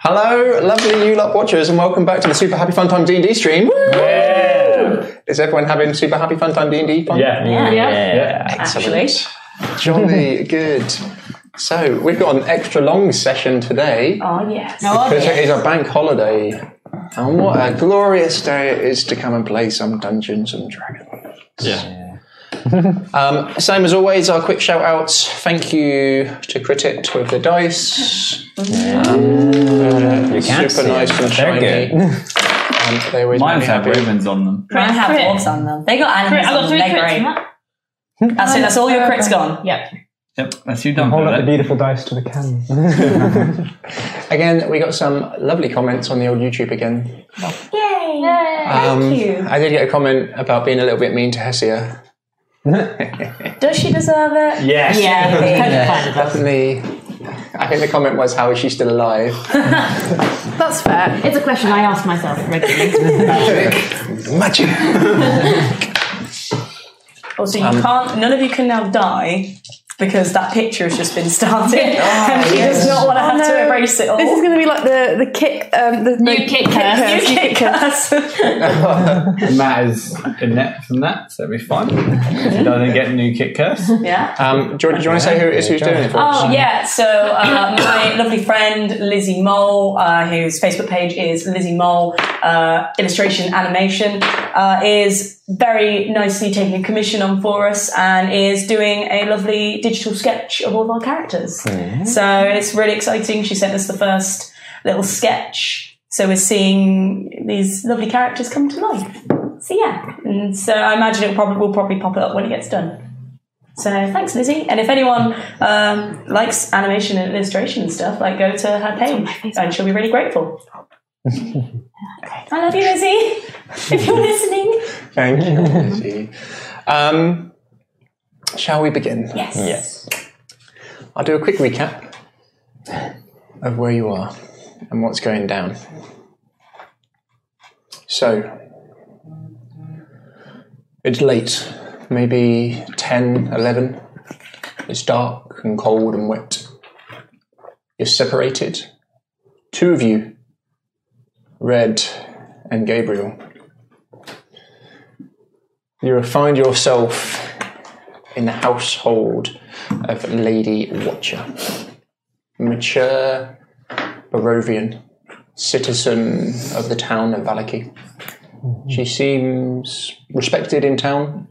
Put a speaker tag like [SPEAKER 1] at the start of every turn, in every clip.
[SPEAKER 1] Hello, lovely you lot watchers, and welcome back to the Super Happy Fun Time D and D stream.
[SPEAKER 2] Yeah.
[SPEAKER 1] Is everyone having super happy fun time D and D fun?
[SPEAKER 2] Yeah.
[SPEAKER 3] Yeah.
[SPEAKER 1] Excellent. Jolly good. So we've got an extra long session today
[SPEAKER 3] Oh yes.
[SPEAKER 1] because it is a bank holiday, and what a glorious day it is to come and play some Dungeons and Dragons.
[SPEAKER 2] Yeah.
[SPEAKER 1] Um, same as always, our quick shout outs. Thank you to Critit with the dice. Uh,
[SPEAKER 2] You
[SPEAKER 1] Super nice and shiny.
[SPEAKER 2] Very good.
[SPEAKER 1] Um, they always make
[SPEAKER 2] Mine
[SPEAKER 1] me
[SPEAKER 2] have
[SPEAKER 1] happy.
[SPEAKER 2] ribbons on them.
[SPEAKER 4] Mine have
[SPEAKER 3] Crit.
[SPEAKER 4] orbs on them. They got animals
[SPEAKER 3] I've got
[SPEAKER 4] on them.
[SPEAKER 3] three
[SPEAKER 4] They're
[SPEAKER 3] crits in
[SPEAKER 4] great.
[SPEAKER 3] that. Hmm.
[SPEAKER 4] That's it. That's all your crits gone.
[SPEAKER 3] Yep.
[SPEAKER 2] Yep, that's you done.
[SPEAKER 5] Hold up the
[SPEAKER 2] Right?
[SPEAKER 5] beautiful dice to the camera.
[SPEAKER 1] Again, we got some lovely comments on the old YouTube again.
[SPEAKER 3] Yay!
[SPEAKER 1] Um,
[SPEAKER 3] Thank you.
[SPEAKER 1] I did get a comment about being a little bit mean to Hesia.
[SPEAKER 3] Does she deserve it?
[SPEAKER 2] Yes.
[SPEAKER 4] Yeah.
[SPEAKER 1] And the, I think the comment was, "How is she still alive?"
[SPEAKER 3] That's fair. It's a question I ask myself regularly.
[SPEAKER 1] Magic.
[SPEAKER 4] Also, you
[SPEAKER 3] um,
[SPEAKER 4] can't. None of you can now die because that picture has just been started,
[SPEAKER 3] Ah,
[SPEAKER 4] and she does not want to
[SPEAKER 3] Oh,
[SPEAKER 4] have to erase it all.
[SPEAKER 6] This is going to be like the the kick, um, the
[SPEAKER 3] New kick curse.
[SPEAKER 4] You
[SPEAKER 6] curse.
[SPEAKER 4] kick us.
[SPEAKER 2] Matt is inept from that, so it'll be fine. Doesn't get new kick curse.
[SPEAKER 4] yeah.
[SPEAKER 1] Um, do, you- do you want to say who it is who's doing it for us?
[SPEAKER 4] Oh yeah, so uh, my lovely friend Lizzie Mole, uh, whose Facebook page is Lizzie Mole uh, Illustration Animation, uh, is very nicely taking a commission on for us and is doing a lovely digital sketch of all of our characters. So it's really exciting. She sent us the first little sketch, so we're seeing these lovely characters come to life. So yeah, and so I imagine it probably will probably pop it up when it gets done. So thanks, Lizzie. And if anyone um, likes animation and illustration and stuff, like go to her page, and she'll be really grateful. I love you, Lizzie. If you're listening,
[SPEAKER 1] Thank you. Lizzie. um, shall we begin?
[SPEAKER 4] yes.
[SPEAKER 1] I'll do a quick recap of where you are and what's going down. So, it's late, maybe 10, 11. It's dark and cold and wet. You're separated. Two of you, Red and Gabriel. You find yourself in the household of Lady Watcher. Mature Barovian, citizen of the town of Valaki. She seems respected in town.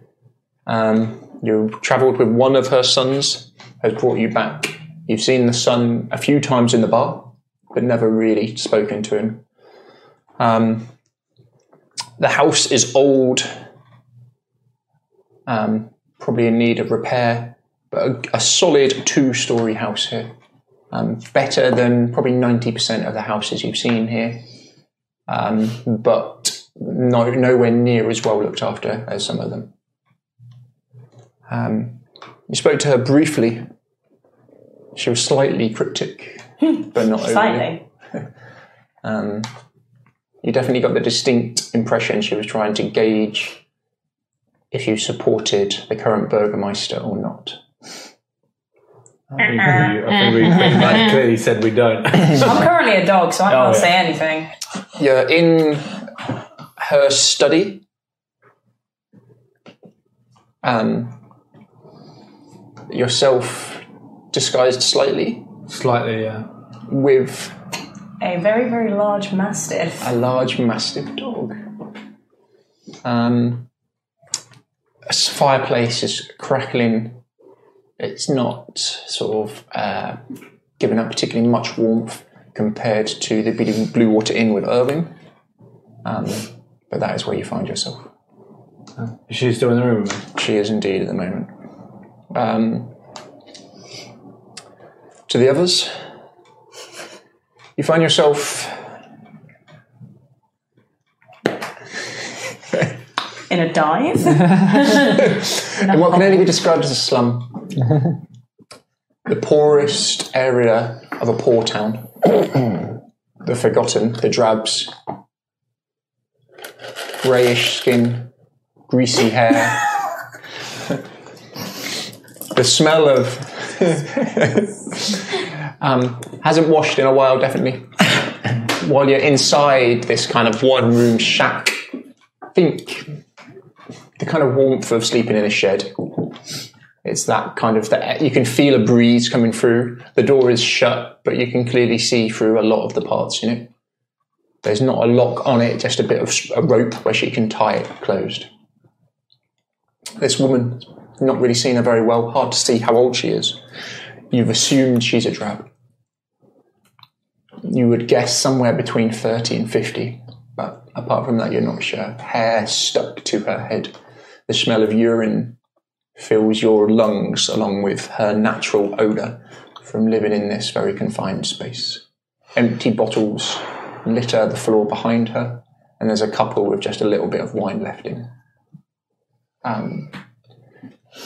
[SPEAKER 1] Um, you travelled with one of her sons, has brought you back. You've seen the son a few times in the bar, but never really spoken to him. Um, the house is old, um, probably in need of repair but a, a solid two story house here. Um, better than probably 90% of the houses you've seen here, um, but no, nowhere near as well looked after as some of them. Um, you spoke to her briefly. She was slightly cryptic, but not overly.
[SPEAKER 4] Finally,
[SPEAKER 1] Um, you definitely got the distinct impression she was trying to gauge if you supported the current Burgermeister or not.
[SPEAKER 2] I think we quite clearly said we don't.
[SPEAKER 4] I'm currently a dog, so I
[SPEAKER 2] Oh,
[SPEAKER 4] can't
[SPEAKER 2] yeah.
[SPEAKER 4] say anything.
[SPEAKER 1] You're in her study. Um, yourself disguised slightly
[SPEAKER 2] Slightly, yeah.
[SPEAKER 1] with
[SPEAKER 4] A very, very large mastiff.
[SPEAKER 1] a large, massive dog. Um, this fireplace is crackling. It's not sort of uh, giving out particularly much warmth compared to the Blue- Blue Water Inn with Irving. Um, but that is where you find yourself.
[SPEAKER 2] Is she still in the room with me?
[SPEAKER 1] She is indeed at the moment. Um, to the others, you find yourself
[SPEAKER 4] In a dive?
[SPEAKER 1] in what can only be described as a slum, the poorest area of a poor town, the forgotten, the drabs, greyish skin, greasy hair. The smell of Um, hasn't washed in a while, definitely. While you're inside this kind of one room shack, think the kind of warmth of sleeping in a shed. It's that kind of that you can feel a breeze coming through. The door is shut, but you can clearly see through a lot of the parts. You know, there's not a lock on it, just a bit of s- a rope where she can tie it closed. This woman, not really seen her very well. Hard to see how old she is. You've assumed she's a drab. You would guess somewhere between thirty and fifty, but apart from that, you're not sure. Hair stuck to her head. The smell of urine fills your lungs along with her natural odour from living in this very confined space. Empty bottles litter the floor behind her, and there's a couple with just a little bit of wine left in. Um,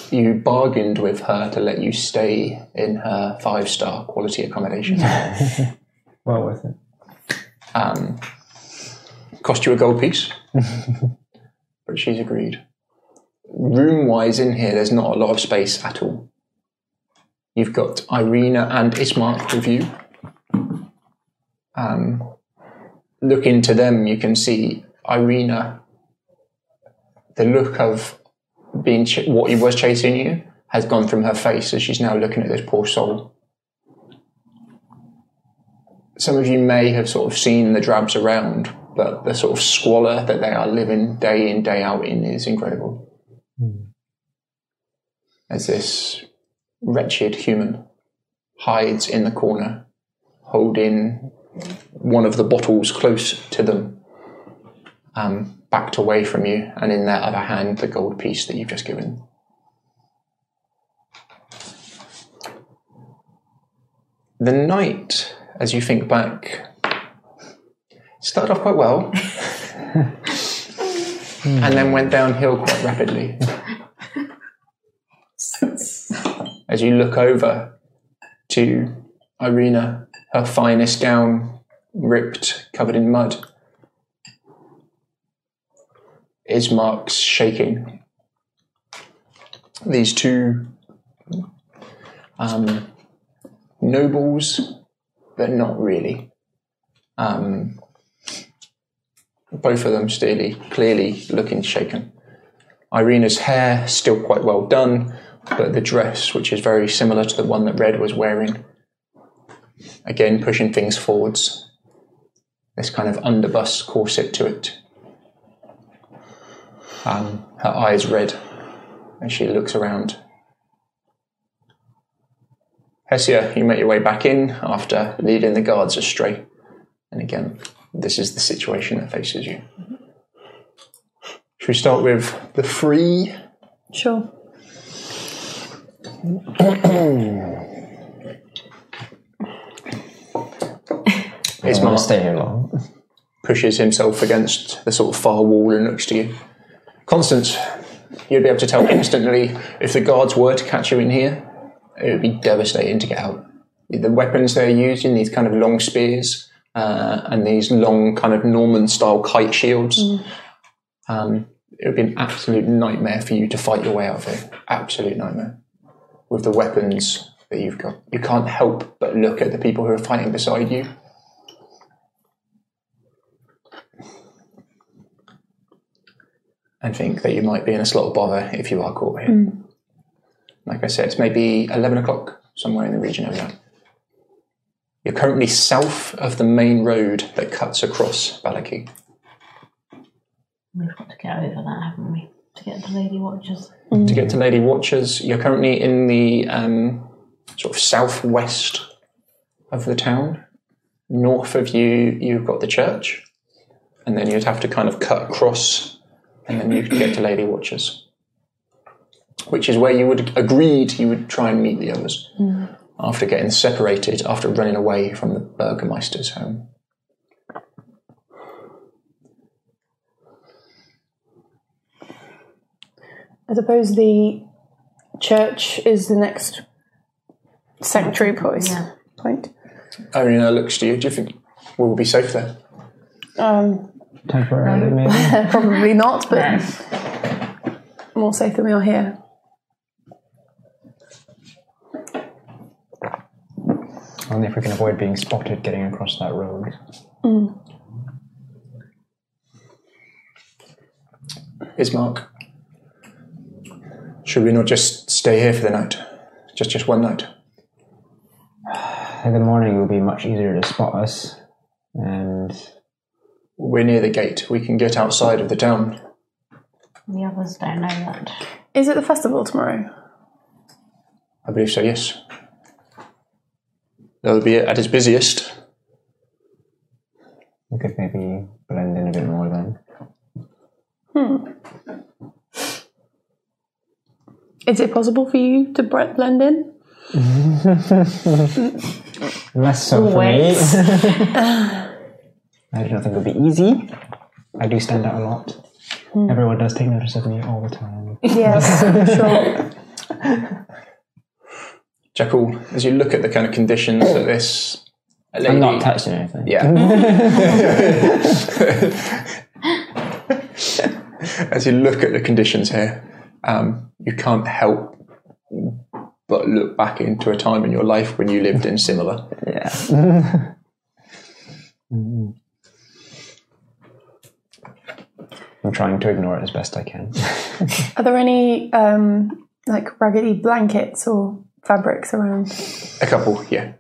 [SPEAKER 1] you bargained with her to let you stay in her five star quality accommodation.
[SPEAKER 5] Well worth it.
[SPEAKER 1] Um, cost you a gold piece, but she's agreed. Room wise, in here, there's not a lot of space at all. You've got Irina and Ismark with you. Um, look into them, you can see Irina, the look of being ch- what he was chasing you has gone from her face as she's now looking at this poor soul some of you may have sort of seen the drabs around, but the sort of squalor that they are living day in, day out in is incredible. As this wretched human hides in the corner, holding one of the bottles close to them, um, backed away from you, and in their other hand, the gold piece that you've just given. the night, as you think back, started off quite well and then went downhill quite rapidly. as you look over to Irina, her finest gown ripped, covered in mud, Ismark's shaking. These two um, nobles, but not really. Um, both of them clearly, clearly looking shaken. Irina's hair still quite well done, but the dress, which is very similar to the one that Red was wearing, again pushing things forwards. This kind of underbus corset to it. Um, her eyes red as she looks around. Hesia, you make your way back in after leading the guards astray. And again, this is the situation that faces you. Should we start with the three?
[SPEAKER 6] Sure.
[SPEAKER 5] It's
[SPEAKER 1] Ismark
[SPEAKER 5] not stay here long.
[SPEAKER 1] pushes himself against the sort of far wall and looks to you. Constance, you'd be able to tell instantly if the guards were to catch you in here, it would be devastating to get out. The weapons they're using, these kind of long spears uh, and these long kind of Norman style kite shields, um, it would be an absolute nightmare for you to fight your way out of it. Absolute nightmare. With the weapons that you've got, you can't help but look at the people who are fighting beside you. and think that you might be in a slot of bother if you are caught here. Like I said, it's maybe 11 o'clock, somewhere in the region of that. You're currently south of the main road that cuts across Balaki.
[SPEAKER 3] We've got to get over that, haven't we? To get the lady watchers.
[SPEAKER 1] To get to Lady Watchers, you're currently in the um, sort of southwest of the town. North of you, you've got the church, and then you'd have to kind of cut across, and then you could get to Lady Watchers, which is where you would agreed you would try and meet the others after getting separated, after running away from the Burgermeister's home.
[SPEAKER 6] I suppose the church is the next sanctuary point.
[SPEAKER 3] Yeah.
[SPEAKER 6] Point.
[SPEAKER 1] Irina looks to you. Do you think we'll be safe there?
[SPEAKER 6] Um,
[SPEAKER 5] Temporarily, maybe.
[SPEAKER 6] probably not, but more safe than we are here.
[SPEAKER 5] Only if we can avoid being spotted getting across that road.
[SPEAKER 1] Ismark. Should we not just stay here for the night? Just just one night.
[SPEAKER 5] In the morning, it will be much easier to spot us. And
[SPEAKER 1] We're near the gate. We can get outside of the town.
[SPEAKER 3] The others don't know that.
[SPEAKER 6] Is it the festival tomorrow?
[SPEAKER 1] I believe so, yes. That'll be it at its busiest.
[SPEAKER 5] we could maybe blend in a bit more then.
[SPEAKER 6] Is it possible for you to bre- blend in?
[SPEAKER 5] Less so for me.
[SPEAKER 3] Wait.
[SPEAKER 5] I don't think it'll be easy. I do stand out a lot. Everyone does take notice of me all the time.
[SPEAKER 6] Yes, sure.
[SPEAKER 1] Jackal, as you look at the kind of conditions that this lady,
[SPEAKER 5] I'm not touching anything.
[SPEAKER 1] yeah. as you look at the conditions here, um, you can't help but look back into a time in your life when you lived in similar.
[SPEAKER 5] I'm trying to ignore it as best I can.
[SPEAKER 6] Are there any um, like raggedy blankets or fabrics around?
[SPEAKER 1] A couple, yeah.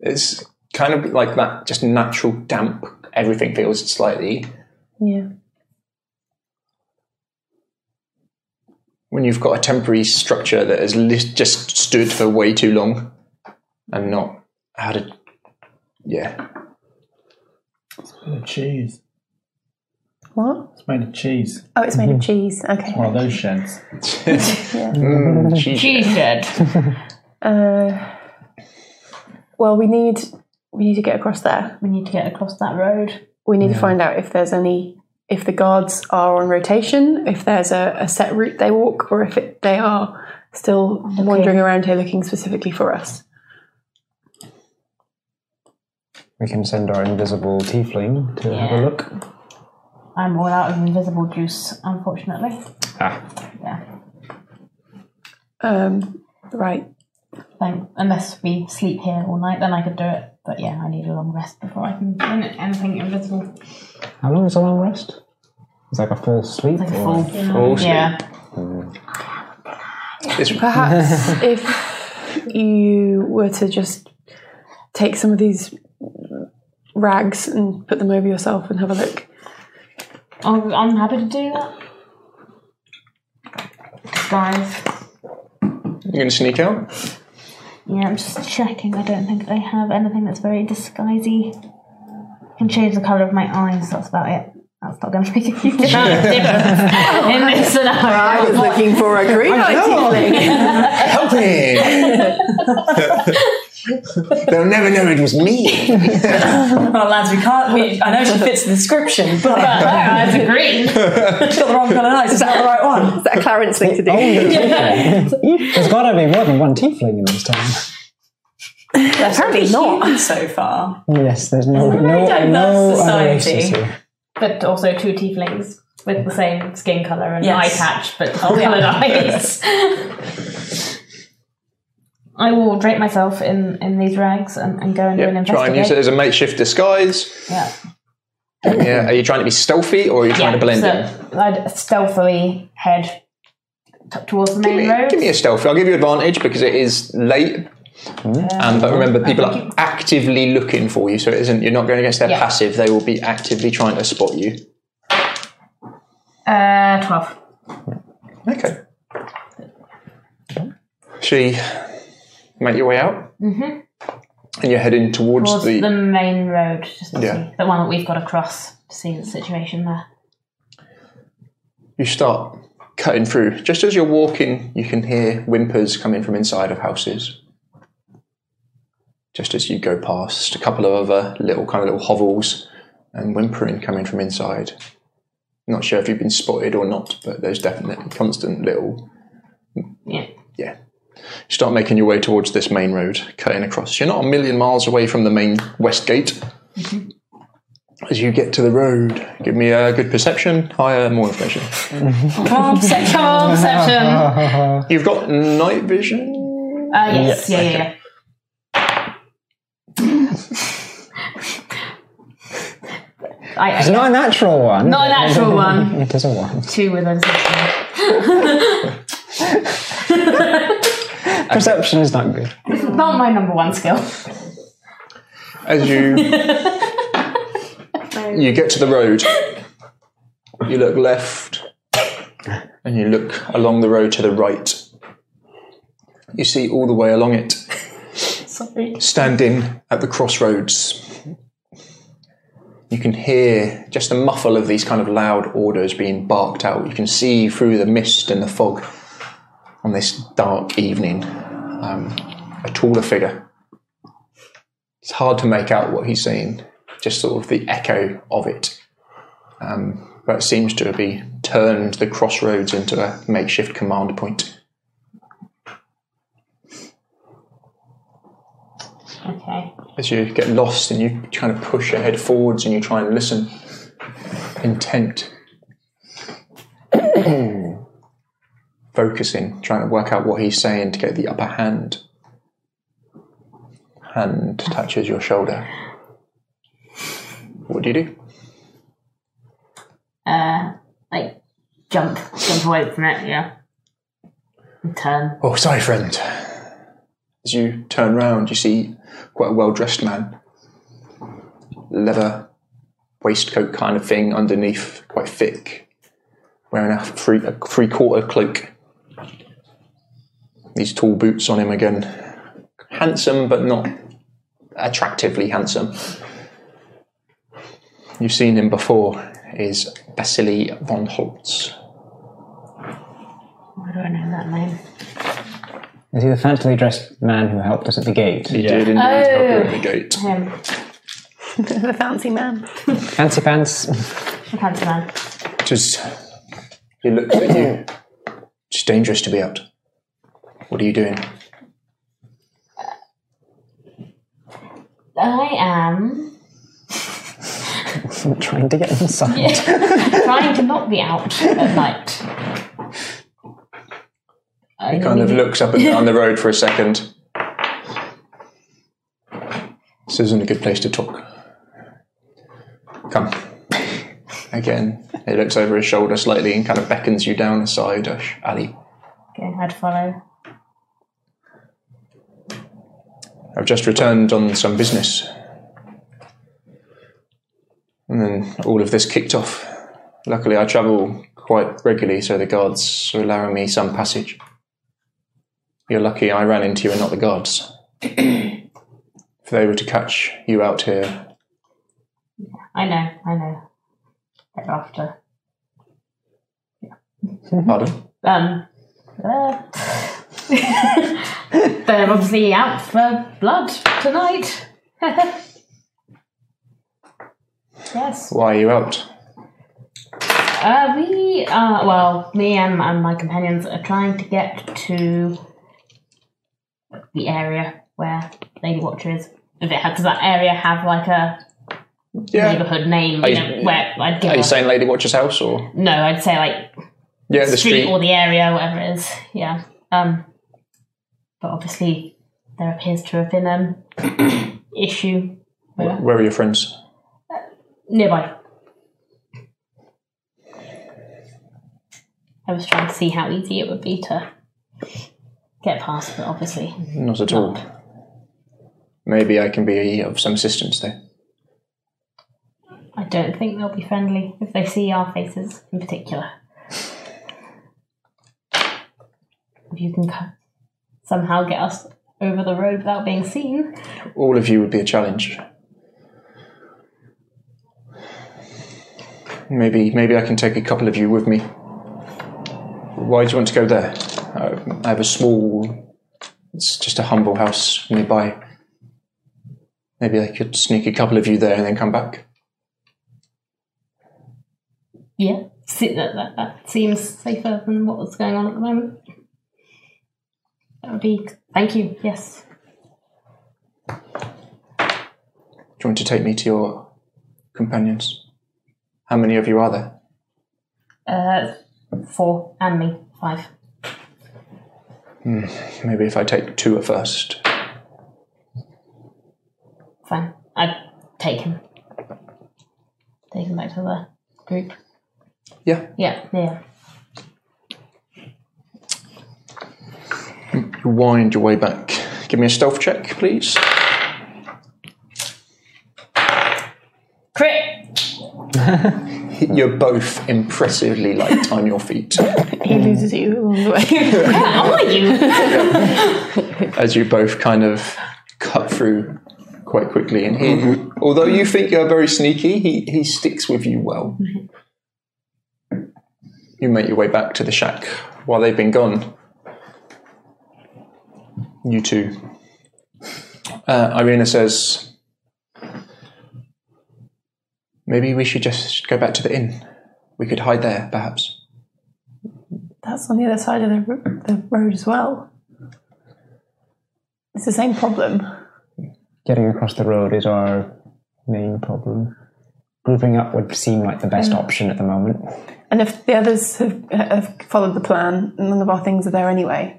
[SPEAKER 1] It's kind of like that, just natural damp. Everything feels slightly.
[SPEAKER 6] Yeah.
[SPEAKER 1] When you've got a temporary structure that has li- just stood for way too long and not had a. Yeah.
[SPEAKER 2] Made of cheese.
[SPEAKER 6] What?
[SPEAKER 2] It's made of cheese.
[SPEAKER 6] Oh, it's made of cheese. Okay.
[SPEAKER 2] One of those sheds.
[SPEAKER 1] Mm, sheesh.
[SPEAKER 3] She said.
[SPEAKER 6] Uh, well, we need we need to get across there.
[SPEAKER 3] We need to get across that road.
[SPEAKER 6] We need to find out if there's any if the guards are on rotation, if there's a, a set route they walk, or if it, they are still wandering around here looking specifically for us.
[SPEAKER 5] We can send our invisible tiefling to have a look.
[SPEAKER 3] I'm all out of invisible juice, unfortunately.
[SPEAKER 5] Ah,
[SPEAKER 3] Yeah.
[SPEAKER 6] Um, right.
[SPEAKER 3] Like, unless we sleep here all night, then I could do it. But yeah, I need a long rest before I can do anything invisible.
[SPEAKER 5] how long is a long rest? It's like a full sleep.
[SPEAKER 3] Like a
[SPEAKER 5] or-
[SPEAKER 3] full. Yeah.
[SPEAKER 1] It's
[SPEAKER 6] Perhaps if you were to just take some of these rags and put them over yourself and have a look.
[SPEAKER 3] I'm, Oh, I'm happy to do that. Guys.
[SPEAKER 1] You're going to sneak out?
[SPEAKER 3] Yeah, I'm just checking. I don't think I have anything that's very disguisey. I can change the colour of my eyes, that's about it. That's not going to make a huge amount of difference in this scenario.
[SPEAKER 6] Looking for a green
[SPEAKER 1] Help me! They'll never know it was me.
[SPEAKER 4] Well, lads, we can't. We, I know she fits the description, but
[SPEAKER 3] Her eyes are green.
[SPEAKER 4] she's got the wrong colour eyes. Is that the right one?
[SPEAKER 6] Is that a Clarence thing to do?
[SPEAKER 5] There's got to be more than one tiefling in this town.
[SPEAKER 4] Apparently not. So far,
[SPEAKER 5] Yes, there's no
[SPEAKER 4] a very
[SPEAKER 5] no,
[SPEAKER 4] diverse
[SPEAKER 5] no other
[SPEAKER 4] society.
[SPEAKER 5] races here.
[SPEAKER 7] But also two tieflings with the same skin colour and
[SPEAKER 4] Yes.
[SPEAKER 7] eye patch, but different coloured eyes. I will drape myself in, in these rags and, and go and do an
[SPEAKER 1] Yep, try and use it
[SPEAKER 7] investigate.
[SPEAKER 1] as a makeshift disguise.
[SPEAKER 7] Yeah.
[SPEAKER 1] Yeah. Are you trying to be stealthy or are you trying to blend in?
[SPEAKER 7] so I'd stealthily head t- towards the main
[SPEAKER 1] Give me-
[SPEAKER 7] road.
[SPEAKER 1] Give me a stealth. I'll give you advantage because it is late. Um, but remember, people are actively looking for you, so it isn't. You're not going against their
[SPEAKER 7] Yeah.
[SPEAKER 1] passive. They will be actively trying to spot you.
[SPEAKER 7] uh, twelve.
[SPEAKER 1] Okay. She make your way out, mm-hmm. and you're heading towards,
[SPEAKER 7] Towards
[SPEAKER 1] the,
[SPEAKER 7] the main road, just to
[SPEAKER 1] Yeah.
[SPEAKER 7] see the one that we've got across to see the situation there.
[SPEAKER 1] You start cutting through. Just as you're walking, you can hear whimpers coming from inside of houses. Just as you go past a couple of other little kind of little hovels and whimpering coming from inside. Not sure if you've been spotted or not, but there's definitely constant little
[SPEAKER 7] Yeah.
[SPEAKER 1] yeah. You start making your way towards this main road, cutting across. You're not a million miles away from the main west gate. As you get to the road, give me a good perception, higher, more information.
[SPEAKER 7] Perception.
[SPEAKER 1] You've got night vision.
[SPEAKER 7] Uh, yes, yeah, yeah, yeah. I,
[SPEAKER 5] It's
[SPEAKER 7] I
[SPEAKER 5] not a natural one.
[SPEAKER 7] Not a natural one.
[SPEAKER 5] It is a one.
[SPEAKER 7] two with us.
[SPEAKER 5] Perception is not good.
[SPEAKER 7] Not my number one skill.
[SPEAKER 1] As you you get to the road, you look left, and you look along the road to the right. You see all the way along it, standing at the crossroads. You can hear just the muffle of these kind of loud orders being barked out. You can see through the mist and the fog on this dark evening um, a taller figure it's hard to make out what he's saying, just sort of the echo of it. Um, but it seems to be turned the crossroads into a makeshift command point.
[SPEAKER 7] Okay.
[SPEAKER 1] As you get lost and you kind of push your head forwards and you try and listen, intent, focusing, trying to work out what he's saying to get the upper hand. Hand touches your shoulder. What do you do?
[SPEAKER 7] Like, jump. Jump away from it, yeah. And turn.
[SPEAKER 1] Oh, sorry, friend. As you turn round, you see quite a well dressed man. Leather waistcoat kind of thing underneath, quite thick. Wearing a three, a three quarter cloak. These tall boots on him again. Handsome, but not attractively handsome. You've seen him before, is Basili von Holtz.
[SPEAKER 7] Why do I know that name?
[SPEAKER 5] Is he the fantily dressed man who helped us at the gate?
[SPEAKER 1] He did indeed help you at the gate.
[SPEAKER 7] Him.
[SPEAKER 6] the fancy man.
[SPEAKER 5] Fancy pants.
[SPEAKER 7] Handsome man.
[SPEAKER 1] Just he looks at you. It's dangerous to be out. What are you doing?
[SPEAKER 7] I am
[SPEAKER 5] trying to get inside.
[SPEAKER 7] trying to not be out at night.
[SPEAKER 1] He kind of looks up and down the road for a second. This isn't a good place to talk. Come. Again, he looks over his shoulder slightly and kind of beckons you down a side ash- alley.
[SPEAKER 7] Okay, I'd follow.
[SPEAKER 1] I've just returned on some business. And then all of this kicked off. Luckily, I travel quite regularly, so the guards are allowing me some passage. You're lucky I ran into you and not the guards. if they were to catch you out here,
[SPEAKER 7] I know, I know. They're after.
[SPEAKER 1] pardon?
[SPEAKER 7] Um. Uh, they're obviously out for blood tonight. yes.
[SPEAKER 1] Why are you out?
[SPEAKER 7] Uh, we are, well, me and, and my companions are trying to get to the area where Lady Watcher is. If it had, does that area have like a neighborhood name? You
[SPEAKER 1] Are you-
[SPEAKER 7] know, where I'd give
[SPEAKER 1] Are
[SPEAKER 7] a-
[SPEAKER 1] you saying Lady Watcher's house or?
[SPEAKER 7] No, I'd say like
[SPEAKER 1] Yeah, the
[SPEAKER 7] street,
[SPEAKER 1] street.
[SPEAKER 7] or the area, whatever it is. Yeah. Um, but obviously, there appears to have been an issue
[SPEAKER 1] Where are your friends?
[SPEAKER 7] nearby. I was trying to see how easy it would be to get past, but obviously,
[SPEAKER 1] Not at all. Maybe I can be of some assistance there.
[SPEAKER 7] I don't think they'll be friendly if they see our faces in particular. If you can co- somehow get us over the road without being seen,
[SPEAKER 1] all of you would be a challenge. Maybe, maybe I can take a couple of you with me. Why do you want to go there? Uh, I have a small, it's just a humble house nearby. Maybe I could sneak a couple of you there and then come back.
[SPEAKER 7] yeah, see, that, that, that seems safer than what was going on at the moment. That would be. Thank you, yes.
[SPEAKER 1] Do you want to take me to your companions? How many of you are there?
[SPEAKER 7] Uh, four and me, five.
[SPEAKER 1] Maybe if I take two at first.
[SPEAKER 3] Fine. I take him. Take him back to the group.
[SPEAKER 1] Yeah.
[SPEAKER 3] Yeah, yeah.
[SPEAKER 1] You wind your way back. Give me a stealth check, please.
[SPEAKER 3] Crit!
[SPEAKER 1] You're both impressively light on your feet
[SPEAKER 6] He loses you along the way.
[SPEAKER 3] Are you?
[SPEAKER 1] as you both kind of cut through quite quickly. And he, Mm-hmm. although you think you're very sneaky, he, he sticks with you well. You make your way back to the shack while they've been gone. You two. Uh, Irina says, Maybe we should just go back to the inn. We could hide there, perhaps.
[SPEAKER 6] That's on the other side of the, ro- the road as well. It's the same problem.
[SPEAKER 5] Getting across the road is our main problem. Grouping up would seem like the best option at the moment.
[SPEAKER 6] And if the others have, have followed the plan, none of our things are there anyway.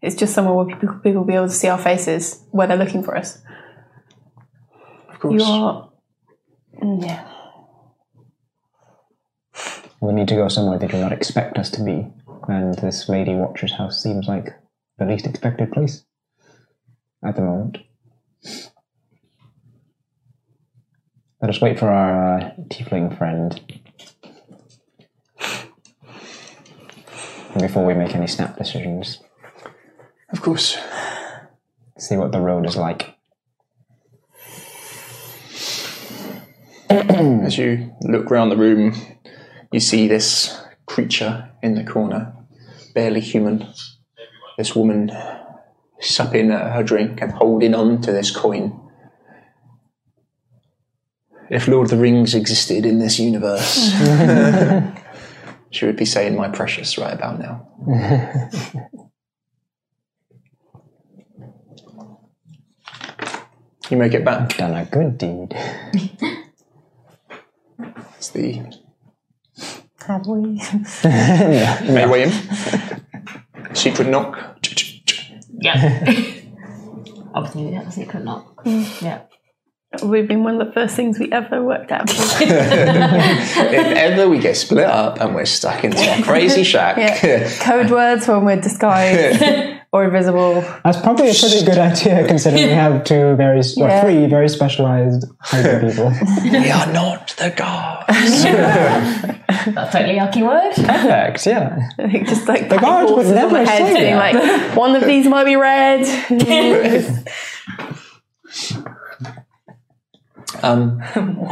[SPEAKER 6] It's just somewhere where people, people will be able to see our faces where they're looking for us.
[SPEAKER 1] Of course.
[SPEAKER 6] You are. mm, Yeah.
[SPEAKER 5] We need to go somewhere they do not expect us to be, and this Lady Watcher's house seems like the least expected place at the moment. Let us wait for our uh, tiefling friend before we make any snap decisions.
[SPEAKER 1] Of course.
[SPEAKER 5] See what the road is like.
[SPEAKER 1] As you look round the room, you see this creature in the corner, barely human. This woman supping at her drink and holding on to this coin. If Lord of the Rings existed in this universe, she would be saying, My precious, right about now. you make it back.
[SPEAKER 5] Done a good deed.
[SPEAKER 1] It's the
[SPEAKER 7] Have we?
[SPEAKER 1] May weigh in. Secret knock.
[SPEAKER 3] Yeah. Obviously, we have a secret knock. Yeah.
[SPEAKER 6] That would have been one of the first things we ever worked out.
[SPEAKER 1] If ever we get split up and we're stuck into our crazy shack,
[SPEAKER 6] Code words when we're disguised or invisible.
[SPEAKER 5] That's probably a pretty good idea considering we have two very, or
[SPEAKER 6] Yeah.
[SPEAKER 5] three very specialized hiding people.
[SPEAKER 1] we are not the guards.
[SPEAKER 3] That's totally our keyword.
[SPEAKER 5] Perfect, yeah.
[SPEAKER 6] Like, just like
[SPEAKER 5] The guards would
[SPEAKER 6] horses on my
[SPEAKER 5] never
[SPEAKER 6] head,
[SPEAKER 5] say
[SPEAKER 6] being like, one of these might be red.
[SPEAKER 1] Um,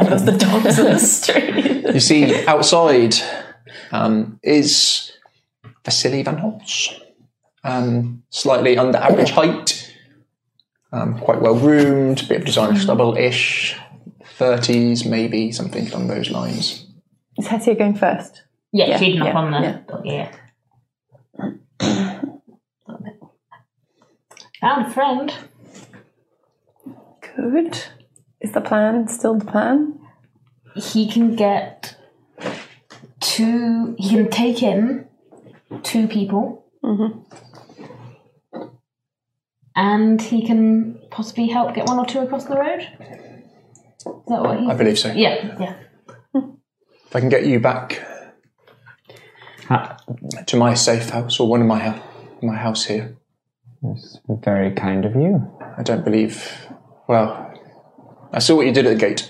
[SPEAKER 4] There's the dogs in the street.
[SPEAKER 1] you see, outside um, is Vasily Van Holtz. Um, slightly under average height, um, quite well groomed, bit of designer stubble ish, 30s maybe, something along those lines.
[SPEAKER 6] Is Hetty going first?
[SPEAKER 3] Yeah,
[SPEAKER 6] Yeah,
[SPEAKER 3] feeding up
[SPEAKER 6] yeah,
[SPEAKER 3] on the
[SPEAKER 6] yeah.
[SPEAKER 3] dog, yeah. Found a friend.
[SPEAKER 6] Good. Is the plan still the plan?
[SPEAKER 3] He can get two. He can take in two people, and he can possibly help get one or two across the road. Is that what he?
[SPEAKER 1] I believe so.
[SPEAKER 3] yeah, yeah.
[SPEAKER 1] If I can get you back
[SPEAKER 5] Ah,
[SPEAKER 1] to my safe house or one of my, hou- my house here,
[SPEAKER 5] that's very kind of you.
[SPEAKER 1] I don't believe. Well, I saw what you did at the gate.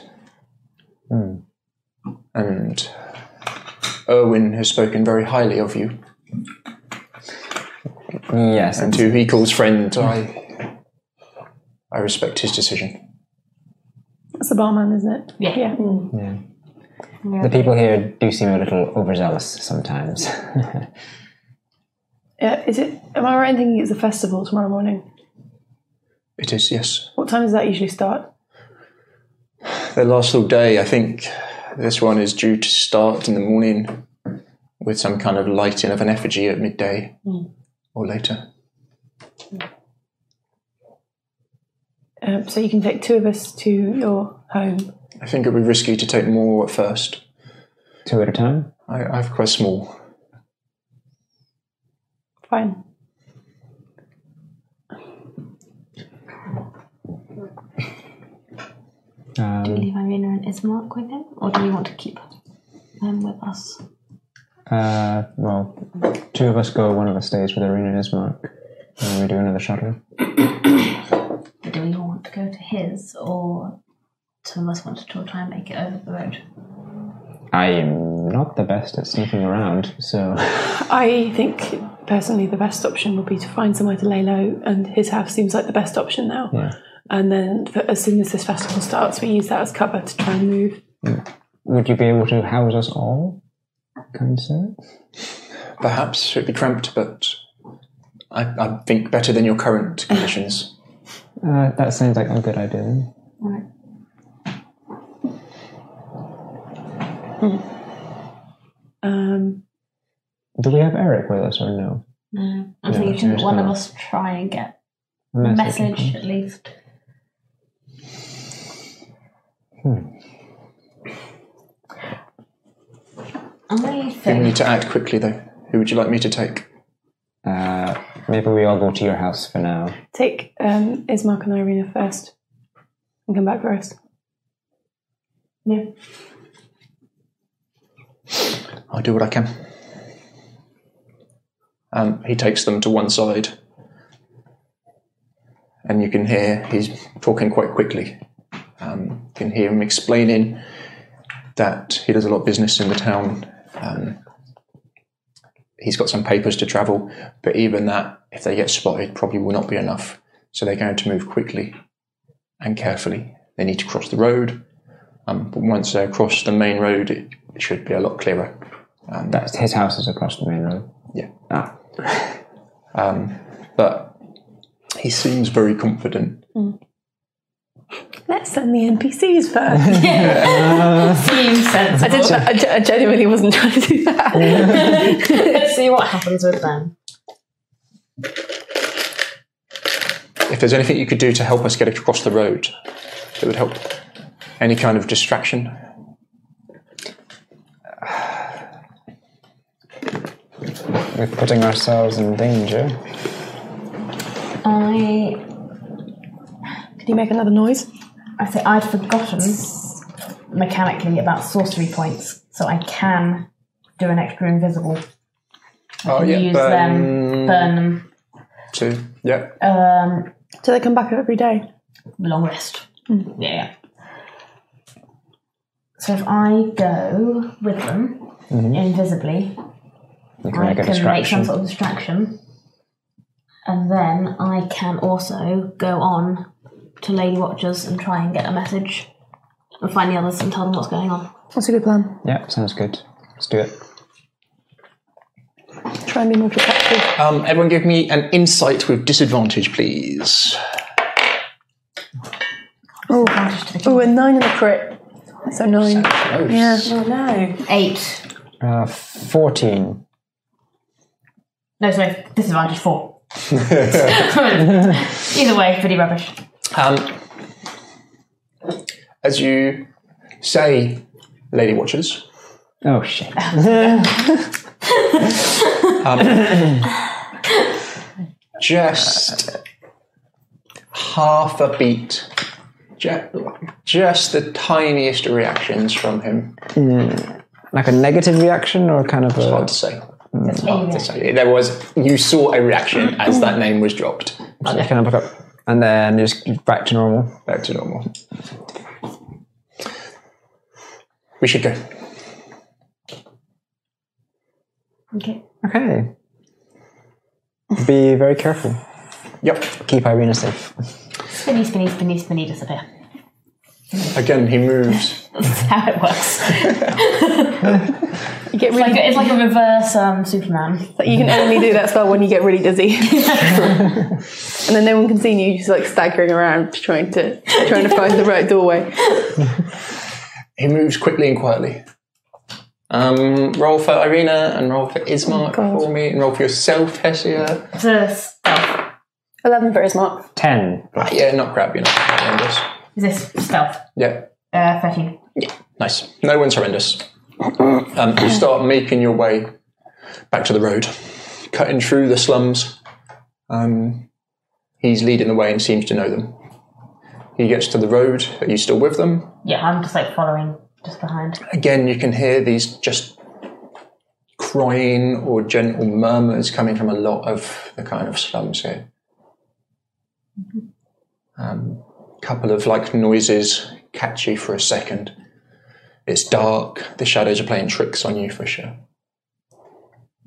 [SPEAKER 1] And Erwin has spoken very highly of you.
[SPEAKER 5] Yes,
[SPEAKER 1] And who he calls friend, I, I respect his decision.
[SPEAKER 6] It's the barman, isn't it?
[SPEAKER 3] Yeah.
[SPEAKER 6] Yeah.
[SPEAKER 5] Yeah. The people here do seem a little overzealous sometimes.
[SPEAKER 6] Yeah, Is it? Am I right in thinking it's a festival tomorrow morning?
[SPEAKER 1] It is, yes.
[SPEAKER 6] What time does that usually start?
[SPEAKER 1] Their last little day, I think this one is due to start in the morning with some kind of lighting of an effigy at midday or later.
[SPEAKER 6] Um, so you can take two of us to your home.
[SPEAKER 1] I think it would be risky to take more at first.
[SPEAKER 5] Two at a time.
[SPEAKER 1] I, I've quite small.
[SPEAKER 6] Fine.
[SPEAKER 3] Do
[SPEAKER 5] Um,
[SPEAKER 3] we leave Irina and Ismark with him, or do we want to keep them with us?
[SPEAKER 5] uh, well, two of us go, one of us stays with Irina and Ismark. And we do another shuttle.
[SPEAKER 3] But do we all want to go to his, or some of us want to try and make it over the road?
[SPEAKER 5] I am not the best at sneaking around, so
[SPEAKER 6] I think personally the best option would be to find somewhere to lay low, and his house seems like the best option now.
[SPEAKER 5] Yeah.
[SPEAKER 6] And then for, as soon as this festival starts, we use that as cover to try and move.
[SPEAKER 5] would you be able to house us all? Kind sir?
[SPEAKER 1] Perhaps it'd be cramped, but I, I think better than your current conditions.
[SPEAKER 5] Uh, that sounds like a good idea. then.
[SPEAKER 3] Right.
[SPEAKER 6] Um,
[SPEAKER 5] Do we have Eric with us or no?
[SPEAKER 3] No, I'm
[SPEAKER 5] Yeah,
[SPEAKER 3] thinking that
[SPEAKER 5] yes,
[SPEAKER 3] one of
[SPEAKER 5] no.
[SPEAKER 3] us try and get
[SPEAKER 5] A
[SPEAKER 3] a
[SPEAKER 5] would
[SPEAKER 3] message
[SPEAKER 5] come.
[SPEAKER 3] at least. I
[SPEAKER 1] We
[SPEAKER 3] think
[SPEAKER 1] need to act quickly, though. Who would you like me to take?
[SPEAKER 5] Uh, maybe we all go to your house for now.
[SPEAKER 6] take um, Ismark and Irina first, and come back for us.
[SPEAKER 3] yeah.
[SPEAKER 1] I'll do what I can. Um, he takes them to one side, and you can hear he's talking quite quickly. Um, you can hear him explaining that he does a lot of business in the town. Um, he's got some papers to travel, but even that, if they get spotted, probably will not be enough. So they're going to move quickly and carefully. They need to cross the road, um, but once they're across the main road, it should be a lot clearer.
[SPEAKER 5] That's his house is across the main road.
[SPEAKER 1] Yeah.
[SPEAKER 5] Ah,
[SPEAKER 1] Um, but he seems very confident.
[SPEAKER 6] Let's send the NPCs first.
[SPEAKER 7] Seems
[SPEAKER 6] I,
[SPEAKER 7] sensible.
[SPEAKER 6] did, I, ge- I genuinely wasn't trying to do that.
[SPEAKER 7] Let's see what happens with them.
[SPEAKER 1] If there's anything you could do to help us get across the road, it would help. Any kind of distraction.
[SPEAKER 5] we're putting ourselves in danger.
[SPEAKER 3] I
[SPEAKER 6] Can you make another noise?
[SPEAKER 7] I think I'd forgotten mechanically about sorcery points, so I can do an extra invisible.
[SPEAKER 1] Oh
[SPEAKER 7] yeah, Use
[SPEAKER 1] Hmm.
[SPEAKER 7] them, burn them.
[SPEAKER 1] Two. Yeah.
[SPEAKER 7] Um,
[SPEAKER 6] Do they come back every day?
[SPEAKER 7] long rest. Yeah, yeah. So if I go with them invisibly,
[SPEAKER 5] You can
[SPEAKER 7] I
[SPEAKER 5] make a
[SPEAKER 7] can make some
[SPEAKER 5] distraction.
[SPEAKER 7] sort of distraction, and then I can also go on to Lady Watchers and try and get a message, and find the others and tell them what's going on.
[SPEAKER 6] That's a good plan.
[SPEAKER 5] yeah, sounds good. Let's do it.
[SPEAKER 6] Try and be more protective.
[SPEAKER 1] Um, everyone, give me an insight with disadvantage, please.
[SPEAKER 6] Oh, a nine and a crit. So nine. Yeah.
[SPEAKER 4] Oh no.
[SPEAKER 7] Eight.
[SPEAKER 5] Uh, Fourteen.
[SPEAKER 7] No, sorry, disadvantage four. Either way, pretty rubbish.
[SPEAKER 1] Um, as you say, Lady Watchers,
[SPEAKER 5] Oh shit.
[SPEAKER 1] just half a beat, ju- just the tiniest reactions from him.
[SPEAKER 5] Like a negative reaction or kind of
[SPEAKER 1] Hard
[SPEAKER 5] a
[SPEAKER 1] to say.
[SPEAKER 7] Anyway.
[SPEAKER 1] There was you saw a reaction as that name was dropped.
[SPEAKER 5] so you kind of look up and then just back to normal.
[SPEAKER 1] Back to normal. We should go.
[SPEAKER 7] Okay.
[SPEAKER 5] Okay. Be very careful.
[SPEAKER 1] Yep.
[SPEAKER 5] Keep Irina safe.
[SPEAKER 7] Spinny, spinny, spinny, spinny, disappear.
[SPEAKER 1] Again, he moves.
[SPEAKER 7] That's how it works.
[SPEAKER 6] You get
[SPEAKER 7] It's like
[SPEAKER 6] really.
[SPEAKER 7] a, it's like a reverse um, Superman.
[SPEAKER 6] you can only do that spell when you get really dizzy. and then no one can see you. You're just like staggering around, trying to trying to find the right doorway.
[SPEAKER 1] He moves quickly and quietly. Um, roll for Irina and roll for Ismark
[SPEAKER 6] God.
[SPEAKER 1] for me and roll for yourself, Hesia.
[SPEAKER 7] So stealth.
[SPEAKER 6] Eleven for Ismark.
[SPEAKER 5] Ten.
[SPEAKER 1] Ah, yeah, not grab, you're not horrendous.
[SPEAKER 7] Is this stealth?
[SPEAKER 1] Yeah,
[SPEAKER 7] Uh, 13.
[SPEAKER 1] nice. No one's horrendous. Um, you start making your way back to the road. cutting through the slums. Um, he's leading the way and seems to know them. He gets to the road. Are you still with them?
[SPEAKER 7] Yeah, I'm just like following just behind.
[SPEAKER 1] Again, you can hear these just crying or gentle murmurs coming from a lot of the kind of slums here. Um, couple of like noises catch you for a second. It's dark. The shadows are playing tricks on you for sure.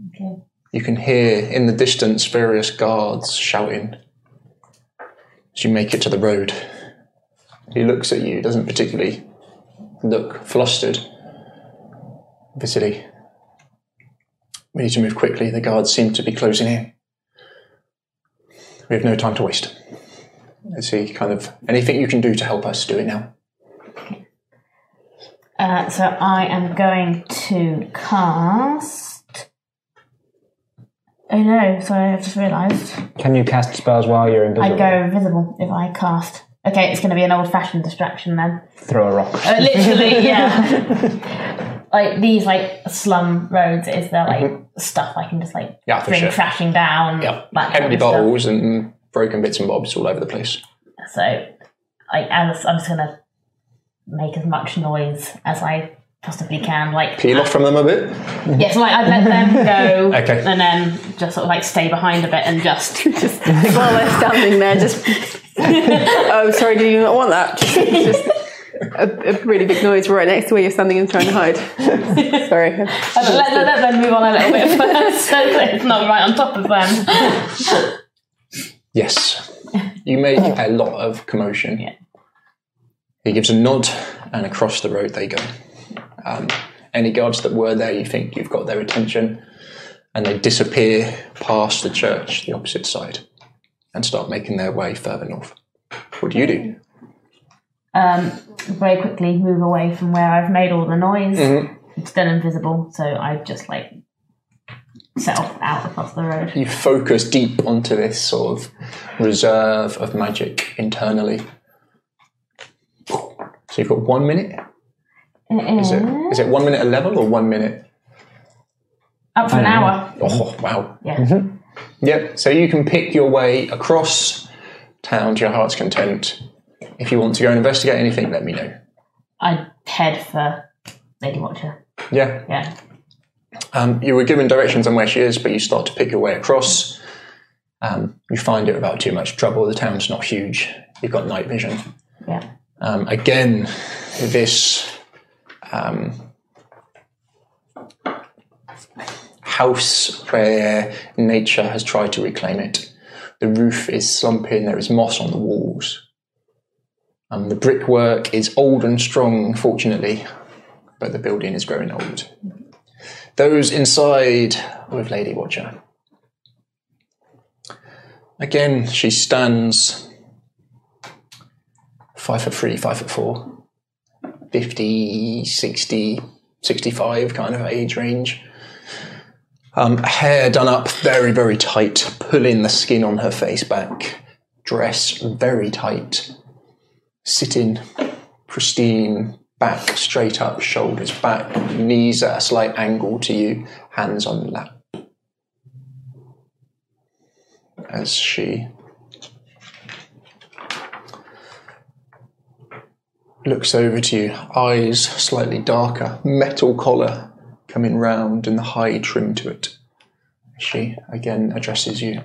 [SPEAKER 7] Okay.
[SPEAKER 1] You can hear in the distance various guards shouting as you make it to the road. He looks at you, doesn't particularly look flustered. Vasily, we need to move quickly. The guards seem to be closing in. We have no time to waste. Is he kind of anything you can do to help us? Do it now.
[SPEAKER 7] Uh, so I am going to cast. Oh no! Sorry, I've just realised.
[SPEAKER 5] Can you cast spells while you're
[SPEAKER 7] I
[SPEAKER 5] invisible?
[SPEAKER 7] go invisible if I cast. Okay, it's going to be an old-fashioned distraction then.
[SPEAKER 5] Throw a rock.
[SPEAKER 7] Uh, literally, yeah. like these, like slum roads, is there like stuff I can just like
[SPEAKER 1] Mm-hmm. Yeah, for
[SPEAKER 7] bring
[SPEAKER 1] sure.
[SPEAKER 7] crashing down?
[SPEAKER 1] Yeah,
[SPEAKER 7] that kind
[SPEAKER 1] empty
[SPEAKER 7] of stuff.
[SPEAKER 1] bottles and broken bits and bobs all over the place.
[SPEAKER 7] So, like, as I'm just gonna make as much noise as I possibly can. Like,
[SPEAKER 1] Peel off from them a bit.
[SPEAKER 7] yeah, so like I let them go,
[SPEAKER 1] Okay.
[SPEAKER 7] and then just sort of like stay behind a bit and just
[SPEAKER 6] just while they're standing there, just oh, sorry, do you not want that? Just, just a, a really big noise right next to where you're standing and trying to hide. sorry.
[SPEAKER 7] let, let, let them move on a little bit first, so that it's not right on top of them.
[SPEAKER 1] Yes. You make a lot of commotion. He gives a nod, and across the road they go. Um, any guards that were there, you think you've got their attention, and they disappear past the church, the opposite side, and start making their way further north. What do you do?
[SPEAKER 7] Um, Very quickly move away from where I've made all the noise. It's still invisible, so I just like set off out across the road.
[SPEAKER 1] You focus deep onto this sort of reserve of magic internally. So you've got one minute.
[SPEAKER 7] It
[SPEAKER 1] Is
[SPEAKER 7] is
[SPEAKER 1] it is it one minute a level or one minute
[SPEAKER 7] up for an hour.
[SPEAKER 1] Oh, wow.
[SPEAKER 7] Yeah.
[SPEAKER 1] Yep. So you can pick your way across town to your heart's content. If you want to go and investigate anything, let me know.
[SPEAKER 7] I head for Lady Watcher.
[SPEAKER 1] Yeah.
[SPEAKER 7] Yeah.
[SPEAKER 1] Um, you were given directions on where she is, but you start to pick your way across. Um, you find it without too much trouble. The town's not huge. You've got night vision.
[SPEAKER 7] Yeah.
[SPEAKER 1] Um, again, this um, house where nature has tried to reclaim it. The roof is slumping, there is moss on the walls. Um, the brickwork is old and strong, fortunately, but the building is growing old. Those inside with Lady Watcher. Again, she stands five foot three, five foot four, 50, 60, 65 kind of age range. Um, hair done up very, very tight, pulling the skin on her face back. Dress very tight. Sitting pristine, back straight up, shoulders back, knees at a slight angle to you, hands on lap. As she looks over to you, eyes slightly darker, metal collar coming round and the high trim to it. She again addresses you.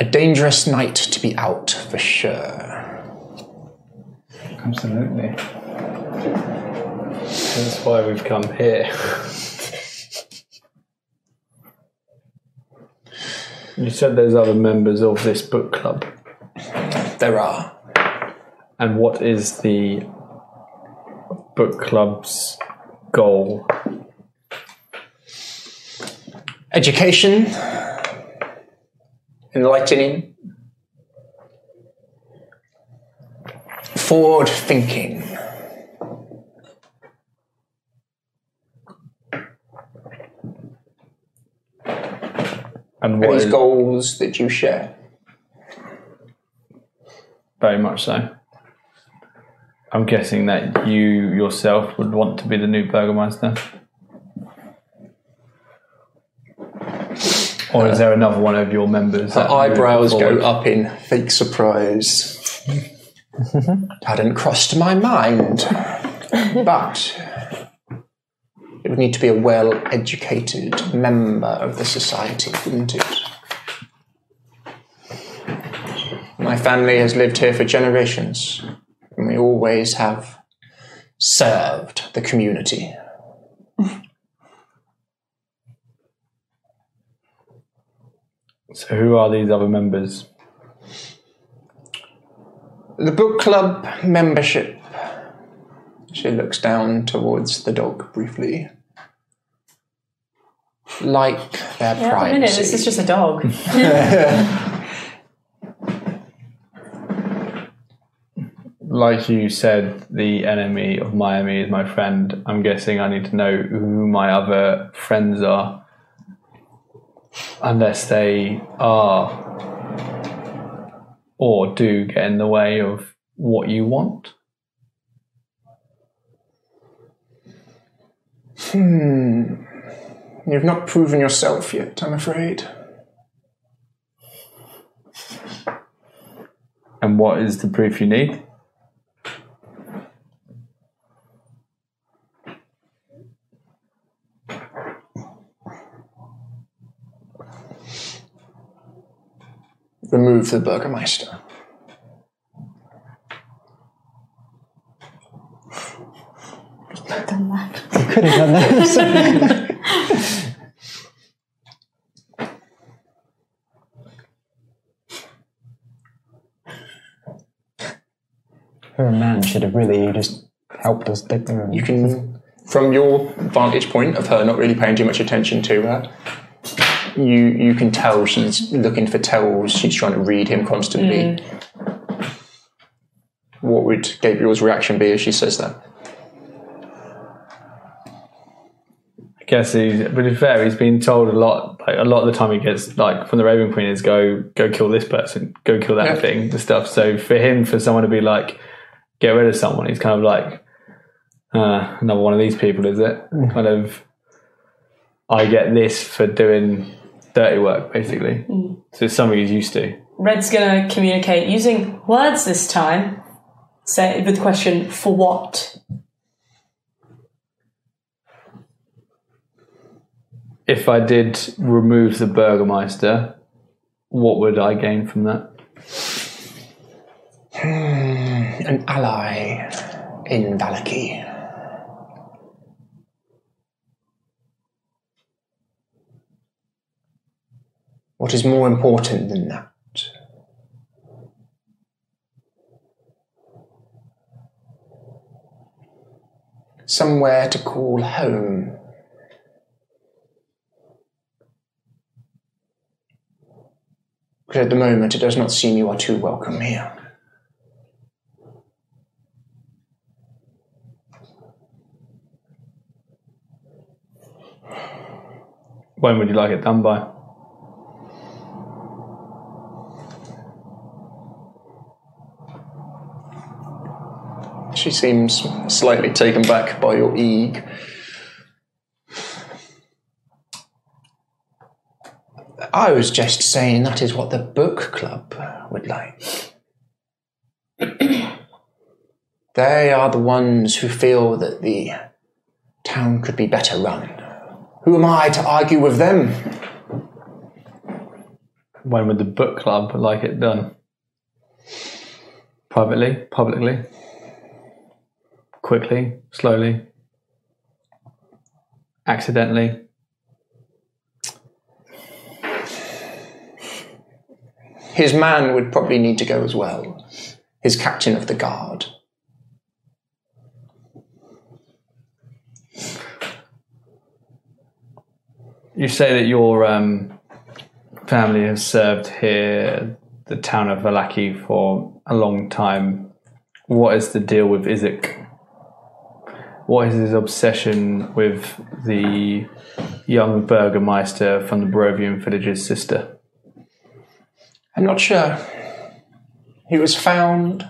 [SPEAKER 1] A dangerous night to be out for sure.
[SPEAKER 2] Absolutely. That's why we've come here. you said there's other members of this book club.
[SPEAKER 1] There are.
[SPEAKER 2] And what is the book club's goal?
[SPEAKER 1] Education, enlightening, forward thinking.
[SPEAKER 2] And what
[SPEAKER 1] These
[SPEAKER 2] is
[SPEAKER 1] goals that you share.
[SPEAKER 2] very much so. I'm guessing that you yourself would want to be the new burgomaster. Or is there another one of your members?
[SPEAKER 1] Her
[SPEAKER 2] that
[SPEAKER 1] eyebrows
[SPEAKER 2] moved
[SPEAKER 1] go
[SPEAKER 2] forward?
[SPEAKER 1] up in fake surprise. Hadn't crossed my mind. But it would need to be a well educated member of the society, wouldn't it? My family has lived here for generations, and we always have served the community.
[SPEAKER 2] So who are these other members?
[SPEAKER 1] The book club membership. She looks down towards the dog briefly. Like their
[SPEAKER 4] Wait a minute,
[SPEAKER 1] privacy.
[SPEAKER 4] this is just a dog.
[SPEAKER 2] Like you said, the enemy of Miami is my friend. I'm guessing I need to know who my other friends are. Unless they are or do get in the way of what you want.
[SPEAKER 1] You've not proven yourself yet, I'm afraid.
[SPEAKER 2] And what is the proof you need?
[SPEAKER 1] Remove the Burgermeister.
[SPEAKER 7] Done that.
[SPEAKER 5] Could have done that. Her man should have really just helped us dig there.
[SPEAKER 1] You can, from your vantage point of her not really paying too much attention to her, you you can tell she's looking for tells. She's trying to read him constantly.
[SPEAKER 4] Hmm.
[SPEAKER 1] What would Gabriel's reaction be if she says that?
[SPEAKER 2] I guess he's but to be fair, he's been told a lot like a lot of the time he gets like from the Raven Queen is go go kill this person, go kill that
[SPEAKER 1] Yeah.
[SPEAKER 2] thing, the stuff. So for him, for someone to be like, get rid of someone, he's kind of like uh, another one of these people, is it? Kind of I get this for doing dirty work, basically. So it's something he's used to.
[SPEAKER 4] Red's gonna communicate using words this time. Say with the question, for what?
[SPEAKER 2] If I did remove the Burgermeister, what would I gain from that?
[SPEAKER 1] Hmm, An ally in Valaki. What is more important than that? Somewhere to call home. But at the moment, it does not seem you are too welcome here.
[SPEAKER 2] When would you like it done by?
[SPEAKER 1] She seems slightly taken back by your eeg. I was just saying that is what the book club would like. they are the ones who feel that the town could be better run. Who am I to argue with them?
[SPEAKER 2] when would the book club like it done? Privately, publicly, quickly, slowly, accidentally.
[SPEAKER 1] His man would probably need to go as well. His captain of the guard.
[SPEAKER 2] You say that your um, family has served here, the town of Valaki, for a long time. What is the deal with Isaac? What is his obsession with the young burgermeister from the Barovian village's sister?
[SPEAKER 1] I'm not sure. He was found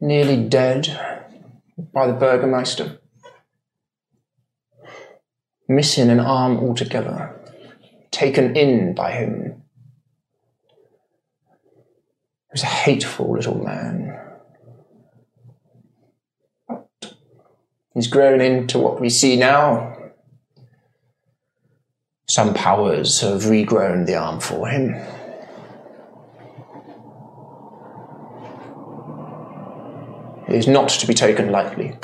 [SPEAKER 1] nearly dead by the burgermeister. Missing an arm altogether. taken in by him. He was a hateful little man. But He's grown into what we see now. Some powers have regrown the arm for him. It is not to be taken lightly.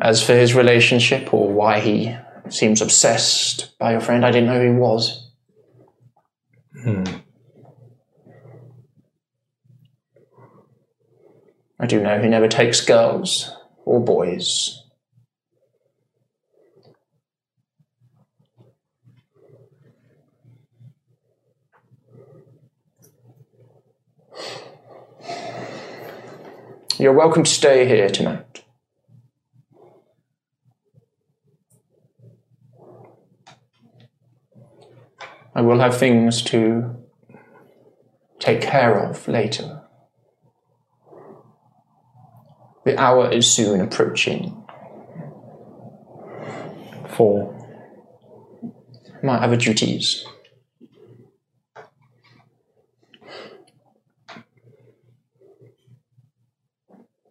[SPEAKER 1] As for his relationship or why he seems obsessed by your friend, I didn't know who he was. Hmm. I do know he never takes girls or boys. You're welcome to stay here tonight. I will have things to take care of later. The hour is soon approaching.
[SPEAKER 2] Four.
[SPEAKER 1] My other duties.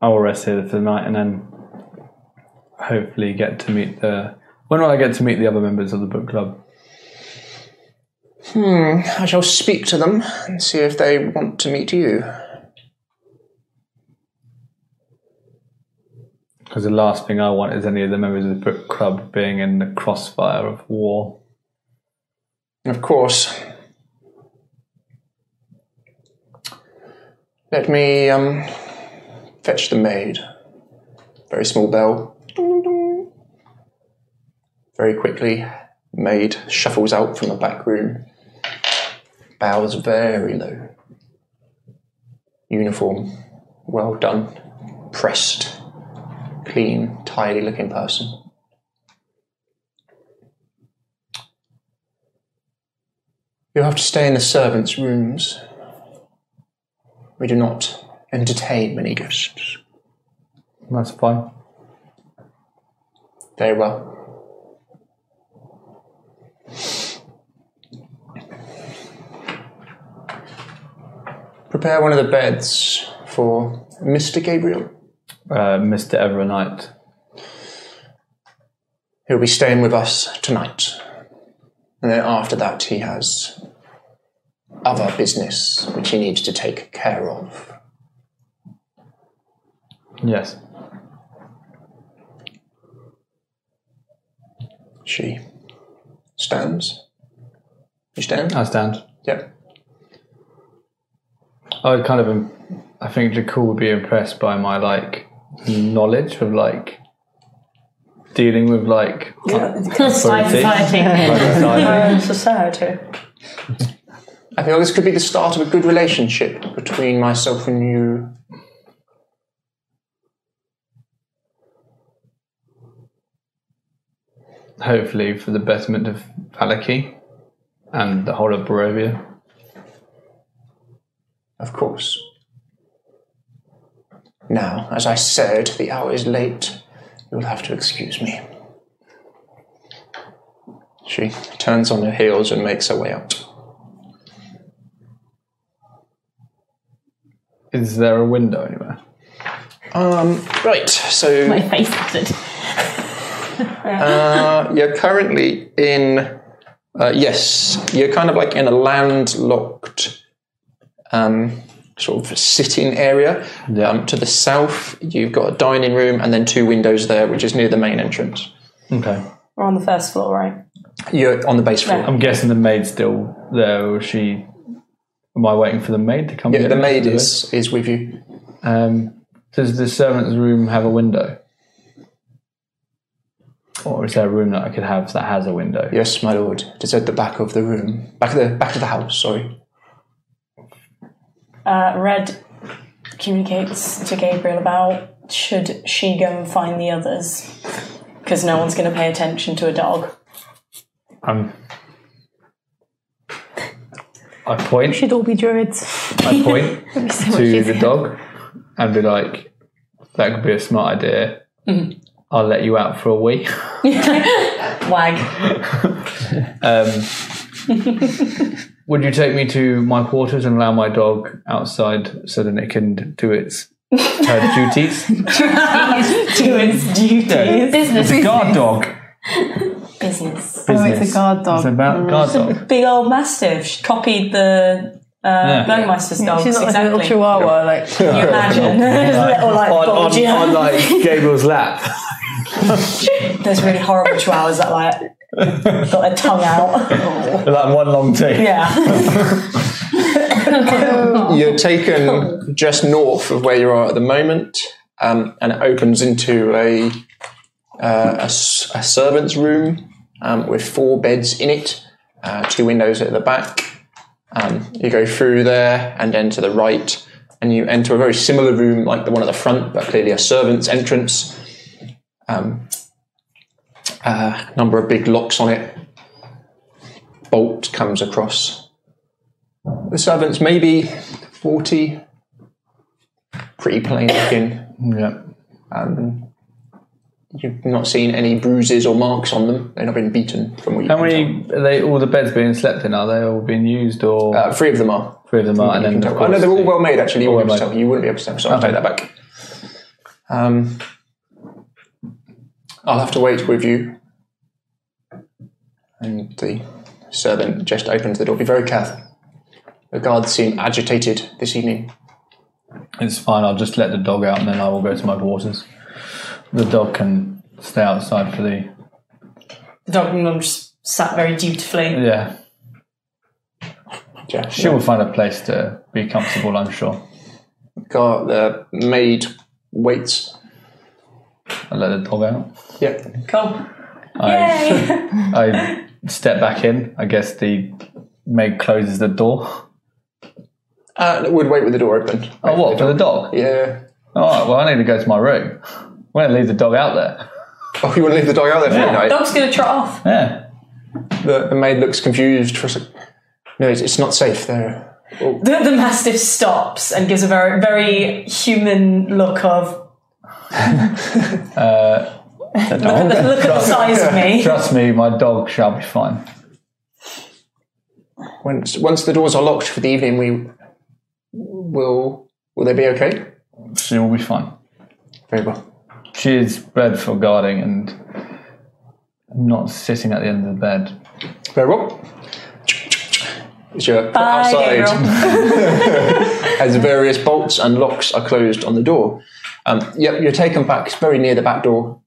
[SPEAKER 2] I will rest here for the night and then hopefully get to meet the. When will I get to meet the other members of the book club?
[SPEAKER 1] I shall speak to them and see if they want to meet you.
[SPEAKER 2] Because the last thing I want is any of the members of the book club being in the crossfire of war.
[SPEAKER 1] And of course, let me um, fetch the maid. Very small bell. Very quickly, maid shuffles out from the back room, bows very low. Uniform, well done, pressed, clean, tidy looking person. You have to stay in the servants' rooms. We do not entertain many guests.
[SPEAKER 2] That's fine.
[SPEAKER 1] Very well. Prepare one of the beds for Mr. Gabriel.
[SPEAKER 2] Uh, Mr. Everett Knight.
[SPEAKER 1] He'll be staying with us tonight. And then after that, he has other business which he needs to take care of.
[SPEAKER 2] Yes.
[SPEAKER 1] She stands. You stand?
[SPEAKER 2] I stand.
[SPEAKER 1] Yep.
[SPEAKER 2] I would kind of, im- I think Jacool would be impressed by my like knowledge of like dealing with like authority.
[SPEAKER 3] Society.
[SPEAKER 2] Society.
[SPEAKER 6] Oh,
[SPEAKER 4] society.
[SPEAKER 1] I feel this could be the start of a good relationship between myself and you.
[SPEAKER 2] Hopefully, for the betterment of Valaki and the whole of Barovia.
[SPEAKER 1] Of course. Now, as I said, the hour is late. You'll have to excuse me. She turns on her heels and makes her way out.
[SPEAKER 2] Is there a window anywhere?
[SPEAKER 1] Um, right, so
[SPEAKER 3] My face battered.
[SPEAKER 1] uh, you're currently in. Uh, yes, you're kind of like in a landlocked um, sort of sitting area.
[SPEAKER 2] Yeah.
[SPEAKER 1] Um, to the south, you've got a dining room and then two windows there, which is near the main entrance.
[SPEAKER 2] Okay.
[SPEAKER 4] We're on the first floor, right?
[SPEAKER 1] You're on the base floor.
[SPEAKER 2] I'm guessing the maid's still there, or is she. Am I waiting for the maid to come?
[SPEAKER 1] Yeah,
[SPEAKER 2] get
[SPEAKER 1] the
[SPEAKER 2] it?
[SPEAKER 1] maid is, is with you.
[SPEAKER 2] Um, does the servants' room have a window? Or is there a room that I could have that has a window?
[SPEAKER 1] Yes, my lord. It is at the back of the room. Back of the back of the house, sorry.
[SPEAKER 4] Uh, Red communicates to Gabriel about should she go and find the others because no one's going to pay attention to a dog.
[SPEAKER 2] Um, I point,
[SPEAKER 6] Should all be druids.
[SPEAKER 2] I point
[SPEAKER 6] So much
[SPEAKER 2] to
[SPEAKER 6] easier.
[SPEAKER 2] the dog and be like, that could be a smart idea. I'll let you out for a wee.
[SPEAKER 4] Wag.
[SPEAKER 2] Would you take me to my quarters and allow my dog outside so then it can do its uh, duties?
[SPEAKER 4] Do its duties.
[SPEAKER 2] It's a guard dog.
[SPEAKER 4] Business.
[SPEAKER 6] Oh,
[SPEAKER 2] Business.
[SPEAKER 6] it's a guard dog.
[SPEAKER 2] It's about guard dog.
[SPEAKER 4] Big old mastiff. She copied the uh, Glowmeister's
[SPEAKER 6] Yeah,
[SPEAKER 4] dogs.
[SPEAKER 6] She's not like a
[SPEAKER 4] exactly.
[SPEAKER 6] little chihuahua, like
[SPEAKER 4] Can you imagine? little, like,
[SPEAKER 2] on, on,
[SPEAKER 4] bulgy
[SPEAKER 2] on like Gabriel's lap.
[SPEAKER 4] Those really horrible chihuahuas that like got their tongue out.
[SPEAKER 2] like one long teeth.
[SPEAKER 4] Yeah.
[SPEAKER 1] You're taken just north of where you are at the moment, um, and it opens into a, uh, a s- a servant's room um, with four beds in it, uh, two windows at the back. Um, you go through there and then to the right, and you enter a very similar room like the one at the front, but clearly a servant's entrance. Um, uh, number of big locks on it. Bolt comes across the servants maybe 40 pretty plain looking Um,
[SPEAKER 2] Yeah.
[SPEAKER 1] you've not seen any bruises or marks on them they've not been beaten from what you
[SPEAKER 2] How
[SPEAKER 1] can
[SPEAKER 2] many are they all the beds being slept in? Are they all being used or
[SPEAKER 1] tell. uh, three of them are
[SPEAKER 2] three of them are and
[SPEAKER 1] You
[SPEAKER 2] then
[SPEAKER 1] can
[SPEAKER 2] of
[SPEAKER 1] tell. Oh, no,
[SPEAKER 2] course
[SPEAKER 1] they're all
[SPEAKER 2] the-
[SPEAKER 1] well made actually you
[SPEAKER 2] All
[SPEAKER 1] wouldn't, be
[SPEAKER 2] well
[SPEAKER 1] able to tell. you wouldn't be able to tell so I'll
[SPEAKER 2] Okay.
[SPEAKER 1] take that back um, I'll have to wait with you and the servant just opens the door be very careful the guards seem agitated this evening
[SPEAKER 2] It's fine. I'll just let the dog out and then I will go to my quarters. The dog can stay outside for the
[SPEAKER 4] The dog and mum just sat very dutifully.
[SPEAKER 2] yeah.
[SPEAKER 1] yeah.
[SPEAKER 2] She will find a place to be comfortable. I'm sure.
[SPEAKER 1] Got the maid waits.
[SPEAKER 2] I let the dog out.
[SPEAKER 1] Yeah.
[SPEAKER 4] Cool.
[SPEAKER 2] I,
[SPEAKER 4] Yay!
[SPEAKER 2] I step back in. I guess the maid closes the door.
[SPEAKER 1] Uh, would wait with the door open.
[SPEAKER 2] Oh, what for the dog?
[SPEAKER 1] Yeah.
[SPEAKER 2] All right. Well, I need to go to my room. I'm gonna leave the dog out there.
[SPEAKER 1] Oh, you want to leave the dog out there for the night?
[SPEAKER 4] Dog's gonna trot off.
[SPEAKER 2] Yeah.
[SPEAKER 1] The, the maid looks confused for a sec. No, it's, it's not safe there.
[SPEAKER 4] The, the mastiff stops and gives a very, very human look of
[SPEAKER 2] Uh,
[SPEAKER 4] look, at the, look at the size of me.
[SPEAKER 2] Trust me, my dog shall be fine.
[SPEAKER 1] Once once the doors are locked for the evening, we will. Will they be okay?
[SPEAKER 2] She will be fine.
[SPEAKER 1] Very well.
[SPEAKER 2] She is bred for guarding and not sitting at the end of the bed.
[SPEAKER 1] Very well. As you're put
[SPEAKER 4] Bye,
[SPEAKER 1] outside,
[SPEAKER 4] Gabriel.
[SPEAKER 1] as various bolts and locks are closed on the door. Um, yep, you're taken back very near the back door.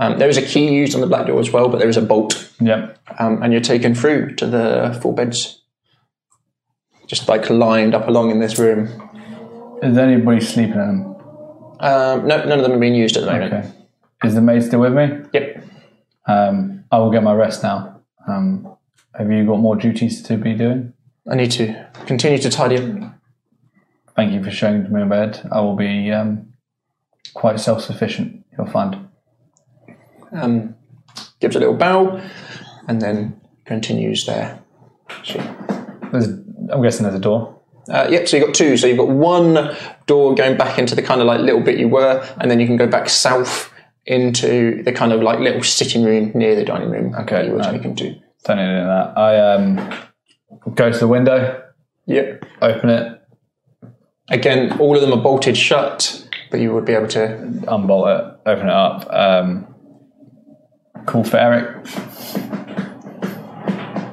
[SPEAKER 1] Um, there is a key used on the back door as well, but there is a bolt
[SPEAKER 2] Yep.
[SPEAKER 1] um, and you're taken through to the four beds, just like lined up along in this room.
[SPEAKER 2] Is anybody sleeping in them?
[SPEAKER 1] Um, no, none of them are being used at the moment.
[SPEAKER 2] Okay. Is the maid still with me?
[SPEAKER 1] Yep.
[SPEAKER 2] Um, I will get my rest now. Um, have you got more duties to be doing?
[SPEAKER 1] I need to continue to tidy up.
[SPEAKER 2] Thank you for showing me a bed. I will be um, quite self sufficient, you'll find.
[SPEAKER 1] Um, gives a little bow, and then continues there. She-
[SPEAKER 2] There's, I'm guessing there's a door.
[SPEAKER 1] Uh, yep. So you've got two. So you've got one door going back into the kind of like little bit you were, and then you can go back south into the kind of like little sitting room near the dining room.
[SPEAKER 2] Okay,
[SPEAKER 1] You were
[SPEAKER 2] no.
[SPEAKER 1] taken to.
[SPEAKER 2] Don't need any of that. I um, go to the window,
[SPEAKER 1] Yep.
[SPEAKER 2] open it,
[SPEAKER 1] Again, all of them are bolted shut, but you would be able to
[SPEAKER 2] unbolt it, open it up, um, call for Eric.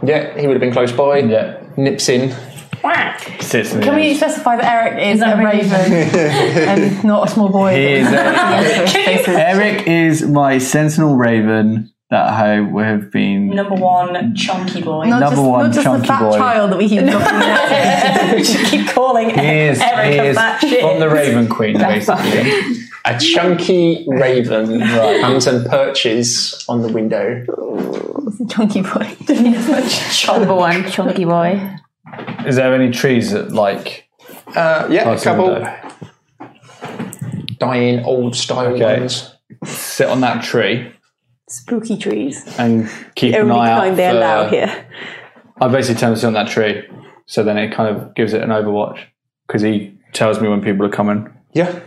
[SPEAKER 1] Yeah, he would have been close by.
[SPEAKER 2] Yeah.
[SPEAKER 1] Nips in.
[SPEAKER 4] Whack.
[SPEAKER 2] Sits in the
[SPEAKER 6] Can we
[SPEAKER 2] edge.
[SPEAKER 6] specify that Eric is
[SPEAKER 3] that
[SPEAKER 6] a raven and not a small boy?
[SPEAKER 2] He is a- Eric is my sentinel raven that I have been
[SPEAKER 4] Number one, chunky boy.
[SPEAKER 6] Not
[SPEAKER 2] Number
[SPEAKER 6] just,
[SPEAKER 2] one
[SPEAKER 6] not just
[SPEAKER 2] chunky
[SPEAKER 6] the fat
[SPEAKER 2] boy.
[SPEAKER 6] child that we keep looking at.
[SPEAKER 4] we should keep calling
[SPEAKER 2] He is,
[SPEAKER 4] Eric
[SPEAKER 2] he
[SPEAKER 4] a
[SPEAKER 2] is
[SPEAKER 4] fat shit.
[SPEAKER 2] from the Raven Queen, basically.
[SPEAKER 1] A chunky raven comes and perches on the window.
[SPEAKER 6] Chunky boy.
[SPEAKER 7] Number one, chunky boy.
[SPEAKER 2] is there any trees that like?
[SPEAKER 1] Uh, yeah, a
[SPEAKER 2] Outside
[SPEAKER 1] couple
[SPEAKER 2] window.
[SPEAKER 1] dying old style
[SPEAKER 2] Okay.
[SPEAKER 1] ones.
[SPEAKER 2] Sit on that tree
[SPEAKER 6] Spooky trees.
[SPEAKER 2] and keep an
[SPEAKER 6] Only
[SPEAKER 2] eye
[SPEAKER 6] kind
[SPEAKER 2] out.
[SPEAKER 6] they
[SPEAKER 2] for-
[SPEAKER 6] allow here.
[SPEAKER 2] I basically tell him to sit on that tree, so then it kind of gives it an overwatch because he tells me when people are coming.
[SPEAKER 1] Yeah.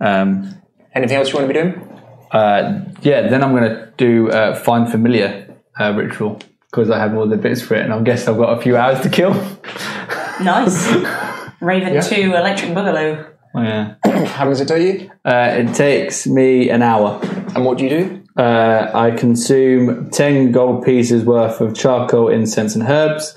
[SPEAKER 2] Um,
[SPEAKER 1] Anything else you want to be doing?
[SPEAKER 8] Uh, yeah, then I'm going to do uh, find familiar uh, ritual because I have all the bits for it, and I guess I've got a few hours to kill.
[SPEAKER 4] Nice. Raven 2 Electric Boogaloo.
[SPEAKER 8] yeah,
[SPEAKER 1] How long does it take you?
[SPEAKER 8] uh, it takes me an hour.
[SPEAKER 1] And what do you do?
[SPEAKER 8] Uh, I consume ten gold pieces worth of charcoal, incense, and herbs.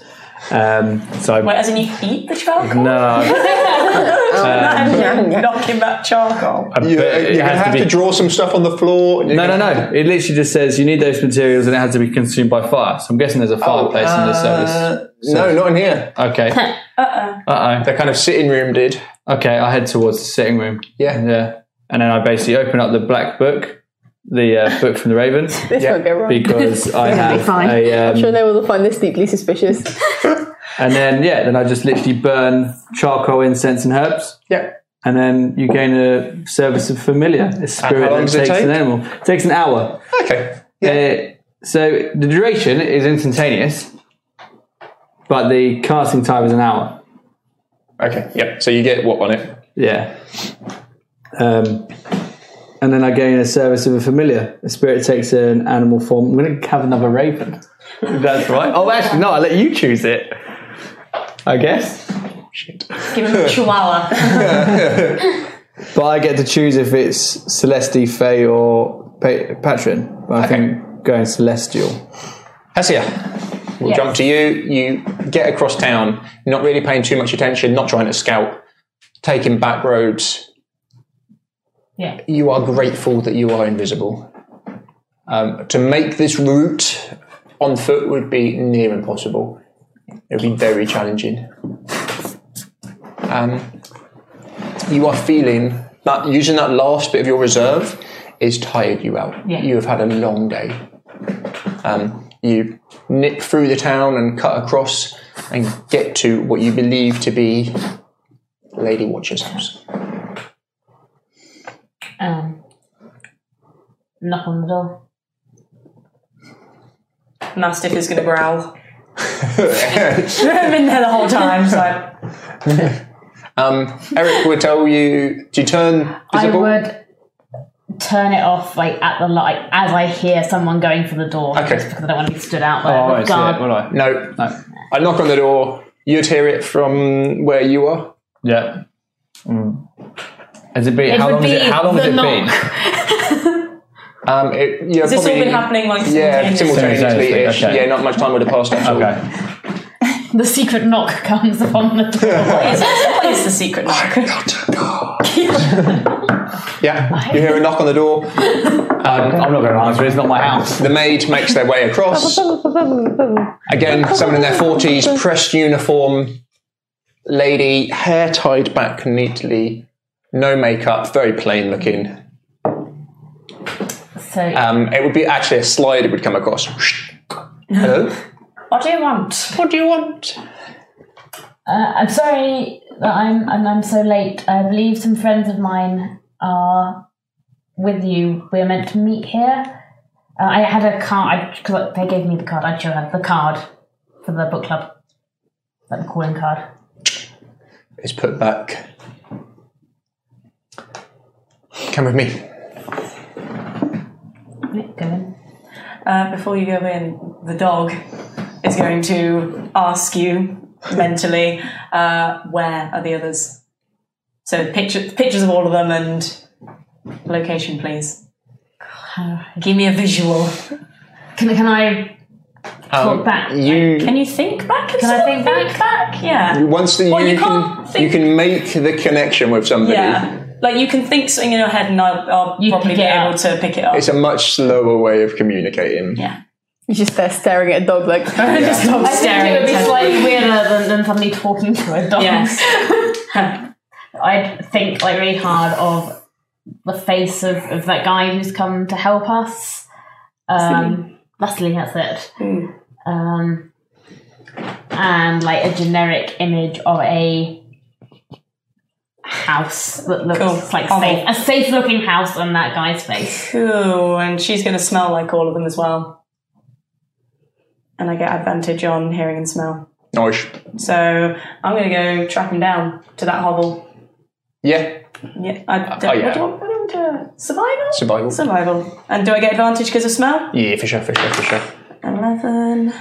[SPEAKER 8] Um, so I
[SPEAKER 4] Wait, as in you eat the charcoal?
[SPEAKER 8] no, I-
[SPEAKER 4] Knocking back charcoal.
[SPEAKER 8] I-
[SPEAKER 1] You,
[SPEAKER 8] it
[SPEAKER 1] you
[SPEAKER 8] has
[SPEAKER 1] have to,
[SPEAKER 8] be-
[SPEAKER 1] draw some stuff on the floor.
[SPEAKER 8] No, no, no. It literally just says you need those materials and it has to be consumed by fire. So I'm guessing there's a
[SPEAKER 1] Oh,
[SPEAKER 8] fireplace
[SPEAKER 1] uh,
[SPEAKER 8] in this service.
[SPEAKER 1] No, not in here.
[SPEAKER 8] Okay. Uh oh. Uh
[SPEAKER 1] That kind of sitting room did.
[SPEAKER 8] oh. Okay, I head towards the sitting room.
[SPEAKER 1] Yeah.
[SPEAKER 8] Yeah. And then I basically open up the black book, the uh, book from the Raven,
[SPEAKER 6] This
[SPEAKER 1] Yeah,
[SPEAKER 6] won't go wrong.
[SPEAKER 8] because I
[SPEAKER 7] be
[SPEAKER 8] have
[SPEAKER 7] fine.
[SPEAKER 8] a.
[SPEAKER 6] I'm sure
[SPEAKER 8] Um,
[SPEAKER 6] they will find this deeply suspicious.
[SPEAKER 8] and then, yeah, then I just literally burn charcoal, incense, and herbs.
[SPEAKER 1] Yeah.
[SPEAKER 8] And then you gain a service of familiar, a spirit
[SPEAKER 1] long
[SPEAKER 8] that
[SPEAKER 1] does it
[SPEAKER 8] takes
[SPEAKER 1] take?
[SPEAKER 8] an animal. It takes an hour.
[SPEAKER 1] Okay.
[SPEAKER 8] Uh, so the duration is instantaneous, but the casting time is an hour.
[SPEAKER 1] Okay. Yep. So you get what on it?
[SPEAKER 8] Yeah. Um, and then I gain a service of a familiar. A spirit takes an animal form. I'm going to have another raven. That's right. Oh, actually, no, I'll let you choose it. I guess.
[SPEAKER 4] Give him a chihuahua.
[SPEAKER 8] But I get to choose if it's Celesti, Fey, or pa- Patron. But I
[SPEAKER 1] Okay.
[SPEAKER 8] think going Celestial.
[SPEAKER 1] Hesia, we'll
[SPEAKER 7] Yes.
[SPEAKER 1] jump to you. You get across town, not really paying too much attention, not trying to scout, taking back roads.
[SPEAKER 7] Yeah.
[SPEAKER 1] You are grateful that you are invisible. Um, to make this route on foot would be near impossible. It would be very challenging. Um, you are feeling that using that last bit of your reserve is tired you out.
[SPEAKER 7] Yeah.
[SPEAKER 1] You have had a long day. Um, you nip through the town and cut across and get to what you believe to be Lady Watcher's house.
[SPEAKER 7] Um, knock on the door.
[SPEAKER 4] Mastiff is going to growl. I've been there the whole time, so.
[SPEAKER 1] Um, Eric would tell you to turn
[SPEAKER 7] I
[SPEAKER 1] visible.
[SPEAKER 7] would turn it off like at the light as I hear someone going for the door.
[SPEAKER 1] Okay.
[SPEAKER 7] Just because I don't want to be stood out
[SPEAKER 2] Oh,
[SPEAKER 7] by
[SPEAKER 6] Oh,
[SPEAKER 7] the guard.
[SPEAKER 8] Oh, I?
[SPEAKER 1] No,
[SPEAKER 8] No.
[SPEAKER 1] I knock on the door. You'd hear it from where you are.
[SPEAKER 8] Yeah.
[SPEAKER 2] Mm.
[SPEAKER 8] Has it been?
[SPEAKER 7] It
[SPEAKER 8] how
[SPEAKER 7] would
[SPEAKER 8] long, has
[SPEAKER 7] be
[SPEAKER 8] it, how long has
[SPEAKER 7] the
[SPEAKER 8] it been?
[SPEAKER 7] knock.
[SPEAKER 1] Um, it, yeah,
[SPEAKER 4] Has this all
[SPEAKER 1] probably-
[SPEAKER 4] been happening like
[SPEAKER 1] Yeah,
[SPEAKER 4] simultaneously?
[SPEAKER 1] simultaneously. ish.
[SPEAKER 8] okay.
[SPEAKER 1] Yeah, not much time would have passed. Actually.
[SPEAKER 8] Okay.
[SPEAKER 7] The secret knock comes upon the door.
[SPEAKER 4] What is the secret knock?
[SPEAKER 1] Yeah, you hear a knock on the door.
[SPEAKER 8] I'm not going to answer. It's not my house.
[SPEAKER 1] The maid makes their way across. Again, someone in their 40s, pressed uniform, lady, hair tied back neatly, no makeup, very plain looking.
[SPEAKER 7] so
[SPEAKER 1] Um, it would be actually a slide it would come across. Hello?
[SPEAKER 4] What do you want?
[SPEAKER 1] What do you want?
[SPEAKER 7] uh, I'm sorry that I'm, I'm I'm so late. I believe some friends of mine are with you. We're meant to meet here. Uh, I had a card because they gave me the card. I chose the card for the book club, like the calling card.
[SPEAKER 1] It's put back. Come with me.
[SPEAKER 7] Right, Go in.
[SPEAKER 4] Uh, before you go in, the dog is going to ask you mentally, uh, where are the others? So picture, pictures of all of them and location, please.
[SPEAKER 7] Uh,
[SPEAKER 4] Give me a visual.
[SPEAKER 7] Can can I talk
[SPEAKER 1] Um,
[SPEAKER 7] back?
[SPEAKER 1] You
[SPEAKER 4] Can you think back? Can
[SPEAKER 7] I think back?
[SPEAKER 4] Yeah.
[SPEAKER 1] once the,
[SPEAKER 4] Well, you
[SPEAKER 1] can
[SPEAKER 4] can't think-
[SPEAKER 1] you can make the connection with somebody.
[SPEAKER 4] Yeah. Like you can think something in your head, and I'll, I'll
[SPEAKER 7] You
[SPEAKER 4] probably
[SPEAKER 7] pick
[SPEAKER 4] be
[SPEAKER 7] it
[SPEAKER 4] able
[SPEAKER 7] up.
[SPEAKER 4] to pick it up.
[SPEAKER 1] It's a much slower way of communicating.
[SPEAKER 4] yeah.
[SPEAKER 6] You're just there staring at a dog like, just stop
[SPEAKER 7] I think it would be slightly weirder than, than suddenly talking to a dog.
[SPEAKER 4] Yes.
[SPEAKER 7] I'd think like really hard of the face of, of that guy who's come to help us. Um, Vasily, that's it. Um, and like a generic image of a house that looks
[SPEAKER 4] Cool.
[SPEAKER 7] like
[SPEAKER 4] Oval.
[SPEAKER 7] safe, a safe looking house on that guy's face.
[SPEAKER 4] Cool. And she's going to smell like all of them as well. And I get advantage on hearing and smell.
[SPEAKER 1] Nice.
[SPEAKER 4] So I'm going to go track him down to that hovel.
[SPEAKER 1] Yeah.
[SPEAKER 4] Yeah. I,
[SPEAKER 1] oh, yeah.
[SPEAKER 4] What do you want? going to survival?
[SPEAKER 1] Survival.
[SPEAKER 4] Survival. And do I get advantage because of smell?
[SPEAKER 1] Yeah, for sure, for sure, for sure.
[SPEAKER 4] 11.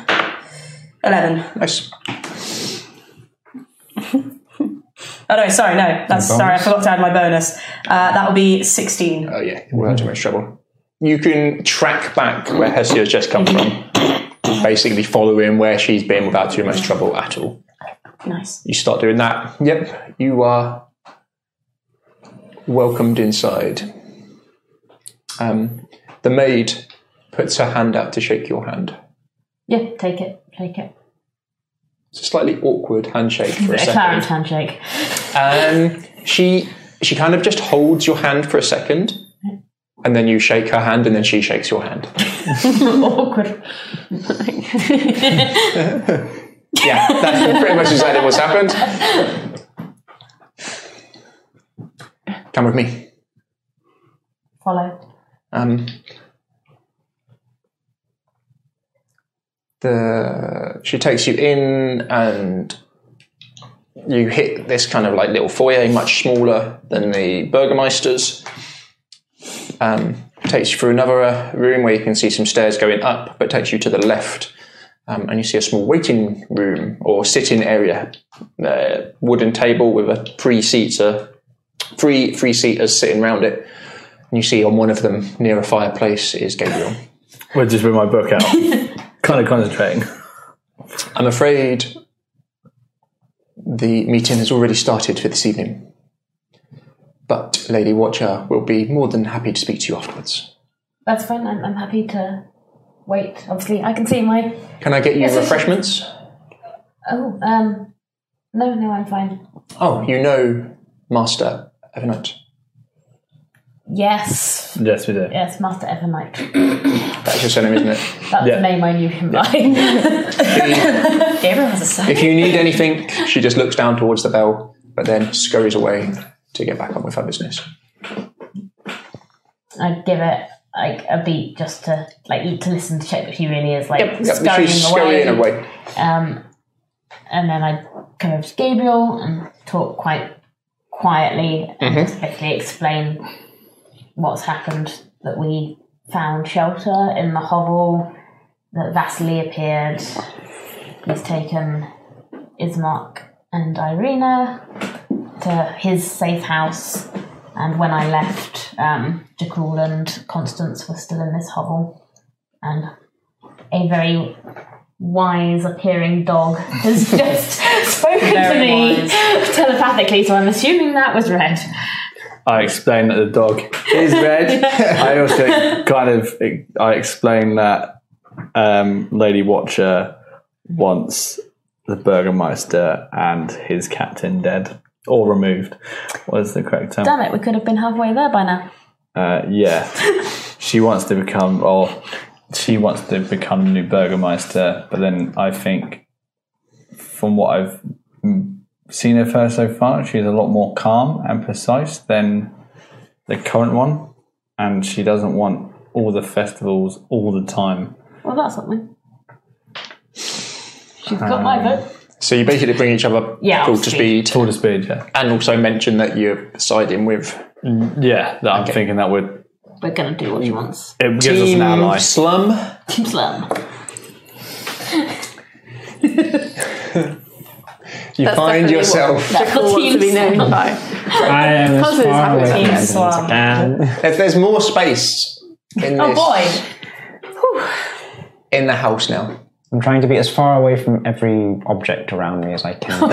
[SPEAKER 4] 11.
[SPEAKER 1] Nice.
[SPEAKER 4] Oh no, sorry, no. That's
[SPEAKER 5] bonus?
[SPEAKER 4] sorry, I forgot to add my bonus. Uh, that will be 16.
[SPEAKER 1] Oh yeah, we're in too much trouble. You can track back where Hesia's just come from, basically following where she's been without too much trouble at all.
[SPEAKER 4] Nice.
[SPEAKER 1] You start doing that. Yep, you are welcomed inside. Um, the maid puts her hand out to shake your hand.
[SPEAKER 7] Yeah, take it, take it.
[SPEAKER 1] It's a slightly awkward handshake for a
[SPEAKER 7] A
[SPEAKER 1] second.
[SPEAKER 7] Clarence handshake.
[SPEAKER 1] Um, she she kind of just holds your hand for a second, and then you shake her hand, and then she shakes your hand.
[SPEAKER 7] Awkward.
[SPEAKER 1] Yeah, that's pretty much exactly what's happened. Come with me.
[SPEAKER 7] Follow.
[SPEAKER 1] Um, the she takes you in, and you hit this kind of like little foyer, much smaller than the Burgermeisters. Um, takes you through another uh, room where you can see some stairs going up, but takes you to the left, um, and you see a small waiting room or sitting area, uh, wooden table with a three seater, three three seaters sitting round it. And you see on one of them near a fireplace is Gabriel.
[SPEAKER 2] Well, just with my book out, kind of concentrating.
[SPEAKER 1] I'm afraid the meeting has already started for this evening. But Lady Watcher will be more than happy to speak to you afterwards.
[SPEAKER 7] That's fine. I'm, I'm happy to wait. Obviously, I can see my.
[SPEAKER 1] Can I get you
[SPEAKER 7] Yes, yes, yes.
[SPEAKER 1] refreshments?
[SPEAKER 7] Oh, um, no, no, I'm fine.
[SPEAKER 1] Oh, you know Master Evernight.
[SPEAKER 7] Yes,
[SPEAKER 2] Yes, we do.
[SPEAKER 7] yes, Master Evernight.
[SPEAKER 1] That's your surname, isn't it?
[SPEAKER 7] That's
[SPEAKER 2] Yeah.
[SPEAKER 7] the name I knew him by.
[SPEAKER 4] Gabriel has a son.
[SPEAKER 1] If you need anything, she just looks down towards the bell, but then scurries away to get back on with her business.
[SPEAKER 7] I give it like a beat just to like to listen to check that she really is like
[SPEAKER 1] Yep,
[SPEAKER 7] scurrying,
[SPEAKER 1] she's
[SPEAKER 7] away.
[SPEAKER 1] scurrying away.
[SPEAKER 7] Um, and then I come over to Gabriel and talk quite quietly and just basically explain what's happened that we found shelter in the hovel, that Vasily appeared, he's taken Ismark and Irina to his safe house. And when I left, um, Jekyll and Constance were still in this hovel. And a very wise appearing dog has just spoken to me telepathically, so I'm assuming that was red.
[SPEAKER 2] I explain that the dog is red. I also kind of I explain that um, Lady Watcher wants the Burgermeister and his captain dead or removed was the correct term.
[SPEAKER 7] Damn it, we could have been halfway there by now.
[SPEAKER 2] Uh, yeah, she wants to become or she wants to become new Burgermeister, but then I think from what I've mm, seen of her so far, she's a lot more calm and precise than the current one, and she doesn't want all the festivals all the time.
[SPEAKER 7] Well, that's something. She's got
[SPEAKER 1] Um,
[SPEAKER 7] my vote.
[SPEAKER 1] So you basically bring each other
[SPEAKER 7] Yeah,
[SPEAKER 1] full
[SPEAKER 7] I'll
[SPEAKER 1] to
[SPEAKER 7] speed.
[SPEAKER 1] speed,
[SPEAKER 2] Full to speed, yeah.
[SPEAKER 1] and also mention that you're siding with
[SPEAKER 2] Yeah, that I'm thinking that would
[SPEAKER 7] We're gonna do what she wants.
[SPEAKER 2] it gives us an ally.
[SPEAKER 1] Slum.
[SPEAKER 7] Team Slam.
[SPEAKER 1] You
[SPEAKER 6] That's
[SPEAKER 1] find
[SPEAKER 6] definitely
[SPEAKER 1] yourself.
[SPEAKER 6] Jekyll wants to be named by.
[SPEAKER 9] I am as
[SPEAKER 6] Cousins
[SPEAKER 9] far
[SPEAKER 6] have
[SPEAKER 9] away
[SPEAKER 6] a
[SPEAKER 9] from
[SPEAKER 6] team
[SPEAKER 9] Evans as I can.
[SPEAKER 1] If there's more space in
[SPEAKER 4] Oh
[SPEAKER 1] this,
[SPEAKER 4] boy.
[SPEAKER 1] in the house now.
[SPEAKER 5] I'm trying to be as far away from every object around me as I can.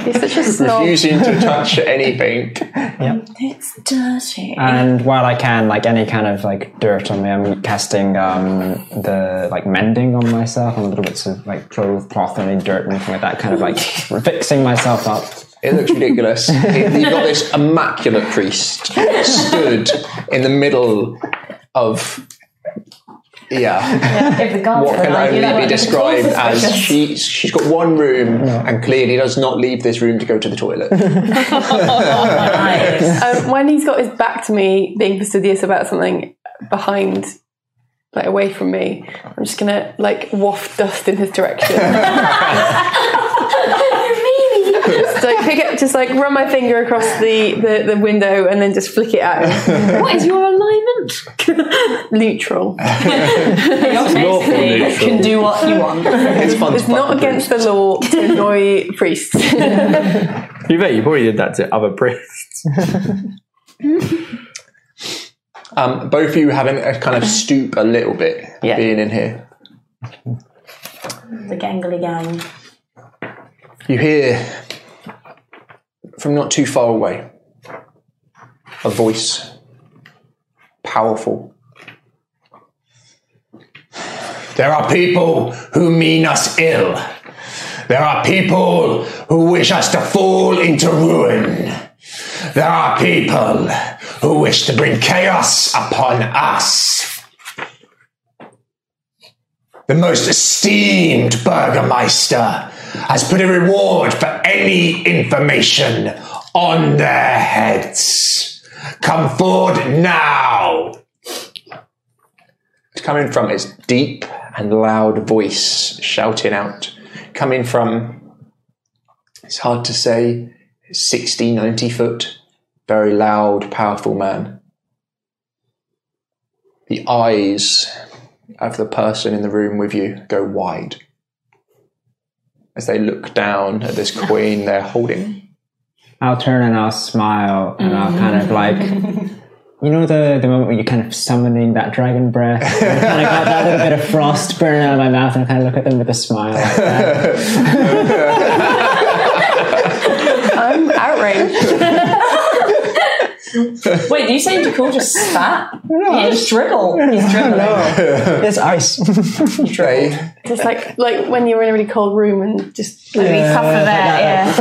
[SPEAKER 6] He's such a snob.
[SPEAKER 1] Refusing to touch anything.
[SPEAKER 4] It's dirty.
[SPEAKER 5] and while I can, like any kind of like dirt on me, I'm casting um, the like mending on myself and little bits of like cloth and any dirt and anything like that. Kind of like fixing myself up.
[SPEAKER 1] It looks ridiculous. It- You've got this immaculate priest stood in the middle of yeah,
[SPEAKER 7] If the guards
[SPEAKER 1] what
[SPEAKER 7] were
[SPEAKER 1] can
[SPEAKER 7] like, you know
[SPEAKER 1] only
[SPEAKER 7] what,
[SPEAKER 1] be
[SPEAKER 7] it's
[SPEAKER 1] described
[SPEAKER 7] all
[SPEAKER 1] as
[SPEAKER 7] suspicious.
[SPEAKER 1] she she's got one room and clearly does not leave this room to go to the toilet.
[SPEAKER 4] Nice.
[SPEAKER 6] Um, when he's got his back to me, being fastidious about something behind, like away from me, I'm just gonna like waft dust in his direction.
[SPEAKER 7] Maybe.
[SPEAKER 6] just like pick it, just like run my finger across the, the, the window and then just flick it out.
[SPEAKER 7] What is your alignment?
[SPEAKER 6] Neutral.
[SPEAKER 4] You can do what you want.
[SPEAKER 1] It's fun.
[SPEAKER 6] It's not against the law to annoy priests.
[SPEAKER 2] You bet you probably did that to other priests.
[SPEAKER 1] Um, both of you having a kind of stoop a little bit
[SPEAKER 5] Yeah.
[SPEAKER 1] being in here.
[SPEAKER 4] The gangly gang.
[SPEAKER 1] You hear from not too far away a voice, powerful. There are people who mean us ill. There are people who wish us to fall into ruin. There are people who wish to bring chaos upon us. The most esteemed burgermeister has put a reward for any information on their heads. Come forward now. It's coming from its deep and loud voice shouting out, coming from, it's hard to say, 60, 90 foot, very loud, powerful man. The eyes of the person in the room with you go wide as they look down at this queen they're holding.
[SPEAKER 5] I'll turn and I'll smile and I'll kind of like, you know, the, the moment when you're kind of summoning that dragon breath, and I kind of got that little bit of frost burning out of my mouth, and I kind of look at them with a smile. Like that.
[SPEAKER 6] I'm outraged.
[SPEAKER 4] Wait, do you say Jacob just spat? No, just dribble. He's dribbling.
[SPEAKER 5] It's ice.
[SPEAKER 1] Trey,
[SPEAKER 6] Just like like when you're in a really cold room and just like,
[SPEAKER 7] Maybe tougher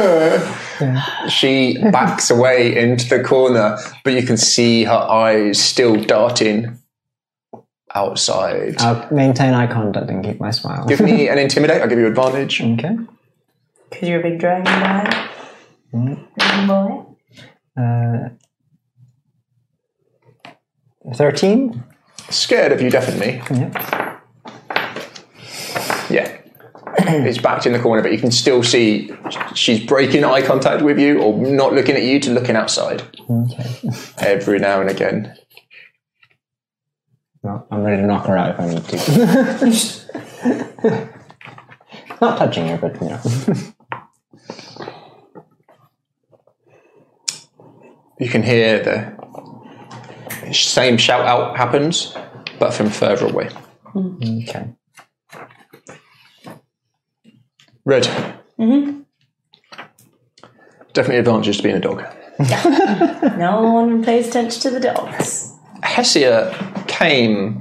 [SPEAKER 7] there, yeah.
[SPEAKER 1] she backs away into the corner, but you can see her eyes still darting outside.
[SPEAKER 5] I'll maintain eye contact and keep my smile.
[SPEAKER 1] Give me an intimidate, I'll give you advantage.
[SPEAKER 5] Okay.
[SPEAKER 4] Because you're a big dragon guy.
[SPEAKER 7] Boy.
[SPEAKER 5] Uh, 13?
[SPEAKER 1] Scared of you, definitely.
[SPEAKER 5] Yep.
[SPEAKER 1] Yeah. It's backed in the corner, but you can still see she's breaking eye contact with you or not looking at you to looking outside
[SPEAKER 5] Okay.
[SPEAKER 1] every now and again.
[SPEAKER 5] No, I'm ready to knock her out if I need to. Not touching her, but you know.
[SPEAKER 1] You can hear the same shout out happens, but from further away.
[SPEAKER 5] Okay.
[SPEAKER 1] Red. Definitely advantages to being a dog.
[SPEAKER 4] No one pays attention to the dogs.
[SPEAKER 1] Hessia came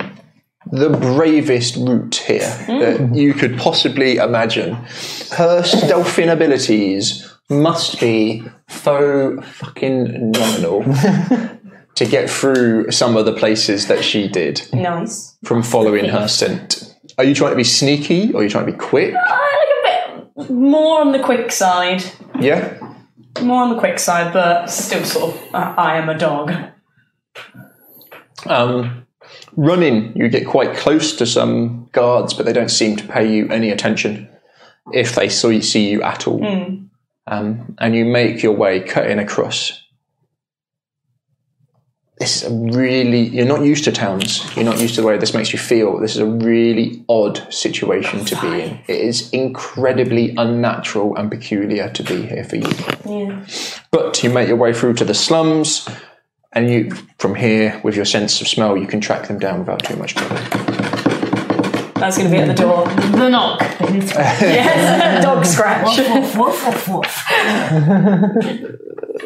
[SPEAKER 1] the bravest route here that you could possibly imagine. Her stealthing abilities must be so fucking nominal to get through some of the places that she did
[SPEAKER 4] Nice.
[SPEAKER 1] from following her scent. Are you trying to be sneaky or are you trying to be quick?
[SPEAKER 4] I like a bit more on the quick side.
[SPEAKER 1] Yeah?
[SPEAKER 4] More on the quick side, but still sort of, uh, I am a dog.
[SPEAKER 1] Um, running, you get quite close to some guards, but they don't seem to pay you any attention if they saw you, see you at all. Um, and you make your way cutting across. This is a really, you're not used to towns. You're not used to the way this makes you feel. This is a really odd situation to be in. It is incredibly unnatural and peculiar to be here for you.
[SPEAKER 4] Yeah.
[SPEAKER 1] But you make your way through to the slums, and you, from here, with your sense of smell, you can track them down without too much trouble.
[SPEAKER 4] That's going to be at the door.
[SPEAKER 7] The knock.
[SPEAKER 4] Yes, dog scratch.
[SPEAKER 7] Woof, woof,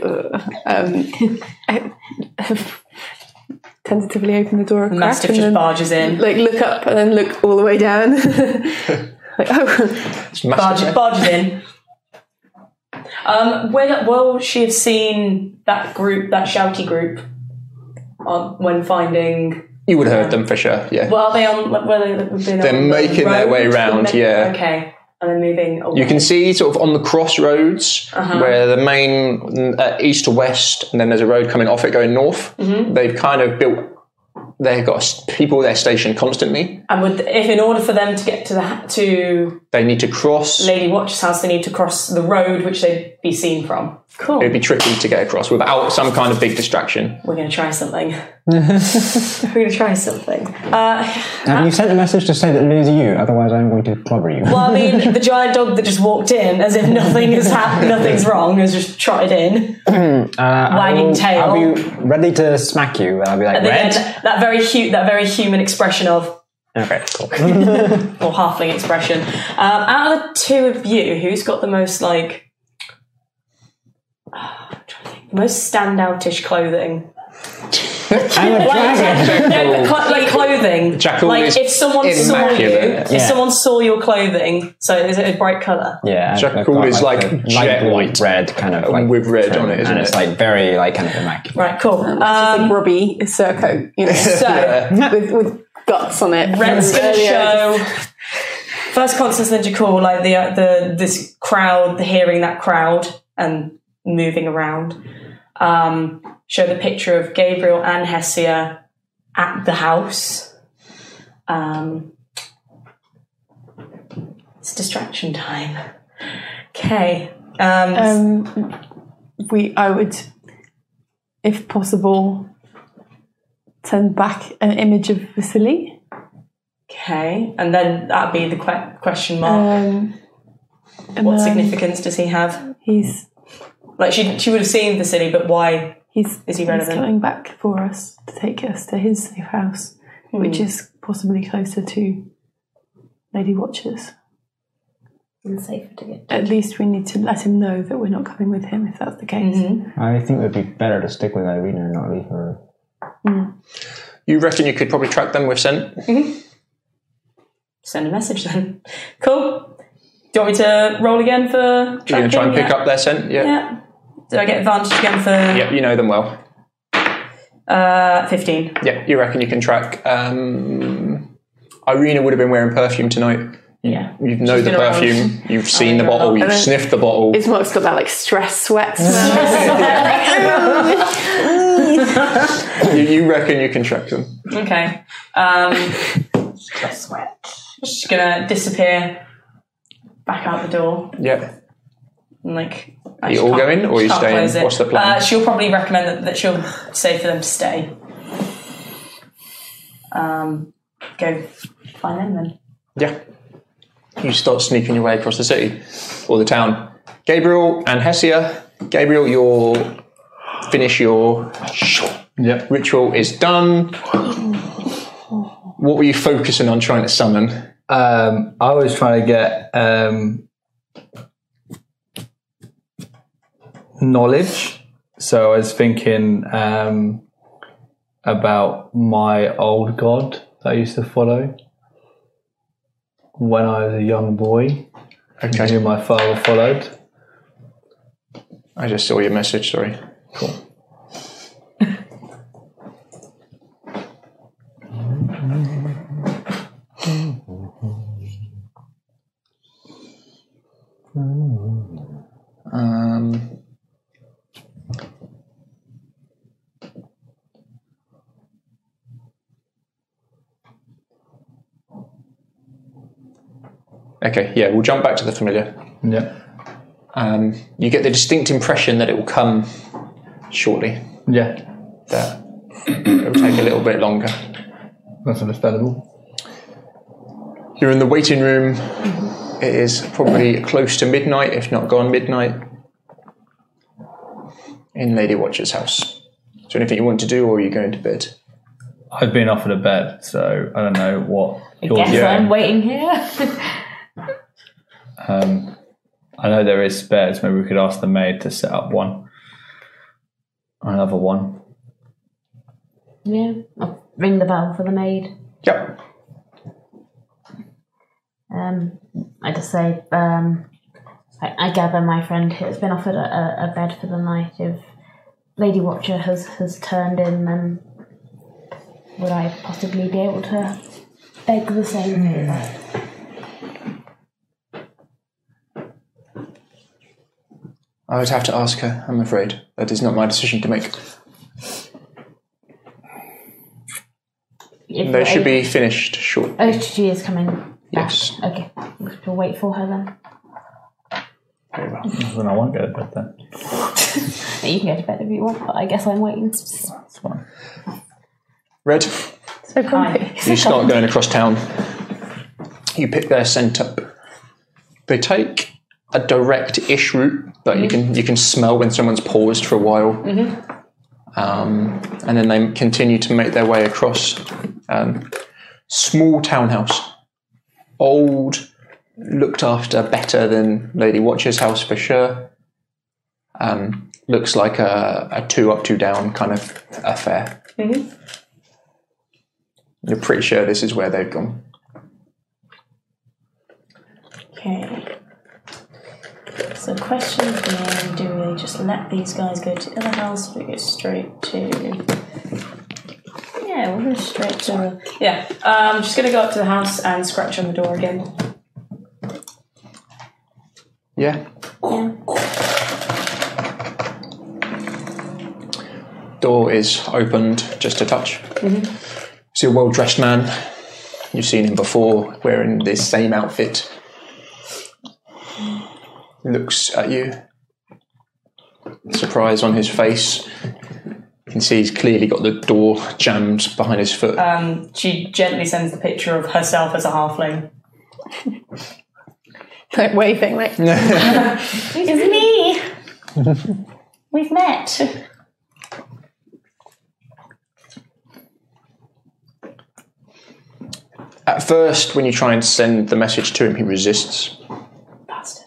[SPEAKER 7] woof, woof.
[SPEAKER 6] um, tentatively open the door a crack
[SPEAKER 4] Mastiff
[SPEAKER 6] and
[SPEAKER 4] just
[SPEAKER 6] then
[SPEAKER 4] barges in.
[SPEAKER 6] like look up and then look all the way down. like oh,
[SPEAKER 1] It's massive.
[SPEAKER 4] Barges, barges in. Um, when will she have seen that group, that shouty group, on, when finding?
[SPEAKER 1] You would have heard them for sure, yeah.
[SPEAKER 4] Well, are they on? Were they, were they
[SPEAKER 1] They're
[SPEAKER 4] on the
[SPEAKER 1] making their
[SPEAKER 4] road?
[SPEAKER 1] way round, yeah.
[SPEAKER 4] They're ma- Okay, and then moving. Away.
[SPEAKER 1] you can see sort of on the crossroads
[SPEAKER 4] Uh-huh.
[SPEAKER 1] where the main
[SPEAKER 4] Mm-hmm.
[SPEAKER 1] mm, uh, east to west, and then there's a road coming off it going north. They've kind of built they've got s- people at their station constantly.
[SPEAKER 4] And would, if in order for them to get to the ha- to
[SPEAKER 1] They need to cross.
[SPEAKER 4] Lady Watch's house, they need to cross the road which they'd be seen from. Cool.
[SPEAKER 1] It'd be tricky to get across without some kind of big distraction.
[SPEAKER 4] We're going to try something. We're going to try something. Uh,
[SPEAKER 5] Have you sent a message to say that it is you? Otherwise, I'm going to clobber you.
[SPEAKER 4] well, I mean, the giant dog that just walked in, as if nothing has happened, nothing's wrong, has just trotted in. wagging tail.
[SPEAKER 5] I'll be ready to smack you, and I'll be like,
[SPEAKER 4] And then
[SPEAKER 5] red?
[SPEAKER 4] that, that very hu- that very human expression of
[SPEAKER 5] Okay, cool.
[SPEAKER 4] or halfling expression. Um, out of the two of you, who's got the most like I'm trying to think, the most standoutish clothing?
[SPEAKER 5] I'm a dragon!
[SPEAKER 4] No, but cl- like clothing.
[SPEAKER 1] Jackal
[SPEAKER 4] like
[SPEAKER 1] is
[SPEAKER 4] if someone saw you,
[SPEAKER 1] immaculate.
[SPEAKER 4] if
[SPEAKER 5] Yeah.
[SPEAKER 4] someone saw your clothing, so is it a bright color?
[SPEAKER 5] Yeah,
[SPEAKER 1] Jack
[SPEAKER 5] I've
[SPEAKER 1] Cool
[SPEAKER 5] got,
[SPEAKER 1] is like
[SPEAKER 5] the
[SPEAKER 1] jet
[SPEAKER 5] light blue,
[SPEAKER 1] white.
[SPEAKER 5] red kind of like
[SPEAKER 1] with red
[SPEAKER 5] trim,
[SPEAKER 1] on it, isn't
[SPEAKER 5] and it's
[SPEAKER 1] it?
[SPEAKER 5] like very like kind of immaculate.
[SPEAKER 4] Right, cool.
[SPEAKER 6] I
[SPEAKER 4] Um,
[SPEAKER 6] think Robbie is Serco, you know, so with, with guts on it.
[SPEAKER 4] Red's
[SPEAKER 6] From
[SPEAKER 4] gonna
[SPEAKER 6] earlier.
[SPEAKER 4] show. First Constance Ninja Cool, like the uh, the this crowd, the hearing that crowd and moving around. Um, show the picture of Gabriel and Hesia at the house. Um, it's distraction time. Okay. Um,
[SPEAKER 6] Um, we, I would, if possible, send back an image of Vasily.
[SPEAKER 4] okay, and then that'd be the que- question mark.
[SPEAKER 6] Um, and
[SPEAKER 4] what
[SPEAKER 6] then
[SPEAKER 4] significance does he have?
[SPEAKER 6] He's
[SPEAKER 4] Like she, she would have seen the city, but why?
[SPEAKER 6] he's
[SPEAKER 4] Is he
[SPEAKER 6] he's
[SPEAKER 4] relevant?
[SPEAKER 6] coming back for us to take us to his safe house, which is possibly closer to Lady Watchers.
[SPEAKER 7] And safer to get.
[SPEAKER 6] At least we need to let him know that we're not coming with him if that's the case.
[SPEAKER 5] I think it would be better to stick with Irina and not leave her.
[SPEAKER 1] You reckon you could probably track them with scent?
[SPEAKER 4] send a message then. Cool. Do you want me to roll again for
[SPEAKER 1] You're going to
[SPEAKER 4] tracking?
[SPEAKER 1] try and pick
[SPEAKER 4] yeah.
[SPEAKER 1] up their scent? Yeah.
[SPEAKER 4] Yeah. Do I get advantage again for
[SPEAKER 1] Yep, you know them well.
[SPEAKER 4] uh, 15?
[SPEAKER 1] Yeah, you reckon you can track. Um, Irina would have been wearing perfume tonime.
[SPEAKER 4] Yeah.
[SPEAKER 1] You know the
[SPEAKER 4] been around.
[SPEAKER 1] perfume, you've seen the
[SPEAKER 4] yeah.
[SPEAKER 1] bottle, you've
[SPEAKER 6] then-
[SPEAKER 1] sniffed the bottle.
[SPEAKER 6] It's Mark's got that like stress sweat smell.
[SPEAKER 1] You, you reckon you can track them.
[SPEAKER 4] Okay. Um, She's gonna disappear back out the door.
[SPEAKER 1] Yeah.
[SPEAKER 4] And like,
[SPEAKER 1] you all going, or are you staying? What's the plan?
[SPEAKER 4] Uh, she'll probably recommend that, that she'll say for them to stay. Um, go find them then.
[SPEAKER 1] Yeah. You start sneaking your way across the city or the town. Gabriel and Hesia. Gabriel, your finish your
[SPEAKER 2] Yep.
[SPEAKER 1] ritual is done. What were you focusing on trying to summon?
[SPEAKER 2] Um, I was trying to get um, knowledge. So I was thinking um, about my old god that I used to follow when I was a young boy, who
[SPEAKER 1] Okay.
[SPEAKER 2] my father followed.
[SPEAKER 1] I just saw your message, sorry. Um, okay, yeah, we'll jump back to the familiar.
[SPEAKER 2] Yep.
[SPEAKER 1] Um, you get the distinct impression that it will come shortly.
[SPEAKER 2] Yeah,
[SPEAKER 1] That it will take a little bit longer.
[SPEAKER 2] that's understandable.
[SPEAKER 1] You're in the waiting room. It is probably close to midnight, if not gone midnight, in Lady Watcher's house. So, anything you want to do, or are you going to bed?
[SPEAKER 2] I've been offered a bed, so I don't know what yours
[SPEAKER 7] Yes,
[SPEAKER 2] is.
[SPEAKER 7] I'm waiting here.
[SPEAKER 2] Um, I know there is spares. Maybe we could ask the maid to set up one, another one.
[SPEAKER 7] yeah. I'll ring the bell for the maid.
[SPEAKER 1] Yep.
[SPEAKER 7] Um, I just say, um, I, I gather my friend has been offered a, a, a bed for the night. If Lady Watcher has, has turned in, then would I possibly be able to beg the same
[SPEAKER 1] Mm-hmm.
[SPEAKER 7] favour?
[SPEAKER 1] I would have to ask her, I'm afraid. That is not my decision to make. They should be finished shortly.
[SPEAKER 7] Oh, she is coming back.
[SPEAKER 1] Yes.
[SPEAKER 7] Okay. We'll wait for her then.
[SPEAKER 8] Then I won't go to bed then.
[SPEAKER 7] You can go to bed if you want, but I guess I'm waiting.
[SPEAKER 8] That's fine.
[SPEAKER 1] Red,
[SPEAKER 6] So grumpy.
[SPEAKER 1] you start going across town. You pick their scent up. They take a direct-ish route that you can you can smell when someone's paused for a while. Um, and then they continue to make their way across. Um, small townhouse, old, looked after better than Lady Watcher's house for sure. Um, looks like a, a two up, two down kind of affair. You're pretty sure this is where they've gone.
[SPEAKER 4] Okay. So, question being do we just let these guys go to the other house or do we go straight to. Yeah, we'll go straight to. Yeah, I'm um, just gonna go up to the house and scratch on the door again.
[SPEAKER 1] Yeah.
[SPEAKER 4] Yeah.
[SPEAKER 1] Door is opened just a touch. See a well dressed man. You've seen him before wearing this same outfit. Looks at you. Surprise on his face. You can see he's clearly got the door jammed behind his foot.
[SPEAKER 4] She gently sends the picture of herself as a halfling.
[SPEAKER 6] Like waving, like
[SPEAKER 4] It's me! We've met.
[SPEAKER 1] At first, when you try and send the message to him, he resists.
[SPEAKER 4] Bastard.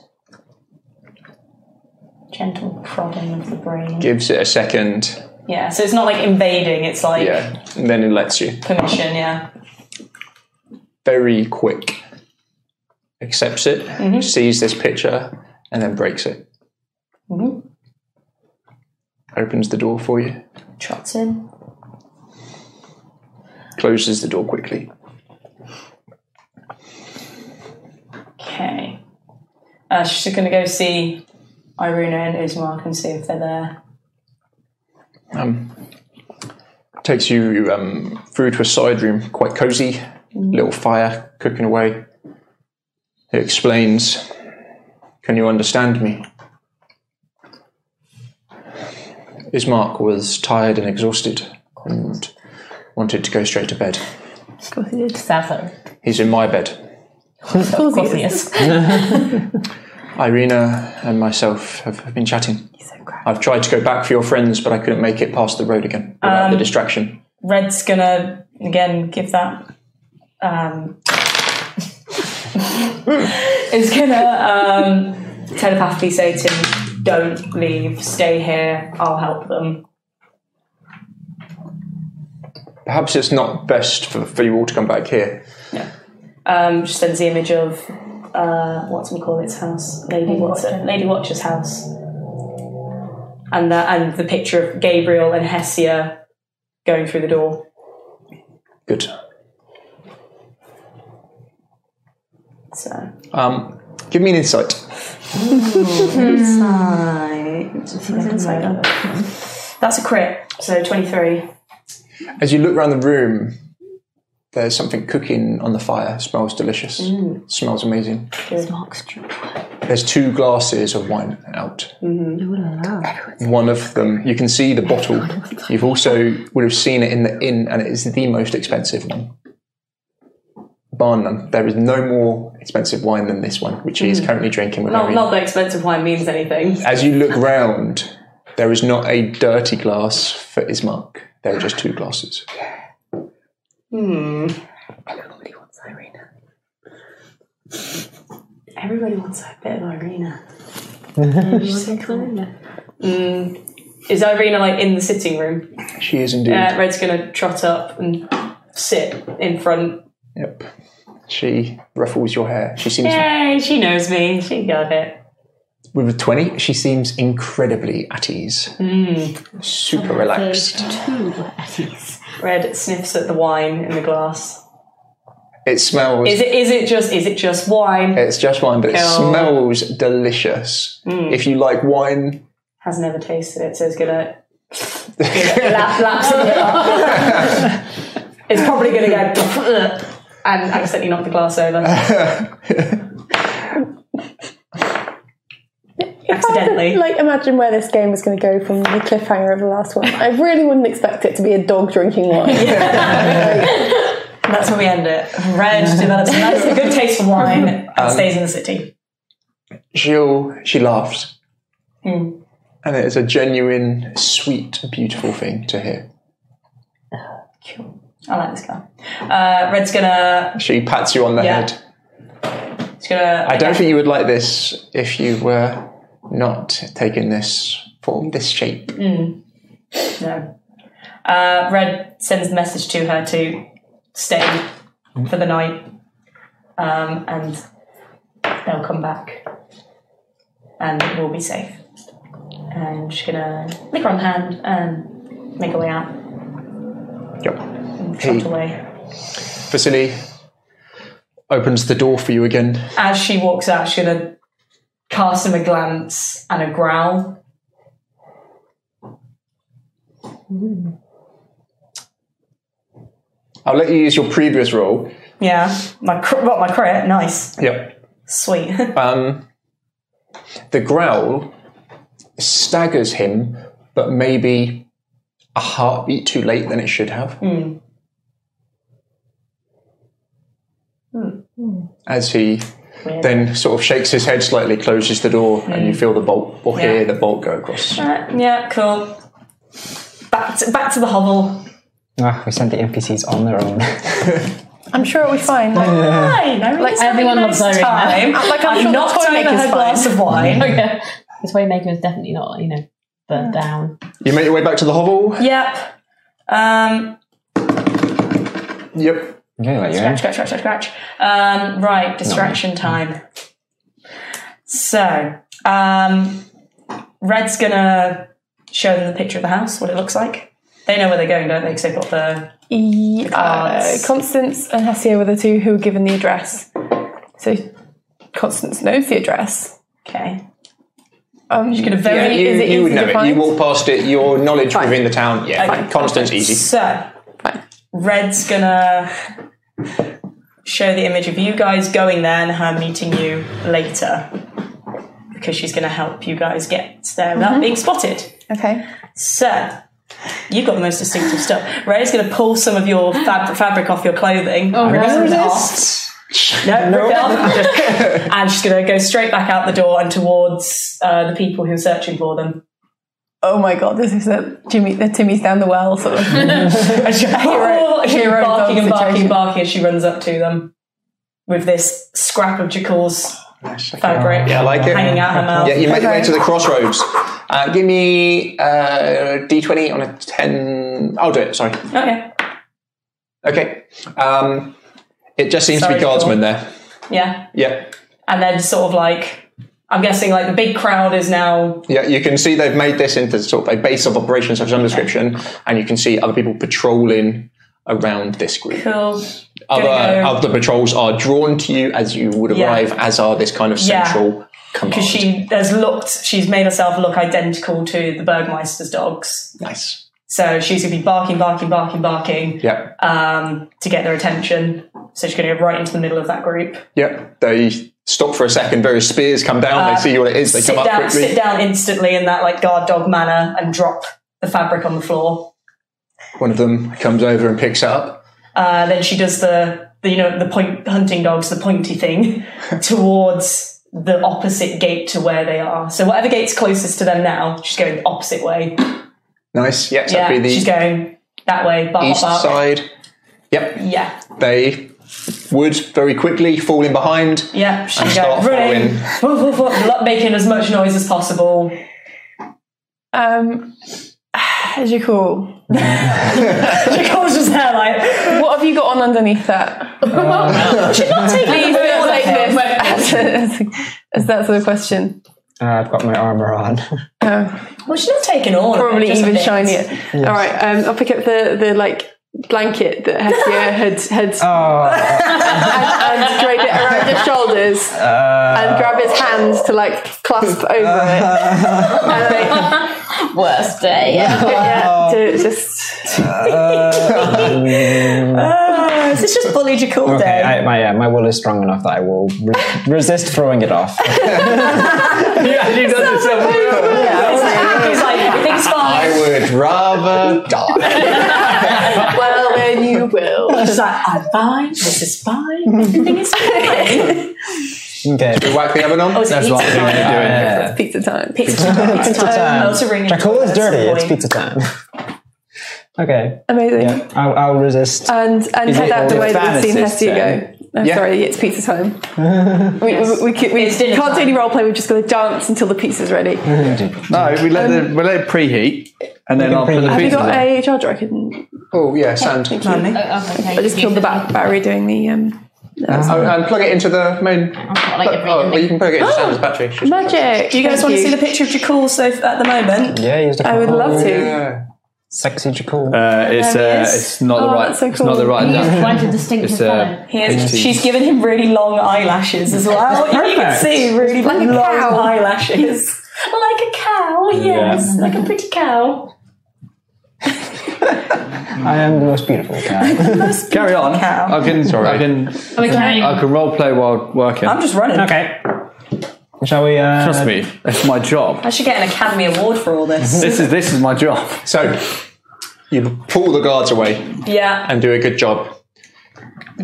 [SPEAKER 4] Gentle prodding of the brain.
[SPEAKER 1] Gives it a second.
[SPEAKER 4] Yeah, so it's not like invading, it's like
[SPEAKER 1] Yeah. And then he lets you.
[SPEAKER 4] permission, yeah.
[SPEAKER 1] very quick. Accepts it, sees this picture, and then breaks it. Opens the door for you,
[SPEAKER 4] Trots in.
[SPEAKER 1] closes the door quickly.
[SPEAKER 4] Okay. Uh, she's going to go see Irina and Uzmark and see if they're there.
[SPEAKER 1] Takes you um, through to a side room, quite cozy, little fire cooking away. He explains, Can you understand me? Ismark was tired and exhausted and wanted to go straight to bed.
[SPEAKER 7] Sounds like
[SPEAKER 1] He's in my bed.
[SPEAKER 4] Of course he is.
[SPEAKER 1] Irina and myself have have been chatting. I've tried to go back for your friends, but I couldn't make it past the road again without the distraction.
[SPEAKER 4] Red's going to, again, give that. Um, is going to um, telepathically say to him, don't leave, stay here, I'll help them.
[SPEAKER 1] Perhaps it's not best for, for you all to come back here.
[SPEAKER 4] Um, she sends the image of, uh, what's we call its house? Lady, what's it? Lady Watcher's house. And, that, and the picture of Gabriel and Hesia going through the door.
[SPEAKER 1] Good.
[SPEAKER 4] So
[SPEAKER 1] Um, give me an insight.
[SPEAKER 4] that's a crit. So twenty three.
[SPEAKER 1] As you look around the room, there's something cooking on the fire. Smells delicious. Smells amazing. There's two glasses of wine out. One of them, you can see the bottle. You've also would have seen it in the inn, and it is the most expensive one. Bar none. There is no more expensive wine than this one, which he is currently drinking with
[SPEAKER 4] Not
[SPEAKER 1] Irene.
[SPEAKER 4] not that expensive wine means anything.
[SPEAKER 1] As you look round, there is not a dirty glass for Ismark. There are just two glasses.
[SPEAKER 4] Everybody wants Irina. Everybody wants a bit of Irina. Mm. Is Irina like in the sitting room?
[SPEAKER 1] She is indeed.
[SPEAKER 4] Uh, Red's gonna trot up and sit in front.
[SPEAKER 1] Yep. She ruffles your hair. She seems
[SPEAKER 4] Yay! She knows me. She got it.
[SPEAKER 1] with a twenty. She seems incredibly at ease, super relaxed.
[SPEAKER 3] Two at ease.
[SPEAKER 4] Red sniffs at the wine in the glass.
[SPEAKER 1] It smells.
[SPEAKER 4] Is it? Is it just? Is it just wine?
[SPEAKER 1] It's just wine, but it
[SPEAKER 4] Oh.
[SPEAKER 1] smells delicious. If you like wine,
[SPEAKER 4] has never tasted it, so it's gonna, gonna lap, lapse it up. It's probably going to go and accidentally knock the glass over. accidentally.
[SPEAKER 6] Like, imagine where this game is going to go from the cliffhanger of the last one. I really wouldn't expect it to be a dog drinking wine.
[SPEAKER 4] That's where we end it. Red develops a nice, good taste for wine and stays in the city.
[SPEAKER 1] Jill, she laughs.
[SPEAKER 4] Hmm.
[SPEAKER 1] And it is a genuine, sweet, beautiful thing to hear.
[SPEAKER 4] Cool. I like this guy. Uh, Red's gonna.
[SPEAKER 1] She pats you on the
[SPEAKER 4] Yeah.
[SPEAKER 1] head.
[SPEAKER 4] He's gonna.
[SPEAKER 1] I don't think you would like this if you were not taking this form, this shape.
[SPEAKER 4] No. Uh, Red sends the message to her to stay for the night, um, and they'll come back, and we'll be safe. And she's gonna liquor on hand and make her way out,
[SPEAKER 1] Yep.
[SPEAKER 4] trot
[SPEAKER 1] He,
[SPEAKER 4] away.
[SPEAKER 1] Vasily opens the door for you again.
[SPEAKER 4] As she walks out, she's gonna cast him a glance and a growl.
[SPEAKER 1] I'll let you use your previous roll.
[SPEAKER 4] Yeah, my cr- what my crit, nice,
[SPEAKER 1] Yep.
[SPEAKER 4] sweet.
[SPEAKER 1] Um, the growl staggers him, but maybe a heartbeat too late than it should have. Hmm. As he then sort of shakes his head slightly, closes the door, and you feel the bolt or
[SPEAKER 4] Yeah.
[SPEAKER 1] hear the bolt go across.
[SPEAKER 4] Right, Uh, yeah, cool. Back to, back to the hovel.
[SPEAKER 5] Ah, we sent the NPCs on their own.
[SPEAKER 6] I'm sure it'll be fine. Like,
[SPEAKER 4] Fine, I
[SPEAKER 6] Like,
[SPEAKER 7] everyone loves
[SPEAKER 4] nice
[SPEAKER 7] Irene now.
[SPEAKER 4] time.
[SPEAKER 6] like, I'm,
[SPEAKER 4] I'm
[SPEAKER 6] sure
[SPEAKER 4] not
[SPEAKER 6] the toy
[SPEAKER 4] over
[SPEAKER 6] maker's
[SPEAKER 4] her
[SPEAKER 6] fine.
[SPEAKER 4] glass of wine.
[SPEAKER 7] Okay. This waymaker is definitely not, you know, burnt down.
[SPEAKER 1] You make your way back to the hovel.
[SPEAKER 4] Yep. Um,
[SPEAKER 1] Yep.
[SPEAKER 5] Yeah, like you
[SPEAKER 4] scratch, scratch, scratch, scratch, scratch. Um, right, distraction time. So, um, Red's gonna show them the picture of the house, what it looks like. They know where they're going, don't they? Because they've got the.
[SPEAKER 6] Yeah, uh,
[SPEAKER 4] cards.
[SPEAKER 6] Constance and Hessia were the two who were given the address. So Constance knows the address.
[SPEAKER 4] Okay.
[SPEAKER 6] Um, you could have
[SPEAKER 4] very-
[SPEAKER 1] you,
[SPEAKER 6] is it
[SPEAKER 1] you would
[SPEAKER 6] easy
[SPEAKER 1] know
[SPEAKER 6] to
[SPEAKER 1] it.
[SPEAKER 6] find?
[SPEAKER 1] You walk past it. Your knowledge within the town. Yeah.
[SPEAKER 4] Okay.
[SPEAKER 1] Constance, easy.
[SPEAKER 4] So,
[SPEAKER 6] Fine.
[SPEAKER 4] Red's gonna show the image of you guys going there and her meeting you later because she's gonna help you guys get there without being spotted.
[SPEAKER 6] Okay.
[SPEAKER 4] So, you've got the most distinctive stuff. Red's gonna pull some of your fab- fabric off your clothing. Oh, No, rip it off. and she's gonna go straight back out the door and towards uh, the people who are searching for them.
[SPEAKER 6] Oh my god, this is a Jimmy, the Timmy's down the well sort of.
[SPEAKER 4] hero,
[SPEAKER 6] hero
[SPEAKER 4] barking
[SPEAKER 6] dog
[SPEAKER 4] and barking
[SPEAKER 6] situation.
[SPEAKER 4] barking as she runs up to them with this scrap of Jekyll's fabric
[SPEAKER 1] Yeah, I like it.
[SPEAKER 4] hanging out her mouth.
[SPEAKER 1] Yeah, you make your way
[SPEAKER 6] Okay.
[SPEAKER 1] to the crossroads. Uh, give me uh, d20 on a 10. I'll do it, sorry.
[SPEAKER 4] Okay.
[SPEAKER 1] Okay. Um, it just seems to
[SPEAKER 4] Sorry,
[SPEAKER 1] be guardsmen there.
[SPEAKER 4] Yeah.
[SPEAKER 1] Yeah.
[SPEAKER 4] And then sort of like I'm guessing like the big crowd is now
[SPEAKER 1] Yeah, you can see they've made this into sort of a base of operations of some description, and you can see other people patrolling around this group.
[SPEAKER 4] cool.
[SPEAKER 1] Other,
[SPEAKER 4] go.
[SPEAKER 1] other patrols are drawn to you as you would
[SPEAKER 4] Yeah.
[SPEAKER 1] arrive, as are this kind of
[SPEAKER 4] Yeah.
[SPEAKER 1] central command.
[SPEAKER 4] Because she has looked she's made herself look identical to the Bergmeister's dogs.
[SPEAKER 1] nice.
[SPEAKER 4] So she's gonna be barking, barking, barking, barking
[SPEAKER 1] Yeah.
[SPEAKER 4] um, to get their attention. So she's gonna go right into the middle of that group.
[SPEAKER 1] Yep, they stop for a second. Various spears come down. they see what it is. They
[SPEAKER 4] uh, sit
[SPEAKER 1] come up
[SPEAKER 4] down,
[SPEAKER 1] quickly.
[SPEAKER 4] sit down instantly in that like guard dog manner and drop the fabric on the floor.
[SPEAKER 1] One of them comes over and picks it up.
[SPEAKER 4] Uh, then she does the, the you know the point hunting dogs the pointy thing towards the opposite gate to where they are. So whatever gate's closest to them now, she's going the opposite way.
[SPEAKER 1] Nice. Yes,
[SPEAKER 4] Yeah,
[SPEAKER 1] that'd be
[SPEAKER 4] she's
[SPEAKER 1] the
[SPEAKER 4] going that way. Bark,
[SPEAKER 1] east
[SPEAKER 4] bark.
[SPEAKER 1] side. Yep,
[SPEAKER 4] Yeah,
[SPEAKER 1] they would very quickly fall in behind.
[SPEAKER 4] yeah. She's
[SPEAKER 1] start
[SPEAKER 4] going running, woof, woof, woof, lo- making as much noise as possible.
[SPEAKER 6] Um, as you call,
[SPEAKER 4] She comes just there like
[SPEAKER 6] what have you got on underneath that?
[SPEAKER 4] taking
[SPEAKER 6] Leave
[SPEAKER 4] the wheel
[SPEAKER 6] it like
[SPEAKER 4] like
[SPEAKER 6] this. As, as that's the question.
[SPEAKER 5] Uh, I've got my armor on.
[SPEAKER 4] Well, she's not taking all. of it,
[SPEAKER 6] Probably
[SPEAKER 4] just a
[SPEAKER 6] even
[SPEAKER 4] bit.
[SPEAKER 6] shinier. All right, um, I'll pick up the the like blanket that Hestia had had
[SPEAKER 5] Oh,
[SPEAKER 6] and, and drape it around your shoulders
[SPEAKER 4] Uh.
[SPEAKER 6] and grab his hands to like clasp over it. And, like,
[SPEAKER 7] Worst day.
[SPEAKER 4] yeah,
[SPEAKER 5] Um,
[SPEAKER 4] to just. Ah, this is just biological
[SPEAKER 5] Okay,
[SPEAKER 4] day.
[SPEAKER 5] I, my yeah, my will is strong enough that I will re- resist throwing it off.
[SPEAKER 2] yeah, he does it so well.
[SPEAKER 4] yeah, it's like, Andy's like, everything's fine.
[SPEAKER 5] would rather die.
[SPEAKER 6] well, then you will.
[SPEAKER 4] She's like, I'm fine. This is fine. Everything is fine.
[SPEAKER 5] Okay.
[SPEAKER 1] Whack the oven on.
[SPEAKER 4] Oh, it's
[SPEAKER 2] That's
[SPEAKER 4] pizza
[SPEAKER 2] what I'm
[SPEAKER 4] time.
[SPEAKER 2] doing.
[SPEAKER 5] Yeah.
[SPEAKER 6] Pizza time.
[SPEAKER 4] Pizza time. Pizza time. I also ring
[SPEAKER 5] Dracula's dirty. It's pizza time. okay.
[SPEAKER 6] Amazing.
[SPEAKER 5] Yeah, I'll, I'll resist.
[SPEAKER 6] And and
[SPEAKER 5] Is
[SPEAKER 6] head
[SPEAKER 5] it
[SPEAKER 6] out the
[SPEAKER 5] all
[SPEAKER 6] way that we've seen
[SPEAKER 5] fantasist
[SPEAKER 6] Hester go.
[SPEAKER 5] then?
[SPEAKER 6] No,
[SPEAKER 1] Yeah.
[SPEAKER 6] Sorry, it's pizza time. we, we, we, can, we
[SPEAKER 4] It's dinner
[SPEAKER 6] can't do
[SPEAKER 4] time.
[SPEAKER 6] any role play. We've just got to dance until the pizza's ready.
[SPEAKER 8] No, we let the we let it preheat, and then I'll put the
[SPEAKER 5] preheat.
[SPEAKER 6] Have you
[SPEAKER 8] pizza.
[SPEAKER 6] got
[SPEAKER 8] on.
[SPEAKER 6] a charger? I can.
[SPEAKER 1] Oh, yeah, sand.
[SPEAKER 4] Mummy.
[SPEAKER 7] Oh, okay.
[SPEAKER 6] I just killed the bat- battery doing the um,
[SPEAKER 1] Oh, and plug it into the main.
[SPEAKER 7] Like every,
[SPEAKER 1] Oh, well, you can plug it into Sam's battery. She's-
[SPEAKER 6] magic.
[SPEAKER 4] Do you guys
[SPEAKER 6] Thank
[SPEAKER 4] want to see the picture of Jacool so f- at the moment?
[SPEAKER 5] Yeah, use the
[SPEAKER 6] I would love to.
[SPEAKER 1] Yeah.
[SPEAKER 5] Sexy Jacool.
[SPEAKER 2] Uh,
[SPEAKER 4] Um,
[SPEAKER 2] it's
[SPEAKER 6] There he
[SPEAKER 2] uh,
[SPEAKER 6] is.
[SPEAKER 2] it's not
[SPEAKER 6] Oh,
[SPEAKER 2] the right.
[SPEAKER 6] that's so
[SPEAKER 2] It's not the
[SPEAKER 6] cool.
[SPEAKER 2] right.
[SPEAKER 7] You
[SPEAKER 2] depth.
[SPEAKER 7] just want a distinctive
[SPEAKER 2] It's, uh,
[SPEAKER 7] colour.
[SPEAKER 4] He is,
[SPEAKER 2] It's-
[SPEAKER 4] she's given him really long eyelashes as well. You can
[SPEAKER 5] perfect.
[SPEAKER 4] see really long
[SPEAKER 6] a cow.
[SPEAKER 4] eyelashes.
[SPEAKER 7] Like a cow, yes. Like a pretty cow.
[SPEAKER 5] I am the most beautiful cat.
[SPEAKER 2] Carry on.
[SPEAKER 4] Cow.
[SPEAKER 2] I can. I can.
[SPEAKER 7] Are we carrying?
[SPEAKER 2] I can role play while working.
[SPEAKER 4] I'm just running.
[SPEAKER 5] okay. Shall we? Uh,
[SPEAKER 2] Trust me, it's my job.
[SPEAKER 4] I should get an Academy Award for all this.
[SPEAKER 2] This is this is my job.
[SPEAKER 1] So, you pull the guards away
[SPEAKER 4] yeah.
[SPEAKER 1] and do a good job.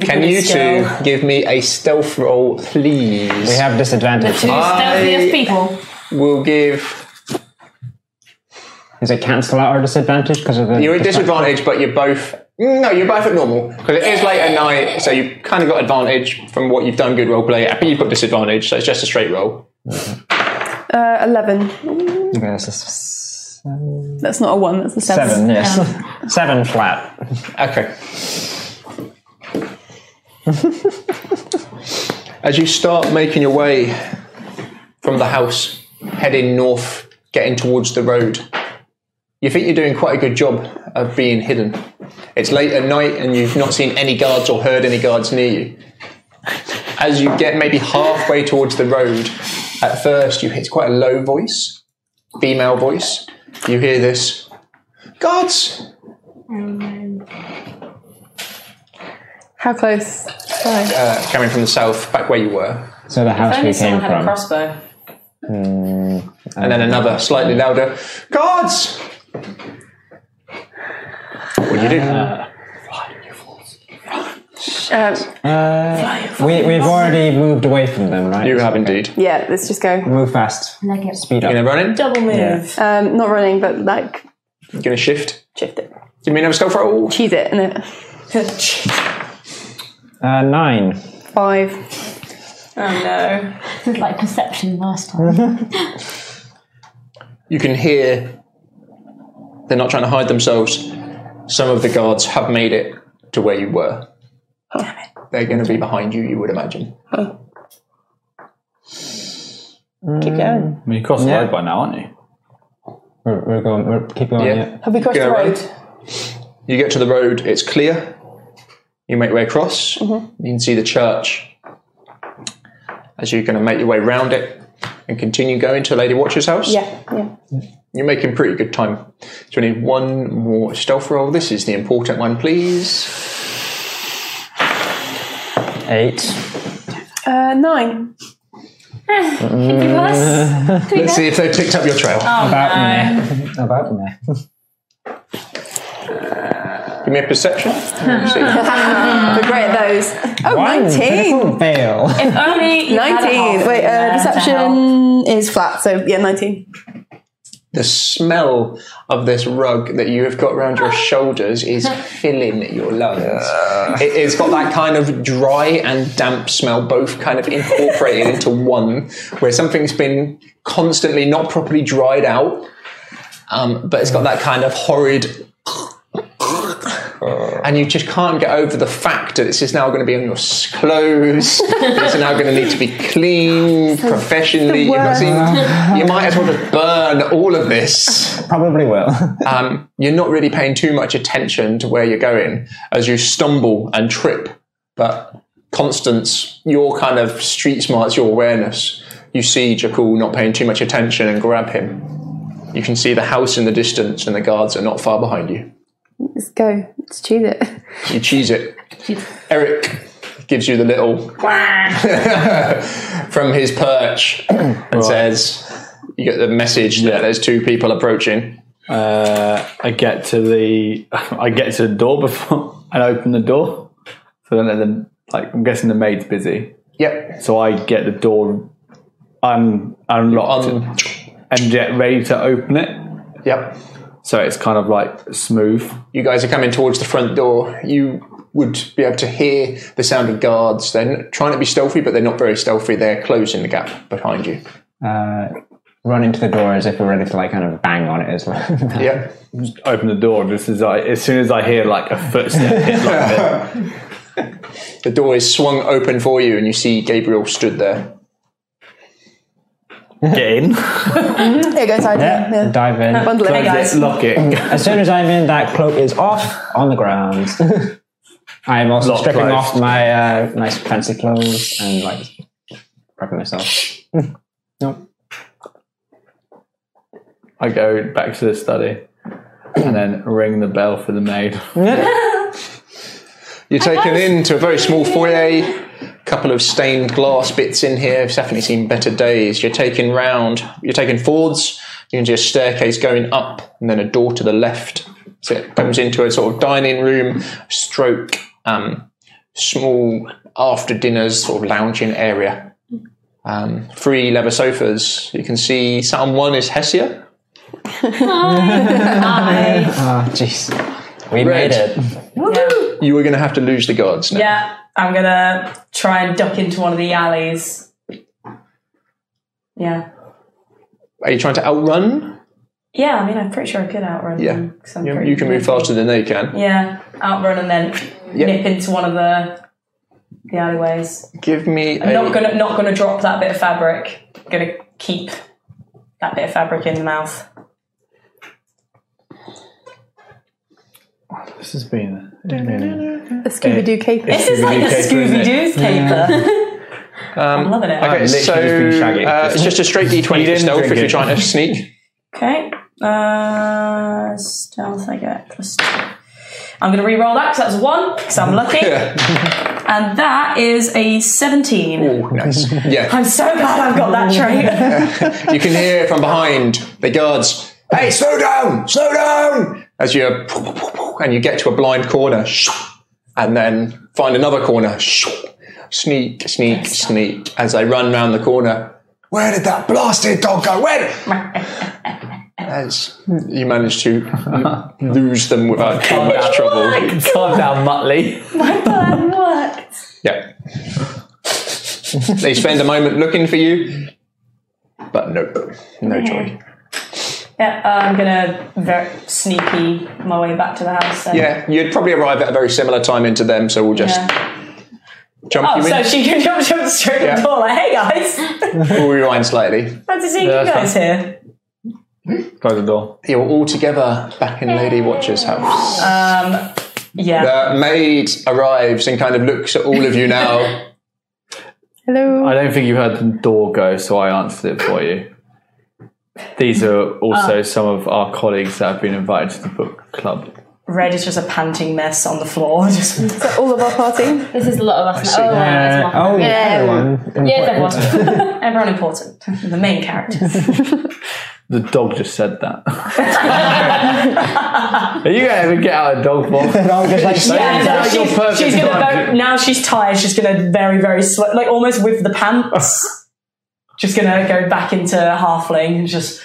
[SPEAKER 1] Can
[SPEAKER 4] good
[SPEAKER 1] you two
[SPEAKER 4] skill.
[SPEAKER 1] give me a stealth roll, please?
[SPEAKER 5] We have disadvantage.
[SPEAKER 7] Two
[SPEAKER 1] I-
[SPEAKER 7] stealthiest people.
[SPEAKER 1] We'll give.
[SPEAKER 5] Does it cancel out our disadvantage because of the?
[SPEAKER 1] You're at disadvantage, but you're both. No, you're both at normal because it is late at night, so you've kind of got advantage from what you've done. Good role play, but you've got disadvantage, so it's just a straight roll.
[SPEAKER 6] Uh, Eleven.
[SPEAKER 5] Okay, that's a uh, s-
[SPEAKER 6] That's not a one. That's a seven.
[SPEAKER 5] seven. Yes, seven flat.
[SPEAKER 1] Okay. As you start making your way from the house, heading north, getting towards the road, you think you're doing quite a good job of being hidden. It's late at night and you've not seen any guards or heard any guards near you. As you get maybe halfway towards the road, at first you hear it's quite a low voice, female voice. You hear this Guards!
[SPEAKER 6] How close?
[SPEAKER 1] uh, coming from the south, back where you were.
[SPEAKER 5] So the house we came
[SPEAKER 4] had a
[SPEAKER 5] from.
[SPEAKER 4] crossbow.
[SPEAKER 1] And then another, slightly louder, Guards! What do you do?
[SPEAKER 6] Um,
[SPEAKER 5] We we've already moved away from them, right?
[SPEAKER 1] you have indeed.
[SPEAKER 6] yeah, let's just go.
[SPEAKER 5] Move fast.
[SPEAKER 7] Like it.
[SPEAKER 5] Speed
[SPEAKER 1] You're
[SPEAKER 5] up.
[SPEAKER 1] gonna run in?
[SPEAKER 4] Double move.
[SPEAKER 5] Yeah.
[SPEAKER 6] Um, not running, but like
[SPEAKER 1] You're gonna shift?
[SPEAKER 6] shift it,
[SPEAKER 1] You mean have a stealth roll?
[SPEAKER 6] cheese it, and it
[SPEAKER 5] Uh, nine.
[SPEAKER 6] five.
[SPEAKER 4] Oh no.
[SPEAKER 7] This is like perception last time.
[SPEAKER 1] You can hear they're not trying to hide themselves. Some of the guards have made it to where you were. They're gonna be behind you, you would imagine.
[SPEAKER 6] Keep going.
[SPEAKER 2] I mean, you crossed the
[SPEAKER 5] Yeah.
[SPEAKER 2] road by now, aren't you?
[SPEAKER 5] We're, we're going. We're keep going.
[SPEAKER 1] Yeah.
[SPEAKER 5] Yeah.
[SPEAKER 6] Have we crossed
[SPEAKER 1] Gonna
[SPEAKER 6] the
[SPEAKER 1] run.
[SPEAKER 6] road?
[SPEAKER 1] You get to the road, it's clear. You make your way across. You can see the church. As you're going to make your way round it and continue going to Lady Watcher's house,
[SPEAKER 6] Yeah, yeah.
[SPEAKER 1] you're making pretty good time. So we need one more stealth roll. This is the important one, please.
[SPEAKER 5] Eight.
[SPEAKER 6] Uh, nine.
[SPEAKER 1] Let's see if they picked up your trail.
[SPEAKER 5] About me. About me.
[SPEAKER 1] Give me a perception. Let's see.
[SPEAKER 6] We're great at those. Oh,
[SPEAKER 5] One
[SPEAKER 6] 19.
[SPEAKER 5] critical fail.
[SPEAKER 7] If only you had a
[SPEAKER 6] 19.
[SPEAKER 7] half
[SPEAKER 6] Wait,
[SPEAKER 7] there to
[SPEAKER 6] uh,
[SPEAKER 7] help.
[SPEAKER 6] deception is flat, so yeah, 19.
[SPEAKER 1] the smell of this rug that you have got around your shoulders is filling your lungs. It, it's got that kind of dry and damp smell, both kind of incorporated into one, where something's been constantly not properly dried out, um, but it's got that kind of horrid. And you just can't get over the fact that this is now going to be on your s- clothes. it's now going to need to be cleaned professionally. You've not
[SPEAKER 6] worst.
[SPEAKER 1] seen you might as well just burn all of this.
[SPEAKER 5] Probably will.
[SPEAKER 1] Um, you're not really paying too much attention to where you're going as you stumble and trip. But Constance, your kind of street smarts, your awareness, you see Jakul not paying too much attention and grab him. You can see the house in the distance, and the guards are not far behind you.
[SPEAKER 6] Let's go. Let's choose it.
[SPEAKER 1] You cheese it. Eric gives you the little from his perch and says, "You get the message that there's two people approaching."
[SPEAKER 2] Uh, I get to the I get to the door before and open the door. So then, then like I'm guessing the maid's busy.
[SPEAKER 1] Yep.
[SPEAKER 2] So I get the door un unlocked
[SPEAKER 1] Um,
[SPEAKER 2] and get ready to open it.
[SPEAKER 1] yep.
[SPEAKER 2] So it's kind of like smooth.
[SPEAKER 1] you guys are coming towards the front door, you would be able to hear the sound of guards. They're n- trying to be stealthy, but they're not very stealthy. They're closing the gap behind you.
[SPEAKER 5] Uh, run into the door as if we're ready to like kind of bang on it as well.
[SPEAKER 1] Yeah.
[SPEAKER 2] Open the door just as I as soon as I hear like a footstep hit like the-
[SPEAKER 1] The door is swung open for you, and you see Gabriel stood there.
[SPEAKER 2] get in.
[SPEAKER 6] Yeah, go inside. Yeah. yeah.
[SPEAKER 5] Dive in.
[SPEAKER 6] Bundle it.
[SPEAKER 4] Hey guys.
[SPEAKER 2] Lock it.
[SPEAKER 5] As soon as I'm in, that cloak is off on the ground. I'm also
[SPEAKER 2] Lock
[SPEAKER 5] stripping
[SPEAKER 2] closed.
[SPEAKER 5] off my uh, nice fancy clothes and like prepping myself.
[SPEAKER 2] I go back to the study and then ring the bell for the maid.
[SPEAKER 1] You're taken into a very small foyer, couple of stained glass bits in here. You've definitely seen better days. You're taken round, you're taken forwards, you can see a staircase going up and then a door to the left. So it comes into a sort of dining room, stroke, um, small after dinners sort of lounging area. Um, three leather sofas. You can see sat on one is Hesia.
[SPEAKER 5] Oh, jeez. We
[SPEAKER 1] Red.
[SPEAKER 5] made it.
[SPEAKER 1] You were going to have to lose the guards now.
[SPEAKER 4] Yeah, I'm gonna try and duck into one of the alleys. Yeah.
[SPEAKER 1] Are you trying to outrun?
[SPEAKER 4] Yeah, I mean, I'm pretty sure I could outrun
[SPEAKER 1] Yeah.
[SPEAKER 4] them. 'cause I'm
[SPEAKER 1] You,
[SPEAKER 4] pretty-
[SPEAKER 1] you can move faster than they can.
[SPEAKER 4] Yeah, outrun and then nip into one of the the alleyways.
[SPEAKER 1] Give me a.
[SPEAKER 4] Not gonna not gonna drop that bit of fabric. Gonna keep that bit of fabric in the mouth.
[SPEAKER 2] This has been
[SPEAKER 6] The Scooby Doo cape.
[SPEAKER 4] This is like a
[SPEAKER 2] Scooby-Doo
[SPEAKER 4] Scooby Doo's caper. I'm loving it.
[SPEAKER 1] Okay,
[SPEAKER 2] I've literally
[SPEAKER 1] so
[SPEAKER 2] just been shagging.
[SPEAKER 1] uh, it's just a straight d20 for
[SPEAKER 2] didn't
[SPEAKER 1] stealth if
[SPEAKER 2] drink
[SPEAKER 1] you're
[SPEAKER 2] it.
[SPEAKER 1] trying to sneak.
[SPEAKER 4] Okay. Uh, stealth, I get plus two. I'm going to re-roll that because that's a one because I'm lucky. and that is a 17.
[SPEAKER 1] Oh, nice. Yeah,
[SPEAKER 4] I'm so glad I've got that trait.
[SPEAKER 1] you can hear from behind the guards. Hey, slow down, slow down! As you and you get to a blind corner, and then find another corner. Sneak, sneak, sneak. As they run round the corner, where did that blasted dog go? Where? As you manage to l- lose them without too much trouble.
[SPEAKER 2] Calm down, Muttley.
[SPEAKER 1] Yeah. they spend a moment looking for you, but nope, no joy.
[SPEAKER 4] yeah, uh, I'm going to very sneaky my way back to the house. Then.
[SPEAKER 1] Yeah, you'd probably arrive at a very similar time into them, so we'll just
[SPEAKER 4] Yeah.
[SPEAKER 1] jump
[SPEAKER 4] Oh,
[SPEAKER 1] you
[SPEAKER 4] so
[SPEAKER 1] in.
[SPEAKER 4] she can jump, jump straight
[SPEAKER 1] Yeah.
[SPEAKER 4] the door like, hey guys,
[SPEAKER 1] We'll rewind slightly.
[SPEAKER 4] fancy seeing
[SPEAKER 2] Yeah,
[SPEAKER 4] you
[SPEAKER 2] that's
[SPEAKER 4] guys here.
[SPEAKER 2] Close the door.
[SPEAKER 1] You're all together back in Lady Watcher's house.
[SPEAKER 4] Um, yeah.
[SPEAKER 1] The maid arrives and kind of looks at all of you now.
[SPEAKER 6] Hello.
[SPEAKER 2] I don't think you heard the door go, so I answered it for you. These are also
[SPEAKER 7] Ah.
[SPEAKER 2] some of our colleagues that have been invited to the book club.
[SPEAKER 4] Red is just a panting mess on the floor. Just
[SPEAKER 6] Is that all of our party?
[SPEAKER 7] This is a lot of us. now. Oh, yeah,
[SPEAKER 5] Uh, oh, yeah,
[SPEAKER 6] Yeah.
[SPEAKER 5] everyone.
[SPEAKER 7] Yes, everyone.
[SPEAKER 4] everyone important. The main characters.
[SPEAKER 2] The dog just said that. are you going to get out of dog box?
[SPEAKER 5] But I'm just like,
[SPEAKER 4] Yeah,
[SPEAKER 2] Now
[SPEAKER 4] no,
[SPEAKER 2] you're
[SPEAKER 4] she's,
[SPEAKER 2] perfect
[SPEAKER 4] she's gonna
[SPEAKER 2] time.
[SPEAKER 4] very, now she's tired. She's gonna very very slow, like almost with the pants. just gonna go back into halfling and just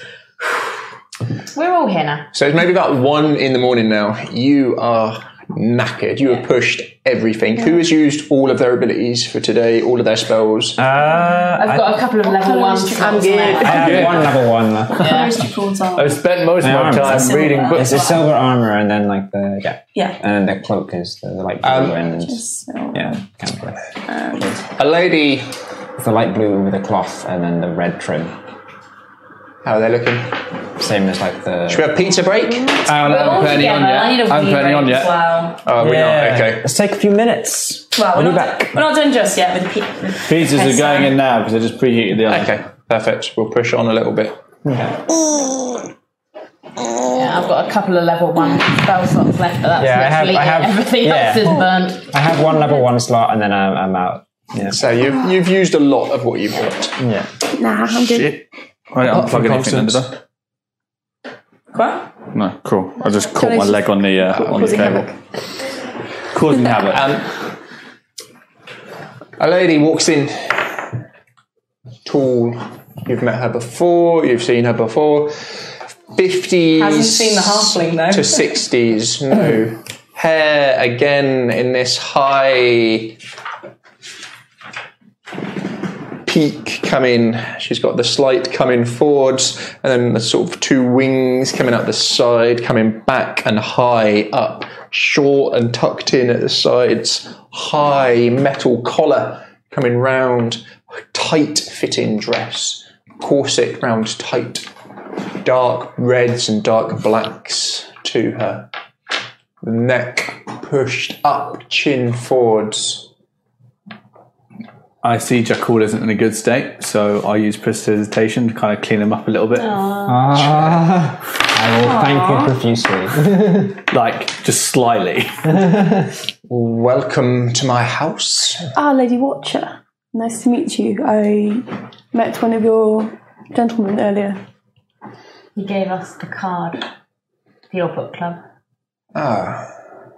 [SPEAKER 7] We're all here now.
[SPEAKER 1] So it's maybe about one in the morning now. You are knackered. You have pushed everything. Who has used all of their abilities for today, all of their spells?
[SPEAKER 5] uh,
[SPEAKER 7] I've got a couple of level ones.
[SPEAKER 6] I'm good.
[SPEAKER 5] I have one level one left.
[SPEAKER 1] Oh,
[SPEAKER 2] I've spent most of
[SPEAKER 5] My
[SPEAKER 2] my
[SPEAKER 5] arms.
[SPEAKER 2] time reading
[SPEAKER 5] It's
[SPEAKER 2] books.
[SPEAKER 5] the silver armor, and then like the yeah,
[SPEAKER 4] yeah.
[SPEAKER 5] and then the cloak is the, the light blue and yeah, kind of like
[SPEAKER 1] A lady.
[SPEAKER 5] it's the light blue with the cloth, and then the red trim,
[SPEAKER 1] How are they looking?
[SPEAKER 5] same as like
[SPEAKER 1] Do
[SPEAKER 5] the.
[SPEAKER 1] we have pizza break?
[SPEAKER 2] I'm
[SPEAKER 7] all
[SPEAKER 2] planning on
[SPEAKER 7] together. I need
[SPEAKER 2] yet.
[SPEAKER 7] a
[SPEAKER 2] I'm
[SPEAKER 7] wee
[SPEAKER 2] planning on
[SPEAKER 7] break
[SPEAKER 2] yet.
[SPEAKER 4] Wow.
[SPEAKER 1] Oh, we're not. Okay.
[SPEAKER 5] Let's take a few minutes.
[SPEAKER 4] Well,
[SPEAKER 5] I'll
[SPEAKER 4] we're
[SPEAKER 5] be
[SPEAKER 4] not,
[SPEAKER 5] back.
[SPEAKER 4] we're not done just yet with Pete.
[SPEAKER 2] Pizzas
[SPEAKER 4] Yes,
[SPEAKER 2] are going
[SPEAKER 4] sir.
[SPEAKER 2] in now because I just preheated the oven.
[SPEAKER 1] Okay, perfect. We'll push on a little bit.
[SPEAKER 7] Yeah, I've got a couple of level one spell slots left, but that's
[SPEAKER 5] Yeah, I have-
[SPEAKER 7] literally
[SPEAKER 5] I have-
[SPEAKER 7] it. everything
[SPEAKER 5] yeah.
[SPEAKER 7] else is burnt.
[SPEAKER 5] I have one level one slot and then I'm, I'm out. Yeah.
[SPEAKER 1] So you've, you've used a lot of what you bought.
[SPEAKER 5] yeah.
[SPEAKER 6] Nah, I'm good.
[SPEAKER 8] Shit. I didn't
[SPEAKER 1] Apart from
[SPEAKER 8] unplug anything under
[SPEAKER 1] Constance.
[SPEAKER 8] there.
[SPEAKER 4] What?
[SPEAKER 8] No, cool. I just caught
[SPEAKER 6] I
[SPEAKER 8] my
[SPEAKER 6] just-
[SPEAKER 8] leg on the uh, on the
[SPEAKER 6] Causing
[SPEAKER 8] table.
[SPEAKER 6] havoc.
[SPEAKER 8] Causing havoc.
[SPEAKER 1] Um, a lady walks in, tall. You've met her before. You've seen her before. Fifties.
[SPEAKER 4] Hasn't seen the halfling, though.
[SPEAKER 1] To sixties. No. Hair again in this high peak coming. She's got the slight coming forwards, and then the sort of two wings coming up the side, coming back and high up, short and tucked in at the sides, high metal collar coming round, tight fitting dress, corset round tight, dark reds and dark blacks to her. The neck pushed up, chin forwards.
[SPEAKER 2] I see Jackal isn't in a good state, so I use precipitation to kind of clean him up a little bit.
[SPEAKER 5] Ah, I will thank you profusely.
[SPEAKER 2] Like, just slyly.
[SPEAKER 1] Welcome to my house.
[SPEAKER 6] Ah, Lady Watcher. Nice to meet you. I met one of your gentlemen earlier.
[SPEAKER 7] He gave us the card for your book club.
[SPEAKER 1] Ah,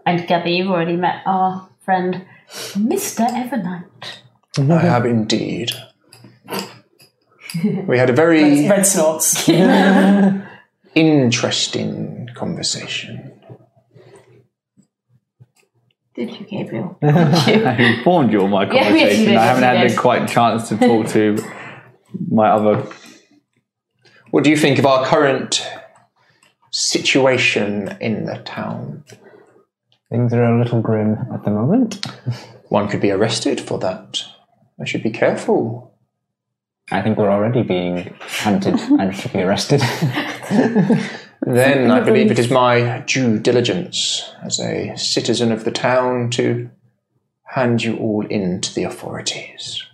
[SPEAKER 7] And Gabby, you've already met our friend, Mr. Evernight.
[SPEAKER 1] I have indeed. We had a very
[SPEAKER 4] Red snorts.
[SPEAKER 1] interesting conversation.
[SPEAKER 7] Did you, Gabriel?
[SPEAKER 2] I informed you of my
[SPEAKER 7] yes, you
[SPEAKER 2] conversation.
[SPEAKER 7] did,
[SPEAKER 2] I haven't
[SPEAKER 7] yes, you
[SPEAKER 2] had
[SPEAKER 7] did.
[SPEAKER 2] quite a chance to talk to my other.
[SPEAKER 1] What do you think of our current situation in the town?
[SPEAKER 5] Things are a little grim at the moment.
[SPEAKER 1] One could be arrested for that. I should be careful.
[SPEAKER 5] I think we're already being hunted and should be arrested.
[SPEAKER 1] Then I believe it is my due diligence as a citizen of the town to hand you all in to the authorities.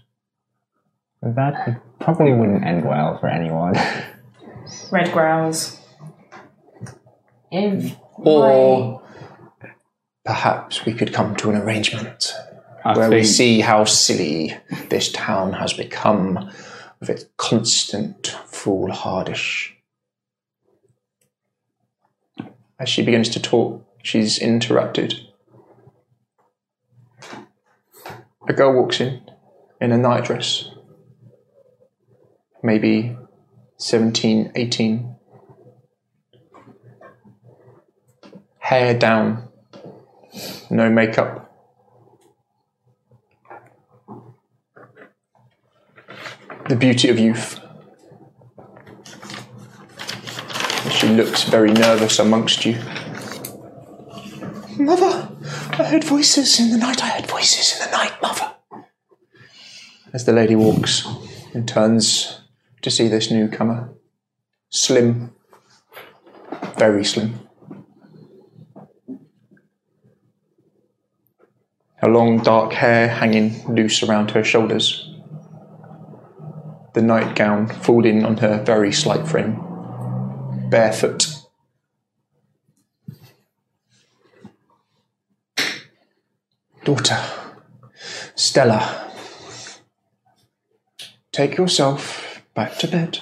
[SPEAKER 5] that probably wouldn't end well for anyone.
[SPEAKER 4] Red growls.
[SPEAKER 7] If
[SPEAKER 1] Or perhaps we could come to an arrangement
[SPEAKER 2] I
[SPEAKER 1] where
[SPEAKER 2] think,
[SPEAKER 1] we see how silly this town has become with its constant foolhardish. As she begins to talk, she's interrupted. A girl walks in in a nightdress, maybe 17, 18. Hair down, no makeup. the beauty of youth. She looks very nervous amongst you. Mother, I heard voices in the night. I heard voices in the night, mother. As the lady walks and turns to see this newcomer, slim, very slim. Her long dark hair hanging loose around her shoulders the nightgown folding on her very slight frame, barefoot. Daughter, Stella, take yourself back to bed.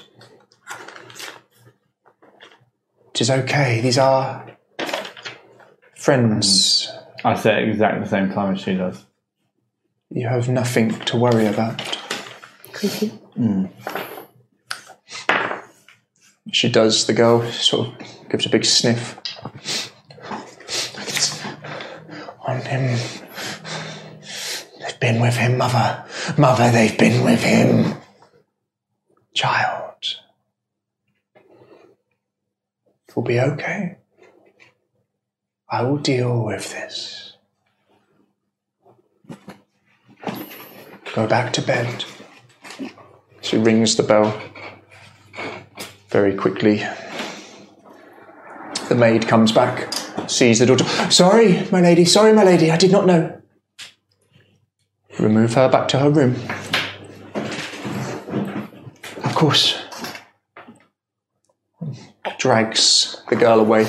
[SPEAKER 1] It is okay, these are friends.
[SPEAKER 2] I say it exactly the same time as she does.
[SPEAKER 1] You have nothing to worry about. Hmm.
[SPEAKER 6] Creepy.
[SPEAKER 1] She does. The girl sort of gives a big sniff. It's on him. They've been with him, mother. Mother, they've been with him. Child. It will be okay. I will deal with this. Go back to bed. She rings the bell very quickly. The maid comes back, sees the daughter. Sorry, my lady, sorry, my lady, I did not know. Remove her back to her room. Of course. drags the girl away.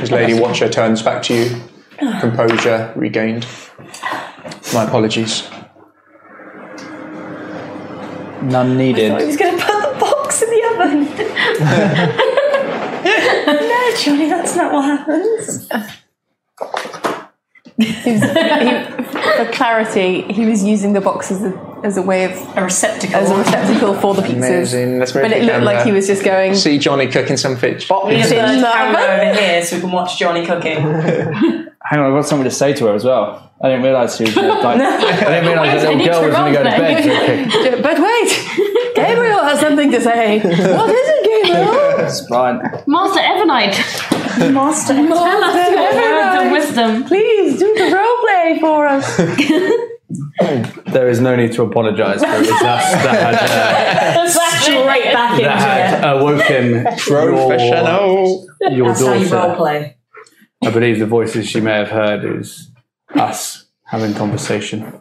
[SPEAKER 1] His lady watcher turns back to you, composure regained. My apologies.
[SPEAKER 8] None
[SPEAKER 4] I
[SPEAKER 8] needed.
[SPEAKER 4] was going to put the box in the oven. no, Johnny, that's not what happens.
[SPEAKER 6] He was, he, for clarity, he was using the box as a, as a way of
[SPEAKER 4] A receptacle.
[SPEAKER 6] as a receptacle for the pizzas.
[SPEAKER 1] Oh. Amazing. Let's move
[SPEAKER 6] But
[SPEAKER 1] the
[SPEAKER 6] it looked
[SPEAKER 1] camera.
[SPEAKER 6] like he was just going.
[SPEAKER 1] See Johnny cooking some fish.
[SPEAKER 4] We have
[SPEAKER 6] Is it
[SPEAKER 4] a
[SPEAKER 6] in the
[SPEAKER 4] camera over here so we can watch Johnny cooking.
[SPEAKER 8] Hang on, I've got something to say to her as well. I didn't realise she was gonna, like, I didn't realise that little girl was going to go to bed. till quick.
[SPEAKER 6] But wait, Gabriel has something to say. What is it, Gabriel?
[SPEAKER 8] It's fine.
[SPEAKER 7] Master Evernight, tell us your words of wisdom.
[SPEAKER 6] Please do the roleplay for us.
[SPEAKER 8] There is no need to apologise for it. That's, that had,
[SPEAKER 4] Straight back
[SPEAKER 8] uh,
[SPEAKER 4] into
[SPEAKER 8] that
[SPEAKER 4] it.
[SPEAKER 8] had awoken your,
[SPEAKER 10] Professional.
[SPEAKER 8] your
[SPEAKER 4] That's how
[SPEAKER 8] daughter.
[SPEAKER 4] you role play.
[SPEAKER 8] I believe the voices she may have heard is us having conversation.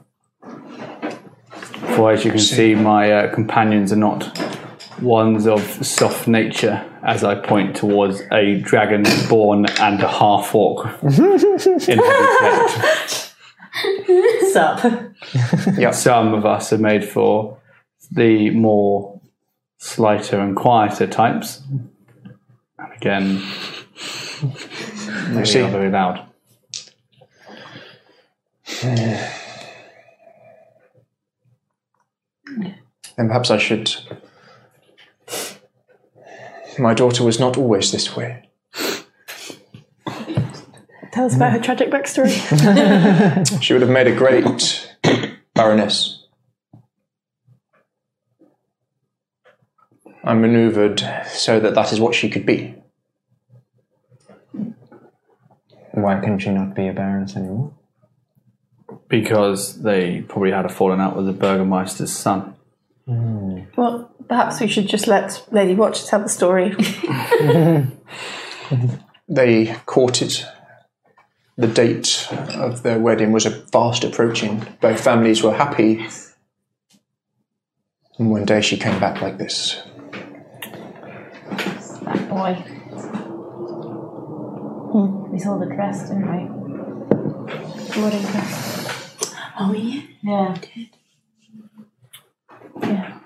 [SPEAKER 8] For as you can see, my uh, companions are not ones of soft nature as I point towards a dragon born and a half orc. in heavy plate.
[SPEAKER 4] Sup?
[SPEAKER 8] Some of us are made for the more slighter and quieter types. And again, they
[SPEAKER 1] see.
[SPEAKER 8] are very loud.
[SPEAKER 1] Then perhaps I should. My daughter was not always this way.
[SPEAKER 6] Tell us about her tragic backstory.
[SPEAKER 1] She would have made a great baroness. I maneuvered so that that is what she could be.
[SPEAKER 5] Why couldn't she not be a baroness anymore?
[SPEAKER 8] because they probably had a falling out with the burgomeister's son.
[SPEAKER 6] well, perhaps we should just let Lady Watcher tell the story.
[SPEAKER 1] They courted. The date of their wedding was fast approaching. Both families were happy. And one day she came back like this.
[SPEAKER 7] That boy. Hmm, We saw the dress, didn't we? Wedding dress.
[SPEAKER 4] Oh, yeah.
[SPEAKER 7] Yeah.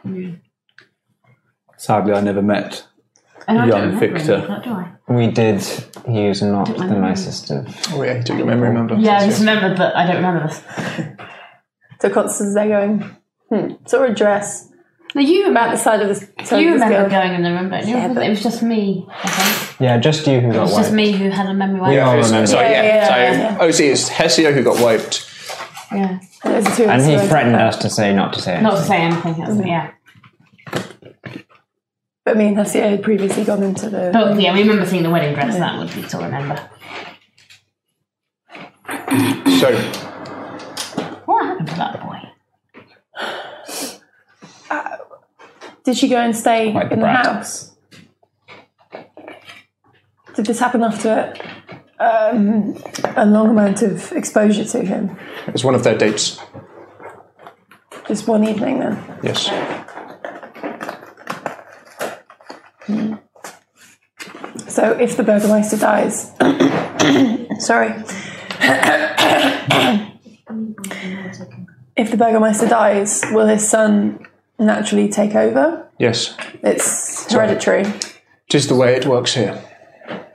[SPEAKER 8] Sadly, I never met.
[SPEAKER 7] And I
[SPEAKER 8] Young
[SPEAKER 7] don't remember
[SPEAKER 8] Victor.
[SPEAKER 7] any of that, do I?
[SPEAKER 5] We did. He was not the nicest of.
[SPEAKER 1] Oh, yeah, you took your memory, remember?
[SPEAKER 7] Yeah, I just remembered that I don't remember this.
[SPEAKER 6] so Constance is there going, hmm, saw a dress
[SPEAKER 7] No, you remember.
[SPEAKER 6] about the side of this. side
[SPEAKER 7] You
[SPEAKER 6] of this
[SPEAKER 7] remember
[SPEAKER 6] girl.
[SPEAKER 7] going in the room, don't you?
[SPEAKER 6] Yeah, but-
[SPEAKER 7] it was just me. I think
[SPEAKER 5] Yeah, just you who
[SPEAKER 7] it
[SPEAKER 5] got
[SPEAKER 7] was just
[SPEAKER 5] wiped.
[SPEAKER 7] me who had a memory. wipe.
[SPEAKER 5] Yeah.
[SPEAKER 1] Oh,
[SPEAKER 5] remember.
[SPEAKER 1] Sorry, yeah.
[SPEAKER 6] Yeah, yeah,
[SPEAKER 1] So, OC is Hesio who got wiped.
[SPEAKER 7] yeah.
[SPEAKER 6] There's the two of
[SPEAKER 5] And
[SPEAKER 6] us
[SPEAKER 5] he
[SPEAKER 6] going-
[SPEAKER 5] threatened us to say not to say
[SPEAKER 7] Not to
[SPEAKER 5] anything.
[SPEAKER 7] say anything. Else, yeah.
[SPEAKER 6] But me and Hessia had previously gone into the.
[SPEAKER 7] But yeah, we remember seeing the wedding dress. That would be to remember.
[SPEAKER 1] So,
[SPEAKER 7] What happened to that boy?
[SPEAKER 6] Did she go and stay
[SPEAKER 5] Quite the
[SPEAKER 6] in the
[SPEAKER 5] brat.
[SPEAKER 6] house? Did this happen after um, a long amount of exposure to him?
[SPEAKER 1] It's one of their dates.
[SPEAKER 6] Just one evening then?
[SPEAKER 1] Yes.
[SPEAKER 6] So if the burgomaster dies, sorry. if the burgomaster dies, will his son naturally take over?
[SPEAKER 1] Yes.
[SPEAKER 6] It's hereditary.
[SPEAKER 1] Tis the way it works here.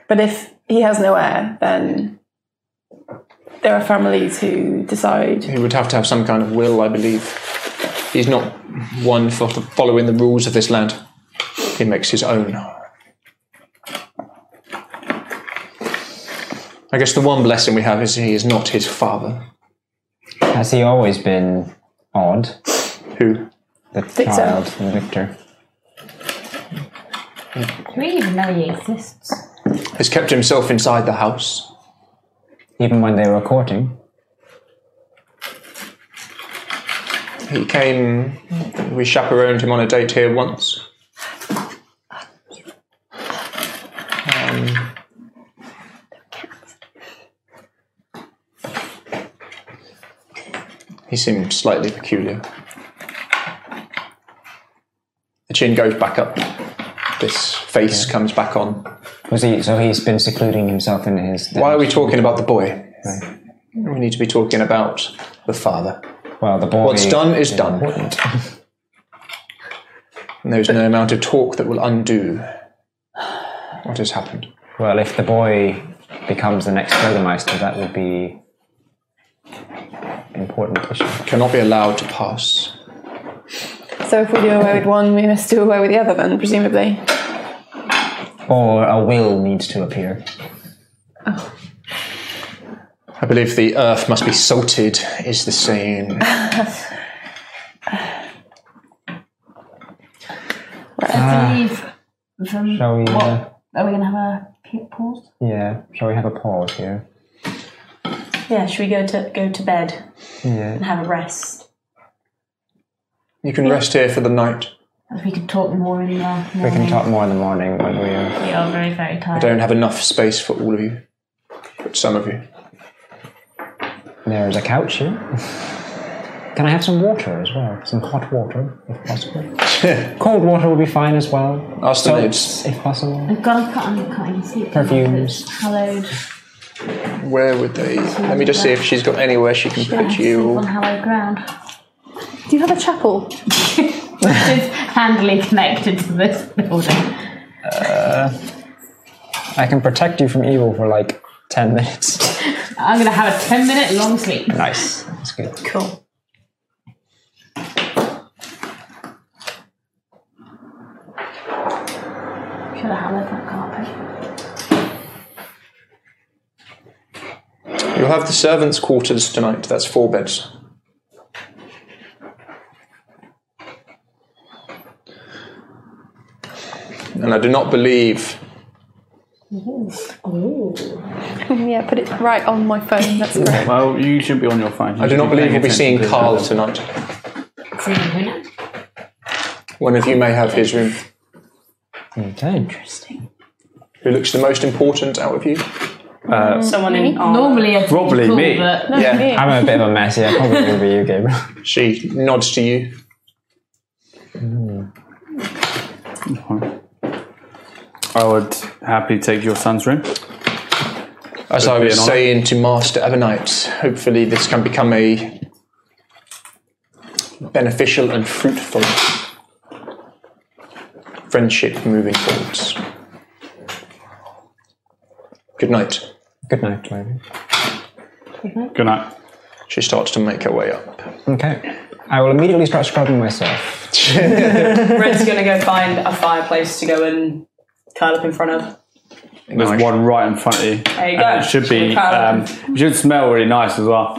[SPEAKER 6] But if he has no heir, then there are families who decide
[SPEAKER 1] He would have to have some kind of will, I believe. He's not one for for following the rules of this land. He makes his own. I guess the one blessing we have is he is not his father.
[SPEAKER 5] Has he always been odd?
[SPEAKER 1] Who?
[SPEAKER 5] The
[SPEAKER 6] so.
[SPEAKER 5] child, the victor.
[SPEAKER 7] Do we even know he exists?
[SPEAKER 1] Has kept himself inside the house.
[SPEAKER 5] Even when they were courting.
[SPEAKER 1] He came. We chaperoned him on a date here once. Um, he seemed slightly peculiar. chin goes back up. This face comes back on.
[SPEAKER 5] Was he, so he's been secluding himself in his.
[SPEAKER 1] Why are we talking about the boy? We need to be talking about the father.
[SPEAKER 5] Well, the boy.
[SPEAKER 1] What's done is done. And there's no amount of talk that will undo what has happened.
[SPEAKER 5] Well, if the boy becomes the next Burgermeister, that would be important issue.
[SPEAKER 1] Cannot be allowed to pass.
[SPEAKER 6] So if we do away with one, we must do away with the other then, presumably.
[SPEAKER 5] Or a will needs to appear.
[SPEAKER 1] I believe the earth must be salted, is the saying.
[SPEAKER 7] Let's leave from.
[SPEAKER 5] Ah. Shall we? Uh,
[SPEAKER 7] Are we going to have a pe- pause?
[SPEAKER 5] yeah. Shall we have a pause here?
[SPEAKER 4] Yeah, should we go to go to bed
[SPEAKER 5] Yeah.
[SPEAKER 4] and have a rest?
[SPEAKER 1] You can rest here for the night.
[SPEAKER 7] We could talk more in the morning.
[SPEAKER 5] We can talk more in the morning when we are.
[SPEAKER 7] We are very, very
[SPEAKER 1] I
[SPEAKER 7] tired.
[SPEAKER 1] don't have enough space for all of you, but some of you.
[SPEAKER 5] There's a couch here. Can I have some water as well? Some hot water, if possible. Cold water would be fine as well.
[SPEAKER 1] Ask the
[SPEAKER 5] Soaps,
[SPEAKER 1] maids.
[SPEAKER 5] if possible.
[SPEAKER 7] I've got, I can't, I can't even sleep.
[SPEAKER 5] Perfumes.
[SPEAKER 7] It's Hallowed.
[SPEAKER 1] Where would they? Let me just see if she's got anywhere she can
[SPEAKER 7] Yeah,
[SPEAKER 1] put
[SPEAKER 7] sleep
[SPEAKER 1] you.
[SPEAKER 7] on hallowed ground.
[SPEAKER 6] Do you have a chapel?
[SPEAKER 7] Which is handily connected to this building.
[SPEAKER 5] I can protect you from evil for like 10 minutes.
[SPEAKER 7] I'm going to have a 10 minute long sleep.
[SPEAKER 5] nice. That's good.
[SPEAKER 4] Cool.
[SPEAKER 7] Should I have that carpet?
[SPEAKER 1] You'll have the servants' quarters tonight. That's four beds. And I do not believe
[SPEAKER 6] Mm, yeah, put it right on my phone. That's great.
[SPEAKER 2] Well, you should be on your phone.
[SPEAKER 1] I do not believe we'll be seeing Carl tonight. One of you may have his room.
[SPEAKER 5] Okay.
[SPEAKER 1] Who looks the most important out of you?
[SPEAKER 4] Someone in armor.
[SPEAKER 7] Normally, I'd
[SPEAKER 2] Probably
[SPEAKER 7] cool,
[SPEAKER 2] me.
[SPEAKER 7] But
[SPEAKER 1] Yeah.
[SPEAKER 5] I'm a bit of a mess here. Probably going to be you, Gabriel.
[SPEAKER 1] She nods to you.
[SPEAKER 2] I would happily take your son's room.
[SPEAKER 1] As I
[SPEAKER 2] be
[SPEAKER 1] was
[SPEAKER 2] an honour.
[SPEAKER 1] saying to Master Ebonite, hopefully this can become a beneficial and fruitful friendship moving forwards. Good night.
[SPEAKER 5] Good night, lady.
[SPEAKER 2] Good night.
[SPEAKER 1] She starts to make her way up.
[SPEAKER 5] Okay. I will immediately start scrubbing myself.
[SPEAKER 4] Red's gonna go find a fireplace to go and curl up in front of.
[SPEAKER 2] There's one right in front of you.
[SPEAKER 4] you
[SPEAKER 2] And
[SPEAKER 4] go.
[SPEAKER 2] It should
[SPEAKER 4] Should Mm.
[SPEAKER 2] be.
[SPEAKER 4] we pile
[SPEAKER 2] Um, it should smell really nice as well.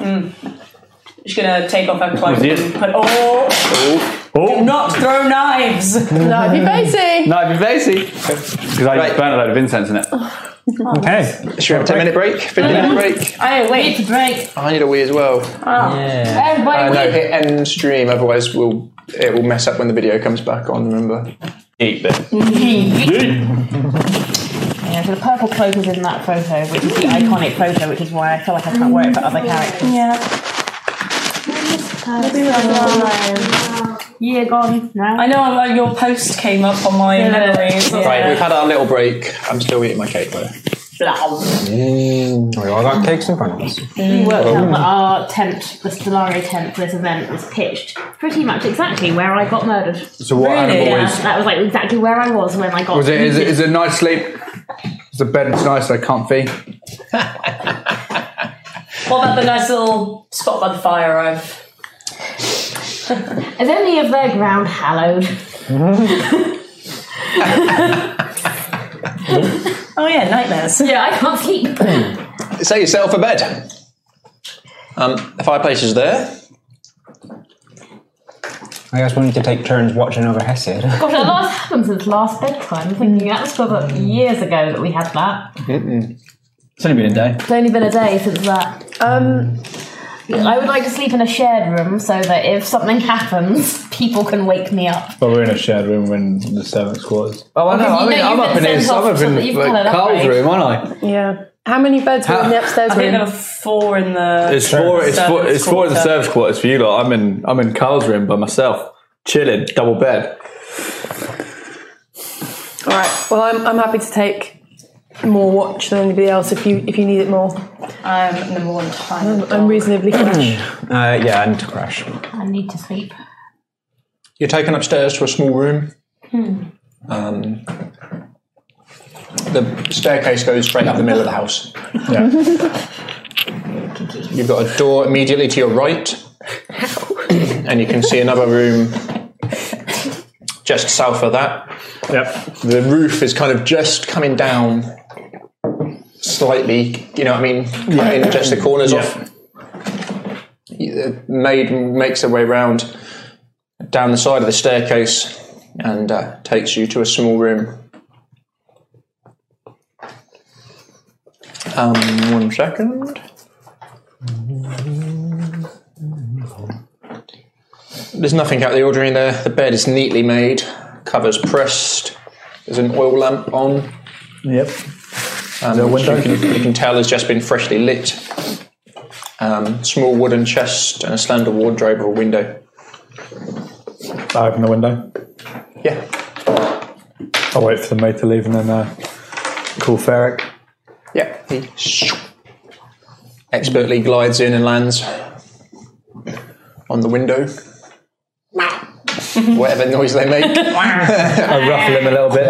[SPEAKER 4] She's gonna take off her clothes
[SPEAKER 2] Was it-
[SPEAKER 4] and put. Oh,
[SPEAKER 2] Oh,
[SPEAKER 4] not throw knives.
[SPEAKER 6] That'd be basic.
[SPEAKER 2] no, it'd be basic. Because I
[SPEAKER 1] Right.
[SPEAKER 2] burnt a load of incense in it.
[SPEAKER 5] Okay.
[SPEAKER 1] Should we have a 10 minute break? 15 minute break?
[SPEAKER 4] I wait.
[SPEAKER 7] it's break.
[SPEAKER 5] Uh,
[SPEAKER 1] I need a wee as well.
[SPEAKER 5] Yeah.
[SPEAKER 1] Uh,
[SPEAKER 7] Everybody,
[SPEAKER 1] no, hit end stream, otherwise we'll, it will mess up when the video comes back on, remember?
[SPEAKER 2] Eat this.
[SPEAKER 7] Yeah, so the purple cloak is in that photo, which is the iconic photo, which is why I feel like I can't wear it for other characters.
[SPEAKER 4] Yeah.
[SPEAKER 7] Yeah, gone now.
[SPEAKER 4] I know uh, your post came up on my memories.
[SPEAKER 1] Right,
[SPEAKER 4] Yeah.
[SPEAKER 1] we've had our little break. I'm still eating my cake though.
[SPEAKER 4] Blah.
[SPEAKER 5] We all Oh, got cakes in front of us.
[SPEAKER 7] We worked out that our tent, the Stellario tent for this event, was pitched pretty much exactly where I got murdered.
[SPEAKER 2] So what
[SPEAKER 4] Really?
[SPEAKER 2] animal
[SPEAKER 7] Yeah,
[SPEAKER 2] is?
[SPEAKER 7] that was like exactly where I was when I got.
[SPEAKER 2] Was it? Is it? Is it nice sleep? Is the bed nice? I comfy.
[SPEAKER 4] What about the nice little spot by the fire? I've.
[SPEAKER 7] Is any of their ground hallowed?
[SPEAKER 4] Oh yeah, nightmares.
[SPEAKER 7] Yeah, I can't sleep.
[SPEAKER 1] Set yourself a bed. Um, the fireplace is there.
[SPEAKER 5] I guess we need to take turns watching over Hesiod.
[SPEAKER 7] Gosh, a lot's happened since last bedtime. I'm thinking that was probably years ago that we had that.
[SPEAKER 2] It's only been a day.
[SPEAKER 7] It's only been a day since that.
[SPEAKER 6] Um,
[SPEAKER 7] I would like to sleep in a shared room so that if something happens, people can wake me up.
[SPEAKER 11] But we're in a shared room when the servants' quarters.
[SPEAKER 2] Oh, I know.
[SPEAKER 7] Because
[SPEAKER 2] I
[SPEAKER 7] you
[SPEAKER 2] mean,
[SPEAKER 7] know
[SPEAKER 2] I'm
[SPEAKER 7] you've
[SPEAKER 2] up
[SPEAKER 7] been
[SPEAKER 2] in his.
[SPEAKER 7] sent off
[SPEAKER 2] I'm up
[SPEAKER 7] for
[SPEAKER 2] in
[SPEAKER 7] something, you've had
[SPEAKER 2] like,
[SPEAKER 7] an
[SPEAKER 2] Carl's
[SPEAKER 7] upgrade.
[SPEAKER 2] room, aren't I?
[SPEAKER 6] yeah. How many beds were in the upstairs
[SPEAKER 4] I think there
[SPEAKER 6] room?
[SPEAKER 4] were four in the.
[SPEAKER 11] It's four. It's four. It's four in the
[SPEAKER 4] service
[SPEAKER 11] service quarters for you lot. I'm in. I'm in Carl's room by myself, chilling, double bed.
[SPEAKER 6] All right. Well, I'm, I'm happy to take more watch than anybody else if you if you need it more.
[SPEAKER 4] I'm number one to find.
[SPEAKER 6] Oh, I'm, I'm reasonably fresh.
[SPEAKER 5] Uh, yeah, I need to crash.
[SPEAKER 3] I need to sleep.
[SPEAKER 1] You're taken upstairs to a small room. Um, the staircase goes straight up the middle of the house. You've got a door immediately to your right, and you can see another room just south of that.
[SPEAKER 11] Yep.
[SPEAKER 1] The roof is kind of just coming down slightly, you know what I mean? Cutting just the corners off. The maid makes her way round down the side of the staircase and uh, takes you to a small room. Um, one second. There's nothing out of the ordinary in there. The bed is neatly made, covers pressed. There's an oil lamp on,
[SPEAKER 11] Yep.
[SPEAKER 1] um, which you can, you can tell has just been freshly lit. Um, small wooden chest and a slender wardrobe with a window.
[SPEAKER 11] I open the window.
[SPEAKER 1] Yeah,
[SPEAKER 11] I'll wait for the maid to leave and then uh, call Ferric.
[SPEAKER 1] yeah. He shoo, expertly glides in and lands on the window. Whatever noise they make.
[SPEAKER 11] I ruffle him a little bit.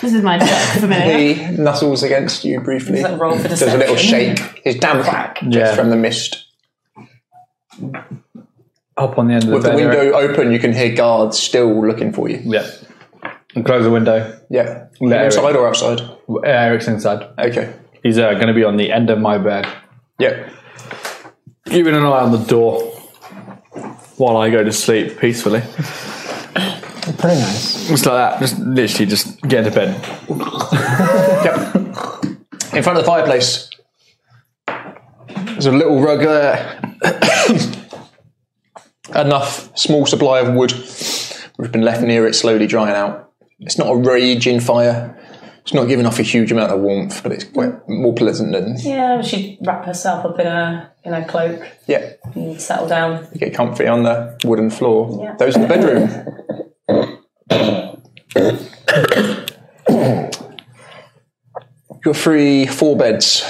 [SPEAKER 3] This is my job for a minute.
[SPEAKER 1] He nuzzles against you briefly.
[SPEAKER 4] Does that roll for
[SPEAKER 1] Does a little
[SPEAKER 4] deception?
[SPEAKER 1] shake. His damn back just
[SPEAKER 11] Yeah.
[SPEAKER 1] from the mist.
[SPEAKER 2] Up on the end of the
[SPEAKER 1] With the
[SPEAKER 2] bed. Eric.
[SPEAKER 1] window open, you can hear guards still looking for you.
[SPEAKER 2] Yeah. And close the window.
[SPEAKER 1] Yeah.
[SPEAKER 2] Larry.
[SPEAKER 1] Inside or outside?
[SPEAKER 2] Eric's inside.
[SPEAKER 1] Okay.
[SPEAKER 2] He's uh, going to be on the end of my bed.
[SPEAKER 1] Yeah.
[SPEAKER 2] Keeping an eye on the door while I go to sleep peacefully.
[SPEAKER 5] Pretty nice.
[SPEAKER 2] Just like that. Just literally just get into bed.
[SPEAKER 1] Yep. In front of the fireplace. There's a little rug there. Enough small supply of wood which has been left near it, slowly drying out. It's not a raging fire. It's not giving off a huge amount of warmth, but it's quite more pleasant than.
[SPEAKER 4] Yeah, she'd wrap herself up in a in a cloak
[SPEAKER 1] Yeah.
[SPEAKER 4] and settle down.
[SPEAKER 1] You get comfy on the wooden floor.
[SPEAKER 4] Yeah.
[SPEAKER 1] Those in the bedroom. You're free four beds.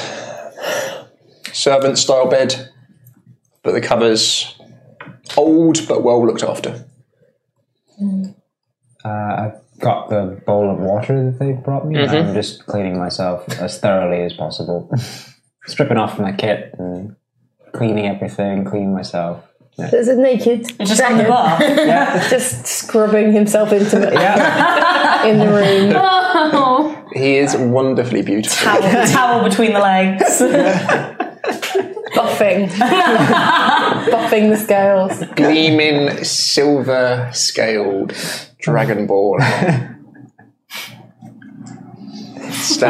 [SPEAKER 1] Servant style bed, but the covers old but well looked after.
[SPEAKER 5] Uh, I've got the bowl of water that they brought me. I'm just cleaning myself as thoroughly as possible. Stripping off my kit and cleaning everything, cleaning myself.
[SPEAKER 12] Is it naked?
[SPEAKER 4] Just on the bar.
[SPEAKER 6] Just scrubbing himself intimately in the room.
[SPEAKER 1] He is wonderfully beautiful.
[SPEAKER 4] towel, towel between the legs.
[SPEAKER 6] buffing, buffing the scales.
[SPEAKER 1] Gleaming silver scaled dragon ball.
[SPEAKER 5] I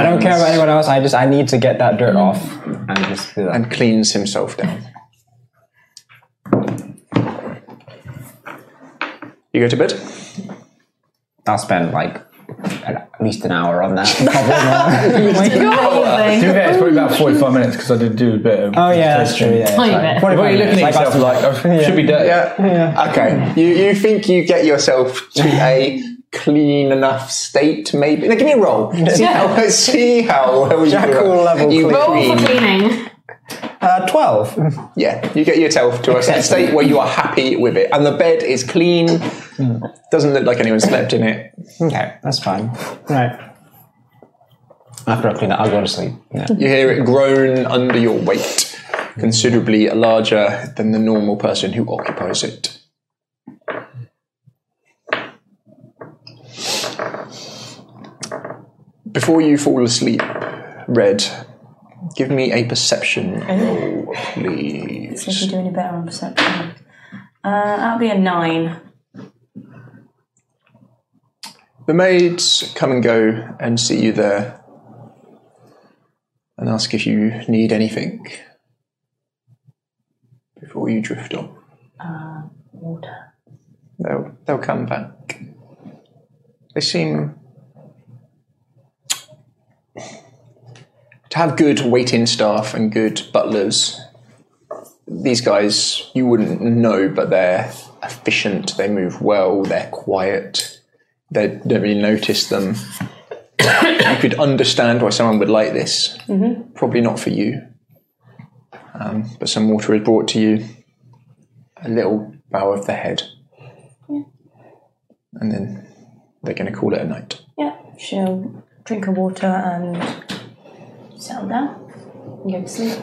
[SPEAKER 5] don't care about anyone else. I just I need to get that dirt off and just do that.
[SPEAKER 1] and cleans himself down. You go to bed?
[SPEAKER 5] I'll spend like at least an hour on that. Probably more.
[SPEAKER 11] To be fair, it's probably about 45 minutes because I did do a bit of.
[SPEAKER 5] oh yeah, that's true. Yeah,
[SPEAKER 3] Tiny bit.
[SPEAKER 5] What
[SPEAKER 11] What are you looking at yourself like? I should be dirty.
[SPEAKER 1] Yeah. Okay. You you think you get yourself to a clean enough state, maybe? Now give me a roll. See how see how well you
[SPEAKER 5] Jackal
[SPEAKER 1] roll.
[SPEAKER 5] level
[SPEAKER 1] you
[SPEAKER 5] clean.
[SPEAKER 3] All for
[SPEAKER 1] clean.
[SPEAKER 3] cleaning.
[SPEAKER 5] Uh, Twelve.
[SPEAKER 1] Yeah. You get yourself to a state where you are happy with it, and the bed is clean.
[SPEAKER 5] Hmm.
[SPEAKER 1] Doesn't look like anyone slept in it.
[SPEAKER 5] Okay, that's fine. Right. After I clean that, I'll go to sleep. Yeah.
[SPEAKER 1] You hear it groan under your weight, considerably larger than the normal person who occupies it. Before you fall asleep, Red, give me a perception roll, please.
[SPEAKER 4] See if you do any better on perception. Uh, that'll be a nine.
[SPEAKER 1] The maids come and go and see you there and ask if you need anything before you drift on.
[SPEAKER 4] Water.
[SPEAKER 1] They'll they'll come back. They seem to have good waiting staff and good butlers these guys you wouldn't know, but they're efficient. They move well. They're quiet. They don't really notice them. you could understand why someone would like this.
[SPEAKER 4] Mhm.
[SPEAKER 1] Probably not for you. Um, but some water is brought to you. A little bow of the head. And then they're going to call it a night.
[SPEAKER 4] Yeah, she'll drink her water and settle down and go to sleep.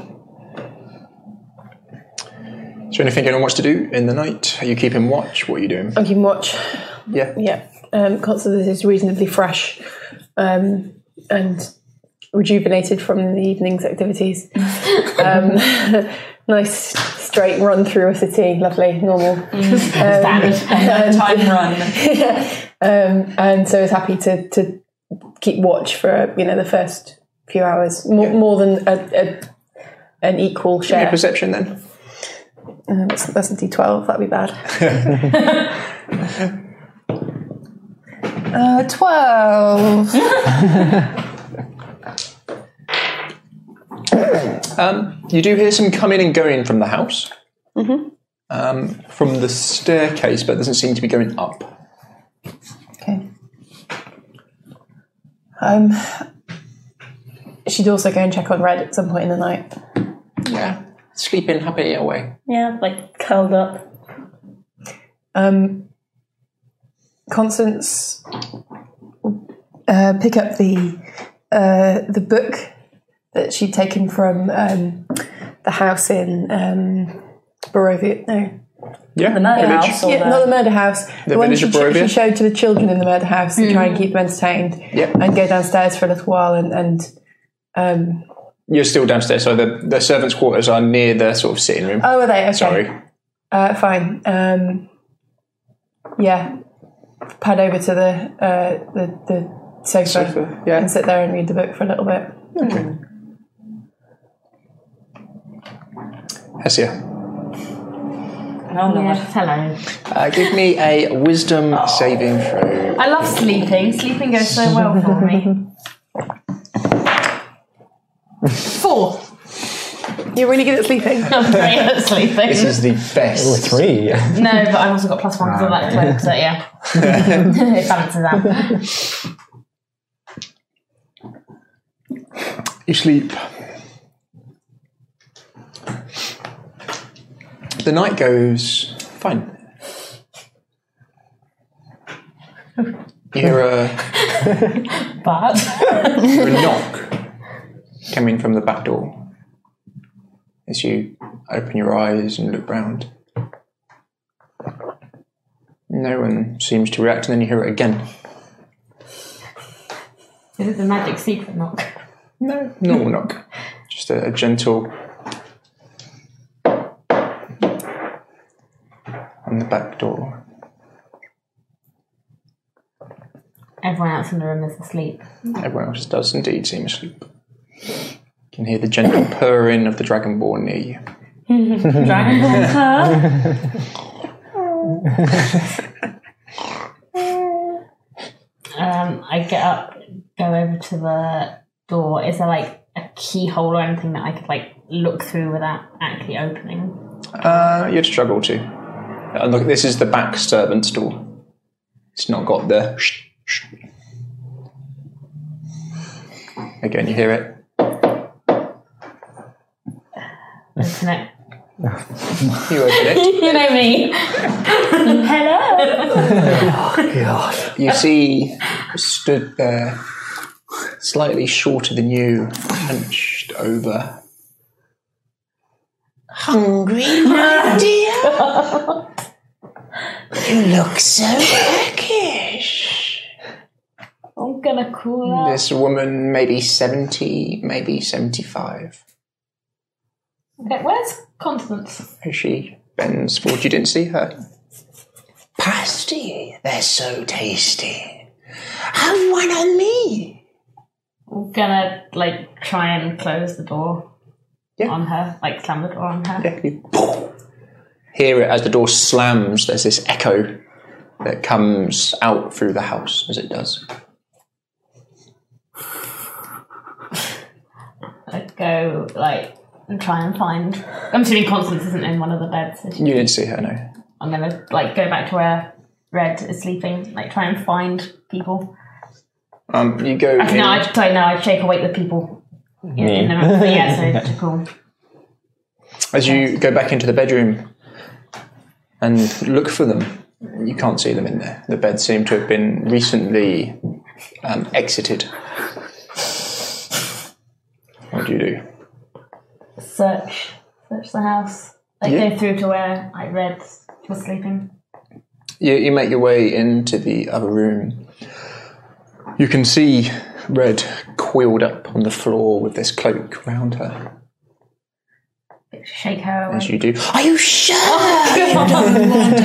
[SPEAKER 1] Is there anything anyone wants to do in the night? Are you keeping watch? What are you doing?
[SPEAKER 6] I can watch.
[SPEAKER 1] Um, Yeah.
[SPEAKER 6] Yeah. Um, Constance is reasonably fresh um, and rejuvenated from the evening's activities. um, nice straight run through a city. Lovely, normal.
[SPEAKER 4] Standard. Time run.
[SPEAKER 6] um, and so is happy to, to keep watch for you know the first few hours more, more than a, a, an equal
[SPEAKER 1] Give me
[SPEAKER 6] share.
[SPEAKER 1] a perception then.
[SPEAKER 6] Um, that's, that's a D12. That'd be bad. uh, Twelve.
[SPEAKER 1] Um, you do hear some coming and going from the house, um, from the staircase, but it doesn't seem to be going up.
[SPEAKER 6] Okay. Um, she'd also go and check on Red at some point in the night.
[SPEAKER 1] Yeah, sleeping happily away.
[SPEAKER 4] Yeah, like curled up.
[SPEAKER 6] Um, Constance, uh, pick up the uh, the book that she'd taken from um, the house in um, Barovia. No,
[SPEAKER 1] Yeah,
[SPEAKER 4] The murder
[SPEAKER 1] village.
[SPEAKER 4] house. Or
[SPEAKER 6] yeah,
[SPEAKER 4] the-
[SPEAKER 6] not the murder house.
[SPEAKER 1] The
[SPEAKER 6] one
[SPEAKER 1] village
[SPEAKER 6] she,
[SPEAKER 1] of
[SPEAKER 6] sh-
[SPEAKER 1] Barovia? Hmm.
[SPEAKER 6] she showed to the children in the murder house to try and keep them entertained.
[SPEAKER 1] Yep.
[SPEAKER 6] And go downstairs for a little while and, and um,
[SPEAKER 1] You're still downstairs, so the, the servants' quarters are near the sort of sitting room.
[SPEAKER 6] oh, are they? Okay.
[SPEAKER 1] Sorry.
[SPEAKER 6] Uh, fine. Um, yeah, pad over to the uh, the, the sofa,
[SPEAKER 1] Sofa, yeah.
[SPEAKER 6] and sit there and read the book for a little bit.
[SPEAKER 1] Hesia.
[SPEAKER 4] Oh, no.
[SPEAKER 7] Yeah, hello.
[SPEAKER 1] Uh, give me a wisdom saving throw.
[SPEAKER 7] I love sleeping. Sleeping goes so well for me. Four.
[SPEAKER 6] You're really good at sleeping.
[SPEAKER 7] I'm great at
[SPEAKER 1] This
[SPEAKER 7] sleeping.
[SPEAKER 1] is the
[SPEAKER 5] Or
[SPEAKER 1] best.
[SPEAKER 5] three.
[SPEAKER 7] No, but I've also got plus one for that cloak, so yeah. it balances out.
[SPEAKER 1] You sleep. The night goes fine. You hear a
[SPEAKER 7] But
[SPEAKER 1] a knock coming from the back door as you open your eyes and look round. No one seems to react, and then you hear it again.
[SPEAKER 7] is it the magic secret knock?
[SPEAKER 1] No, normal knock. Just a, a gentle on the back door.
[SPEAKER 7] Everyone else in the room is asleep.
[SPEAKER 1] Everyone else does indeed seem asleep. You can hear the gentle purring of the dragonborn near you.
[SPEAKER 4] Dragon Ball Her.
[SPEAKER 7] Um, I get up, go over to the door. Is there like a keyhole or anything that I could like look through without actually opening?
[SPEAKER 1] Uh, you'd struggle to. And look, this is the back servant's door. It's not got the. Sh- sh- Again, you hear it.
[SPEAKER 7] Open it.
[SPEAKER 1] You open it.
[SPEAKER 7] You know me. Hello.
[SPEAKER 1] You see, stood there, slightly shorter than you, hunched over. Hungry, my dear? you look so peckish.
[SPEAKER 7] I'm gonna call out.
[SPEAKER 1] This woman, maybe 70, maybe 75.
[SPEAKER 7] Okay, where's Constance?
[SPEAKER 1] as she bends forward. You didn't see her. Pasty, they're so tasty. Have one on me.
[SPEAKER 7] I'm gonna like try and close the door
[SPEAKER 1] Yeah.
[SPEAKER 7] on her, like slam the door on her.
[SPEAKER 1] Hear it as the door slams. There's this echo that comes out through the house as it does.
[SPEAKER 7] I'd go like and try and find. I'm assuming Constance isn't in one of the beds. so she-
[SPEAKER 1] You didn't see her, no.
[SPEAKER 7] I'm gonna like go back to where Red is sleeping, like try and find people.
[SPEAKER 1] Um, you go.
[SPEAKER 7] Actually, no,
[SPEAKER 1] in-
[SPEAKER 7] I sorry, no, I shake awake the people. In, in the room. But yeah, so cool.
[SPEAKER 1] As you go back into the bedroom and look for them, you can't see them in there. The beds seem to have been recently um, exited. What do you do?
[SPEAKER 7] Search, search the house. Like
[SPEAKER 1] Yeah.
[SPEAKER 7] go through to where like Red was sleeping.
[SPEAKER 1] you, you make your way into the other room. You can see Red coiled up on the floor with this cloak round her.
[SPEAKER 7] Shake her
[SPEAKER 1] As
[SPEAKER 7] awake.
[SPEAKER 1] you do, are you sure?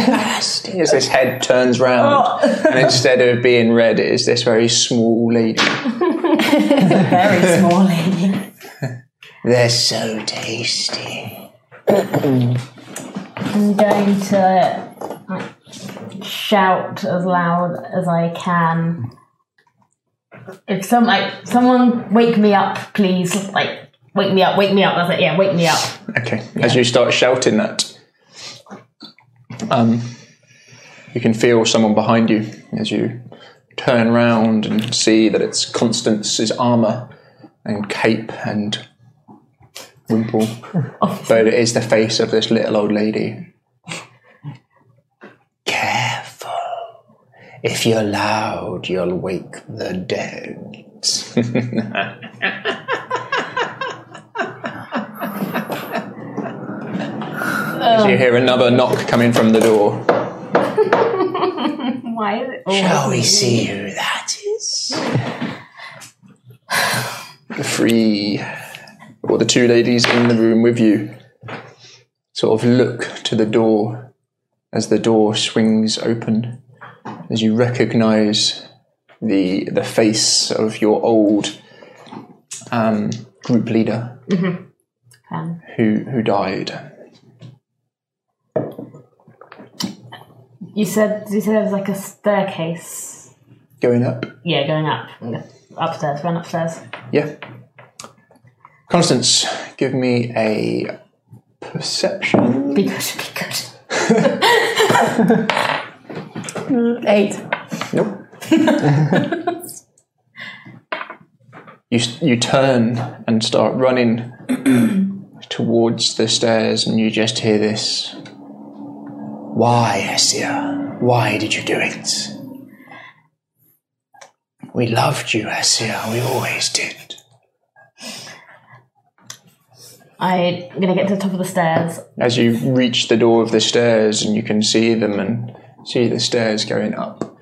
[SPEAKER 1] As this head turns round, and instead of being red, it is this very small lady.
[SPEAKER 4] Very small lady.
[SPEAKER 1] They're so tasty.
[SPEAKER 7] I'm going to like, shout as loud as I can. If some like someone wake me up, please, like wake me up, wake me up. That's it. Yeah, wake me up.
[SPEAKER 1] Okay. As you start shouting that, um, you can feel someone behind you as you turn round and see that it's Constance's armour and cape and wimple, but it is the face of this little old lady. Careful. If you're loud, you'll wake the dead. As you hear another knock coming from the door.
[SPEAKER 7] Why is it?
[SPEAKER 1] Shall we see who that is? the three, or the two ladies in the room with you, sort of look to the door as the door swings open, as you recognise the the face of your old um, group leader
[SPEAKER 7] Um,
[SPEAKER 1] who who died.
[SPEAKER 7] you said you said there was like a staircase.
[SPEAKER 1] Going up,
[SPEAKER 7] Yeah, going up, upstairs, run upstairs.
[SPEAKER 1] yeah. Constance, give me a perception.
[SPEAKER 7] Be good, be good.
[SPEAKER 6] Mm, Eight.
[SPEAKER 1] Nope. you you turn and start running towards the stairs, and you just hear this. Why, Hesia? Why did you do it? We loved you, Hesia. We always did.
[SPEAKER 7] I'm gonna get to the top of the stairs.
[SPEAKER 1] As you reach the door of the stairs, and you can see them, and see the stairs going up,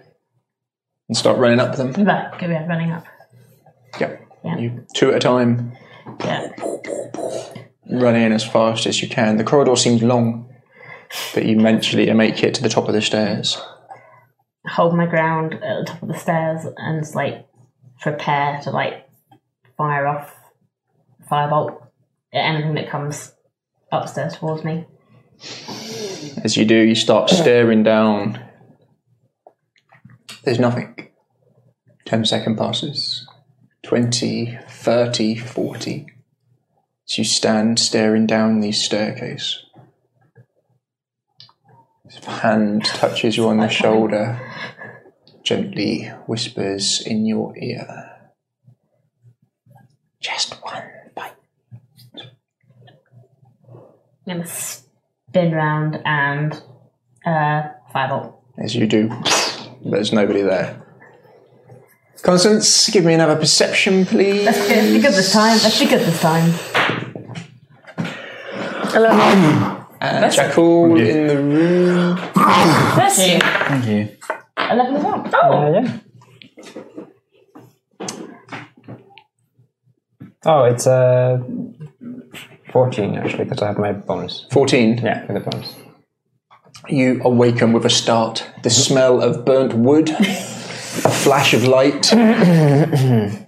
[SPEAKER 1] and start running up them.
[SPEAKER 7] Right, go yeah, running up.
[SPEAKER 1] Yep.
[SPEAKER 7] Yeah.
[SPEAKER 1] You two at a time.
[SPEAKER 7] Yeah.
[SPEAKER 1] run in as fast as you can. The corridor seems long, but you eventually make it to the top of the stairs.
[SPEAKER 7] hold my ground at the top of the stairs and just, like prepare to like fire off firebolt at anything that comes upstairs towards me.
[SPEAKER 1] As you do, you start staring down. There's nothing. 10 second passes. 20, 30, 40. As you stand staring down the staircase. His hand touches you on the shoulder, gently whispers in your ear. Just one bite.
[SPEAKER 7] I'm gonna spin round and uh, firebolt.
[SPEAKER 1] As you do, there's nobody there. Constance, give me another perception, please.
[SPEAKER 7] Let's be good this time. Let's be good this time.
[SPEAKER 1] And Uh, Jackal in the room.
[SPEAKER 4] Bless you.
[SPEAKER 5] Thank you.
[SPEAKER 7] Eleven as well.
[SPEAKER 5] Uh, yeah. Oh, it's uh, 14 actually, because I have my bonus.
[SPEAKER 1] 14.
[SPEAKER 5] Yeah, with the bonus.
[SPEAKER 1] You awaken with a start. The smell of burnt wood, a flash of light.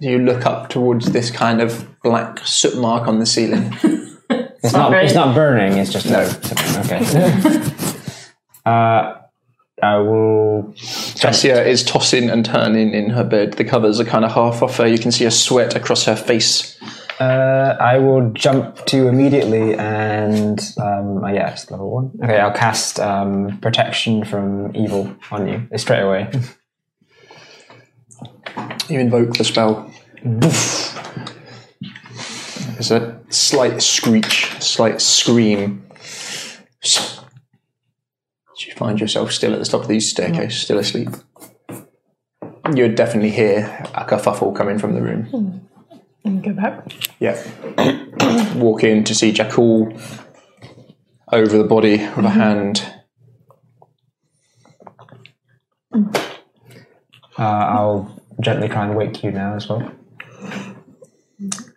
[SPEAKER 1] you look up towards this kind of black soot mark on the ceiling.
[SPEAKER 5] It's not,
[SPEAKER 7] very-
[SPEAKER 5] it's not burning, it's just. No. Okay. uh, I will.
[SPEAKER 1] Cassia is tossing and turning in her bed. The covers are kind of half off her. You can see a sweat across her face.
[SPEAKER 5] Uh, I will jump to immediately and um, uh, yeah, it's level one. Okay, I'll cast um, protection from evil on you uh, straight away.
[SPEAKER 1] You invoke the spell. Boof. There's a slight screech, slight scream. You find yourself still at the top of the staircase, still asleep. You would definitely hear a kerfuffle coming from the room.
[SPEAKER 6] And go back.
[SPEAKER 1] Yeah. Walk in to see Jackal over the body with a hand.
[SPEAKER 5] Uh, I'll gently try and wake you now as well.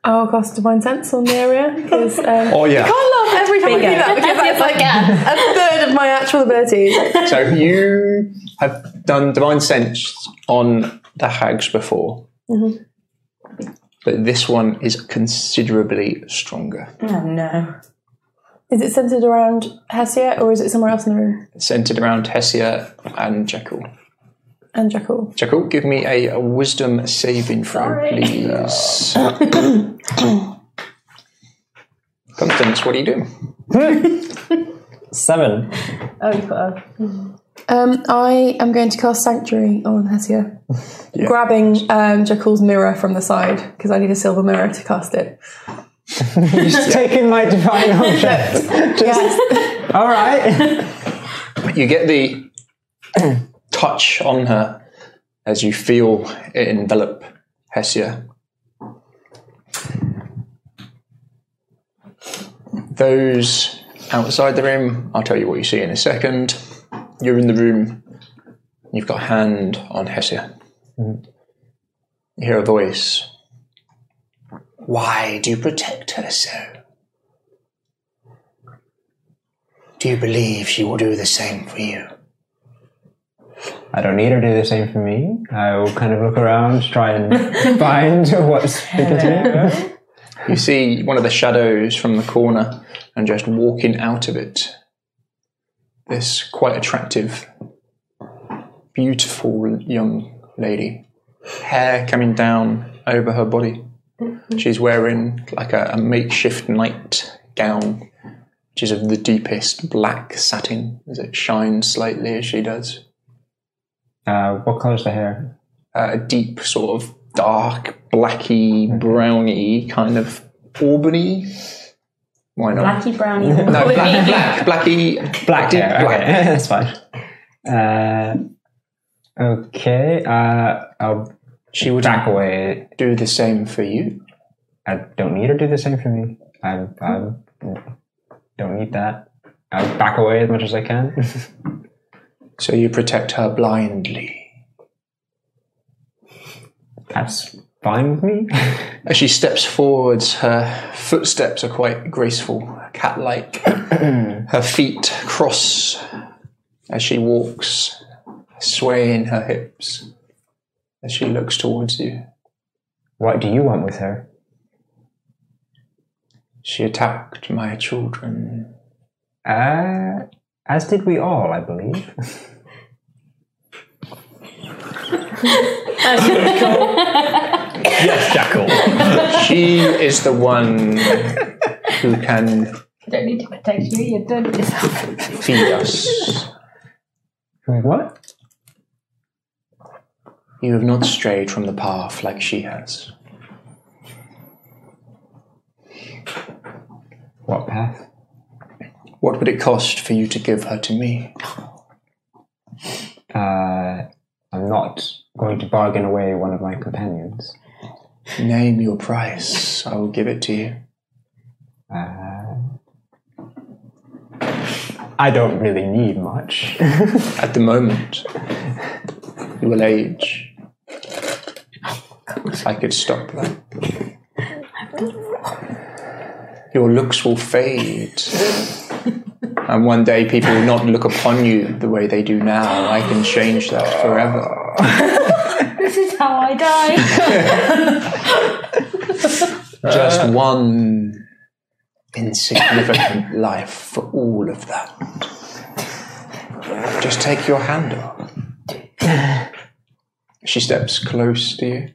[SPEAKER 6] I'll cast divine sense on the area because um,
[SPEAKER 1] Oh, yeah.
[SPEAKER 6] I can't laugh every time I do that because that's like a third of my actual abilities.
[SPEAKER 1] So you have done divine sense on the hags before,
[SPEAKER 4] Mhm.
[SPEAKER 1] but this one is considerably stronger.
[SPEAKER 4] Oh no.
[SPEAKER 6] Is it centered around Hessia or is it somewhere else in the room?
[SPEAKER 1] Centered around Hessia and Jekyll.
[SPEAKER 6] And Jackal.
[SPEAKER 1] Jekyll, give me a, a wisdom saving throw, please. Constance, what are you doing?
[SPEAKER 5] Seven.
[SPEAKER 6] Oh, you've got a. Um, I am going to cast Sanctuary on Hessia,
[SPEAKER 1] Yeah.
[SPEAKER 6] grabbing um, Jackal's mirror from the side because I need a silver mirror to cast it.
[SPEAKER 5] Just taking my divine object. All right.
[SPEAKER 1] You get the touch on her as you feel it envelop Hesia. Those outside the room, I'll tell you what you see in a second. You're in the room, you've got a hand on Hesia. You hear a voice. Why do you protect her so? Do you believe she will do the same for you?
[SPEAKER 5] I don't need her to do the same for me. I will kind of look around, try and find what's speaking to me.
[SPEAKER 1] You see one of the shadows from the corner and just walking out of it. This quite attractive, beautiful young lady. Hair coming down over her body. She's wearing like a, a makeshift night gown, which is of the deepest black satin as it shines slightly as she does.
[SPEAKER 5] Uh, what colour's the hair?
[SPEAKER 1] Uh, a deep, sort of dark, blacky, browny kind of Albany. Why not?
[SPEAKER 4] Blacky brownie.
[SPEAKER 1] No, black, black, blacky,
[SPEAKER 5] Black
[SPEAKER 1] deep
[SPEAKER 5] hair.
[SPEAKER 1] black.
[SPEAKER 5] Okay, that's fine. Uh, okay. Uh, I'll
[SPEAKER 1] She would
[SPEAKER 5] back away.
[SPEAKER 1] do the same for you.
[SPEAKER 5] I don't need her to do the same for me. I, I don't need that. I back away as much as I can.
[SPEAKER 1] So you protect her blindly.
[SPEAKER 5] That's fine with me.
[SPEAKER 1] As she steps forwards, her footsteps are quite graceful, cat like. her feet cross as she walks, swaying her hips as she looks towards you.
[SPEAKER 5] What do you want with her?
[SPEAKER 1] She attacked my children.
[SPEAKER 5] Uh, as did we all, I believe.
[SPEAKER 2] Jackal.
[SPEAKER 1] she is the one who can
[SPEAKER 7] I don't need to protect you. You're doing it yourself.
[SPEAKER 1] feed us.
[SPEAKER 5] What?
[SPEAKER 1] You have not strayed from the path like she has.
[SPEAKER 5] What path?
[SPEAKER 1] What would it cost for you to give her to me?
[SPEAKER 5] Uh, I'm not going to bargain away one of my companions.
[SPEAKER 1] Name your price. I will give it to you.
[SPEAKER 5] I don't really need much.
[SPEAKER 1] At the moment, you will age. I could stop that. Your looks will fade. And one day people will not look upon you the way they do now. I can change that forever.
[SPEAKER 7] This is how I die.
[SPEAKER 1] Just one insignificant life for all of that. Just take your hand off. She steps close to you.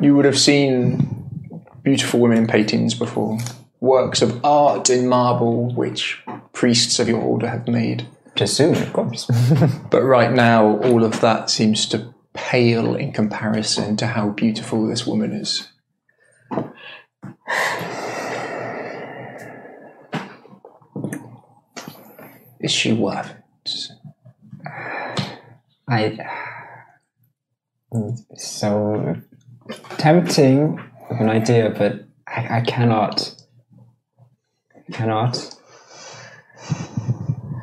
[SPEAKER 1] you would have seen beautiful women in paintings before, works of art in marble which priests of your order have made.
[SPEAKER 5] Just soon, of course.
[SPEAKER 1] But right now, all of that seems to pale in comparison to how beautiful this woman is. Is she worth it?
[SPEAKER 5] I. It's So tempting of an idea, but I, I cannot. Cannot.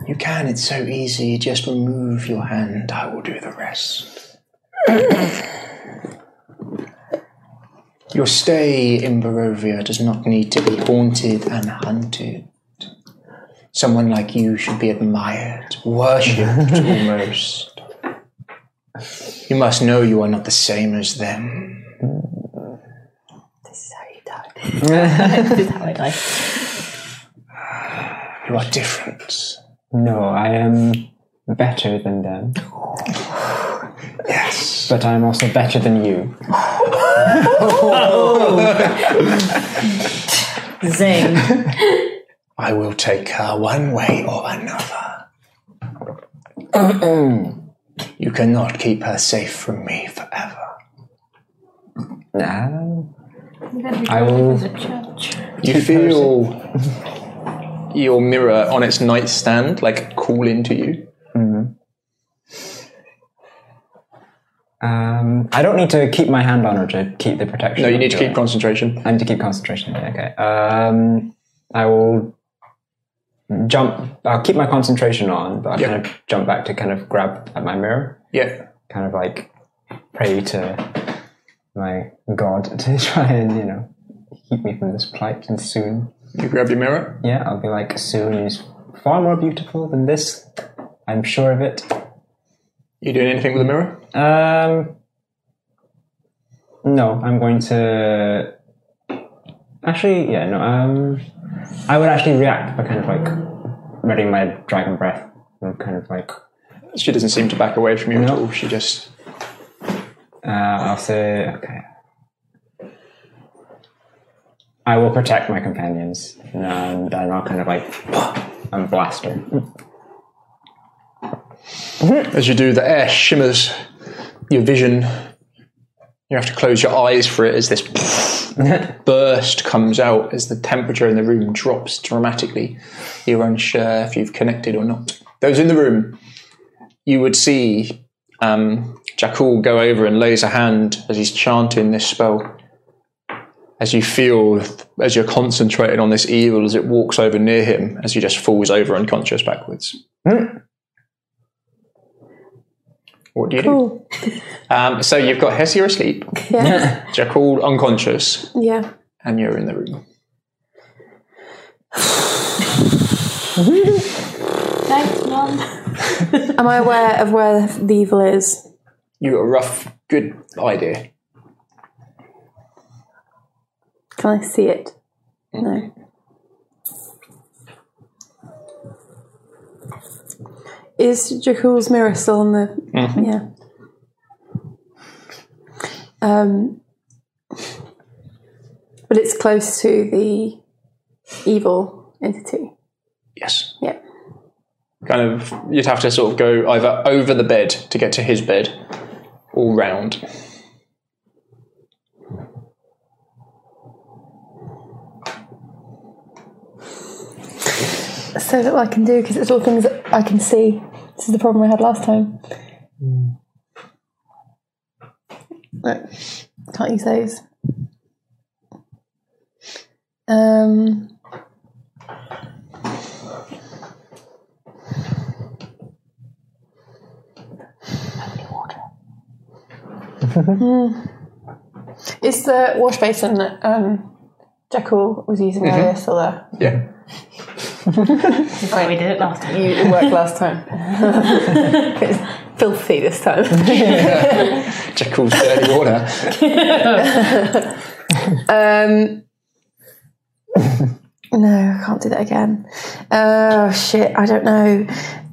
[SPEAKER 1] You can, it's so easy. Just remove your hand, I will do the rest. your stay in Barovia does not need to be haunted and hunted. Someone like you should be admired, worshipped almost. You must know you are not the same as them. You are different.
[SPEAKER 5] No, I am better than them.
[SPEAKER 1] Yes.
[SPEAKER 5] But I'm also better than you.
[SPEAKER 4] Zing.
[SPEAKER 1] I will take her one way or another. you cannot keep her safe from me forever.
[SPEAKER 5] No. I will.
[SPEAKER 1] You feel your mirror on its nightstand like call into you.
[SPEAKER 5] Um, I don't need to keep my hand on her to keep the protection.
[SPEAKER 1] No, you
[SPEAKER 5] on,
[SPEAKER 1] need to
[SPEAKER 5] do
[SPEAKER 1] keep
[SPEAKER 5] I?
[SPEAKER 1] concentration.
[SPEAKER 5] I need to keep concentration. Okay. Um, I will jump. I'll keep my concentration on, but I'll
[SPEAKER 1] Yep.
[SPEAKER 5] kind of jump back to kind of grab at my mirror,
[SPEAKER 1] Yeah.
[SPEAKER 5] kind of like pray to my god to try and you know keep me from this plight. And soon,
[SPEAKER 1] You grab your mirror.
[SPEAKER 5] yeah, I'll be like, soon is far more beautiful than this. I'm sure of it.
[SPEAKER 1] You doing anything with the mirror?
[SPEAKER 5] Um, no, I'm going to. Actually, yeah, no. Um, I would actually react by kind of like readying my dragon breath and kind of like
[SPEAKER 1] She doesn't seem to back away from you at
[SPEAKER 5] No.
[SPEAKER 1] all. She just
[SPEAKER 5] uh, I'll say okay. I will protect my companions, and then I'll kind of like and blast her.
[SPEAKER 1] as you do, the air shimmers your vision. You have to close your eyes for it as this burst comes out as the temperature in the room drops dramatically. You're unsure if you've connected or not. Those in the room, you would see um, Jakul go over and lays a hand as he's chanting this spell. As you feel, as you're concentrating on this evil, as it walks over near him, as he just falls over unconscious backwards. What do you do?
[SPEAKER 6] Cool.
[SPEAKER 1] Um, so you've got Hessia asleep,
[SPEAKER 6] Yeah.
[SPEAKER 1] Jakul unconscious,
[SPEAKER 6] yeah.
[SPEAKER 1] and you're in the room.
[SPEAKER 7] Thanks, Mum.
[SPEAKER 6] Am I aware of where the evil is?
[SPEAKER 1] You got a rough, good idea.
[SPEAKER 6] Can I see it? No. Is Jakul's mirror still on the? Yeah. Um, but it's close to the evil entity.
[SPEAKER 1] Yes.
[SPEAKER 6] Yeah.
[SPEAKER 1] Kind of, you'd have to sort of go either over the bed to get to his bed, or round.
[SPEAKER 6] so little I can do because it's all things that I can see. This is the problem I had last time. No, can't use those. Um, Is Hmm. the wash basin that um, Jekyll was using earlier still there?
[SPEAKER 1] Yeah.
[SPEAKER 7] Like we did it last time.
[SPEAKER 6] You worked last time. it's filthy this time.
[SPEAKER 1] Jakul's dirty water.
[SPEAKER 6] Um, no, I can't do that again. Oh shit! I don't know.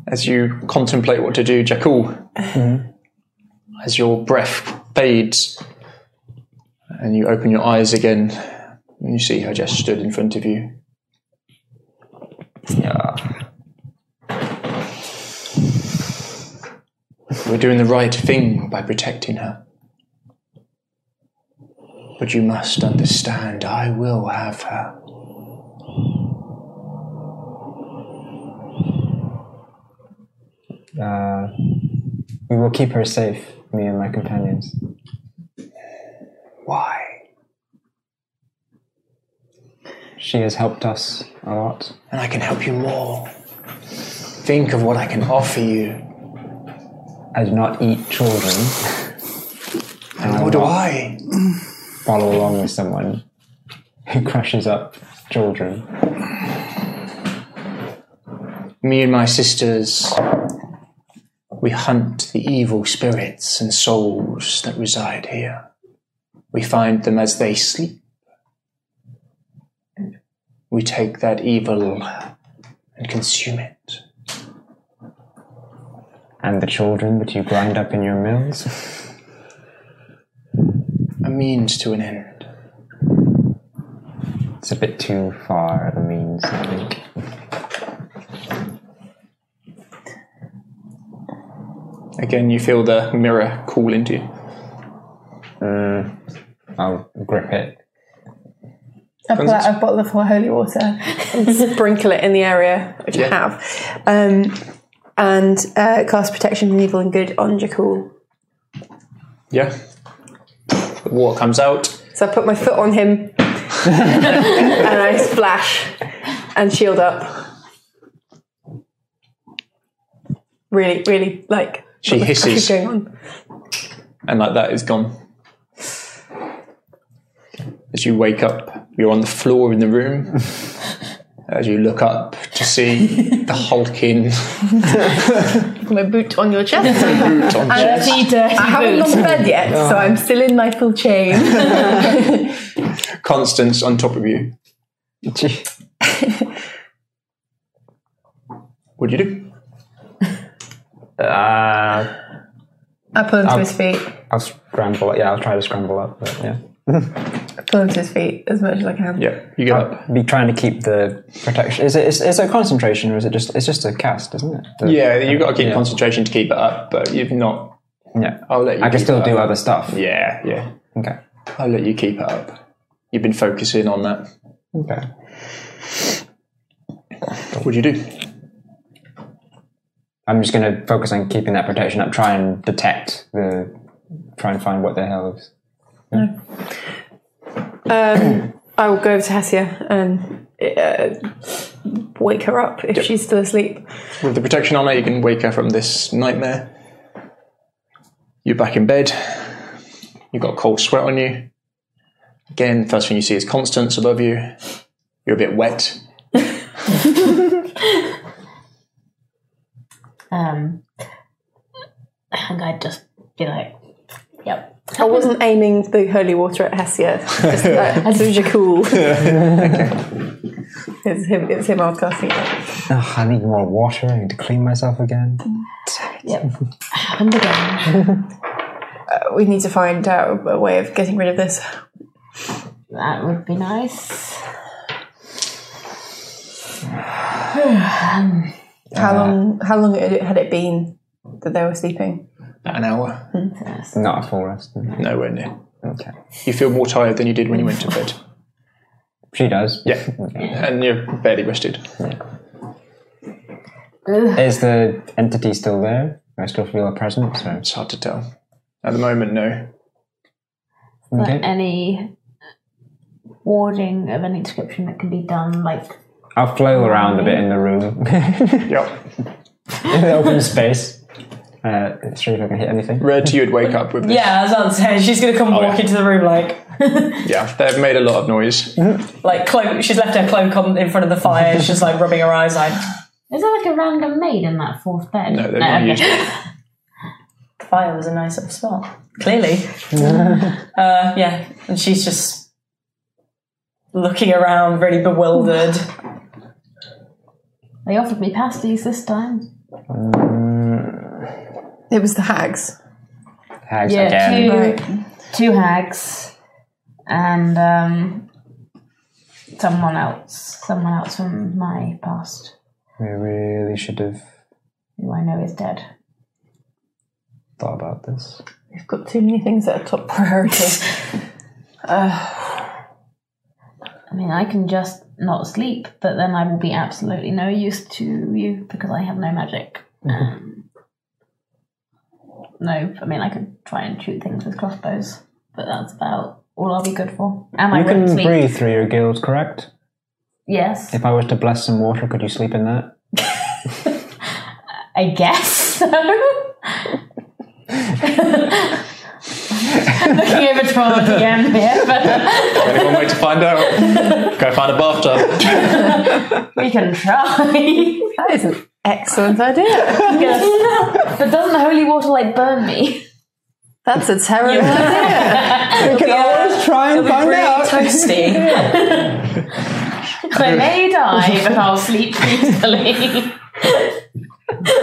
[SPEAKER 1] As you contemplate what to do, Jakul, as your breath fades, and you open your eyes again, and you see her just stood in front of you. Yeah. We're doing the right thing by protecting her. But you must understand, I will have her.
[SPEAKER 5] Uh, we will keep her safe, me and my companions.
[SPEAKER 1] Why?
[SPEAKER 5] She has helped us a lot.
[SPEAKER 1] and I can help you more. Think of what I can offer you.
[SPEAKER 5] I do not eat children.
[SPEAKER 1] And nor do I.
[SPEAKER 5] Follow along with someone who crushes up children.
[SPEAKER 1] Me and my sisters, we hunt the evil spirits and souls that reside here. We find them as they sleep. We take that evil and consume it.
[SPEAKER 5] And the children that you grind up in your mills.
[SPEAKER 1] A means to an end.
[SPEAKER 5] It's a bit too far of a means, I think.
[SPEAKER 1] Again, you feel the mirror call into you.
[SPEAKER 5] I'll grip it.
[SPEAKER 6] I pull out a bottle of holy water and sprinkle it in the area, which I have, um, and uh, cast protection from evil and good on Jakul.
[SPEAKER 1] Yeah. The water comes out.
[SPEAKER 6] So I put my foot on him and I splash and shield up. Really, really like.
[SPEAKER 1] She
[SPEAKER 6] what the fuck is
[SPEAKER 1] hisses.
[SPEAKER 6] going on?
[SPEAKER 1] and like that is gone. As you wake up, you're on the floor in the room. As you look up to see the hulking
[SPEAKER 6] My boot on your chest.
[SPEAKER 1] boot on
[SPEAKER 6] I,
[SPEAKER 1] chest,
[SPEAKER 6] I haven't gone to bed yet,
[SPEAKER 1] Oh.
[SPEAKER 6] so I'm still in my full chain.
[SPEAKER 1] Constance on top of you. what do you do?
[SPEAKER 5] Uh,
[SPEAKER 6] I pull him to
[SPEAKER 1] Um.
[SPEAKER 5] I'll-
[SPEAKER 6] his feet.
[SPEAKER 5] I'll scramble. Yeah, I'll try to scramble up, but yeah.
[SPEAKER 6] I pull him to his feet as much as I can.
[SPEAKER 1] Yeah, you get up.
[SPEAKER 5] Be trying to keep the protection. Is it? Is, is it concentration or is it just? It's just a cast, isn't it? The-
[SPEAKER 1] Yeah, you've got to keep
[SPEAKER 5] Yeah.
[SPEAKER 1] concentration to keep it up, but you've not.
[SPEAKER 5] Yeah.
[SPEAKER 1] I'll let you.
[SPEAKER 5] I can
[SPEAKER 1] keep
[SPEAKER 5] still
[SPEAKER 1] it
[SPEAKER 5] do
[SPEAKER 1] up.
[SPEAKER 5] other stuff.
[SPEAKER 1] Yeah, yeah.
[SPEAKER 5] Okay.
[SPEAKER 1] I'll let you keep it up. You've been focusing on that.
[SPEAKER 5] Okay.
[SPEAKER 1] What do you do?
[SPEAKER 5] I'm just going to focus on keeping that protection up. Try and detect the. Try and find what the hell is.
[SPEAKER 6] Um, I will go over to Hesia and uh, wake her up if she's still asleep.
[SPEAKER 1] With the protection on her, you can wake her from this nightmare. You're back in bed. You've got cold sweat on you. Again, first thing you see is Constance above you. You're a bit wet.
[SPEAKER 7] Um, I think I'd just be like, yep.
[SPEAKER 6] I wasn't aiming the holy water at Hesia. Just that. It was cool. It's him. It's him. I was casting it.
[SPEAKER 5] Ugh, I need more water. I need to clean myself again.
[SPEAKER 7] Happened again.
[SPEAKER 6] Uh, We need to find out a way of getting rid of this.
[SPEAKER 7] That would be nice.
[SPEAKER 6] How long? How long had it, had it been that they were sleeping?
[SPEAKER 1] About an hour.
[SPEAKER 5] Not a full rest.
[SPEAKER 1] Nowhere near.
[SPEAKER 5] Okay.
[SPEAKER 1] You feel more tired than you did when you went to bed.
[SPEAKER 5] She does.
[SPEAKER 1] Yeah. And you're barely rested.
[SPEAKER 5] Is the entity still there? Do I still feel a presence. Or...
[SPEAKER 1] It's hard to tell. At the moment, no.
[SPEAKER 7] But
[SPEAKER 5] Okay.
[SPEAKER 7] any warding of any description that can be done, like
[SPEAKER 5] I'll flail around a bit in the room,
[SPEAKER 1] Yep.
[SPEAKER 5] in the open space. Uh, see if I can hit anything.
[SPEAKER 1] Red, you'd wake up with this.
[SPEAKER 4] Yeah, I was about to say, she's going to come walk
[SPEAKER 1] yeah.
[SPEAKER 4] into the room like,
[SPEAKER 1] Yeah, They've made a lot of noise.
[SPEAKER 4] like cloak. She's left her cloak on in front of the fire. She's just like rubbing her eyes like,
[SPEAKER 7] is there like a random maid in that fourth bed?
[SPEAKER 1] No, they're not
[SPEAKER 7] okay.
[SPEAKER 1] used to it.
[SPEAKER 4] the fire was a nice little spot. Clearly. uh, yeah, and she's just looking around, really bewildered.
[SPEAKER 7] They offered me pasties this time.
[SPEAKER 6] It was the hags.
[SPEAKER 5] Hags
[SPEAKER 7] Yeah,
[SPEAKER 5] again.
[SPEAKER 7] two
[SPEAKER 6] Right.
[SPEAKER 7] two hags. and um, someone else, someone else from my past
[SPEAKER 5] We really should have
[SPEAKER 7] who I know is dead.
[SPEAKER 5] thought about this.
[SPEAKER 6] We've got too many things that are top priority. uh,
[SPEAKER 7] I mean, I can just not sleep, but then I will be absolutely no use to you because I have no magic.
[SPEAKER 6] Mm-hmm.
[SPEAKER 7] Um, no, I mean, I could try and shoot things with crossbows, but that's about all I'll be good for. And I
[SPEAKER 5] you
[SPEAKER 7] won't
[SPEAKER 5] can
[SPEAKER 7] sleep.
[SPEAKER 5] breathe through your gills, correct?
[SPEAKER 7] Yes,
[SPEAKER 5] If I was to bless some water, could you sleep in that?
[SPEAKER 7] I guess so. Looking over toward the end here, but
[SPEAKER 1] Only one way to find out. Go find a bathtub.
[SPEAKER 7] we can try.
[SPEAKER 6] that is an excellent idea.
[SPEAKER 7] Yes. But doesn't holy water like burn me?
[SPEAKER 6] That's a terrible idea.
[SPEAKER 5] We can always try and find out.
[SPEAKER 4] Toasty.
[SPEAKER 7] I may die, but I'll sleep peacefully.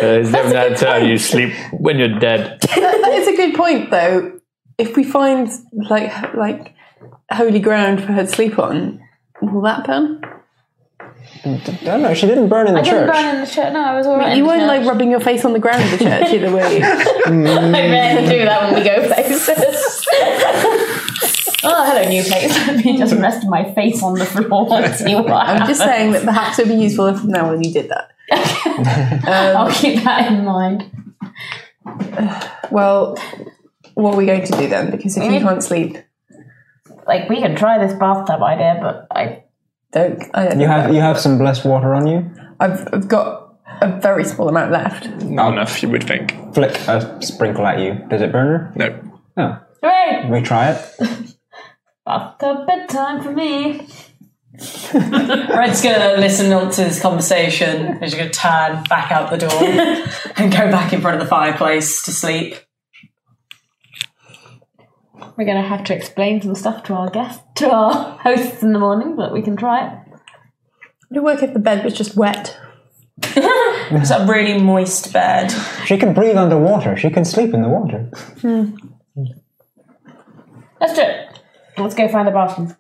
[SPEAKER 2] There's never that term you sleep when you're dead.
[SPEAKER 6] that is a good point, though. If we find like h- like holy ground for her to sleep on, will that burn?
[SPEAKER 5] I don't know. She didn't burn in the
[SPEAKER 7] I didn't
[SPEAKER 5] church.
[SPEAKER 7] burn in the church. No, I was alright.
[SPEAKER 6] You weren't like rubbing your face on the ground in the church either, were you? Mm.
[SPEAKER 7] I rarely do that when we go places. oh, hello, new place. Let me just rest my face on the floor and see what
[SPEAKER 6] I'm
[SPEAKER 7] happens.
[SPEAKER 6] just saying that perhaps it would be useful if from now on you did that. um,
[SPEAKER 7] I'll keep that in mind.
[SPEAKER 6] Well, what are we going to do then? Because if you
[SPEAKER 7] Mm.
[SPEAKER 6] can't sleep,
[SPEAKER 7] Like we can try this bathtub idea, but I
[SPEAKER 6] don't. I don't
[SPEAKER 5] You
[SPEAKER 6] think
[SPEAKER 5] have
[SPEAKER 6] that-
[SPEAKER 5] you have some blessed water on you.
[SPEAKER 6] I've, I've got a very small amount left.
[SPEAKER 1] Not enough, you would think.
[SPEAKER 5] Flick a sprinkle at you. Does it burn her?
[SPEAKER 1] No.
[SPEAKER 5] No.
[SPEAKER 7] hooray!
[SPEAKER 5] We try it.
[SPEAKER 7] Bathtub bedtime for me.
[SPEAKER 4] Red's gonna listen on to this conversation and she's gonna turn back out the door and go back in front of the fireplace to sleep.
[SPEAKER 7] We're gonna have to explain some stuff to our guests, to our hosts in the morning, but we can try it.
[SPEAKER 6] Would it work if the bed was just wet?
[SPEAKER 4] It's a really moist bed.
[SPEAKER 5] She can breathe underwater. She can sleep in the water.
[SPEAKER 7] Let's do it. Let's go find a bathroom.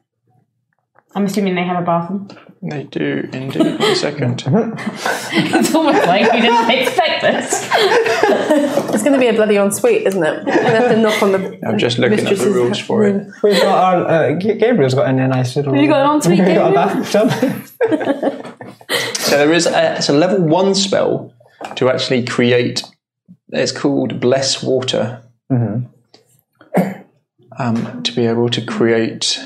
[SPEAKER 7] I'm assuming they have a bathroom.
[SPEAKER 1] They do indeed. One second.
[SPEAKER 7] It's almost like we didn't expect this.
[SPEAKER 6] It's going to be a bloody ensuite, isn't it? We're going to have to knock on the.
[SPEAKER 1] I'm just looking at the
[SPEAKER 6] mistress's
[SPEAKER 1] rules for it.
[SPEAKER 6] room.
[SPEAKER 5] We've got our uh, G- Gabriel's got a nice little.
[SPEAKER 7] You got an ensuite,
[SPEAKER 5] We got a
[SPEAKER 7] Gabriel?
[SPEAKER 5] bathtub.
[SPEAKER 1] So there is a, it's a level one spell to actually create. It's called Bless Water. Um, to be able to create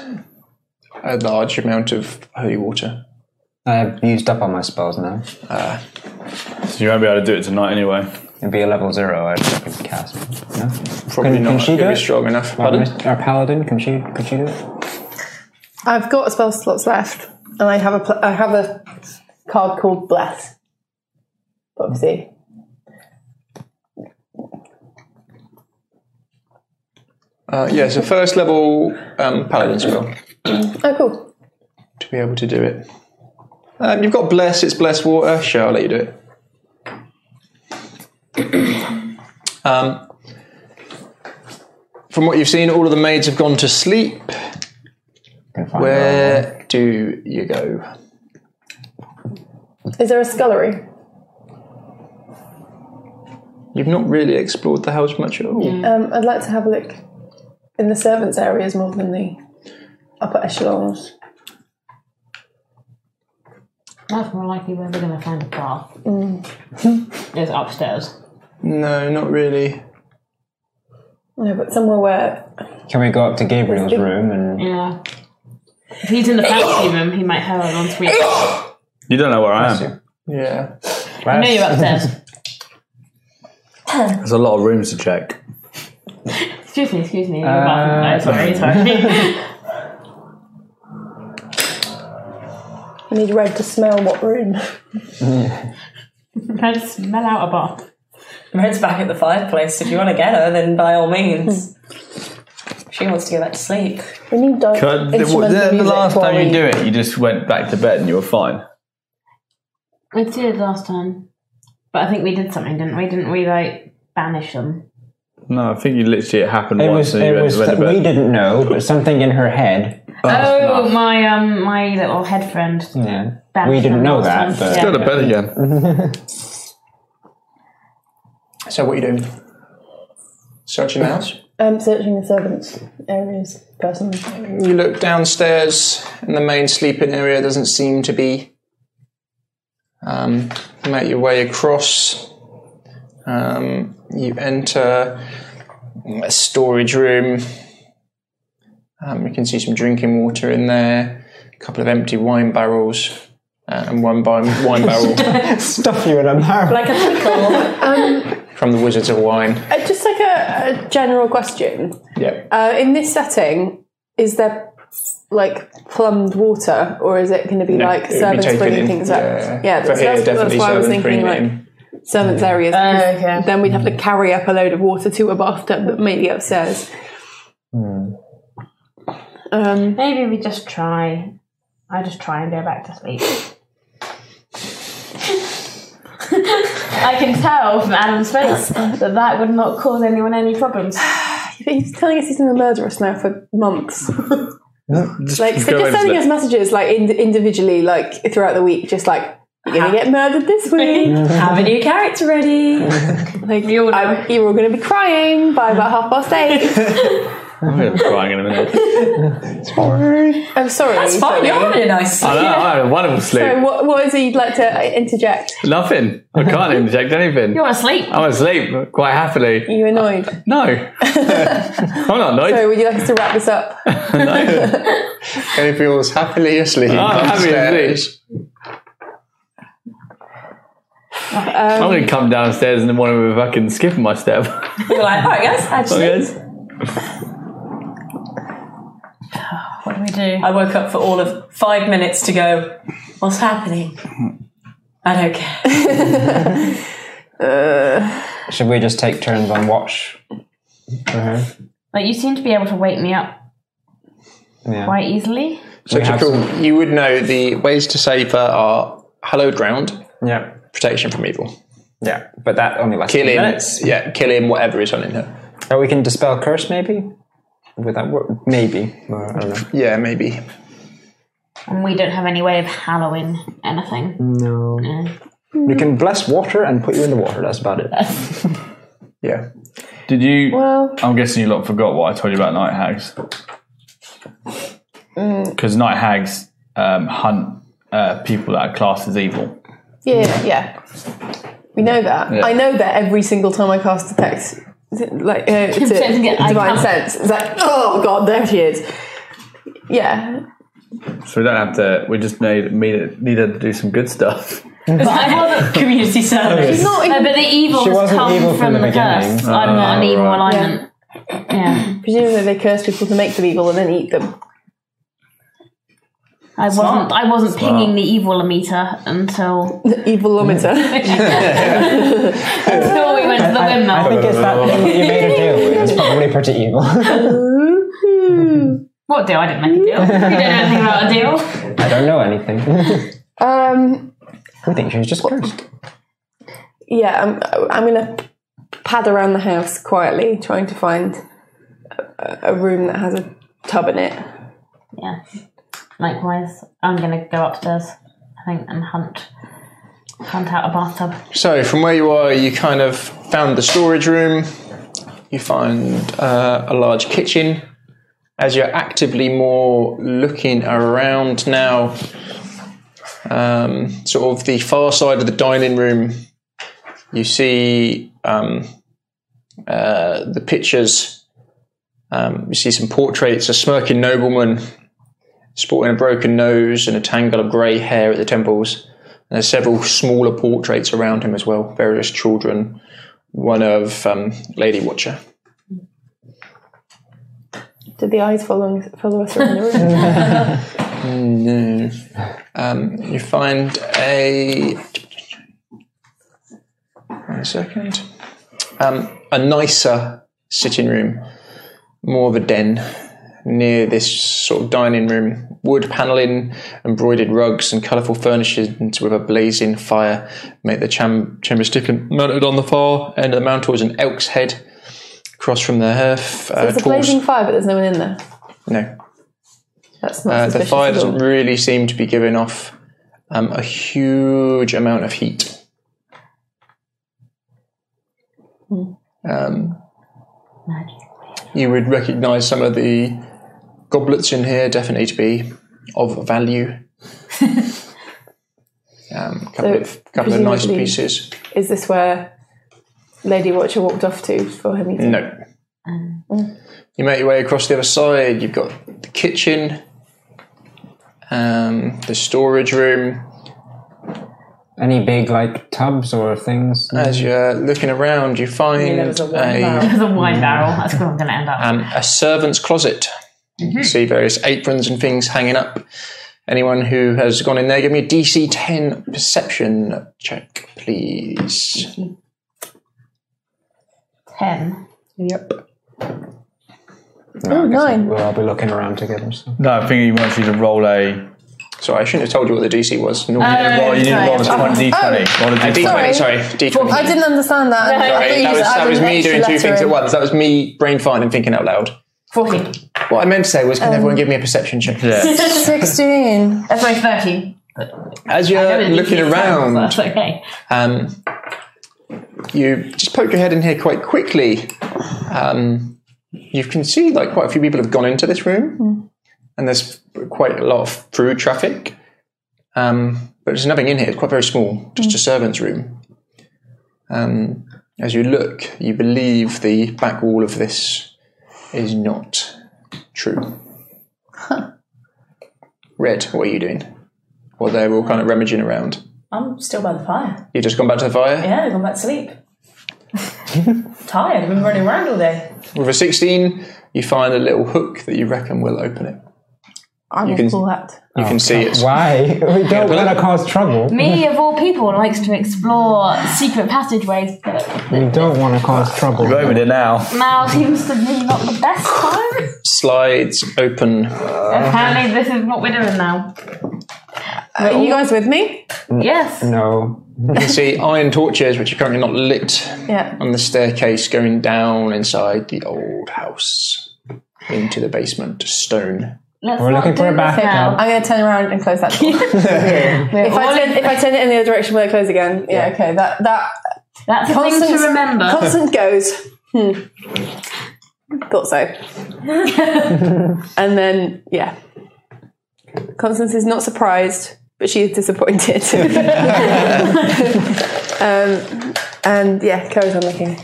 [SPEAKER 1] a large amount of holy water.
[SPEAKER 5] I've used up all my spells now.
[SPEAKER 2] So you won't be able to do it tonight anyway.
[SPEAKER 5] It'd be a level zero. I I could cast. No?
[SPEAKER 1] Probably
[SPEAKER 5] Can- can
[SPEAKER 1] not
[SPEAKER 5] she
[SPEAKER 1] gonna
[SPEAKER 5] do
[SPEAKER 1] be
[SPEAKER 5] it?
[SPEAKER 1] strong enough.
[SPEAKER 5] Our,
[SPEAKER 1] Pardon?
[SPEAKER 5] mis- our paladin can she could she do it?
[SPEAKER 6] I've got spell slots left, and I have a pl- I have a card called Bless. But obviously,
[SPEAKER 1] Uh, yeah, it's a first level um, paladin spell
[SPEAKER 6] oh cool.
[SPEAKER 1] to be able to do it. Um, you've got Bless, it's Bless Water. Sure, I'll let you do it. um, from what you've seen, all of the maids have gone to sleep.
[SPEAKER 5] Can find out.
[SPEAKER 1] Where do you go?
[SPEAKER 6] Is there a scullery?
[SPEAKER 1] You've not really explored the house much at all.
[SPEAKER 6] Um, I'd like to have a look in the servants' areas more than the upper echelons.
[SPEAKER 7] That's more likely where we're going to find a bath. it's upstairs.
[SPEAKER 1] No, not really.
[SPEAKER 6] No, but somewhere where
[SPEAKER 5] Can we go up to Gabriel's room and
[SPEAKER 7] Yeah. If he's in the fancy room, he might have an ensuite.
[SPEAKER 2] You don't know where I am.
[SPEAKER 1] Yeah.
[SPEAKER 7] I know you're upstairs.
[SPEAKER 2] There's a lot of rooms to check.
[SPEAKER 7] Excuse me, excuse me. You're
[SPEAKER 2] Uh,
[SPEAKER 7] bathroom. No, sorry, sorry.
[SPEAKER 6] I need red to smell what room.
[SPEAKER 7] Let's smell out a bath.
[SPEAKER 4] Red's back at the fireplace. If you want to get her, then by all means. she wants to go back to sleep.
[SPEAKER 6] We need dark instrumental music while we-
[SPEAKER 2] it, you just went back to bed and you were fine.
[SPEAKER 7] We did last time. But I think we did something, didn't we? Didn't we, like, banish them?
[SPEAKER 2] No, I think you literally it happened
[SPEAKER 5] It
[SPEAKER 2] once.
[SPEAKER 5] was,
[SPEAKER 2] and you
[SPEAKER 5] it
[SPEAKER 2] went
[SPEAKER 5] was
[SPEAKER 2] to bed
[SPEAKER 5] that
[SPEAKER 2] about-
[SPEAKER 5] we didn't know, but something in her head.
[SPEAKER 7] Oh, my um, my little head friend.
[SPEAKER 5] Yeah.
[SPEAKER 7] Bad
[SPEAKER 5] we didn't
[SPEAKER 7] friend
[SPEAKER 5] know
[SPEAKER 7] last
[SPEAKER 5] that,
[SPEAKER 7] time.
[SPEAKER 5] but.
[SPEAKER 7] Yeah.
[SPEAKER 8] Go to bed again.
[SPEAKER 1] So what are you doing? Searching the house?
[SPEAKER 6] Um, searching the servants' areas personally.
[SPEAKER 1] You look downstairs, and the main sleeping area doesn't seem to be. Um, you make your way across. Um, you enter a storage room. Um, you can see some drinking water in there, a couple of empty wine barrels, uh, and one bi- wine barrel
[SPEAKER 5] Stuff you in a barrel.
[SPEAKER 4] Like a pickle.
[SPEAKER 6] Um,
[SPEAKER 1] from the Wizards of Wine.
[SPEAKER 6] Uh, just like a, a general question.
[SPEAKER 1] Yep.
[SPEAKER 6] Uh, in this setting, is there like plumbed water, or is it going to be
[SPEAKER 1] No,
[SPEAKER 6] like
[SPEAKER 1] it would be
[SPEAKER 6] servants
[SPEAKER 1] taken
[SPEAKER 6] bringing
[SPEAKER 1] in,
[SPEAKER 6] things
[SPEAKER 1] yeah.
[SPEAKER 6] up? Yeah,
[SPEAKER 1] For
[SPEAKER 6] that's,
[SPEAKER 1] here,
[SPEAKER 6] that's, that's
[SPEAKER 1] definitely
[SPEAKER 6] why I was
[SPEAKER 1] servants
[SPEAKER 6] thinking
[SPEAKER 1] bringing it
[SPEAKER 6] like
[SPEAKER 1] in.
[SPEAKER 6] servants' areas.
[SPEAKER 7] Oh, okay.
[SPEAKER 6] Then we'd have to carry up a load of water to a bathtub that may be upstairs. Um,
[SPEAKER 7] Maybe we just try. I just try and go back to sleep. I can tell from Adam's face that that would not cause anyone any problems.
[SPEAKER 6] he's telling us he's going to murder us now for months.
[SPEAKER 2] Just
[SPEAKER 6] Like,
[SPEAKER 2] go
[SPEAKER 6] so just
[SPEAKER 2] into
[SPEAKER 6] sending
[SPEAKER 2] bed.
[SPEAKER 6] us messages like ind- individually, like throughout the week, just like you're gonna get murdered this week.
[SPEAKER 4] Have a new character ready.
[SPEAKER 6] Like
[SPEAKER 7] all know.
[SPEAKER 6] I'm- you're all gonna be crying by about half past eight.
[SPEAKER 2] I'm going to be crying in a minute.
[SPEAKER 6] I'm sorry.
[SPEAKER 4] That's fine.
[SPEAKER 6] Johnny.
[SPEAKER 4] You're having a nice
[SPEAKER 2] I, know,
[SPEAKER 4] sleep.
[SPEAKER 2] I had a wonderful sleep.
[SPEAKER 6] So what, what is it you'd like to uh, interject?
[SPEAKER 2] Nothing. I can't inject anything.
[SPEAKER 7] You're asleep.
[SPEAKER 2] I'm asleep quite happily.
[SPEAKER 6] Are you annoyed?
[SPEAKER 2] No, I'm not annoyed.
[SPEAKER 6] So would you like us to wrap this up?
[SPEAKER 1] Kenny feels happily asleep.
[SPEAKER 2] I'm happy
[SPEAKER 1] upstairs.
[SPEAKER 2] to sleep. I'm
[SPEAKER 6] Um,
[SPEAKER 2] going to come downstairs in the morning with a fucking skip in my step.
[SPEAKER 4] You're like, all right, guys. I, just,
[SPEAKER 2] Okay.
[SPEAKER 7] What do we do?
[SPEAKER 4] I woke up for all of five minutes to go. What's happening? I don't care.
[SPEAKER 5] Should we just take turns on watch?
[SPEAKER 7] Like you seem to be able to wake me up
[SPEAKER 5] Yeah.
[SPEAKER 7] quite easily.
[SPEAKER 1] So
[SPEAKER 5] We have
[SPEAKER 1] Jackal, you would know the ways to safer are hallowed ground,
[SPEAKER 5] Yeah.
[SPEAKER 1] protection from evil,
[SPEAKER 5] Yeah. But that only lasts
[SPEAKER 1] killing,
[SPEAKER 5] minutes.
[SPEAKER 1] yeah, killing whatever is on in her.
[SPEAKER 5] Or we can dispel curse, maybe? Would that work? Maybe. Well, I don't know.
[SPEAKER 1] Yeah, maybe.
[SPEAKER 7] And we don't have any way of hallowing anything.
[SPEAKER 5] No.
[SPEAKER 7] No.
[SPEAKER 5] We can bless water and put you in the water. That's about it.
[SPEAKER 1] Yeah.
[SPEAKER 2] Did you?
[SPEAKER 6] Well-
[SPEAKER 2] I'm guessing you lot forgot what I told you about night hags. Because night hags um, hunt uh, people that are classed as evil.
[SPEAKER 6] Yeah, yeah. We know that.
[SPEAKER 2] Yeah.
[SPEAKER 6] I know that every single time I cast detect, like uh, to
[SPEAKER 7] Sense again, I
[SPEAKER 6] divine
[SPEAKER 7] can't-
[SPEAKER 6] sense, it's like oh god, there she is. Yeah,
[SPEAKER 2] So we don't have to. We just need need, need her to do some good stuff.
[SPEAKER 7] But I wasn't.
[SPEAKER 4] Community service.
[SPEAKER 6] she's not
[SPEAKER 7] No,
[SPEAKER 6] even
[SPEAKER 7] but the evil
[SPEAKER 5] She
[SPEAKER 7] has
[SPEAKER 5] wasn't
[SPEAKER 7] come
[SPEAKER 5] evil
[SPEAKER 7] from,
[SPEAKER 5] from
[SPEAKER 7] the,
[SPEAKER 5] the beginning. Oh,
[SPEAKER 7] curse. I'm not an
[SPEAKER 2] Ah,
[SPEAKER 7] evil
[SPEAKER 2] right.
[SPEAKER 7] alignment. Yeah.
[SPEAKER 6] Presumably they curse people to make them evil and then eat them.
[SPEAKER 7] I wasn't. I wasn't pinging the evil meter until
[SPEAKER 6] The evilometer.
[SPEAKER 7] until we went to the windmill.
[SPEAKER 5] I think it's that thing that you made her deal with. It's probably pretty evil. I
[SPEAKER 7] What deal? I didn't make a deal. You don't know anything about a deal.
[SPEAKER 5] don't know anything.
[SPEAKER 6] um,
[SPEAKER 5] I think she was just cursed.
[SPEAKER 6] yeah, I'm, I'm going to pad around the house quietly, trying to find a, a room that has a tub in it.
[SPEAKER 7] Yeah. Likewise, I'm gonna go upstairs. I think and hunt, hunt out a bathtub.
[SPEAKER 1] So from where you are, you kind of found the storage room. You find uh, a large kitchen. As you're actively more looking around now, um, sort of the far side of the dining room, you see um, uh, the pictures. Um, you see some portraits. A smirking nobleman, sporting a broken nose and a tangle of grey hair at the temples. And there's several smaller portraits around him as well, various children, one of um, Lady Watcher.
[SPEAKER 6] Did the eyes follow, follow us around the room?
[SPEAKER 1] Um, you find a. One second. Um, a nicer sitting room, more of a den, near this sort of dining room. Wood panelling, embroidered rugs, and colourful furnishings with a blazing fire make the cham- chambers different. Mounted on the far end of the mantel is an elk's head across from the hearth. uh,
[SPEAKER 6] So it's a blazing fire, but there's no one in there.
[SPEAKER 1] no,
[SPEAKER 6] That's not
[SPEAKER 1] Uh, the
[SPEAKER 6] suspicious
[SPEAKER 1] fire
[SPEAKER 6] at all.
[SPEAKER 1] doesn't really seem to be giving off um, a huge amount of heat. Um, you would recognize some of the goblets in here, definitely to be of value. um, couple
[SPEAKER 6] So,
[SPEAKER 1] of couple of nice
[SPEAKER 6] presumably-
[SPEAKER 1] pieces.
[SPEAKER 6] Is this where Lady Watcher walked off to for her meeting?
[SPEAKER 1] No. You make your way across the other side. You've got the kitchen, um, the storage room.
[SPEAKER 5] Any big like tubs or things?
[SPEAKER 1] As you're looking around, you find
[SPEAKER 5] there was a wine
[SPEAKER 1] a,
[SPEAKER 5] barrel.
[SPEAKER 7] The wine barrel. That's where I'm going to end up.
[SPEAKER 1] um, a servant's closet. You
[SPEAKER 6] Mm-hmm.
[SPEAKER 1] can see various aprons and things hanging up. Anyone who has gone in there, give me a DC 10 perception check, please.
[SPEAKER 7] Ten.
[SPEAKER 1] Yep.
[SPEAKER 5] Oh, nine. We'll all be looking around together. So.
[SPEAKER 2] No, I think he wants you to roll a.
[SPEAKER 1] Sorry, I shouldn't have told you what the DC was. Normally,
[SPEAKER 2] Yeah, roll, you need to roll a 20, d20. Roll a
[SPEAKER 1] A
[SPEAKER 2] d20.
[SPEAKER 1] D20,
[SPEAKER 6] Uh, Sorry.
[SPEAKER 1] sorry, D20.
[SPEAKER 6] I didn't understand that. I thought
[SPEAKER 1] Sorry,
[SPEAKER 6] you
[SPEAKER 1] that was,
[SPEAKER 6] just
[SPEAKER 1] that
[SPEAKER 6] added
[SPEAKER 1] was
[SPEAKER 6] an
[SPEAKER 1] me
[SPEAKER 6] extra
[SPEAKER 1] doing two
[SPEAKER 6] letter
[SPEAKER 1] things
[SPEAKER 6] in.
[SPEAKER 1] at once. That was me brain farting and thinking out loud.
[SPEAKER 7] Fourteen.
[SPEAKER 1] What I meant to say was,
[SPEAKER 6] Um,
[SPEAKER 1] can everyone give me a perception check?
[SPEAKER 2] Yeah.
[SPEAKER 6] 16.
[SPEAKER 7] That's my thirteen.
[SPEAKER 1] As you're Uh, looking around,
[SPEAKER 7] That's okay.
[SPEAKER 1] Um, you just poke your head in here quite quickly. Um, you can see like quite a few people have gone into this room, and there's quite a lot of through traffic. Um, but there's nothing in here. It's quite very small, just a servant's room. Um, as you look, you believe the back wall of this is not true. Red, what are you doing? Well, they're all kind of rummaging around.
[SPEAKER 4] I'm still by the fire.
[SPEAKER 1] You just gone back to the fire.
[SPEAKER 4] Yeah, I've gone back to sleep. Tired. I've been running around all day.
[SPEAKER 1] With a 16, you find a little hook that you reckon will open it.
[SPEAKER 6] I
[SPEAKER 1] You
[SPEAKER 6] will
[SPEAKER 1] can-
[SPEAKER 6] pull that.
[SPEAKER 2] Oh,
[SPEAKER 1] You can see it.
[SPEAKER 5] Why? We don't
[SPEAKER 1] but-
[SPEAKER 5] want to cause trouble.
[SPEAKER 7] Me of all people likes to explore secret passageways, but
[SPEAKER 5] We don't want to cause trouble.
[SPEAKER 2] Go with it now.
[SPEAKER 7] now seems to be not the best time.
[SPEAKER 1] Slides open.
[SPEAKER 5] Uh-huh.
[SPEAKER 7] Apparently, this is what we're doing now.
[SPEAKER 1] Oh.
[SPEAKER 6] Are you guys with me?
[SPEAKER 5] Mm.
[SPEAKER 7] Yes.
[SPEAKER 5] No.
[SPEAKER 1] You can see iron torches, which are currently not lit,
[SPEAKER 6] Yeah.
[SPEAKER 1] on the staircase going down inside the old house into the basement. Stone.
[SPEAKER 7] Let's
[SPEAKER 5] We're
[SPEAKER 7] not
[SPEAKER 5] looking for
[SPEAKER 7] do
[SPEAKER 5] a
[SPEAKER 7] this
[SPEAKER 5] backup.
[SPEAKER 7] now.
[SPEAKER 6] I'm going to turn around and close that door. if, I turn, if I turn it in the other direction, will it close again? Yeah, okay. That that
[SPEAKER 7] That's a thing to
[SPEAKER 6] Constance-
[SPEAKER 7] remember.
[SPEAKER 6] Constant goes. Hmm. Thought so. and then yeah, Constance is not surprised, but she is disappointed. um, and yeah, carries on looking.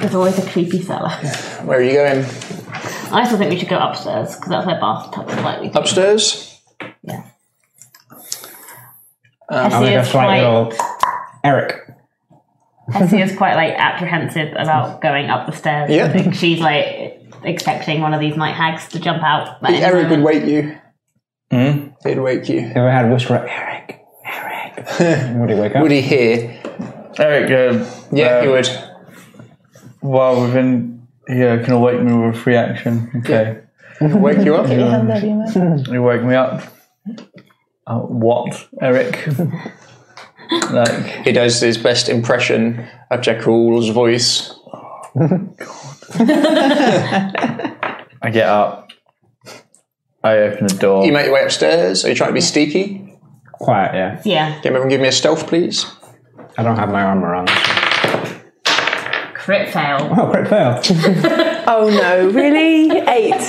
[SPEAKER 7] There's always a creepy cellar.
[SPEAKER 1] Where are you going?
[SPEAKER 7] I still think we should go upstairs because that's where bathtub is likely. to be.
[SPEAKER 1] Upstairs?
[SPEAKER 7] Yeah.
[SPEAKER 5] Uh, I'll
[SPEAKER 7] Essie
[SPEAKER 5] make a
[SPEAKER 7] is
[SPEAKER 5] slight
[SPEAKER 7] quite,
[SPEAKER 5] little. Eric.
[SPEAKER 7] Essie is quite like apprehensive about going up the stairs.
[SPEAKER 1] Yeah.
[SPEAKER 7] I think she's like expecting one of these night hags to jump out. at any
[SPEAKER 1] Eric would
[SPEAKER 7] moment.
[SPEAKER 1] wake you.
[SPEAKER 2] Hmm?
[SPEAKER 1] Mm? He'd wake you.
[SPEAKER 5] If I had whisper, Eric, Eric. Would he wake up?
[SPEAKER 1] Would he hear?
[SPEAKER 2] Eric, uh,
[SPEAKER 1] Yeah,
[SPEAKER 2] uh,
[SPEAKER 1] he would.
[SPEAKER 2] While we've been here, can awake me with a free action. Okay.
[SPEAKER 1] Wake you up?
[SPEAKER 2] You wake me up. Uh, what, Eric? like,
[SPEAKER 1] He does his best impression of Jekyll's voice.
[SPEAKER 2] I get up. I open the door.
[SPEAKER 1] You make your way upstairs. Are you trying to be
[SPEAKER 2] Mm-hmm.
[SPEAKER 1] sneaky?
[SPEAKER 5] Quiet, yeah.
[SPEAKER 7] Yeah.
[SPEAKER 1] Can everyone give me a stealth, please?
[SPEAKER 5] I don't have my armor on.
[SPEAKER 7] Crit fail.
[SPEAKER 5] Oh, crit fail.
[SPEAKER 6] Oh no, really? Eight.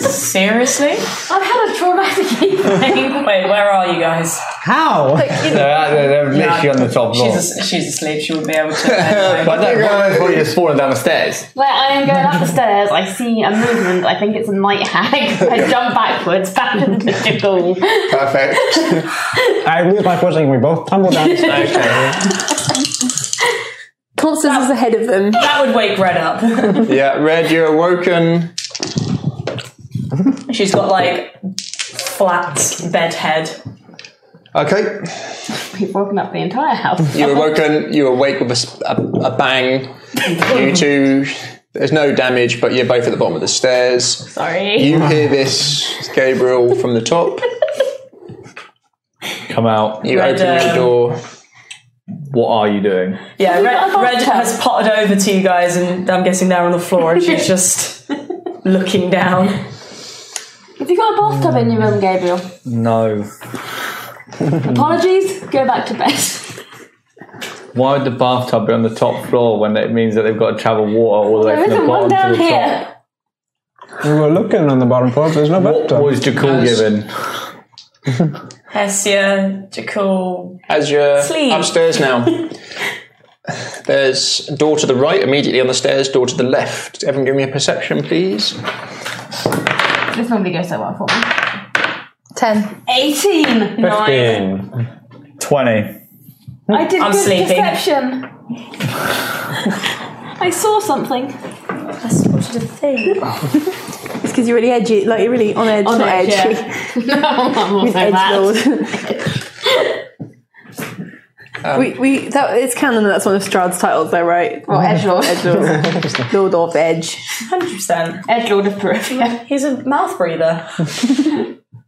[SPEAKER 4] Seriously?
[SPEAKER 7] I've had a Oh, traumatic evening.
[SPEAKER 4] Wait, where are you guys?
[SPEAKER 5] How?
[SPEAKER 2] They're, they're literally on the top floor.
[SPEAKER 4] She's, as- she's asleep. She wouldn't be able to.
[SPEAKER 2] But that guy thought you just falling down the stairs.
[SPEAKER 7] Like I am going up the stairs, I see a movement. I think it's a night hag. I jump backwards, back into the jiggle.
[SPEAKER 1] Perfect.
[SPEAKER 5] I lose my footing. We both tumble down. the stairs.
[SPEAKER 6] Constance is ahead of them.
[SPEAKER 4] that would wake Red up.
[SPEAKER 1] Yeah, Red, you're awoken.
[SPEAKER 4] She's got like flat bed head.
[SPEAKER 1] Okay.
[SPEAKER 7] We've woken up the entire house.
[SPEAKER 1] You're awoken. You awake with a s- a, a bang. You two. There's no damage, but you're both at the bottom of the stairs.
[SPEAKER 7] Sorry.
[SPEAKER 1] You hear this, Gabriel, from the top.
[SPEAKER 2] Come out.
[SPEAKER 1] You
[SPEAKER 4] Red,
[SPEAKER 1] open your
[SPEAKER 4] um,
[SPEAKER 1] door.
[SPEAKER 2] What are you doing?
[SPEAKER 4] Oh, Yeah, Red, Red has potted over to you guys, and I'm guessing they're on the floor, and she's just looking down.
[SPEAKER 12] Have you got a bathtub in your room, Gabriel?
[SPEAKER 2] No.
[SPEAKER 12] Apologies. Go back to bed.
[SPEAKER 2] Why would the bathtub be on the top floor when it means that they've got to travel water all the way
[SPEAKER 12] there
[SPEAKER 2] from the
[SPEAKER 12] isn't one
[SPEAKER 2] bottom
[SPEAKER 12] down
[SPEAKER 2] to the
[SPEAKER 12] here.
[SPEAKER 2] top?
[SPEAKER 5] We were looking on the bottom floor. There's no
[SPEAKER 2] What
[SPEAKER 5] bathtub.
[SPEAKER 2] was Jakul given?
[SPEAKER 4] Hessia, Jakul.
[SPEAKER 1] As you're
[SPEAKER 4] Sleep.
[SPEAKER 1] upstairs now, there's door to the right immediately on the stairs, door to the left. Everyone give me a perception, please.
[SPEAKER 7] This normally goes so well for me.
[SPEAKER 12] 10.
[SPEAKER 7] 18!
[SPEAKER 4] Nine.
[SPEAKER 11] 20.
[SPEAKER 12] I did
[SPEAKER 4] I'm
[SPEAKER 12] good
[SPEAKER 4] sleeping.
[SPEAKER 12] perception. I saw something.
[SPEAKER 4] I spotted a thing.
[SPEAKER 6] It's because you're really edgy, like you're really on edge,
[SPEAKER 12] On
[SPEAKER 6] not
[SPEAKER 12] edge,
[SPEAKER 6] edgy.
[SPEAKER 7] no, I'm also
[SPEAKER 6] With edge
[SPEAKER 7] mad.
[SPEAKER 5] Um,
[SPEAKER 6] we, we that it's canon. That's one of Stroud's titles, though, right?
[SPEAKER 7] Or Edgelord.
[SPEAKER 6] Edgelord. Lord of Edge.
[SPEAKER 4] 100%.
[SPEAKER 7] Edgelord of Peripheria.
[SPEAKER 4] He's a mouth breather.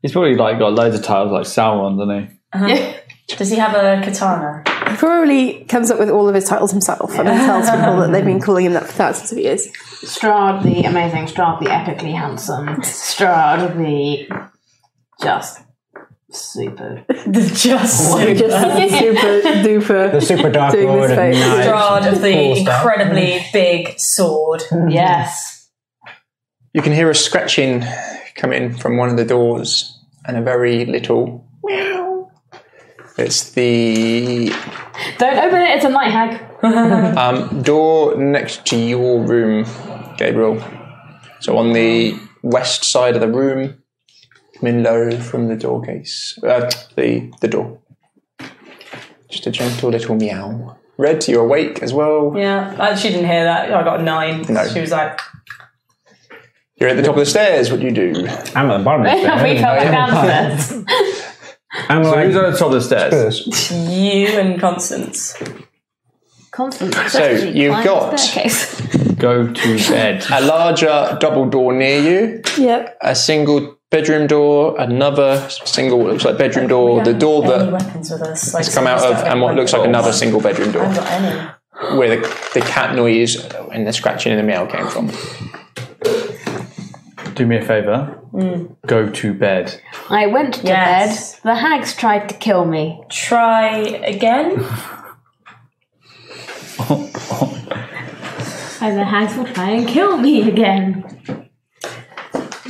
[SPEAKER 2] He's probably like got loads of titles like Sauron, doesn't he?
[SPEAKER 4] Does he have a katana?
[SPEAKER 6] He probably comes up with all of his titles himself and then tells people that they've been calling him that for thousands of years.
[SPEAKER 7] Strahd the amazing, Strahd the epically handsome, Strahd the just super.
[SPEAKER 4] Just
[SPEAKER 6] Just super duper.
[SPEAKER 5] The super dark
[SPEAKER 6] Doing
[SPEAKER 5] lord
[SPEAKER 6] this
[SPEAKER 5] of
[SPEAKER 6] face.
[SPEAKER 5] night.
[SPEAKER 4] Strahd of the
[SPEAKER 5] Cool stuff.
[SPEAKER 4] incredibly big sword.
[SPEAKER 1] Mm-hmm.
[SPEAKER 7] Yes.
[SPEAKER 1] You can hear a scratching come in from one of the doors and a very little meow. It's the
[SPEAKER 7] Don't open it, it's a night hag.
[SPEAKER 1] um, door next to your room, Gabriel. So on the west side of the room, come in low from the door case, uh, the, the door. Just a gentle little meow. Red, you're awake as well.
[SPEAKER 4] Yeah, uh, she didn't hear that. I got a nine.
[SPEAKER 1] No.
[SPEAKER 4] She was like,
[SPEAKER 1] You're at the top of the stairs. What do you do?
[SPEAKER 5] I'm at the bottom of the stairs.
[SPEAKER 7] we felt like downstairs.
[SPEAKER 5] I'm
[SPEAKER 2] So
[SPEAKER 5] like,
[SPEAKER 2] who's on the top of the stairs?
[SPEAKER 4] you and Constance.
[SPEAKER 7] Constant.
[SPEAKER 1] So you've got
[SPEAKER 2] Go to bed.
[SPEAKER 1] a larger double door near you,
[SPEAKER 6] Yep.
[SPEAKER 1] a single bedroom door, another single looks like bedroom door, the door
[SPEAKER 4] Any
[SPEAKER 1] that
[SPEAKER 4] weapons with us? Like,
[SPEAKER 1] has come out of and what looks like another single bedroom
[SPEAKER 4] I
[SPEAKER 1] door,
[SPEAKER 4] haven't got any.
[SPEAKER 1] where the, the cat noise and the scratching and the meow came from.
[SPEAKER 2] Do me a favour. Go to bed.
[SPEAKER 7] I went to
[SPEAKER 4] Yes.
[SPEAKER 7] bed. The hags tried to kill me.
[SPEAKER 4] Try again.
[SPEAKER 7] And the hags will try and kill me again.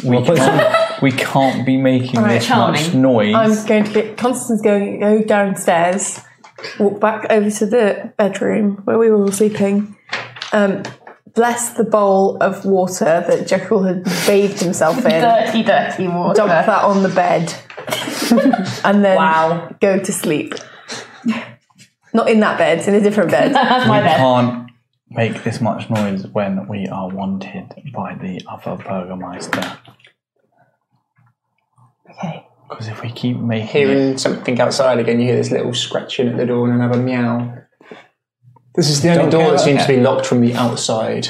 [SPEAKER 2] We can't, we can't be making this
[SPEAKER 7] charming.
[SPEAKER 2] much noise.
[SPEAKER 6] I'm going to get Constance going go downstairs, walk back over to the bedroom where we were all sleeping, um, bless the bowl of water that Jekyll had bathed himself in, dump
[SPEAKER 7] Dirty, dirty water.
[SPEAKER 6] that on the bed, and then
[SPEAKER 4] Wow.
[SPEAKER 6] go to sleep. Not in that bed, in a different bed.
[SPEAKER 7] That's
[SPEAKER 2] we
[SPEAKER 7] my bed.
[SPEAKER 2] can't make this much noise when we are wanted by the other burgermeister.
[SPEAKER 6] Okay.
[SPEAKER 2] Because if we keep making it,
[SPEAKER 1] Hearing something outside again, you hear this little scratching at the door and another meow. This is the only
[SPEAKER 5] Don't
[SPEAKER 1] door
[SPEAKER 5] care
[SPEAKER 1] that
[SPEAKER 5] about
[SPEAKER 1] seems
[SPEAKER 5] that.
[SPEAKER 1] to be locked from the outside.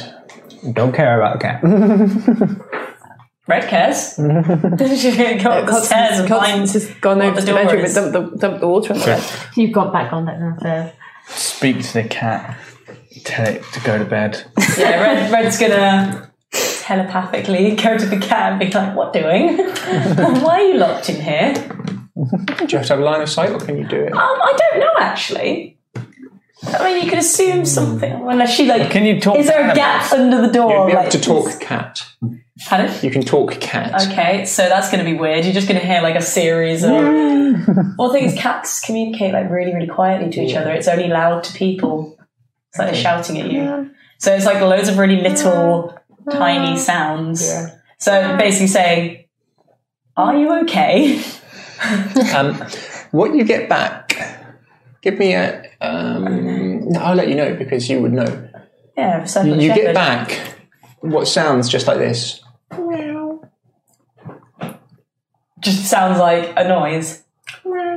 [SPEAKER 5] don't care about the cat.
[SPEAKER 4] Red cares. She go upstairs and
[SPEAKER 6] Constance
[SPEAKER 4] find
[SPEAKER 6] has gone
[SPEAKER 4] what the
[SPEAKER 6] over to the
[SPEAKER 4] door
[SPEAKER 6] bedroom
[SPEAKER 4] is.
[SPEAKER 6] and dumped the, dumped the water on the bed.
[SPEAKER 7] You've got back on that downstairs.
[SPEAKER 2] speak to the cat, tell it to go to bed.
[SPEAKER 4] Yeah, Red, Red's gonna telepathically go to the cat and be like, "What doing? Why are you locked in here?"
[SPEAKER 1] Do you have to have line of sight or can you do it?
[SPEAKER 4] Um, I don't know actually. I mean, you could assume something unless she like.
[SPEAKER 2] Can you talk
[SPEAKER 4] Is
[SPEAKER 2] to
[SPEAKER 4] there a
[SPEAKER 2] animals?
[SPEAKER 4] gap under the door?
[SPEAKER 1] You'd be able
[SPEAKER 4] like,
[SPEAKER 1] to talk cat.
[SPEAKER 4] Pardon?
[SPEAKER 1] You can talk cat.
[SPEAKER 4] Okay, so that's going to be weird. You're just going to hear like a series of. well, the thing is, cats communicate like really, really quietly to each other. It's only loud to people. It's like they're shouting at you. So it's like loads of really little, tiny sounds. So basically saying, "Are you okay?"
[SPEAKER 1] Um, what you get back, give me a. Um, no, I'll let you know because you would know.
[SPEAKER 4] Yeah, so
[SPEAKER 1] You get back what sounds just like this.
[SPEAKER 4] Just sounds like a noise.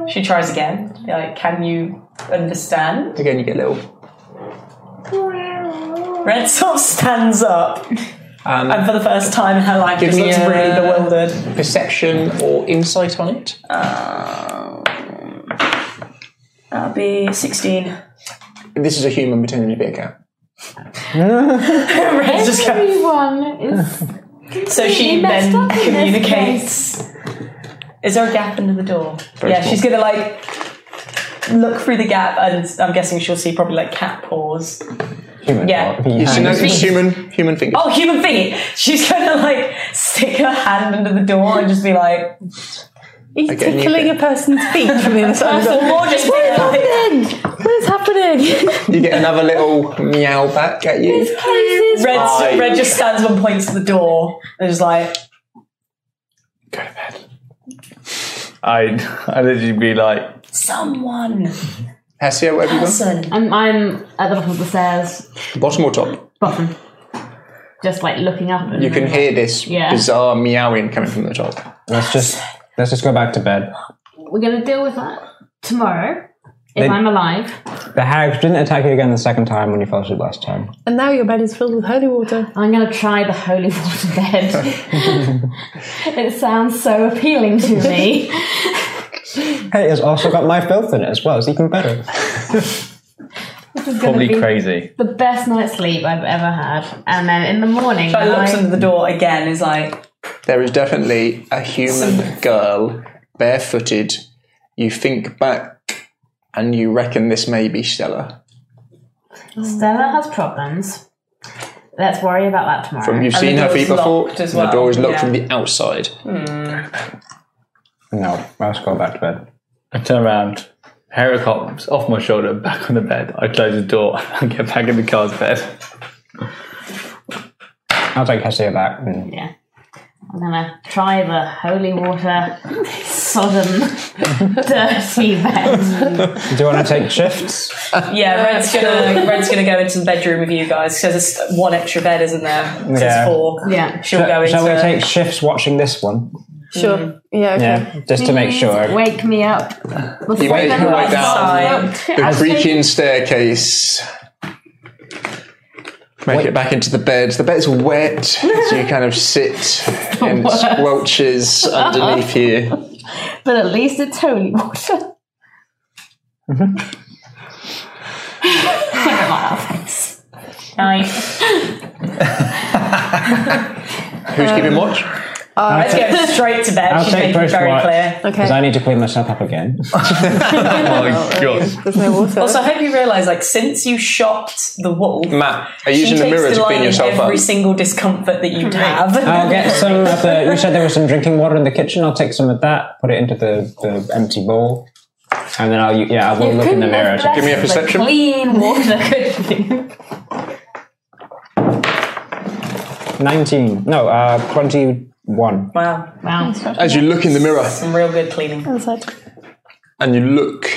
[SPEAKER 4] She tries again. Be Like, can you understand?
[SPEAKER 1] Again, you get little.
[SPEAKER 4] Red sort of stands up, and
[SPEAKER 1] Um,
[SPEAKER 4] for the first time in her life,
[SPEAKER 1] Give
[SPEAKER 4] just
[SPEAKER 1] me
[SPEAKER 4] looks
[SPEAKER 1] a-
[SPEAKER 4] really bewildered.
[SPEAKER 1] perception or insight on it?
[SPEAKER 4] That'll be 16.
[SPEAKER 1] This is a human pretending to be a cat.
[SPEAKER 4] Red's just going-
[SPEAKER 7] Everyone
[SPEAKER 4] So
[SPEAKER 7] is. completely
[SPEAKER 4] she
[SPEAKER 7] messed
[SPEAKER 4] then
[SPEAKER 7] up in this
[SPEAKER 4] communicates. Is there a gap under the door?
[SPEAKER 7] Very
[SPEAKER 4] yeah,
[SPEAKER 7] small.
[SPEAKER 4] she's gonna like look through the gap, and I'm guessing she'll see probably like cat paws.
[SPEAKER 1] Human.
[SPEAKER 4] Yeah.
[SPEAKER 1] You see, no, it's
[SPEAKER 4] Fingers.
[SPEAKER 1] human, human fingers.
[SPEAKER 4] Oh, human thingy! She's gonna like stick her hand under the door and just be like,
[SPEAKER 6] He's
[SPEAKER 4] Again, you
[SPEAKER 6] tickling a person's feet from the inside.
[SPEAKER 4] First of all, just
[SPEAKER 6] what is
[SPEAKER 4] like-
[SPEAKER 6] happening? What is happening?
[SPEAKER 1] You get another little meow back at you.
[SPEAKER 4] Red,
[SPEAKER 1] fine.
[SPEAKER 4] Red just stands up and points at the door and is like,
[SPEAKER 2] I'd, I'd literally be like,
[SPEAKER 4] someone.
[SPEAKER 1] Hessia, where have you gone?
[SPEAKER 7] I'm, I'm at the bottom of the stairs,
[SPEAKER 1] Bottom or top?
[SPEAKER 7] bottom, just like looking up. And
[SPEAKER 1] You can hear this
[SPEAKER 7] Yeah.
[SPEAKER 1] bizarre meowing coming from the top.
[SPEAKER 5] Let's just let's just go back to bed.
[SPEAKER 7] We're gonna deal with that tomorrow if
[SPEAKER 5] They-
[SPEAKER 7] I'm alive.
[SPEAKER 5] The hags didn't attack you again the second time when you fell asleep last time.
[SPEAKER 7] And now your bed is filled with holy water. I'm gonna try the holy water bed. it sounds so appealing to me.
[SPEAKER 5] Hey, it's also got my filth in it as well. It's even better.
[SPEAKER 7] This is gonna
[SPEAKER 2] probably
[SPEAKER 7] be
[SPEAKER 2] crazy.
[SPEAKER 7] The best night's sleep I've ever had, and then in the morning,
[SPEAKER 4] She looks
[SPEAKER 7] I-
[SPEAKER 4] under the door again, is like,
[SPEAKER 1] There is definitely a human girl, barefooted. You think back and you reckon this may be Stella.
[SPEAKER 7] Stella has problems. Let's worry about that tomorrow.
[SPEAKER 1] From you've seen her feet before, and the door is locked from the outside.
[SPEAKER 5] No, let's go back to bed.
[SPEAKER 2] I turn around, hair comes off my shoulder, back on the bed. I close the door and get back in the car's bed.
[SPEAKER 5] I'll take Hestia back. and-
[SPEAKER 7] Yeah. I'm gonna try the holy water, sodden, dirty bed.
[SPEAKER 5] Do you want to take shifts?
[SPEAKER 4] yeah, Red's gonna Red's gonna go into the bedroom with you guys because there's just one extra bed, isn't there? So
[SPEAKER 5] Yeah.
[SPEAKER 4] There's four.
[SPEAKER 7] Yeah,
[SPEAKER 4] she'll
[SPEAKER 5] Shall-
[SPEAKER 4] go into.
[SPEAKER 5] Shall we take shifts watching this one?
[SPEAKER 6] Sure. Yeah. Okay.
[SPEAKER 5] Yeah, just to make sure.
[SPEAKER 7] Wake me up.
[SPEAKER 1] You make your way down the
[SPEAKER 7] I'll
[SPEAKER 1] creaking staircase. Make it back into the bed. The bed's wet, so you kind of sit in
[SPEAKER 7] worst.
[SPEAKER 1] squelches underneath you.
[SPEAKER 7] But at least it's holy water. Mm-hmm.
[SPEAKER 4] Nice.
[SPEAKER 1] Who's
[SPEAKER 4] Um,
[SPEAKER 1] keeping watch?
[SPEAKER 6] Oh,
[SPEAKER 4] Let's go straight to bed.
[SPEAKER 5] I'll
[SPEAKER 4] She's
[SPEAKER 5] take
[SPEAKER 4] making it
[SPEAKER 5] first
[SPEAKER 4] very
[SPEAKER 5] watch
[SPEAKER 4] clear.
[SPEAKER 5] because I need to clean myself up again.
[SPEAKER 2] oh, God.
[SPEAKER 6] There's no water.
[SPEAKER 4] Also, I hope you realise, like, since you shot the wolf,
[SPEAKER 1] Matt, are you
[SPEAKER 4] uh, she
[SPEAKER 1] using the
[SPEAKER 4] takes
[SPEAKER 1] mirror to
[SPEAKER 4] delight
[SPEAKER 1] clean
[SPEAKER 4] in
[SPEAKER 1] yourself
[SPEAKER 4] every
[SPEAKER 1] up?
[SPEAKER 4] single discomfort that you'd have.
[SPEAKER 5] I'll get some of the. You said there was some drinking water in the kitchen. I'll take some of that, put it into the, the empty bowl, and then I'll u- yeah I will look in the mirror. to-
[SPEAKER 1] Give me a perception.
[SPEAKER 7] Clean water could
[SPEAKER 5] Nineteen, no, uh, twenty-one.
[SPEAKER 4] wow,
[SPEAKER 7] Wow.
[SPEAKER 1] As you look in the mirror
[SPEAKER 4] some real good cleaning.
[SPEAKER 1] and you look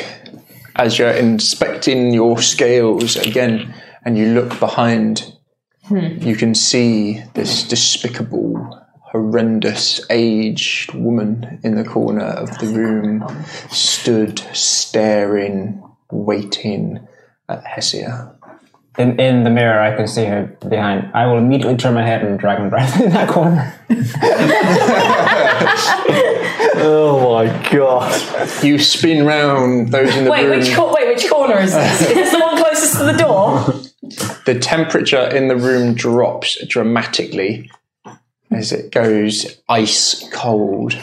[SPEAKER 1] as you're inspecting your scales again, and you look behind,
[SPEAKER 4] Hmm.
[SPEAKER 1] you can see this despicable, horrendous, aged woman in the corner of the room, stood staring, waiting at Hesia.
[SPEAKER 5] In, in the mirror, I can see her behind. I will immediately turn my head and drag my breath in that corner.
[SPEAKER 2] Oh, my God.
[SPEAKER 1] You spin round those in the
[SPEAKER 4] Wait,
[SPEAKER 1] room.
[SPEAKER 4] which cor- wait, which corner is this? Is this the one closest to the door?
[SPEAKER 1] the temperature in the room drops dramatically as it goes ice cold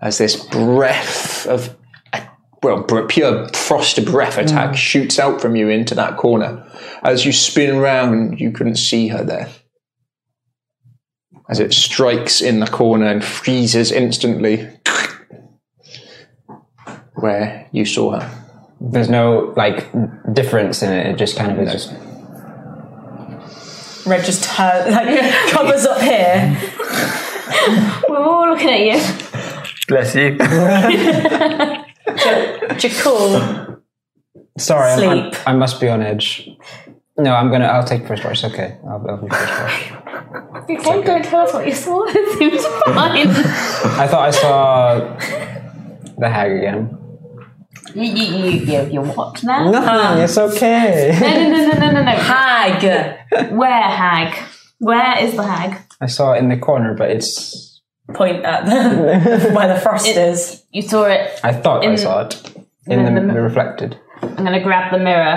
[SPEAKER 1] as this breath of well br- pure frost breath attack shoots out from you into that corner as you spin round you couldn't see her there as it strikes in the corner and freezes instantly where you saw her
[SPEAKER 5] There's no like difference in it. It just kind of is just
[SPEAKER 4] Red just turns, like, covers up here.
[SPEAKER 7] We're all looking at you.
[SPEAKER 2] Bless you.
[SPEAKER 4] Jacool.
[SPEAKER 5] sorry. I'm- I'm-
[SPEAKER 4] Sleep.
[SPEAKER 5] i must be on edge. No, I'm gonna. I'll take first watch. It's Okay, I'll, I'll be first watch.
[SPEAKER 7] Okay, don't tell us what you saw. It seems fine.
[SPEAKER 5] I thought I saw the hag again.
[SPEAKER 7] you, you, you, you, you what now?
[SPEAKER 5] Nothing. It's okay.
[SPEAKER 7] No, no, no, no, no, no, no.
[SPEAKER 4] Hag.
[SPEAKER 7] Where hag? Where is the hag?
[SPEAKER 5] I saw it in the corner, but it's.
[SPEAKER 4] Point at the, where the frost is.
[SPEAKER 7] You saw it
[SPEAKER 5] I thought I
[SPEAKER 7] In-
[SPEAKER 5] saw it in the,
[SPEAKER 7] in the-
[SPEAKER 5] the reflected.
[SPEAKER 7] I'm gonna grab the mirror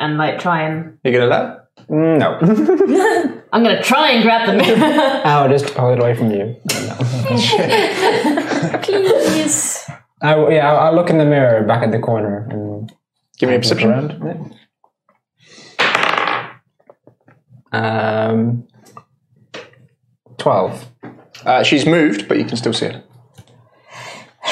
[SPEAKER 7] and like try and.
[SPEAKER 1] You gonna let?
[SPEAKER 5] No.
[SPEAKER 7] I'm gonna try and grab the mirror.
[SPEAKER 5] I'll just pull it away from you.
[SPEAKER 4] Please.
[SPEAKER 5] I, yeah, I'll, I'll look in the mirror back at the corner. And
[SPEAKER 1] Give me a perception.
[SPEAKER 5] Around. Um, 12.
[SPEAKER 1] Uh, she's moved, but you can still see her.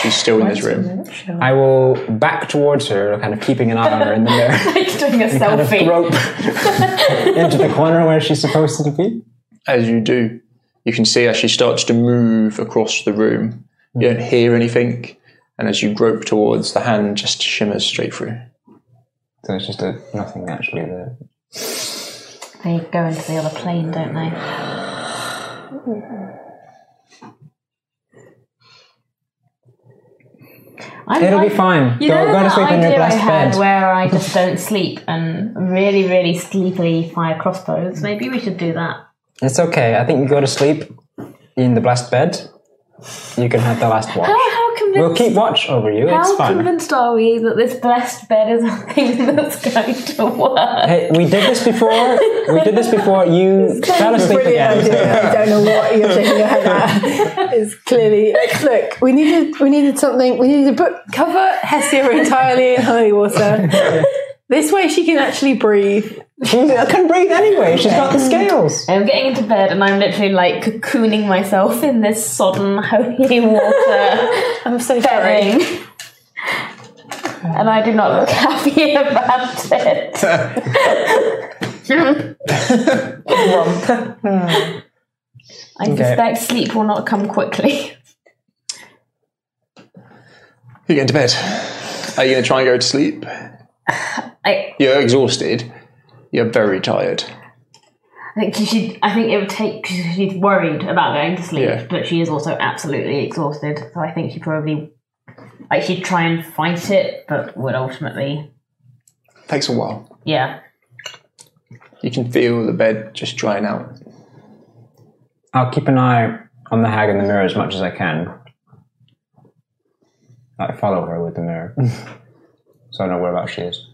[SPEAKER 1] She's still in this room.
[SPEAKER 7] Oh.
[SPEAKER 5] I will back towards her, kind of keeping an eye on her in the mirror.
[SPEAKER 7] like doing a
[SPEAKER 5] kind of
[SPEAKER 7] selfie.
[SPEAKER 5] rope into the corner where she's supposed to be.
[SPEAKER 1] As you do, you can see as she starts to move across the room. You don't hear anything, and as you grope towards, the hand just shimmers straight through.
[SPEAKER 5] So it's just a nothing actually there.
[SPEAKER 7] They go into the other plane, don't they? I
[SPEAKER 5] It'll
[SPEAKER 7] like-
[SPEAKER 5] be fine.
[SPEAKER 7] You
[SPEAKER 5] Go,
[SPEAKER 7] know
[SPEAKER 5] go to
[SPEAKER 7] that
[SPEAKER 5] sleep in your
[SPEAKER 7] idea I
[SPEAKER 5] glass
[SPEAKER 7] had
[SPEAKER 5] bed.
[SPEAKER 7] where I just don't sleep and really, really sleepily fire crossbows. Maybe we should do that.
[SPEAKER 5] It's okay. I think you go to sleep in the blast bed. You can have the last watch.
[SPEAKER 7] How, how convinced?
[SPEAKER 5] We'll keep watch over you. it's
[SPEAKER 7] how
[SPEAKER 5] fine.
[SPEAKER 7] convinced are we that this blessed bed is a thing that's going to work?
[SPEAKER 5] Hey, we did this before. we did this before. You fell asleep again.
[SPEAKER 6] I don't know what you're shaking your head at. It's clearly look. We needed we needed something. We needed a book cover Hestia entirely in holy water. This way she can actually breathe.
[SPEAKER 5] I can breathe anyway. She's got the scales.
[SPEAKER 7] I'm getting into bed and I'm literally like cocooning myself in this sodden holy water
[SPEAKER 6] I'm so sorry.
[SPEAKER 7] bedding. And I do not look happy about it. I suspect sleep will not come quickly.
[SPEAKER 1] You get into bed. Are you going to try and go to sleep?
[SPEAKER 7] I,
[SPEAKER 1] You're exhausted. You're very tired.
[SPEAKER 7] I think she should. I think it would take. She's worried about going to sleep,
[SPEAKER 1] Yeah.
[SPEAKER 7] but she is also absolutely exhausted. So I think she probably like she'd try and fight it, but would ultimately,
[SPEAKER 1] Takes a while.
[SPEAKER 7] yeah.
[SPEAKER 1] You can feel the bed just drying out.
[SPEAKER 5] I'll keep an eye on the hag in the mirror as much as I can. I follow her with the mirror, so I know whereabouts she is.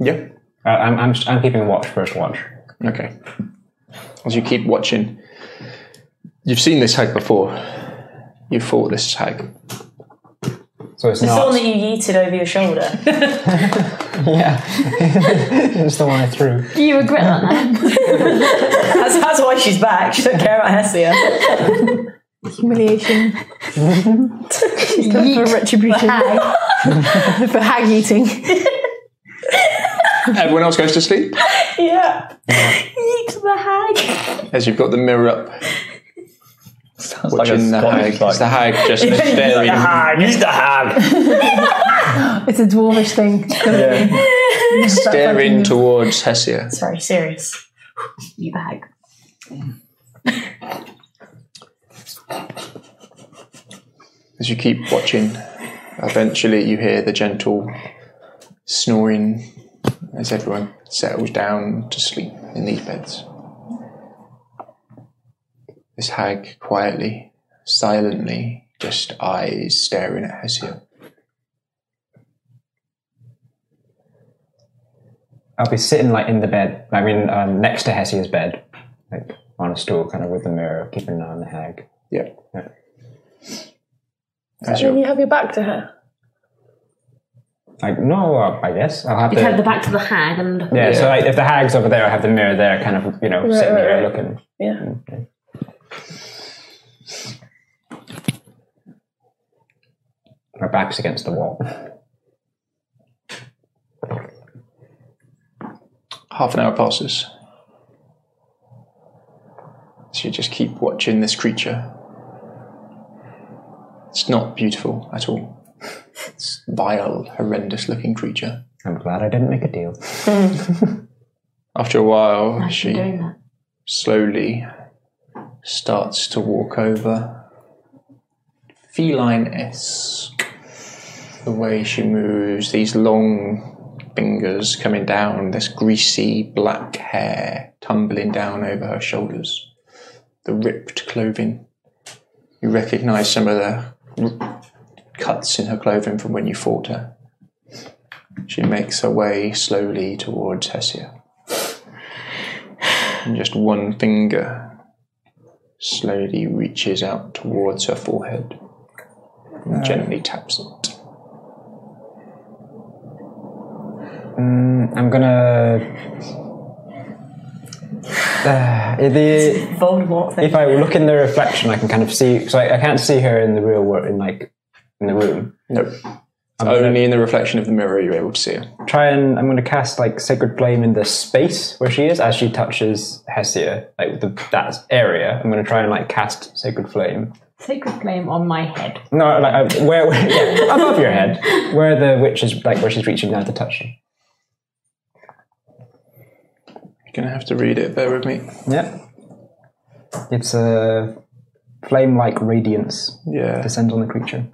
[SPEAKER 1] Yeah.
[SPEAKER 5] Uh, I'm, I'm, I'm keeping watch, first watch.
[SPEAKER 1] Okay. As you keep watching, you've seen this hag before. You've fought this hag.
[SPEAKER 5] So it's
[SPEAKER 4] The
[SPEAKER 5] not.
[SPEAKER 4] film that you yeeted over your shoulder.
[SPEAKER 5] yeah, it's the one I threw.
[SPEAKER 7] You regret that now.
[SPEAKER 4] That's, that's why she's back. She don't care about Hestia.
[SPEAKER 6] Humiliation. She's done for retribution. For hag, eating.
[SPEAKER 1] Everyone else goes to sleep.
[SPEAKER 4] yeah. Yeet the hag.
[SPEAKER 1] As you've got the mirror up,
[SPEAKER 11] Sounds
[SPEAKER 1] watching the hag.
[SPEAKER 11] Scottish, like-
[SPEAKER 1] It's the hag just
[SPEAKER 11] Yeet the
[SPEAKER 1] staring.
[SPEAKER 11] hag. Yeet the hag.
[SPEAKER 6] It's a dwarvish thing.
[SPEAKER 11] Yeah.
[SPEAKER 1] staring towards Hessia.
[SPEAKER 4] It's very serious.
[SPEAKER 7] You bag.
[SPEAKER 1] As you keep watching, eventually you hear the gentle snoring as everyone settles down to sleep in these beds. This hag quietly, silently, just eyes staring at Hessia.
[SPEAKER 5] I'll be sitting like in the bed. I mean, um, next to Hessia's bed, like on a stool, kind of with the mirror, keeping an eye on the hag.
[SPEAKER 1] Yep.
[SPEAKER 5] Yeah.
[SPEAKER 1] As
[SPEAKER 6] Then
[SPEAKER 1] you
[SPEAKER 6] you have your back to her.
[SPEAKER 5] Like, no, uh, I guess I'll have
[SPEAKER 7] You
[SPEAKER 5] to.
[SPEAKER 7] turn the back to the hag and
[SPEAKER 5] yeah, so like, if the hag's over there, I have the mirror there, kind of, you know, sitting
[SPEAKER 6] right, right.
[SPEAKER 5] there looking.
[SPEAKER 6] Yeah.
[SPEAKER 5] My back's against the wall.
[SPEAKER 1] half an hour passes. So you just keep watching this creature. It's not beautiful at all. It's vile, horrendous looking creature.
[SPEAKER 5] I'm glad I didn't make a deal.
[SPEAKER 1] After a while,
[SPEAKER 7] I've been
[SPEAKER 1] she
[SPEAKER 7] doing that.
[SPEAKER 1] slowly starts to walk over. Feline esque. The way she moves, these long fingers coming down, this greasy black hair tumbling down over her shoulders, the ripped clothing. You recognize some of the r- cuts in her clothing from when you fought her. She makes her way slowly towards Hesia. And just one finger slowly reaches out towards her forehead and gently taps it.
[SPEAKER 5] Mm, I'm gonna. Uh, the, If I look in the reflection, I can kind of see. So I, I can't see her in the real world, in like in the room.
[SPEAKER 1] Nope. Only in the reflection of the mirror you're able to see her.
[SPEAKER 5] Try and I'm gonna cast like sacred flame in the space where she is as she touches Hesia, like the, that area. I'm gonna try and like cast sacred flame.
[SPEAKER 7] Sacred flame on my head.
[SPEAKER 5] No, like uh, where, where yeah, above your head, where the witch is, like where she's reaching down to touch you.
[SPEAKER 1] You're gonna have to read it. Bear with me.
[SPEAKER 5] Yep. It's a flame-like radiance.
[SPEAKER 1] Yeah.
[SPEAKER 5] Descends on the creature.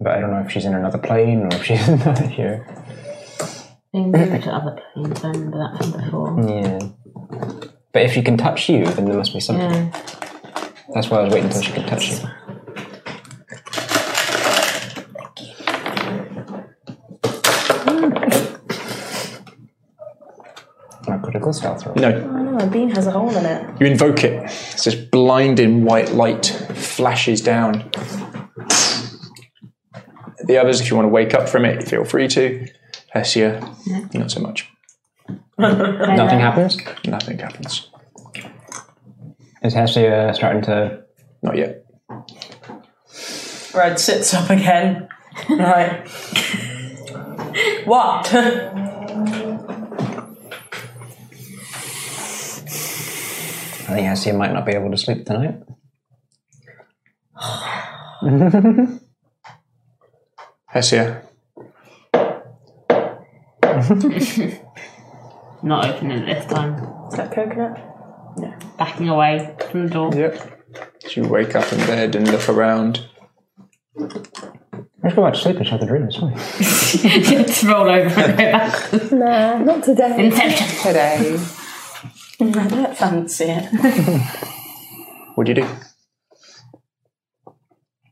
[SPEAKER 5] But I don't know if she's in another plane or if she's not here.
[SPEAKER 7] Being moved to other planes. I remember that from before.
[SPEAKER 5] Yeah. But if she can touch you, then there must be something.
[SPEAKER 7] Yeah.
[SPEAKER 5] That's why I was waiting until she could touch you. Mm. My critical stealth roll.
[SPEAKER 1] No.
[SPEAKER 4] Oh, a bean has a hole in it.
[SPEAKER 1] You invoke it. It's this blinding white light flashes down. The others, if you want to wake up from it, feel free to. Hesia, not so much.
[SPEAKER 5] Nothing happens?
[SPEAKER 1] Nothing happens.
[SPEAKER 5] Is Hestia starting to.
[SPEAKER 1] Not yet.
[SPEAKER 4] Red sits up again. right. What?
[SPEAKER 5] I think Hestia might not be able to sleep tonight.
[SPEAKER 1] Hesia,
[SPEAKER 7] Not opening it this time.
[SPEAKER 4] Is that coconut?
[SPEAKER 7] Backing away from the door.
[SPEAKER 1] Yep. as you wake up in bed and look around,
[SPEAKER 5] Let's go back to sleep and shut the dream. It's fine.
[SPEAKER 7] Just roll over and go back.
[SPEAKER 6] Nah, not today.
[SPEAKER 7] Inception.
[SPEAKER 4] Today. I don't fancy it.
[SPEAKER 1] what do you do?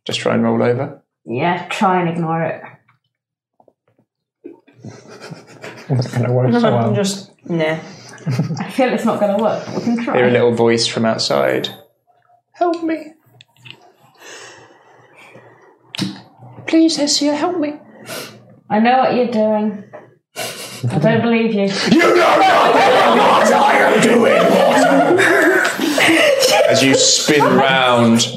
[SPEAKER 1] Just try and roll over.
[SPEAKER 7] Yeah, try and ignore it.
[SPEAKER 5] It's going to work so
[SPEAKER 4] I'm
[SPEAKER 5] well.
[SPEAKER 4] just nah.
[SPEAKER 7] I feel it's not going to work. but We can
[SPEAKER 1] Hear a
[SPEAKER 7] try.
[SPEAKER 1] little voice from outside.
[SPEAKER 4] Help me.
[SPEAKER 1] Please, Hesia, help me.
[SPEAKER 7] I know what you're doing. I don't believe you.
[SPEAKER 1] As you spin round,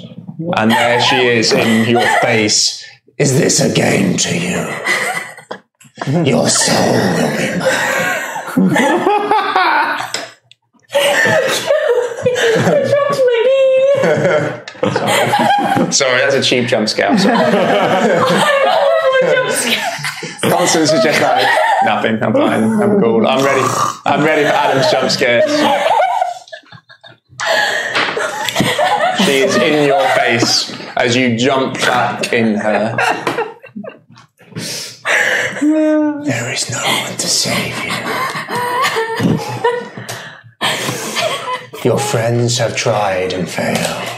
[SPEAKER 1] and there she is in your face. Is this a game to you? Your soul will be mine. Sorry, that's a cheap jump scare. Constance is just like, nothing, I'm fine, I'm cool, I'm ready, I'm ready for Adam's jump scares. She is in your face as you jump back in her. There is no one to save you. Your friends have tried and failed.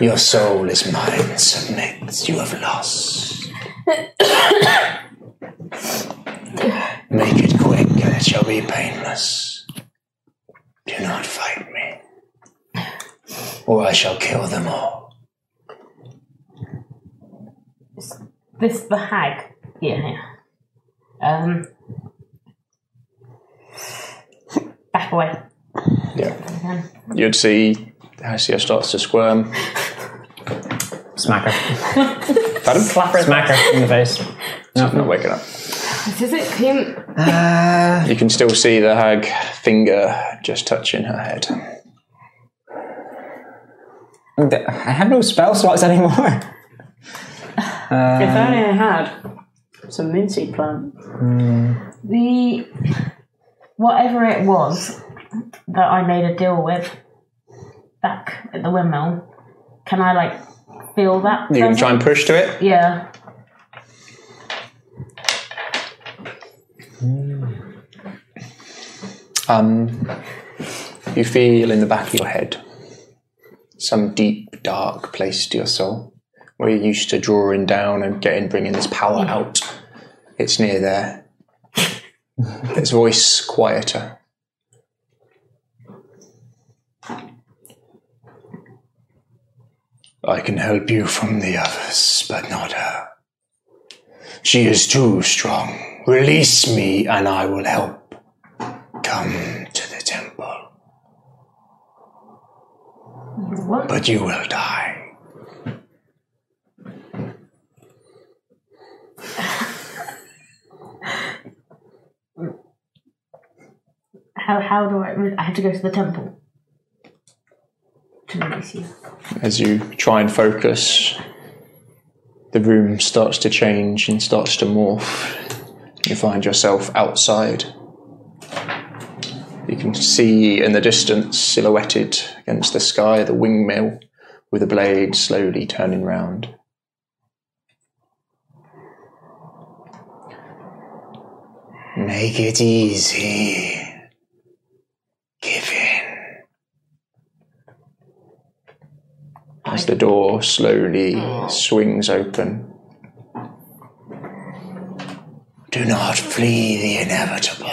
[SPEAKER 1] Your soul is mine. Submit. You have lost. Make it quick and it shall be painless. Do not fight me, or I shall kill them all.
[SPEAKER 7] This the hag. Yeah. yeah. Um. Back away.
[SPEAKER 1] Yeah. You'd see Hasia starts to squirm.
[SPEAKER 5] Smack her.
[SPEAKER 1] Adam?
[SPEAKER 5] Smack her in the face.
[SPEAKER 1] Not waking up.
[SPEAKER 7] This is it. Kim.
[SPEAKER 1] You can still see the hag finger just touching her head.
[SPEAKER 5] I have no spell slots anymore.
[SPEAKER 4] if only I had some minty plant.
[SPEAKER 7] The whatever it was that I made a deal with back at the windmill. Can I like feel that?
[SPEAKER 1] You can
[SPEAKER 7] present?
[SPEAKER 1] try and push to it.
[SPEAKER 7] Yeah.
[SPEAKER 1] Um, you feel in the back of your head some deep, dark place to your soul where you're used to drawing down and getting, bringing this power out. It's near there. its voice quieter. I can help you from the others, but not her. She is too strong. Release me and I will help. Come to the temple,
[SPEAKER 7] What?
[SPEAKER 1] but you will die.
[SPEAKER 7] How, how do I. re- I have to go to the temple to release you.
[SPEAKER 1] As you try and focus, the room starts to change and starts to morph. You find yourself outside. You can see in the distance, silhouetted against the sky, the windmill with the blade slowly turning round. Make it easy. Give in. As the door slowly swings open. Do not flee the inevitable.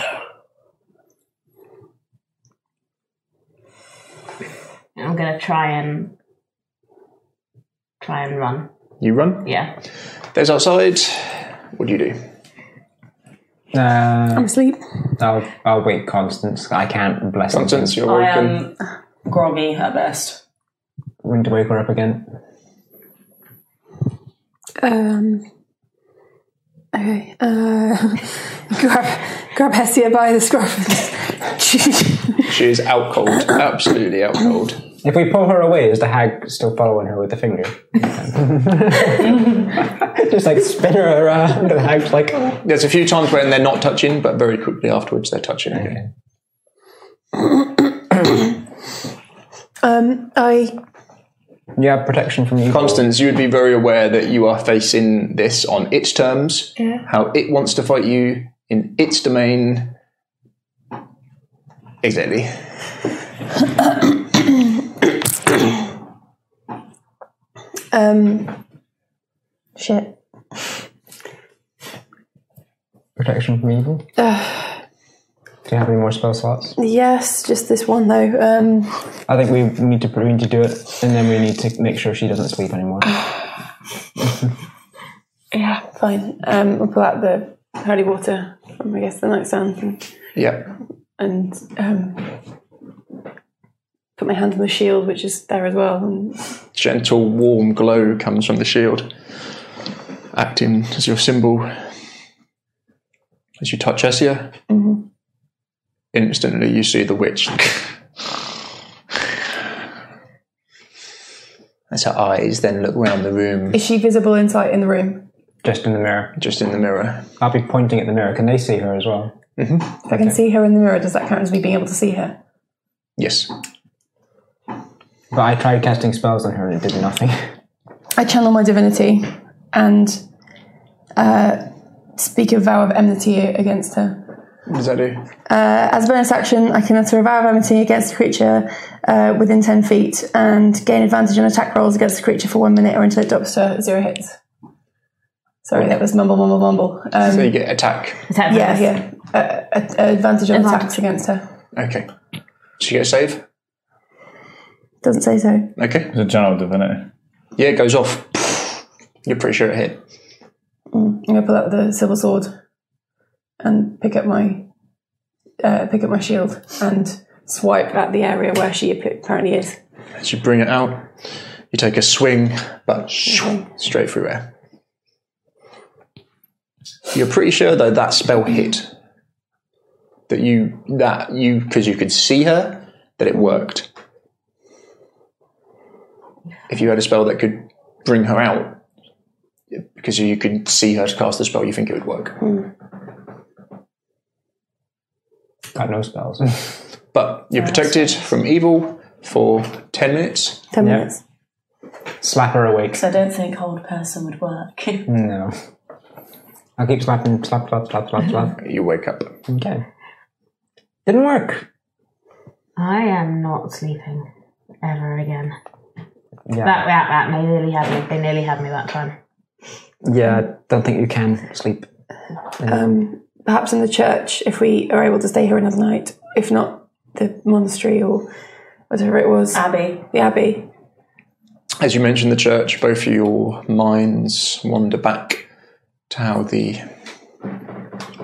[SPEAKER 7] I'm going to try and. Try and run.
[SPEAKER 1] You run?
[SPEAKER 7] Yeah.
[SPEAKER 1] There's outside. What do you do?
[SPEAKER 5] Uh, I'm
[SPEAKER 6] asleep.
[SPEAKER 5] I'll, I'll wake Constance. I can't bless
[SPEAKER 1] Constance,
[SPEAKER 5] you.
[SPEAKER 1] you're
[SPEAKER 4] I um, am groggy at best.
[SPEAKER 5] Wouldn't wake her up again.
[SPEAKER 6] Um, okay. Uh, grab, grab Hestia by the scruff.
[SPEAKER 1] She is out cold, absolutely out cold.
[SPEAKER 5] If we pull her away, is the hag still following her with the finger?
[SPEAKER 1] Just like spin her around and hag's like. There's a few times when they're not touching, but very quickly afterwards they're touching again.
[SPEAKER 6] um, I
[SPEAKER 1] Yeah, protection from you. Constance, you would be very aware that you are facing this on its terms,
[SPEAKER 6] Yeah.
[SPEAKER 1] how it wants to fight you in its domain. Exactly.
[SPEAKER 6] um, shit.
[SPEAKER 5] Protection from evil? Do
[SPEAKER 6] Uh,
[SPEAKER 5] you have any more spell slots?
[SPEAKER 6] yes, just this one though. Um,
[SPEAKER 5] I think we need to we need to do it, and then we need to make sure she doesn't sleep anymore.
[SPEAKER 6] yeah, fine. Um, I'll pull out the holy water from I guess the nightstand and,
[SPEAKER 1] Yeah.
[SPEAKER 6] and um, put my hand on the shield, which is there as well. And
[SPEAKER 1] Gentle, warm glow comes from the shield, acting as your symbol. As you touch Essia, instantly you see the witch. As her eyes then look round the room.
[SPEAKER 6] is she visible inside in the room?
[SPEAKER 5] Just in the mirror.
[SPEAKER 1] Just in the mirror.
[SPEAKER 5] I'll be pointing at the mirror. Can they see her as well?
[SPEAKER 6] If I can see her in the mirror, does that count as me being able to see her?
[SPEAKER 1] Yes.
[SPEAKER 5] But I tried casting spells on her and it did nothing.
[SPEAKER 6] I channel my divinity and uh, speak a vow of enmity against her.
[SPEAKER 1] What does that do?
[SPEAKER 6] Uh, as a bonus action, I can utter a vow of enmity against a creature uh, within 10 feet and gain advantage on attack rolls against the creature for one minute or until it drops to zero hits. Sorry, that was mumble, mumble, mumble. Um,
[SPEAKER 1] so you get attack.
[SPEAKER 6] attack yeah, yeah. Uh, a- a- advantage on attacks against her.
[SPEAKER 1] Okay. She gets a save.
[SPEAKER 6] Doesn't say so.
[SPEAKER 1] Okay.
[SPEAKER 11] The general divinity.
[SPEAKER 1] Yeah, it goes off. You're pretty sure it hit.
[SPEAKER 6] Mm, I'm gonna pull out the silver sword and pick up my uh, pick up my shield and swipe at the area where she ap- apparently is.
[SPEAKER 1] As you bring it out, you take a swing, but shoo, straight through air. You're pretty sure though that spell hit. That you that you because you could see her that it worked. If you had a spell that could bring her out, because you could see her cast the spell, you think it would work.
[SPEAKER 5] Got no spells.
[SPEAKER 1] But you're protected from evil for ten minutes.
[SPEAKER 6] Ten
[SPEAKER 5] Yeah.
[SPEAKER 6] minutes.
[SPEAKER 5] Slap her awake.
[SPEAKER 4] Because I don't think old person would work.
[SPEAKER 5] No. I'll keep slapping, slap, slap, slap, slap, slap.
[SPEAKER 1] You wake up.
[SPEAKER 5] Okay. Didn't work.
[SPEAKER 7] I am not sleeping ever again.
[SPEAKER 5] Yeah.
[SPEAKER 7] That, that that they nearly had me. They nearly had me that time.
[SPEAKER 5] Yeah, I don't think you can sleep.
[SPEAKER 6] Um, perhaps in the church, if we are able to stay here another night. If not, the monastery or whatever it was.
[SPEAKER 4] Abbey.
[SPEAKER 6] The abbey.
[SPEAKER 1] As you mentioned the church, both your minds wander back to how the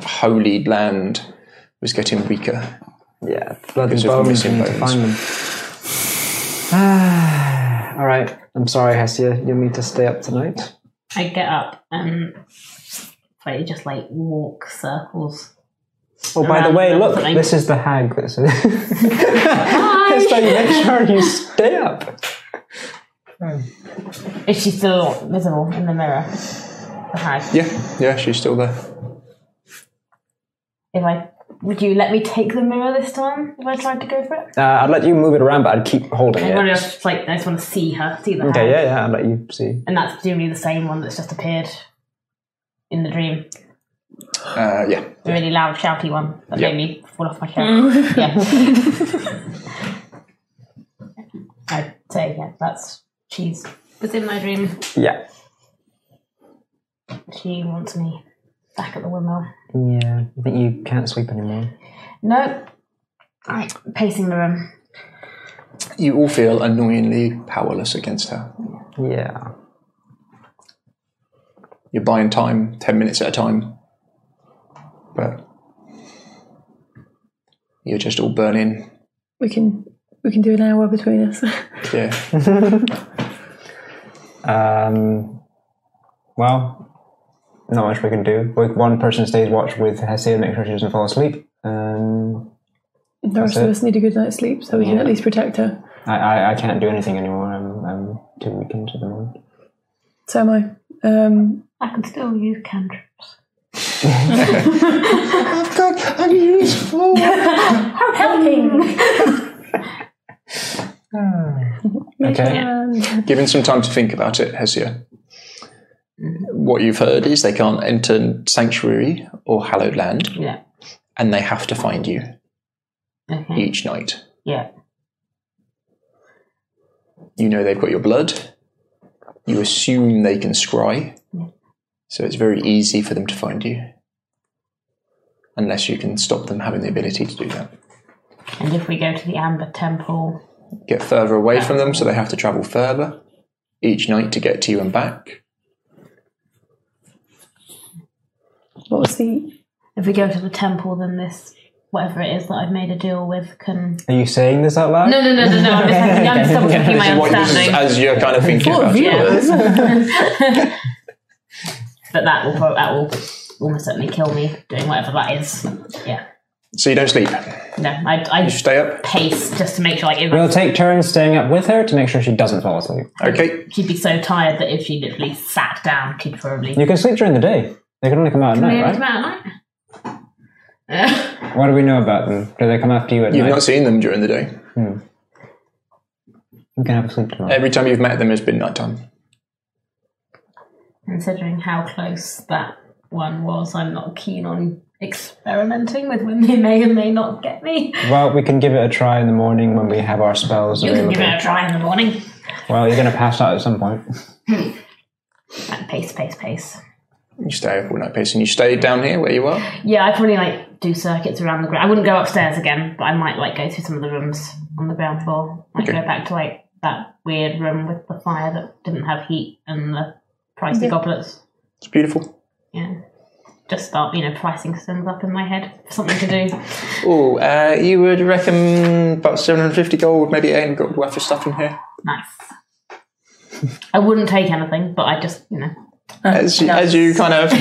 [SPEAKER 1] holy land was getting weaker.
[SPEAKER 5] Yeah, blood
[SPEAKER 1] because
[SPEAKER 5] and
[SPEAKER 1] of
[SPEAKER 5] bones.
[SPEAKER 1] missing
[SPEAKER 5] we need to
[SPEAKER 1] bones.
[SPEAKER 5] find them. Ah, all right. I'm sorry, Hestia. You'll need to stay up tonight.
[SPEAKER 7] I get up and like just like walk circles.
[SPEAKER 5] Oh, by the
[SPEAKER 7] around
[SPEAKER 5] way,
[SPEAKER 7] them,
[SPEAKER 5] look.
[SPEAKER 7] something.
[SPEAKER 5] This is the hag. That's
[SPEAKER 7] Hi.
[SPEAKER 5] so you make sure you stay up.
[SPEAKER 7] Is she still visible in the mirror? The hag.
[SPEAKER 1] Yeah, yeah, she's still there.
[SPEAKER 7] If I would you let me take the mirror this time if I tried to go for it?
[SPEAKER 5] Uh, I'd let you move it around, but I'd keep holding
[SPEAKER 7] I want to
[SPEAKER 5] it.
[SPEAKER 7] just like I just want to see her, see the
[SPEAKER 5] Okay,
[SPEAKER 7] hag.
[SPEAKER 5] yeah, yeah. I'd let you see.
[SPEAKER 7] And that's presumably the same one that's just appeared in the dream.
[SPEAKER 1] Uh, yeah.
[SPEAKER 7] The really loud, shouty one that
[SPEAKER 1] Yeah.
[SPEAKER 7] made me fall off my chair. yeah. I'd say, yeah, that's she's within my dream.
[SPEAKER 5] Yeah.
[SPEAKER 7] She wants me back at the windmill.
[SPEAKER 5] Yeah. I think you can't sleep anymore.
[SPEAKER 7] Nope. Right, pacing the room.
[SPEAKER 1] You all feel annoyingly powerless against her.
[SPEAKER 5] Yeah.
[SPEAKER 1] You're buying time, 10 minutes at a time. But you're just all burning.
[SPEAKER 6] We can we can do an hour between us.
[SPEAKER 1] Yeah.
[SPEAKER 5] Um. Well, not much we can do. Like, One person stays watch with Hestia, make sure she doesn't fall asleep. Um.
[SPEAKER 6] the rest of
[SPEAKER 5] it.
[SPEAKER 6] us need a good night's sleep so we can
[SPEAKER 5] Yeah.
[SPEAKER 6] at least protect her.
[SPEAKER 5] I, I, I can't do anything anymore. I'm, I'm too weakened at the moment.
[SPEAKER 6] So am I. Um,
[SPEAKER 7] I can still use cantrips.
[SPEAKER 1] I've got unuseful.
[SPEAKER 7] I'm helping.
[SPEAKER 6] Okay.
[SPEAKER 1] Given some time to think about it, Hesia. What you've heard is they can't enter sanctuary or hallowed land,
[SPEAKER 7] Yeah.
[SPEAKER 1] and they have to find you
[SPEAKER 7] Okay.
[SPEAKER 1] each night.
[SPEAKER 7] Yeah.
[SPEAKER 1] You know they've got your blood. You assume they can scry, so it's very easy for them to find you, unless you can stop them having the ability to do that.
[SPEAKER 7] And if we go to the Amber Temple,
[SPEAKER 1] Get further away from them, so they have to travel further each night to get to you and back.
[SPEAKER 6] What was the?
[SPEAKER 7] if we go to the temple, then this whatever it is that I've made a deal with can.
[SPEAKER 5] Are you saying this out loud?
[SPEAKER 7] No, no, no, no, no. I'm just having, I'm just double checking my
[SPEAKER 1] This is what- this is
[SPEAKER 7] understanding.
[SPEAKER 1] as you're kind of thinking about it.
[SPEAKER 7] but that will prob- that will almost certainly kill me doing whatever that is. Yeah.
[SPEAKER 1] So you don't sleep.
[SPEAKER 7] No, I, I
[SPEAKER 1] You stay up.
[SPEAKER 7] pace just to make sure like if
[SPEAKER 5] We'll take turns staying up with her to make sure she doesn't fall asleep.
[SPEAKER 1] Okay.
[SPEAKER 7] she'd be so tired that if she literally sat down, she'd probably.
[SPEAKER 5] You can sleep during the day. They can only come out at
[SPEAKER 7] Can they
[SPEAKER 5] night,
[SPEAKER 7] only come out
[SPEAKER 5] right?
[SPEAKER 7] at night?
[SPEAKER 5] What do we know about them? Do they come after you at
[SPEAKER 1] You've
[SPEAKER 5] night?
[SPEAKER 1] not seen them during the day.
[SPEAKER 5] Hmm. We can have a sleep tonight.
[SPEAKER 1] Every time you've met them has been nighttime.
[SPEAKER 7] Considering how close that one was, I'm not keen on experimenting with when they may and may not get me.
[SPEAKER 5] Well, we can give it a try in the morning when we have our spells
[SPEAKER 7] You can
[SPEAKER 5] available.
[SPEAKER 7] give it a try in the morning.
[SPEAKER 5] Well, you're going to pass out at some point.
[SPEAKER 7] Like, pace, pace, pace.
[SPEAKER 1] You stay up all night pacing. You stay down here where you are.
[SPEAKER 7] Yeah, I probably like do circuits around the ground. I wouldn't go upstairs again, but I might like go through some of the rooms on the ground floor. Might
[SPEAKER 1] Okay.
[SPEAKER 7] go back to like that weird room with the fire that didn't have heat and the pricey
[SPEAKER 1] Yeah.
[SPEAKER 7] goblets.
[SPEAKER 1] It's beautiful.
[SPEAKER 7] Yeah. Just start, you know, pricing things up in my head. Something to do.
[SPEAKER 1] Oh, uh, you would reckon about 750 gold, maybe 800 gold worth of stuff in here.
[SPEAKER 7] Nice. I wouldn't take anything, but I just, you know.
[SPEAKER 1] As you, as you kind of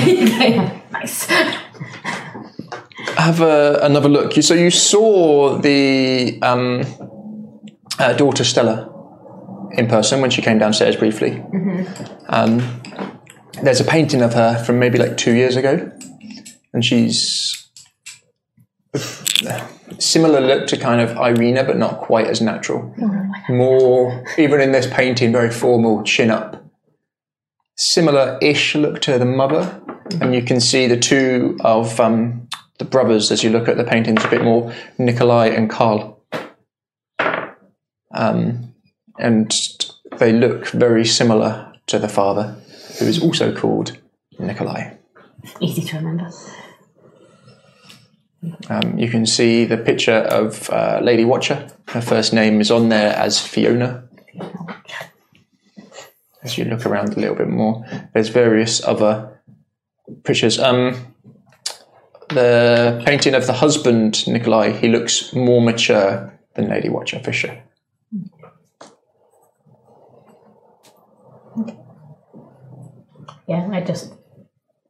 [SPEAKER 7] nice.
[SPEAKER 1] have a, another look. You, so you saw the um, uh, daughter Stella in person when she came downstairs briefly. Um, there's a painting of her from maybe like two years ago, and she's similar look to kind of Irina, but not quite as natural. More, even in this painting, very formal, chin up. Similar-ish look to the mother, and you can see the two of um, the brothers as you look at the paintings a bit more, Nikolai and Karl. Um, and they look very similar to the father, who is also called Nikolai.
[SPEAKER 3] Easy to remember.
[SPEAKER 1] Um, you can see the picture of uh, Lady Watcher. Her first name is on there as Fiona. As you look around a little bit more, there's various other pictures. Um, the painting of the husband, Nikolai, he looks more mature than Lady Watcher for sure.
[SPEAKER 3] Yeah, I just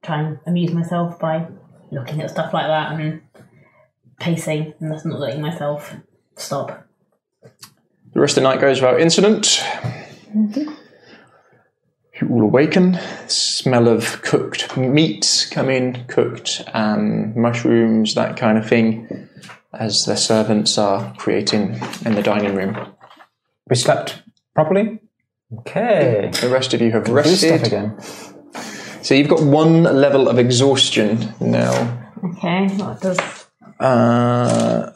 [SPEAKER 3] try and amuse myself by looking at stuff like that and pacing and that's not letting myself stop.
[SPEAKER 1] The rest of the night goes without incident. You all awaken. Smell of cooked meats come in, cooked um, mushrooms, that kind of thing, as the servants are creating in the dining room.
[SPEAKER 13] We slept properly. Okay.
[SPEAKER 1] The rest of you have
[SPEAKER 13] Can we do stuff
[SPEAKER 1] rested
[SPEAKER 13] again?
[SPEAKER 1] So you've got one level of exhaustion now.
[SPEAKER 3] Okay, that does.
[SPEAKER 1] Uh,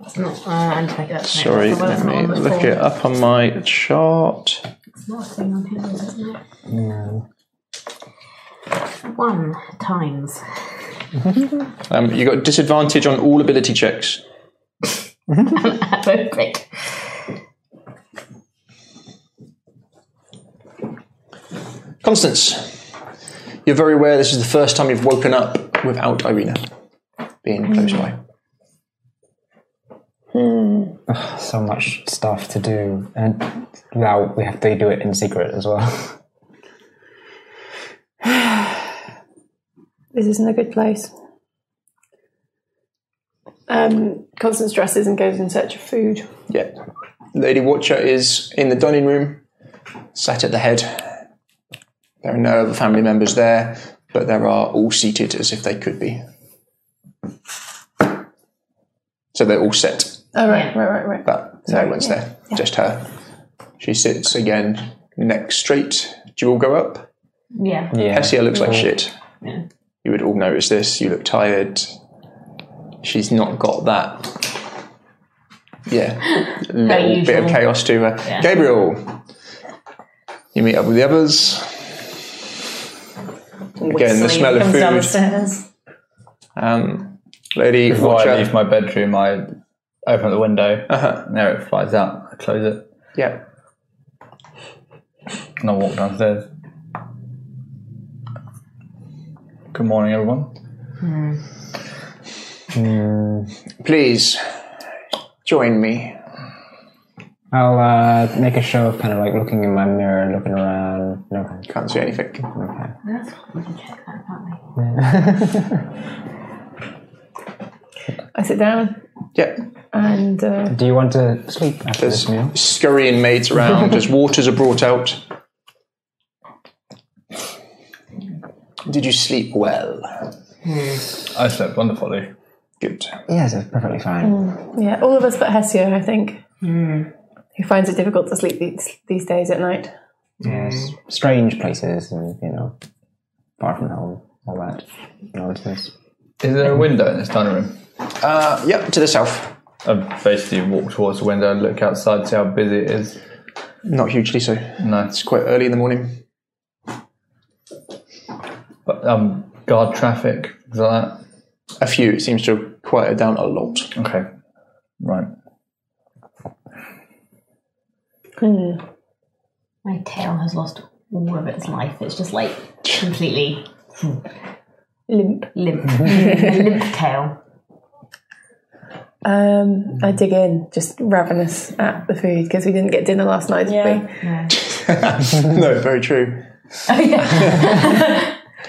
[SPEAKER 3] That's not. Uh, I'm taking that.
[SPEAKER 1] sorry, let me look it up on my chart.
[SPEAKER 3] It's not a thing on here, isn't it? One times.
[SPEAKER 1] Um, you got disadvantage on all ability checks.
[SPEAKER 3] Great.
[SPEAKER 1] Constance, you're very aware this is the first time you've woken up without Irina being close by.
[SPEAKER 13] Ugh, so much stuff to do, and now we have to do it in secret as well.
[SPEAKER 6] This isn't a good place. Um, Constance dresses and goes in search of food.
[SPEAKER 1] Yeah. Lady Watcher is in the dining room, sat at the head. There are no other family members there, but there are all seated as if they could be. So they're all set,
[SPEAKER 6] Oh, right, right, right, right.
[SPEAKER 1] but no one's there, just her. She sits again, neck straight. Do you all go up?
[SPEAKER 3] Yeah.
[SPEAKER 1] Hessia looks like shit.
[SPEAKER 3] Yeah.
[SPEAKER 1] You would all notice this. You look tired. She's not got that. Yeah, little bit
[SPEAKER 3] usual.
[SPEAKER 1] of chaos to her.
[SPEAKER 3] Yeah.
[SPEAKER 1] Gabriel, you meet up with the others. Again, the
[SPEAKER 4] Whistling
[SPEAKER 1] smell
[SPEAKER 4] comes down the
[SPEAKER 1] of food.
[SPEAKER 4] stairs.
[SPEAKER 1] Um, lady
[SPEAKER 2] Before I
[SPEAKER 1] Watcher.
[SPEAKER 2] leave my bedroom, I open the window. And there it flies out. I close it.
[SPEAKER 1] Yeah.
[SPEAKER 2] And I walk downstairs. Good morning, everyone.
[SPEAKER 1] Please join me.
[SPEAKER 5] I'll uh, make a show of kind of like looking in my mirror and looking around. No.
[SPEAKER 1] Can't see anything.
[SPEAKER 5] Okay.
[SPEAKER 3] That's we can check that, can't
[SPEAKER 6] I sit down
[SPEAKER 1] Yeah.
[SPEAKER 6] and uh,
[SPEAKER 5] Do you want to sleep after
[SPEAKER 1] There's
[SPEAKER 5] this meal?
[SPEAKER 1] scurrying maids around as waters are brought out. Did you sleep well?
[SPEAKER 2] I slept wonderfully.
[SPEAKER 1] Good.
[SPEAKER 5] Yes, it's perfectly fine.
[SPEAKER 6] yeah, all of us but Hessia, I think,
[SPEAKER 4] Hmm.
[SPEAKER 6] who finds it difficult to sleep these, these days at night.
[SPEAKER 5] Yes, strange places and you know, far from home, all that nonsense.
[SPEAKER 2] Is there a window in this dining room?
[SPEAKER 1] Uh, yep, to the south.
[SPEAKER 2] I basically walk towards the window, look outside, see how busy it is.
[SPEAKER 1] Not hugely so.
[SPEAKER 2] No,
[SPEAKER 1] It's quite early in the morning.
[SPEAKER 2] but um, guard traffic, is that
[SPEAKER 1] A few. It seems to have quieted down a lot.
[SPEAKER 2] that? Okay, right.
[SPEAKER 4] Hmm.
[SPEAKER 3] we? My tail has lost all of its life. It's just like completely
[SPEAKER 6] Limp.
[SPEAKER 3] limp. a limp tail.
[SPEAKER 6] Um, I dig in, just ravenous at the food because we didn't get dinner last night, did we?
[SPEAKER 1] no, very true.
[SPEAKER 4] Oh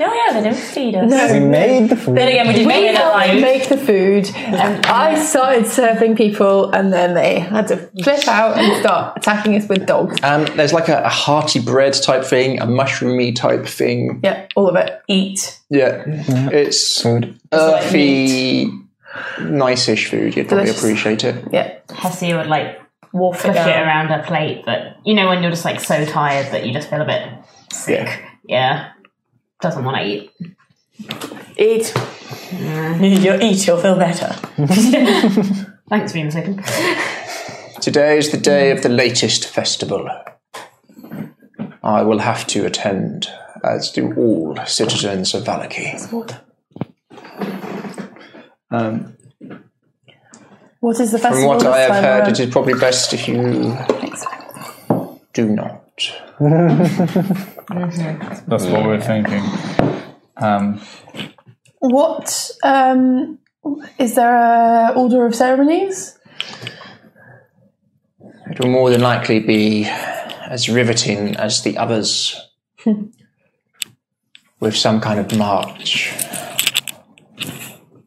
[SPEAKER 4] yeah, they didn't feed us.
[SPEAKER 6] No.
[SPEAKER 5] Made the food.
[SPEAKER 4] Then again, we didn't
[SPEAKER 6] We
[SPEAKER 4] get
[SPEAKER 6] helped
[SPEAKER 4] it live.
[SPEAKER 6] make the food, and I started serving people, and then they had to flip out and start attacking us with dogs.
[SPEAKER 1] Um, there's like a, a hearty bread type thing, a mushroomy type thing.
[SPEAKER 6] Yeah, all of it.
[SPEAKER 4] Eat.
[SPEAKER 1] Yeah, it's
[SPEAKER 5] Food.
[SPEAKER 1] earthy, nice-ish food. You'd probably
[SPEAKER 6] Delicious.
[SPEAKER 1] appreciate it.
[SPEAKER 6] Yeah,
[SPEAKER 3] Hessia would like
[SPEAKER 6] wolf
[SPEAKER 3] push it around her plate, but you know when you're just like so tired that you just feel a bit sick.
[SPEAKER 1] Yeah.
[SPEAKER 3] yeah. Doesn't want to eat.
[SPEAKER 6] Eat.
[SPEAKER 4] You'll eat, you'll feel better.
[SPEAKER 3] Thanks for being so good.
[SPEAKER 1] Today is the day of the latest festival. I will have to attend, as do all citizens of Valaki. Um,
[SPEAKER 6] What is the
[SPEAKER 1] from
[SPEAKER 6] festival?
[SPEAKER 1] what
[SPEAKER 6] this
[SPEAKER 1] I have
[SPEAKER 6] time
[SPEAKER 1] heard,
[SPEAKER 6] around?
[SPEAKER 1] it is probably best if you do not.
[SPEAKER 2] That's what we're thinking. Um,
[SPEAKER 6] What um, is there a order of ceremonies?
[SPEAKER 1] It will more than likely be as riveting as the others, with some kind of march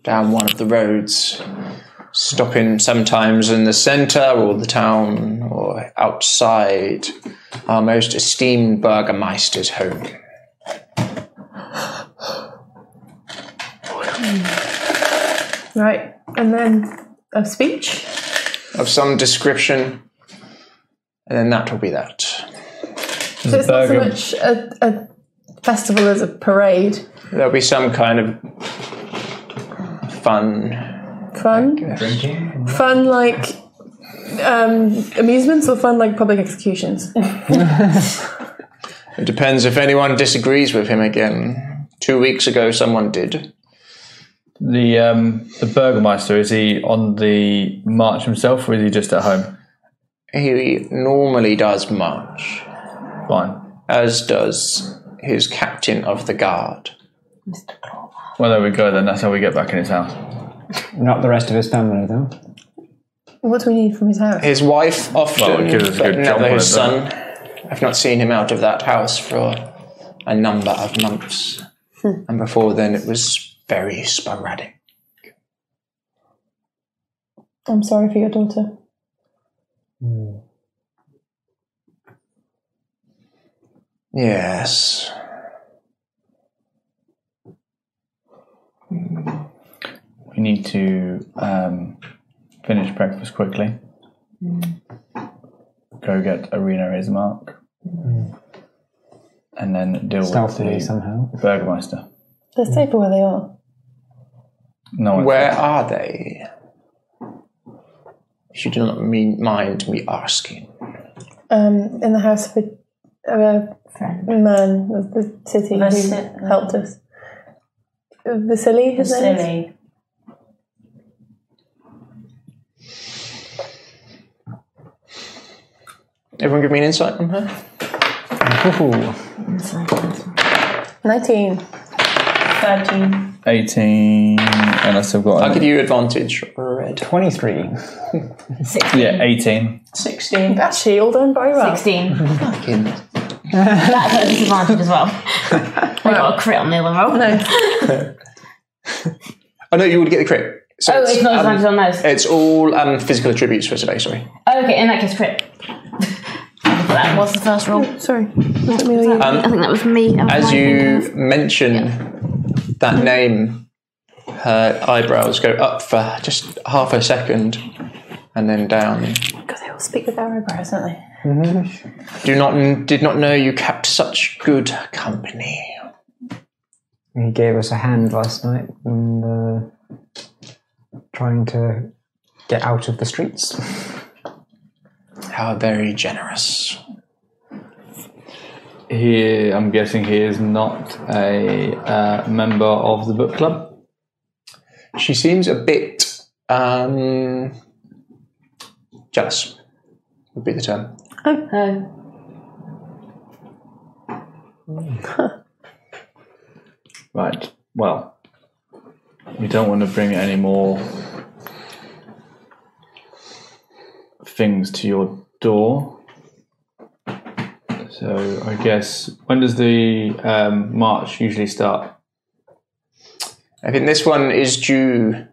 [SPEAKER 1] down one of the roads, stopping sometimes in the centre or the town or outside our most esteemed burgermeister's home.
[SPEAKER 6] Right, and then a speech.
[SPEAKER 1] of some description, and then that will be that.
[SPEAKER 6] So it's not so much a, a festival as a parade.
[SPEAKER 1] There'll be some kind of fun.
[SPEAKER 6] Fun,
[SPEAKER 1] Drinking?
[SPEAKER 6] fun like um, amusements or fun like public executions.
[SPEAKER 1] It depends if anyone disagrees with him again. Two weeks ago, someone did.
[SPEAKER 2] the um, the Burgermeister is he on the march himself, or is he just at home?
[SPEAKER 1] He normally does march.
[SPEAKER 2] Fine.
[SPEAKER 1] As does his captain of the guard.
[SPEAKER 2] Well, there we go. Then that's how we get back in his house.
[SPEAKER 13] Not the rest of his family, though.
[SPEAKER 6] what do we need from his house?
[SPEAKER 1] His wife
[SPEAKER 2] Well,
[SPEAKER 1] often,
[SPEAKER 2] it gives us a
[SPEAKER 1] but
[SPEAKER 2] good jump
[SPEAKER 1] never
[SPEAKER 2] on
[SPEAKER 1] his
[SPEAKER 2] it, doesn't
[SPEAKER 1] son. I've not seen him out of that house for a number of months. And before then, it was very sporadic.
[SPEAKER 6] I'm sorry for your daughter.
[SPEAKER 1] Yes.
[SPEAKER 2] We need to um, finish breakfast quickly.
[SPEAKER 13] Mm.
[SPEAKER 2] Go get Arena his mark, and then deal
[SPEAKER 13] Mm. Stealthily
[SPEAKER 2] with the
[SPEAKER 13] somehow.
[SPEAKER 2] Burgermeister.
[SPEAKER 6] They're safer where they are.
[SPEAKER 2] No one.
[SPEAKER 1] Where are they? If you do not mean, mind me asking.
[SPEAKER 6] Um, in the house of a, of a man of the city
[SPEAKER 4] Vasi-
[SPEAKER 6] who helped us. Vasily, his name is?
[SPEAKER 4] Vasily.
[SPEAKER 1] Everyone give me an insight from her.
[SPEAKER 6] 19.
[SPEAKER 4] 13.
[SPEAKER 2] 18, unless I've got.
[SPEAKER 1] I'll give you advantage. Red.
[SPEAKER 13] 23.
[SPEAKER 2] Yeah, 18.
[SPEAKER 4] 16.
[SPEAKER 6] Actually, all done very well.
[SPEAKER 7] 16.
[SPEAKER 1] Fucking
[SPEAKER 7] That's a disadvantage as well. I got a crit on the other roll.
[SPEAKER 6] No.
[SPEAKER 1] Oh no, you would get the crit. So um,
[SPEAKER 7] Oh, it's not advantage on those.
[SPEAKER 1] It's all um, physical attributes for today. Sorry.
[SPEAKER 7] Oh, okay, in that case, crit. that was the first roll.
[SPEAKER 6] sorry.
[SPEAKER 1] Um,
[SPEAKER 7] I think that was me. That was
[SPEAKER 1] As
[SPEAKER 7] my
[SPEAKER 1] you
[SPEAKER 7] fingers.
[SPEAKER 1] mention that name, her eyebrows go up for just half a second, and then down.
[SPEAKER 6] Because they all speak with their eyebrows, don't they?
[SPEAKER 1] Do not did not know you kept such good company.
[SPEAKER 13] He gave us a hand last night in the, trying to get out of the streets.
[SPEAKER 1] How very generous.
[SPEAKER 2] He, I'm guessing he is not a uh, member of the book club.
[SPEAKER 1] She seems a bit um, jealous. Would be the term.
[SPEAKER 7] Oh.
[SPEAKER 2] Right. Well, we don't want to bring any more things to your door. So I guess when does the um, march usually start?
[SPEAKER 1] I think this one is due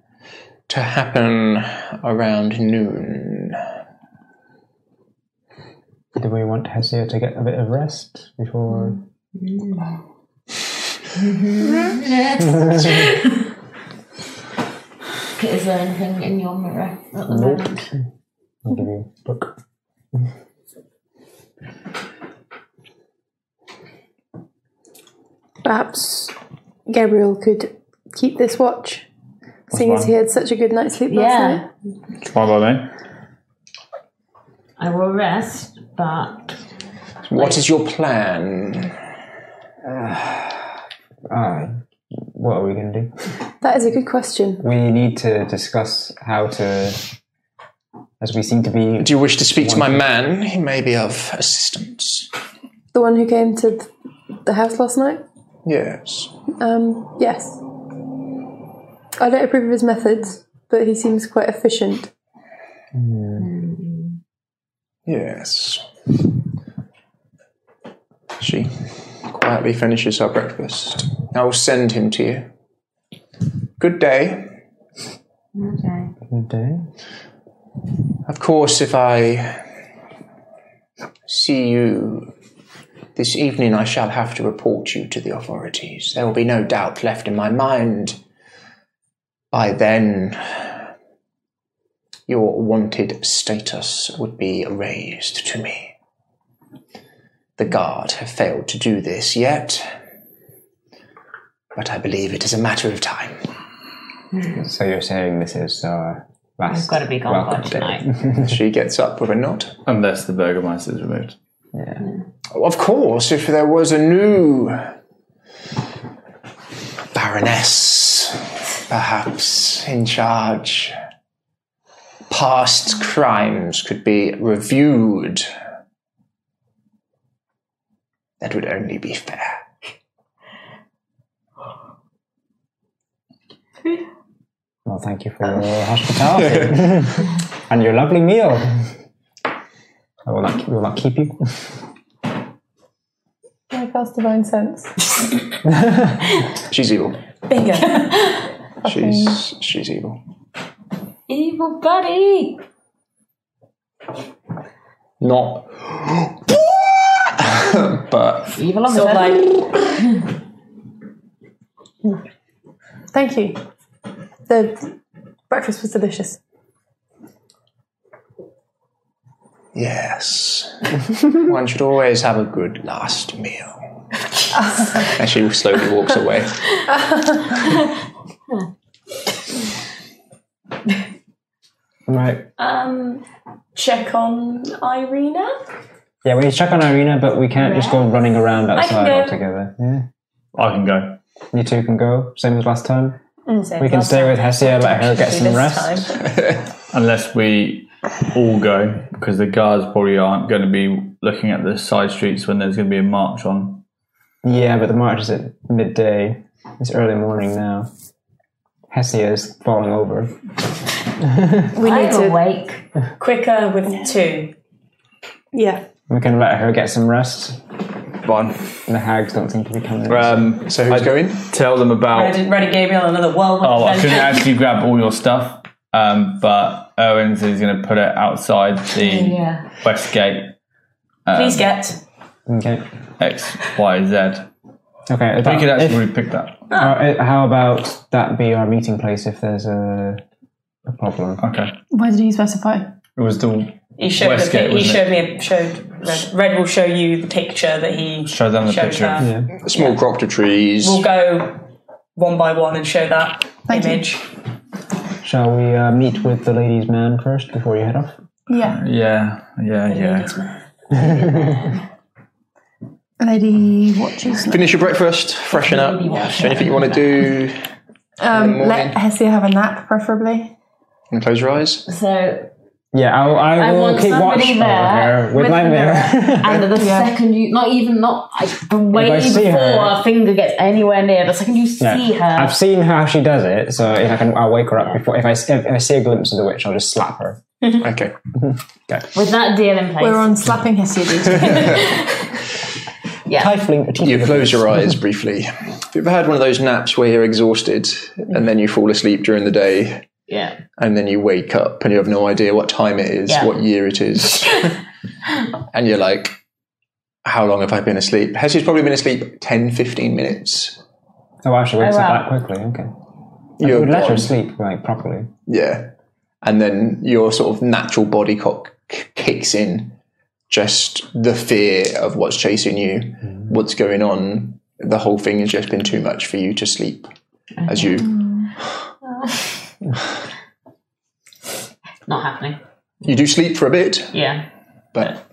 [SPEAKER 1] to happen around noon.
[SPEAKER 13] Do we want Hesia to get a bit of rest before?
[SPEAKER 7] Okay, Is there anything in your mirror? at the
[SPEAKER 13] Nope.
[SPEAKER 7] moment?
[SPEAKER 13] I'll give you a book.
[SPEAKER 6] Perhaps Gabriel could keep this watch, seeing as he had such a good night's sleep last
[SPEAKER 7] Yeah.
[SPEAKER 6] night.
[SPEAKER 2] It's fine by me.
[SPEAKER 7] I will rest, but
[SPEAKER 1] What is your plan?
[SPEAKER 5] Uh, what are we going to do?
[SPEAKER 6] That is a good question.
[SPEAKER 5] We need to discuss how to, as we seem to be.
[SPEAKER 1] Do you wish to speak to my man? He may be of assistance.
[SPEAKER 6] The one who came to th- the house last night?
[SPEAKER 1] Yes.
[SPEAKER 6] Um, yes. I don't approve of his methods, but he seems quite efficient.
[SPEAKER 1] Yes. She quietly finishes her breakfast. I will send him to you. Good day.
[SPEAKER 7] okay.
[SPEAKER 5] Good day.
[SPEAKER 1] Of course, if I see you this evening, I shall have to report you to the authorities. There will be no doubt left in my mind. By then, your wanted status would be raised to me. The guard have failed to do this yet, but I believe it is a matter of time.
[SPEAKER 5] So you're saying this is our last.
[SPEAKER 1] I've gotta be gone by
[SPEAKER 5] welcome day.
[SPEAKER 1] she gets up with a nod.
[SPEAKER 8] Unless the burgomaster is removed.
[SPEAKER 1] Of course, if there was a new baroness, perhaps in charge, past crimes could be reviewed. That would only be fair.
[SPEAKER 5] Well, thank you for your hospitality and your lovely meal. I will not, will not keep you.
[SPEAKER 6] Can I cast Divine Sense?
[SPEAKER 1] She's evil.
[SPEAKER 6] Bingo.
[SPEAKER 1] She's she's evil.
[SPEAKER 7] Evil buddy.
[SPEAKER 1] Not, but
[SPEAKER 7] evil
[SPEAKER 1] on
[SPEAKER 4] Sort of like
[SPEAKER 6] Thank you. The breakfast was delicious.
[SPEAKER 1] yes. One should always have a good last meal. And she slowly walks away.
[SPEAKER 5] Right.
[SPEAKER 4] um, check on Irina.
[SPEAKER 5] Yeah, we need to check on Irina, but we can't just go running around
[SPEAKER 4] I can
[SPEAKER 5] outside
[SPEAKER 4] go.
[SPEAKER 5] altogether. Yeah. I can go. You two can go, same as last time.
[SPEAKER 4] Same
[SPEAKER 5] we can
[SPEAKER 4] last
[SPEAKER 5] stay
[SPEAKER 4] time.
[SPEAKER 5] with Hesia, let her get
[SPEAKER 4] Do
[SPEAKER 5] some
[SPEAKER 4] this
[SPEAKER 5] rest.
[SPEAKER 4] time.
[SPEAKER 8] Unless we all go, because the guards probably aren't going to be looking at the side streets when there's going to be a march on.
[SPEAKER 5] Yeah, but the march is at midday. It's early morning now. Hesia is falling over.
[SPEAKER 4] We
[SPEAKER 7] I'm
[SPEAKER 4] need to-
[SPEAKER 7] awake.
[SPEAKER 4] Quicker with two.
[SPEAKER 6] Yeah.
[SPEAKER 5] We can let her get some rest.
[SPEAKER 8] One.
[SPEAKER 5] The hags don't seem to be coming.
[SPEAKER 8] Um,
[SPEAKER 1] so who's going?
[SPEAKER 8] Tell them about.
[SPEAKER 4] Ready, ready Gabriel, another whirlwind.
[SPEAKER 8] Oh, I couldn't
[SPEAKER 4] adventure.
[SPEAKER 8] actually grab all your stuff, um, but Owens is going to put it outside the
[SPEAKER 4] Yeah.
[SPEAKER 8] west gate.
[SPEAKER 4] Please get.
[SPEAKER 5] Okay.
[SPEAKER 8] X, Y, Z.
[SPEAKER 5] Okay.
[SPEAKER 8] We
[SPEAKER 5] that-
[SPEAKER 8] could
[SPEAKER 5] if-
[SPEAKER 8] actually pick that.
[SPEAKER 5] Uh, it- how about that be our meeting place if there's a, a problem?
[SPEAKER 8] Okay.
[SPEAKER 2] Why did he specify?
[SPEAKER 8] It was the
[SPEAKER 4] He showed
[SPEAKER 8] west
[SPEAKER 4] the,
[SPEAKER 8] gate.
[SPEAKER 4] He
[SPEAKER 8] wasn't it?
[SPEAKER 4] showed me. A, showed Red. Red will show you the picture that he
[SPEAKER 8] Show them the
[SPEAKER 4] showed
[SPEAKER 8] picture.
[SPEAKER 4] her.
[SPEAKER 1] A small crop of trees.
[SPEAKER 4] We'll go one by one and show that image.
[SPEAKER 5] Shall we uh, meet with the ladies' man first before you head off?
[SPEAKER 2] Yeah.
[SPEAKER 8] Yeah, yeah, yeah.
[SPEAKER 2] Lady watches.
[SPEAKER 1] Finish your breakfast, freshen up. Is there anything you want to do?
[SPEAKER 2] Um, let Hesia have a nap, preferably.
[SPEAKER 1] And close your eyes.
[SPEAKER 7] So
[SPEAKER 5] Yeah, I'll, I
[SPEAKER 7] I
[SPEAKER 5] will
[SPEAKER 7] want
[SPEAKER 5] Oh, keep watch
[SPEAKER 7] somebody
[SPEAKER 5] over
[SPEAKER 7] there
[SPEAKER 5] her with,
[SPEAKER 7] with
[SPEAKER 5] my
[SPEAKER 7] the
[SPEAKER 5] mirror.
[SPEAKER 7] and the second you, not even not I, the way
[SPEAKER 5] I see
[SPEAKER 7] before
[SPEAKER 5] her-
[SPEAKER 7] a finger gets anywhere near, the second you
[SPEAKER 5] Yeah.
[SPEAKER 7] see her,
[SPEAKER 5] I've seen how she does it, so if I can, I'll wake her up before. If I, s- if I see a glimpse of the witch, I'll just slap her.
[SPEAKER 4] Mm-hmm.
[SPEAKER 1] okay.
[SPEAKER 7] with that deal in place,
[SPEAKER 2] We're on slapping Hesia duty.
[SPEAKER 7] yeah.
[SPEAKER 1] You close your eyes briefly. Have you ever had one of those naps where you're exhausted and then you fall asleep during the day
[SPEAKER 7] yeah.
[SPEAKER 1] and then you wake up and you have no idea what time it is,
[SPEAKER 7] Yeah.
[SPEAKER 1] what year it is? and you're like, how long have I been asleep? Hesie's probably been asleep 10, 15 minutes.
[SPEAKER 5] Oh, wow, she wakes
[SPEAKER 1] Oh,
[SPEAKER 5] up
[SPEAKER 1] wow.
[SPEAKER 5] that quickly. Okay.
[SPEAKER 1] You're
[SPEAKER 5] would let her
[SPEAKER 1] gone.
[SPEAKER 5] sleep like properly.
[SPEAKER 1] Yeah. And then your sort of natural body cock k- kicks in. Just the fear of what's chasing you,
[SPEAKER 13] Mm.
[SPEAKER 1] what's going on. The whole thing has just been too much for you to sleep. As you,
[SPEAKER 7] not happening.
[SPEAKER 1] you do sleep for a bit,
[SPEAKER 7] Yeah.
[SPEAKER 1] But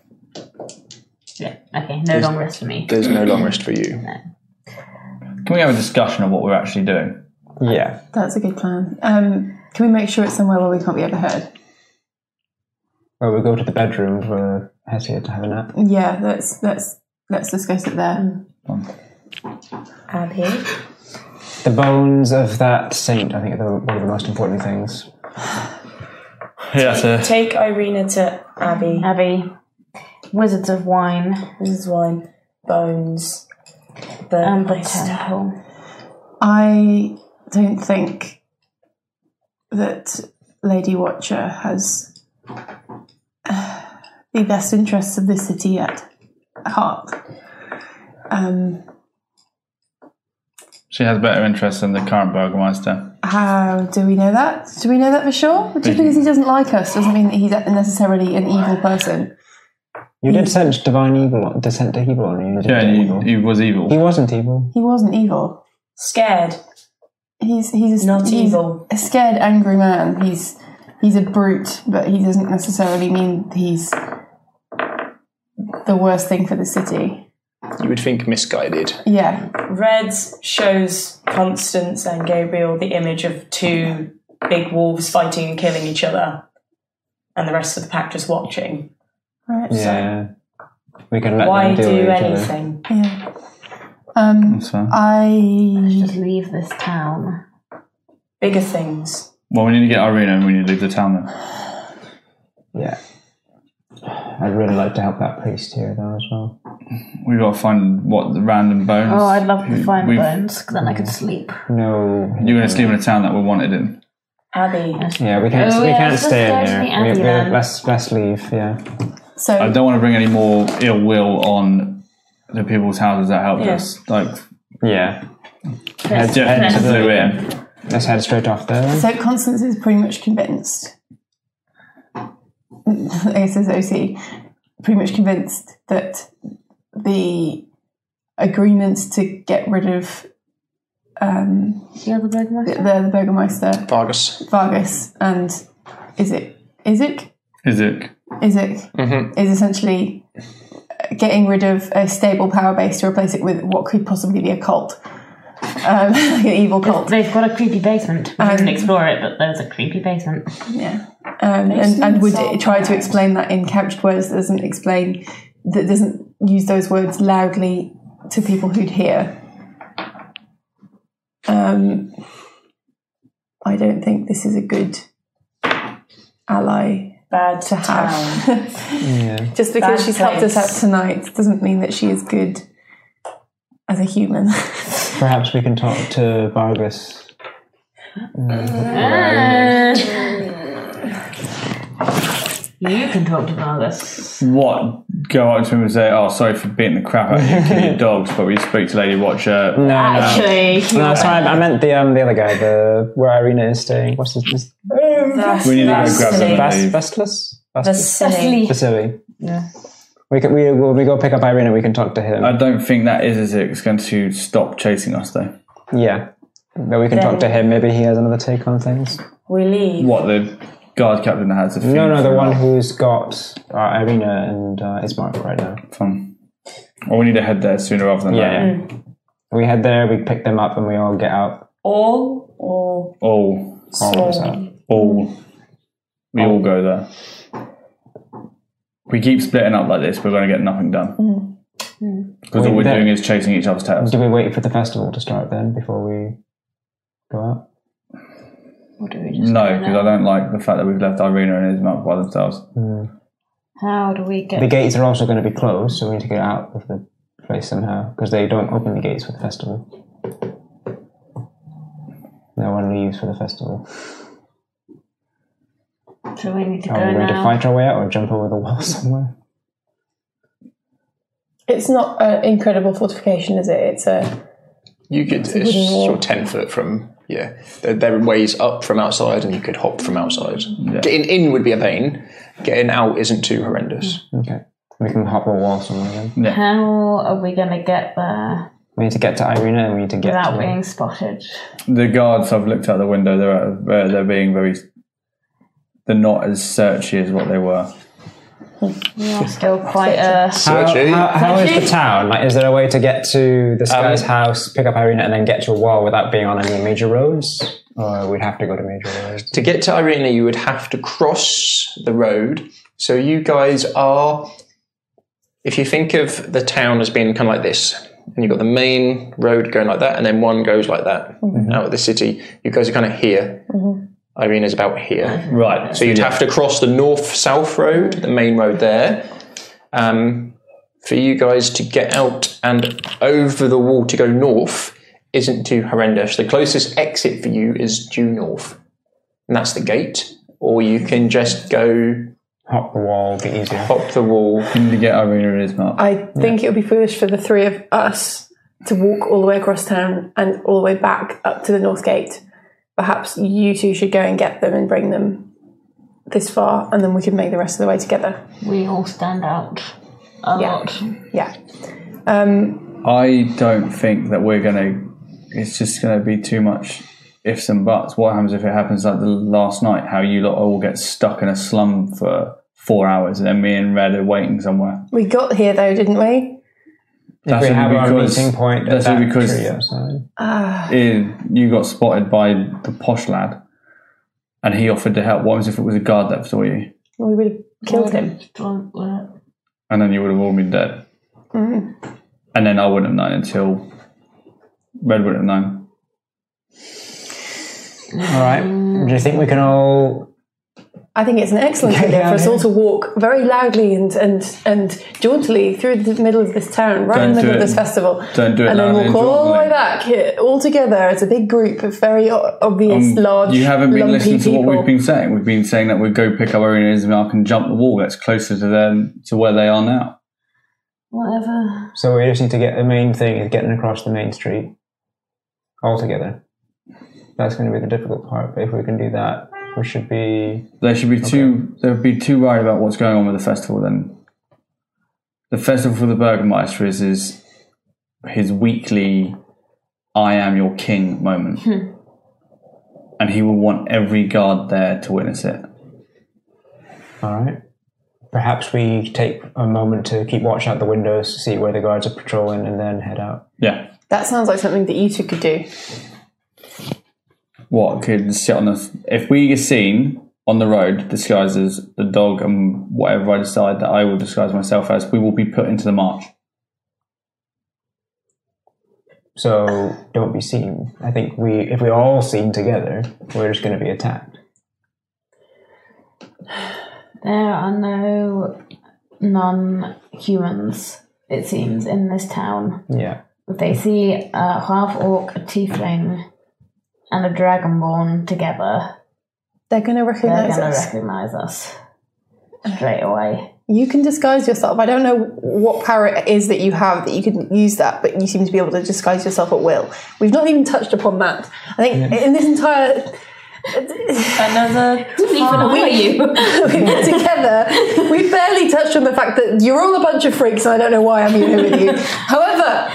[SPEAKER 7] Yeah. Okay. No long rest for me.
[SPEAKER 1] there's no long rest for you.
[SPEAKER 2] Can we have a discussion of what we're actually doing?
[SPEAKER 5] Yeah.
[SPEAKER 6] That's a good plan. Um, can we make sure it's somewhere where we can't be overheard?
[SPEAKER 5] Well, we'll go to the bedroom for Hesia to have a nap.
[SPEAKER 6] Yeah, let's let's let's discuss it there.
[SPEAKER 14] And here.
[SPEAKER 5] The bones of that saint, I think, are the, one of the most important things.
[SPEAKER 2] Yeah, that's
[SPEAKER 4] Take Irina to Abbey.
[SPEAKER 7] Abbey. Wizards of Wine.
[SPEAKER 4] Wizards of Wine. Bones. The
[SPEAKER 7] Um, the
[SPEAKER 4] crystal.
[SPEAKER 7] temple.
[SPEAKER 6] I don't think that Lady Watcher has uh, the best interests of the city at heart. Um,
[SPEAKER 2] She has better interests than the current burgomaster.
[SPEAKER 6] How do we know that? Do we know that for sure? Just because he doesn't like us doesn't mean that he's necessarily an evil person.
[SPEAKER 5] You did
[SPEAKER 7] Hmm.
[SPEAKER 5] sense divine evil, descent to evil on you.
[SPEAKER 2] Yeah, he, he was evil.
[SPEAKER 5] He wasn't evil.
[SPEAKER 6] He wasn't evil.
[SPEAKER 4] Scared.
[SPEAKER 6] He's he's a,
[SPEAKER 4] Not
[SPEAKER 6] he's
[SPEAKER 4] evil.
[SPEAKER 6] A scared, angry man. He's he's a brute, but he doesn't necessarily mean he's the worst thing for the city.
[SPEAKER 1] You would think misguided.
[SPEAKER 6] Yeah,
[SPEAKER 4] Reds shows Constance and Gabriel the image of two big wolves fighting and killing each other, and the rest of the pack just watching.
[SPEAKER 6] right.
[SPEAKER 5] Yeah. We can let
[SPEAKER 4] Why
[SPEAKER 5] them deal
[SPEAKER 4] do
[SPEAKER 5] with each
[SPEAKER 4] anything?
[SPEAKER 6] Yeah. Um, I
[SPEAKER 7] just leave this town.
[SPEAKER 4] Bigger things.
[SPEAKER 2] Well, we need to get Irina and we need to leave the town then.
[SPEAKER 5] Yeah. I'd really like to help that priest here, though, as well.
[SPEAKER 2] We've got to find what the random bones.
[SPEAKER 7] Oh, I'd love to
[SPEAKER 2] Who-
[SPEAKER 7] find
[SPEAKER 2] we've-
[SPEAKER 7] bones, 'cause then I could sleep.
[SPEAKER 5] No.
[SPEAKER 2] You're going to sleep in a town that we're wanted in.
[SPEAKER 4] Abbey.
[SPEAKER 5] Yeah, we can't.
[SPEAKER 7] Oh,
[SPEAKER 5] we
[SPEAKER 7] yeah,
[SPEAKER 5] can't
[SPEAKER 7] let's
[SPEAKER 5] stay
[SPEAKER 7] go
[SPEAKER 5] in
[SPEAKER 7] to the
[SPEAKER 5] here.
[SPEAKER 7] Abbey
[SPEAKER 5] We, we,
[SPEAKER 7] then.
[SPEAKER 5] let's let's leave. Yeah.
[SPEAKER 6] so
[SPEAKER 2] I don't want to bring any more ill will on the people's houses that helped
[SPEAKER 5] Yeah.
[SPEAKER 2] us. Like,
[SPEAKER 5] yeah.
[SPEAKER 2] Head, head
[SPEAKER 5] Let's-
[SPEAKER 2] to
[SPEAKER 5] let's-
[SPEAKER 2] the inn.
[SPEAKER 5] Let's head straight off there.
[SPEAKER 6] So Constance is pretty much convinced. I says OC, pretty much convinced that the agreements to get rid of um,
[SPEAKER 7] The other
[SPEAKER 6] the,
[SPEAKER 7] burgomaster.
[SPEAKER 6] the Burgermeister
[SPEAKER 1] Vargas.
[SPEAKER 6] Vargas and is it is it
[SPEAKER 2] Is it?
[SPEAKER 6] is it
[SPEAKER 1] Mhm.
[SPEAKER 6] is essentially getting rid of a stable power base to replace it with what could possibly be a cult, um, an evil cult.
[SPEAKER 7] They've got a creepy basement. We didn't explore it, but there's a creepy basement.
[SPEAKER 6] Yeah. Um, and, and would try to explain that in couched words that doesn't explain, that doesn't use those words loudly to people who'd hear. Um, I don't think this is a good ally
[SPEAKER 4] Bad
[SPEAKER 6] to have.
[SPEAKER 5] Yeah.
[SPEAKER 6] Just because
[SPEAKER 4] Bad
[SPEAKER 6] she's helped us out
[SPEAKER 4] place.
[SPEAKER 6] tonight doesn't mean that she is good as a human.
[SPEAKER 5] Perhaps we can talk to Vargas.
[SPEAKER 7] You can talk to Vargas.
[SPEAKER 2] What? Go up to him and say, "Oh, sorry for beating the crap out of you, and killing your dogs," but we speak to Lady Watcher.
[SPEAKER 5] No,
[SPEAKER 7] Actually,
[SPEAKER 5] no.
[SPEAKER 7] you
[SPEAKER 5] no Uh, sorry, I I meant the um the other guy, the where Irina is staying. What's his? his
[SPEAKER 2] We need to go grab them and
[SPEAKER 5] Vas-
[SPEAKER 2] leave.
[SPEAKER 5] Vastus.
[SPEAKER 4] Vasily.
[SPEAKER 5] Vasily.
[SPEAKER 7] Yeah.
[SPEAKER 5] We can, we when we go pick up Irina. We can talk to him.
[SPEAKER 2] I don't think that is Isaac is going to stop chasing us, though.
[SPEAKER 5] yeah. But we can talk to him. Maybe he has another take on things.
[SPEAKER 4] We leave.
[SPEAKER 2] What the guard captain has? a thing
[SPEAKER 5] No, no, the
[SPEAKER 2] for-
[SPEAKER 5] one who's got uh, Irina and uh, Ismark right now.
[SPEAKER 2] Fun. Well, we need to head there sooner rather than
[SPEAKER 5] Yeah. Mm.
[SPEAKER 2] later.
[SPEAKER 5] yeah. We head there, we pick them up, and we all get out.
[SPEAKER 4] All or
[SPEAKER 2] All,
[SPEAKER 5] All of us out.
[SPEAKER 2] all, we
[SPEAKER 5] Mm.
[SPEAKER 2] all go there. We keep splitting up like this. We're going to get nothing done because all
[SPEAKER 5] Wait,
[SPEAKER 2] we're
[SPEAKER 5] that-
[SPEAKER 2] doing is chasing each other's tails.
[SPEAKER 5] Do we wait for the festival to start then before we go out?
[SPEAKER 7] Or do we just
[SPEAKER 2] No,
[SPEAKER 7] go
[SPEAKER 2] because
[SPEAKER 7] now?
[SPEAKER 2] I don't like the fact that we've left Irina and Ismark by themselves.
[SPEAKER 7] How do we get
[SPEAKER 5] The gates are also going to be closed, so we need to get out of the place somehow because they don't open the gates for the festival. No one leaves for the festival.
[SPEAKER 7] So we need to
[SPEAKER 5] Are
[SPEAKER 7] go
[SPEAKER 5] we oh, going to
[SPEAKER 7] now.
[SPEAKER 5] fight our way out or jump over the wall somewhere?
[SPEAKER 15] It's not an incredible fortification, is it? It's a
[SPEAKER 1] You could
[SPEAKER 15] a
[SPEAKER 1] it's
[SPEAKER 15] wooden wall.
[SPEAKER 1] sort of ten foot from yeah. There, there are ways up from outside, and you could hop from outside. Getting in would be a pain. Getting out isn't too horrendous.
[SPEAKER 5] Okay. We can hop a wall somewhere then.
[SPEAKER 7] How are we going to get there
[SPEAKER 5] We need to get to Irina and we need to get
[SPEAKER 7] without
[SPEAKER 5] to
[SPEAKER 7] being spotted?
[SPEAKER 2] The guards have looked out the window. They're uh, they're being very. They're not as searchy as what they were.
[SPEAKER 3] You are still quite a.
[SPEAKER 13] How, how, how is the town? Like, is there a way to get to this
[SPEAKER 3] Um,
[SPEAKER 13] guy's house, pick up Irina, and then get to a wall without being on any major roads? Or we'd have to go to major roads.
[SPEAKER 1] To get to Irina, you would have to cross the road. So you guys are, if you think of the town as being kind of like this, and you've got the main road going like that, and then one goes like that
[SPEAKER 6] Mhm.
[SPEAKER 1] out of the city. You guys are kind of here. Irina's about here.
[SPEAKER 2] Right.
[SPEAKER 1] So you'd have to cross the north-south road, the main road there, um, for you guys to get out and over the wall to go north. Isn't too horrendous. The closest exit for you is due north and that's the gate. Or you can just go
[SPEAKER 13] hop the wall, be easier.
[SPEAKER 1] Hop the wall.
[SPEAKER 2] You need to get Irina and Ismark.
[SPEAKER 6] I think it would be foolish for the three of us to walk all the way across town and all the way back up to the North Gate. Perhaps you two should go and get them and bring them this far, and then we could make the rest of the way together.
[SPEAKER 3] We all stand out a lot.
[SPEAKER 6] Yeah. Um,
[SPEAKER 2] I don't think that we're gonna. It's just gonna be too much ifs and buts. What happens if it happens like the last night? How you lot all get stuck in a slum for four hours, and then me and Red are waiting somewhere.
[SPEAKER 6] we got here though, didn't we?
[SPEAKER 13] we
[SPEAKER 2] only
[SPEAKER 13] have our meeting point at
[SPEAKER 2] That's only
[SPEAKER 13] that
[SPEAKER 2] because
[SPEAKER 13] tree outside.
[SPEAKER 6] Ah,
[SPEAKER 2] eh, you got spotted by the posh lad, and he offered to help. What happens if it was a guard that saw you,
[SPEAKER 6] we would have killed him.
[SPEAKER 2] and then you would have all been dead,
[SPEAKER 6] Mm.
[SPEAKER 2] and then I wouldn't have known until Red wouldn't have known.
[SPEAKER 13] All right.
[SPEAKER 7] Mm.
[SPEAKER 13] Do you think we can all?
[SPEAKER 6] I think it's an excellent idea for us all to walk very loudly and, and, and jauntily through the middle of this town, right in
[SPEAKER 2] Don't
[SPEAKER 6] the
[SPEAKER 2] do
[SPEAKER 6] middle of
[SPEAKER 2] it.
[SPEAKER 6] this festival.
[SPEAKER 2] Don't do it
[SPEAKER 6] And then
[SPEAKER 2] loudly
[SPEAKER 6] walk
[SPEAKER 2] and
[SPEAKER 6] all the way
[SPEAKER 2] jauntily.
[SPEAKER 6] back here, all together as a big group of very o- obvious,
[SPEAKER 2] Um,
[SPEAKER 6] large,
[SPEAKER 2] You haven't been
[SPEAKER 6] lumpy
[SPEAKER 2] listening to
[SPEAKER 6] people.
[SPEAKER 2] what we've been saying. We've been saying that we go pick up Irina Ismark and jump the wall that's closer to them to where they are now.
[SPEAKER 3] Whatever.
[SPEAKER 13] So we just need to get the main thing is getting across the main street altogether. That's going to be the difficult part. But if we can do that, we should be.
[SPEAKER 2] They should be too. They would be too worried about what's going on with the festival. Then the festival for the Burgermeister is his, his weekly "I am your king" moment, and he will want every guard there to witness it.
[SPEAKER 13] All right. Perhaps we take a moment to keep watch out the windows, see where the guards are patrolling, and then head out.
[SPEAKER 2] Yeah.
[SPEAKER 6] That sounds like something that you two could do.
[SPEAKER 2] What could sit on the if we get seen on the road disguised as the dog and whatever I decide that I will disguise myself as, we will be put into the march.
[SPEAKER 13] So don't be seen. I think we, if we all seen together, we're just going to be attacked.
[SPEAKER 7] There are no non humans, it seems, in this town.
[SPEAKER 13] Yeah.
[SPEAKER 7] If they see a half orc, a tiefling, and a dragonborn together,
[SPEAKER 6] They're going to
[SPEAKER 7] they're
[SPEAKER 6] recognise
[SPEAKER 7] going to
[SPEAKER 6] us.
[SPEAKER 7] recognize us straight away.
[SPEAKER 6] You can disguise yourself. I don't know what power it is that you have that you can use that, but you seem to be able to disguise yourself at will. We've not even touched upon that. I think in this entire
[SPEAKER 4] another
[SPEAKER 6] didn't
[SPEAKER 3] even hire you.
[SPEAKER 6] we've been together. We barely touched on the fact that you're all a bunch of freaks, and I don't know why I'm here with you. However,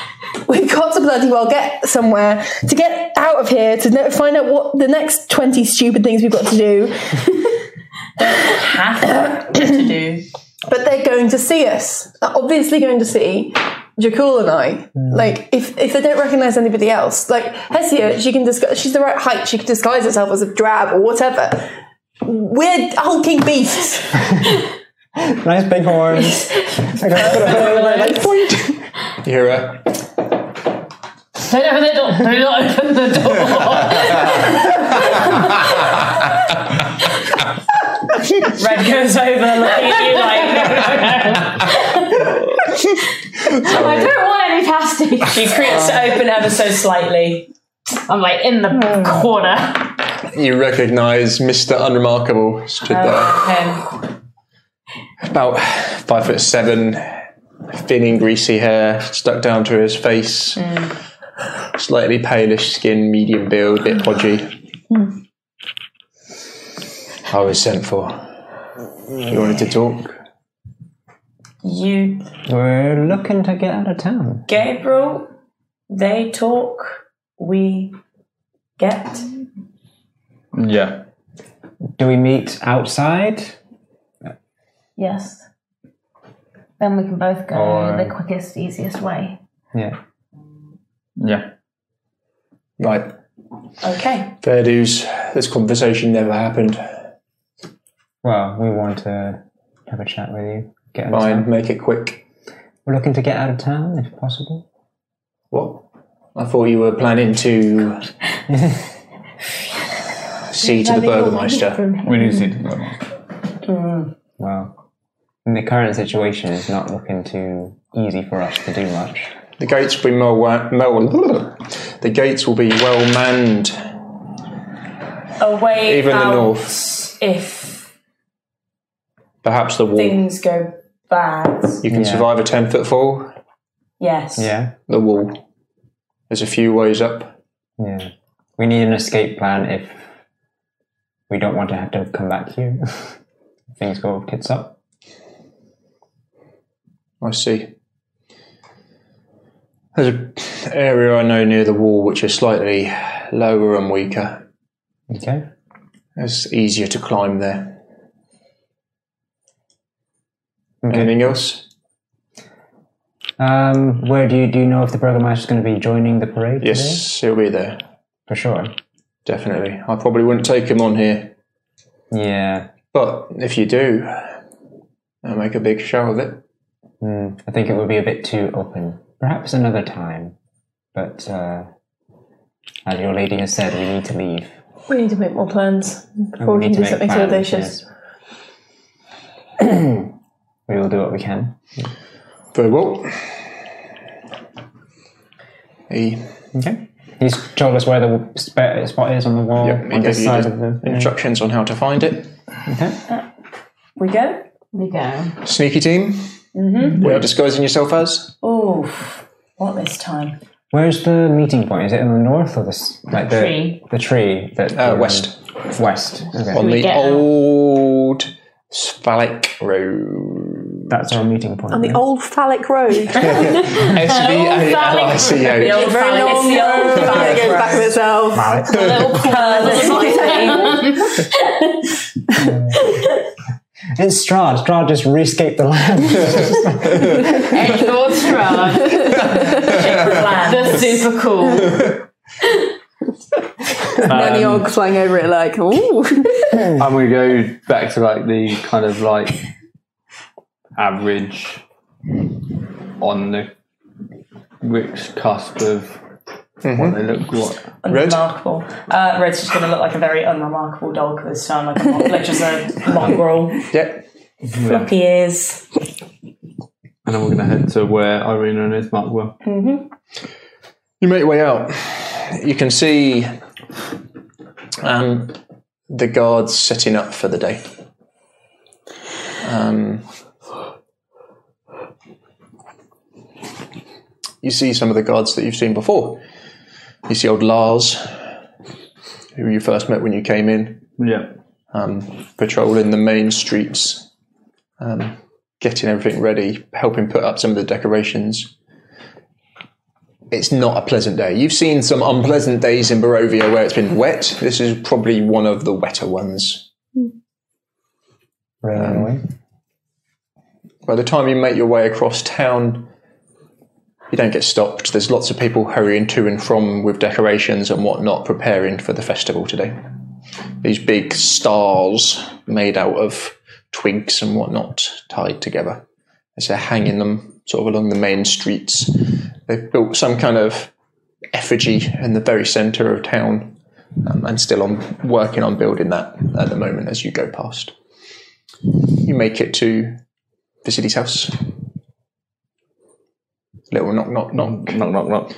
[SPEAKER 6] we've got to bloody well get somewhere to get out of here to know, find out what the next twenty stupid things we've got to do.
[SPEAKER 4] have to do.
[SPEAKER 6] But they're going to see us. They're obviously going to see Jakul and I. Like, if, if they don't recognise anybody else, like Hesia, she can disguise, she's the right height, she can disguise herself as a drab or whatever. We're hulking beasts.
[SPEAKER 13] Nice big horns.
[SPEAKER 1] You hear a
[SPEAKER 7] Don't open the door! Do not open the door!
[SPEAKER 4] Red goes over looking at you
[SPEAKER 7] I don't want any pasties.
[SPEAKER 4] She creeps to open ever so slightly.
[SPEAKER 7] I'm like in the corner.
[SPEAKER 1] you recognise Mr. Unremarkable stood there.
[SPEAKER 4] Um,
[SPEAKER 1] About five foot seven, thin and greasy hair stuck down to his face. Slightly palish skin, medium build, bit podgy.
[SPEAKER 6] Hmm.
[SPEAKER 1] I was sent for. You wanted to talk?
[SPEAKER 4] you,
[SPEAKER 13] We're looking to get out of town.
[SPEAKER 4] Gabriel, they talk, we get.
[SPEAKER 2] Yeah.
[SPEAKER 13] Do we meet outside?
[SPEAKER 7] Yes. Then we can both go
[SPEAKER 2] Or-
[SPEAKER 7] the quickest, easiest way.
[SPEAKER 2] Yeah. Yeah.
[SPEAKER 1] Right.
[SPEAKER 4] Okay.
[SPEAKER 1] Fair dues. This conversation never happened.
[SPEAKER 5] Well, we want to have a chat with you. Get out of
[SPEAKER 1] Fine,
[SPEAKER 5] town.
[SPEAKER 1] make it quick.
[SPEAKER 5] We're looking to get out of town if possible.
[SPEAKER 1] What? I thought you were planning to see to the Burgermeister.
[SPEAKER 5] We need to see to the Burgermeister. Well, in the current situation, it's not looking too easy for us to do much.
[SPEAKER 1] The gates will be well, wa- mel- the gates will be well manned.
[SPEAKER 4] A way
[SPEAKER 1] Even the
[SPEAKER 4] out
[SPEAKER 1] north.
[SPEAKER 4] if
[SPEAKER 1] Perhaps the wall.
[SPEAKER 4] things go bad.
[SPEAKER 1] You can survive a ten foot fall.
[SPEAKER 4] Yes.
[SPEAKER 5] Yeah.
[SPEAKER 1] The wall. There's a few ways up.
[SPEAKER 5] Yeah. We need an escape plan if we don't want to have to come back here. Things go tits up.
[SPEAKER 1] I see. There's an area I know near the wall which is slightly lower and weaker.
[SPEAKER 5] Okay.
[SPEAKER 1] It's easier to climb there. Anything else?
[SPEAKER 5] Um, where do you do you know if the burgomaster's going to be joining the parade? today?
[SPEAKER 1] Yes, he'll be there.
[SPEAKER 5] for sure.
[SPEAKER 1] Definitely. I probably wouldn't take him on here.
[SPEAKER 5] Yeah.
[SPEAKER 1] But if you do, I'll make a big show of it.
[SPEAKER 5] Hmm, I think it would be a bit too open. Perhaps another time. But uh, as your lady has said, we need to leave.
[SPEAKER 6] We need to make more plans before
[SPEAKER 5] we
[SPEAKER 6] we,
[SPEAKER 5] need
[SPEAKER 6] can do
[SPEAKER 5] to make
[SPEAKER 6] something so
[SPEAKER 5] plans,
[SPEAKER 6] audacious.
[SPEAKER 5] We will do what we can.
[SPEAKER 1] Very well. He,
[SPEAKER 5] Okay. He's told us where the spe- spot is on the wall
[SPEAKER 1] yep, he
[SPEAKER 5] on
[SPEAKER 1] gave
[SPEAKER 5] this
[SPEAKER 1] you
[SPEAKER 5] side
[SPEAKER 1] the
[SPEAKER 5] of the.
[SPEAKER 1] instructions on how to find it.
[SPEAKER 4] We go?
[SPEAKER 16] We go.
[SPEAKER 1] Sneaky team,
[SPEAKER 4] Mm-hmm.
[SPEAKER 1] what are you disguising yourself as?
[SPEAKER 4] Oh, what this time?
[SPEAKER 5] Where's the meeting point? Is it in the north or the s- like the
[SPEAKER 4] Tree.
[SPEAKER 5] The tree that
[SPEAKER 1] Uh,
[SPEAKER 5] the, um,
[SPEAKER 1] west.
[SPEAKER 5] West. Okay.
[SPEAKER 1] On the
[SPEAKER 6] get out?
[SPEAKER 1] old phallic road.
[SPEAKER 5] That's our meeting point.
[SPEAKER 6] On the old phallic road.
[SPEAKER 1] S V A L I C
[SPEAKER 4] The
[SPEAKER 1] O.
[SPEAKER 4] old
[SPEAKER 6] Very
[SPEAKER 4] phallic-
[SPEAKER 6] long
[SPEAKER 4] it's the old
[SPEAKER 6] road.
[SPEAKER 4] phallic
[SPEAKER 6] It goes back to
[SPEAKER 4] road.
[SPEAKER 6] itself.
[SPEAKER 5] It's Strahd. Strahd just rescaped the land.
[SPEAKER 16] Endor Strahd. That's super cool.
[SPEAKER 6] Nanny
[SPEAKER 5] Um,
[SPEAKER 6] Og flying over it like, ooh.
[SPEAKER 2] I'm gonna go back to like the kind of like average on the which cusp of
[SPEAKER 1] Mm-hmm.
[SPEAKER 2] what they look what.
[SPEAKER 1] Red?
[SPEAKER 4] Unremarkable. Uh, Red's just going to look like a very unremarkable dog this time, like a mon- like just a mongrel.
[SPEAKER 1] Yep.
[SPEAKER 4] Floppy ears.
[SPEAKER 2] And then we're gonna head to where Irina and his mark were.
[SPEAKER 1] You make your way out. You can see um, the guards setting up for the day. Um, you see some of the guards that you've seen before. You see old Lars, who you first met when you came in,
[SPEAKER 2] Yeah.
[SPEAKER 1] um, patrolling the main streets, um, getting everything ready, helping put up some of the decorations it's not a pleasant day. You've seen some unpleasant days in Barovia where it's been wet. This is probably one of the wetter ones.
[SPEAKER 5] Running away.
[SPEAKER 1] By the time you make your way across town, you don't get stopped. There's lots of people hurrying to and from with decorations and whatnot, preparing for the festival today. These big stars made out of twigs and whatnot tied together. As they're hanging them sort of along the main streets, they've built some kind of effigy in the very centre of town, um, and still on working on building that at the moment as you go past. You make it to the city's house. Little knock, knock, knock.
[SPEAKER 2] Knock knock knock.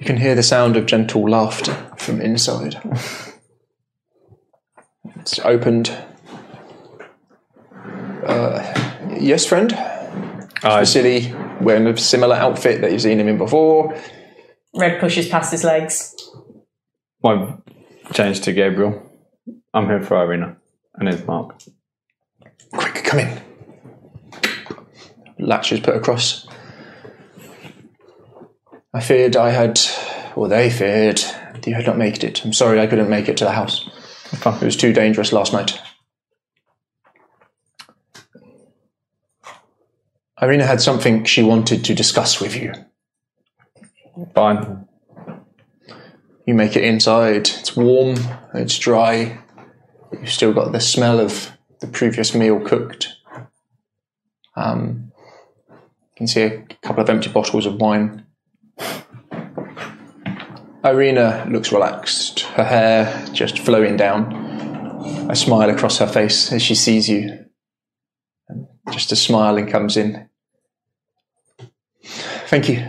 [SPEAKER 1] You can hear the sound of gentle laughter from inside. It's opened. Uh, yes, friend.
[SPEAKER 2] I
[SPEAKER 1] Vasily, wearing a similar outfit that you've seen him in before.
[SPEAKER 4] Red pushes past his legs.
[SPEAKER 2] my change to Gabriel. I'm here for Irina and his mark.
[SPEAKER 1] Quick, come in. Latch is put across. I feared I had, or they feared, that you had not made it. I'm sorry I couldn't make it to the house. It was too dangerous last night. Irina had something she wanted to discuss with you.
[SPEAKER 2] Fine.
[SPEAKER 1] You make it inside. It's warm, it's dry. You've still got the smell of the previous meal cooked. Um, you can see a couple of empty bottles of wine. Irina looks relaxed, her hair just flowing down. A smile across her face as she sees you. And Just a smile and comes in. Thank you.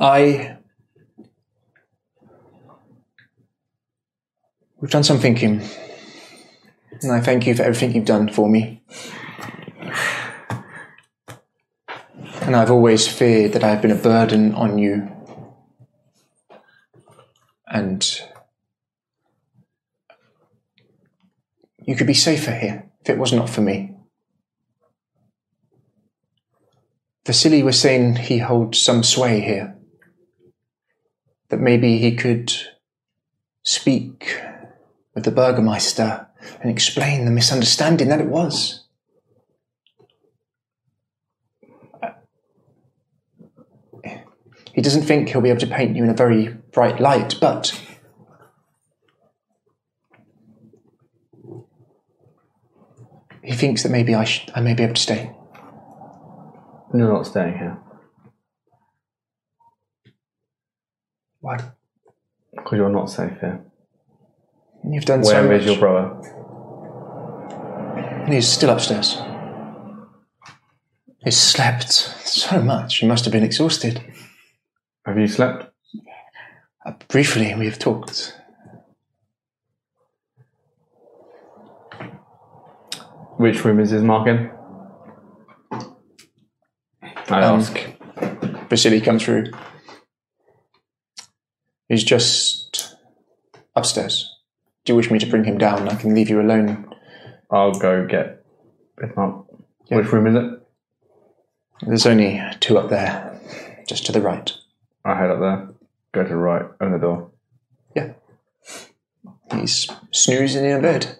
[SPEAKER 1] I. We've done some thinking. And I thank you for everything you've done for me. And I've always feared that I've been a burden on you. And you could be safer here if it was not for me. Vasily was saying he holds some sway here. That maybe he could speak with the Burgermeister and explain the misunderstanding that it was. He doesn't think he'll be able to paint you in a very bright light, but he thinks that maybe I, sh- I may be able to stay.
[SPEAKER 2] You're not staying here.
[SPEAKER 1] Why?
[SPEAKER 2] Because you're not safe here.
[SPEAKER 1] You've done so
[SPEAKER 2] Where
[SPEAKER 1] much.
[SPEAKER 2] is your brother?
[SPEAKER 1] And he's still upstairs. He's slept so much, he must have been exhausted.
[SPEAKER 2] Have you slept?
[SPEAKER 1] Uh, briefly, we have talked.
[SPEAKER 2] Which room is his mark in? I
[SPEAKER 1] Um,
[SPEAKER 2] ask.
[SPEAKER 1] Vasily comes through. He's just upstairs. Do you wish me to bring him down? I can leave you alone.
[SPEAKER 2] I'll go get his mark. Which room is it?
[SPEAKER 1] There's only two up there, just to the right.
[SPEAKER 2] I head up there. Go to the right, open the door.
[SPEAKER 1] He's snoozing in a bed.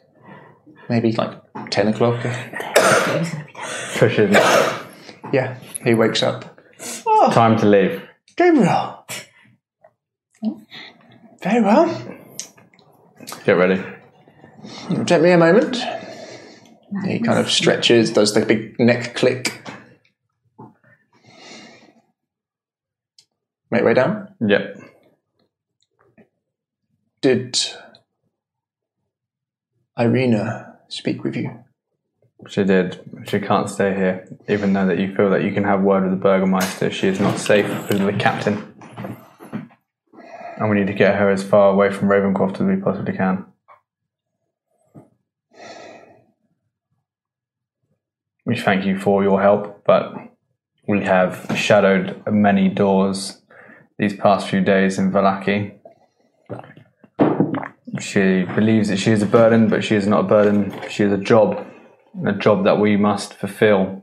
[SPEAKER 1] Maybe like 10 o'clock.
[SPEAKER 2] Pushes me.
[SPEAKER 1] Yeah, he wakes up.
[SPEAKER 2] Time to leave.
[SPEAKER 1] Gabriel! Very well.
[SPEAKER 2] Get ready.
[SPEAKER 1] Take me a moment. He kind of stretches, does the big neck click. Make way down.
[SPEAKER 2] Yep.
[SPEAKER 1] Did Irina speak with you?
[SPEAKER 2] She did. She can't stay here, even though that you feel that you can have word with the Burgermeister. She is not safe because of the captain. And we need to get her as far away from Ravencroft as we possibly can. We thank you for your help, but we have shadowed many doors these past few days in Valaki. She believes that she is a burden, but she is not a burden. She is a job, a job that we must fulfill.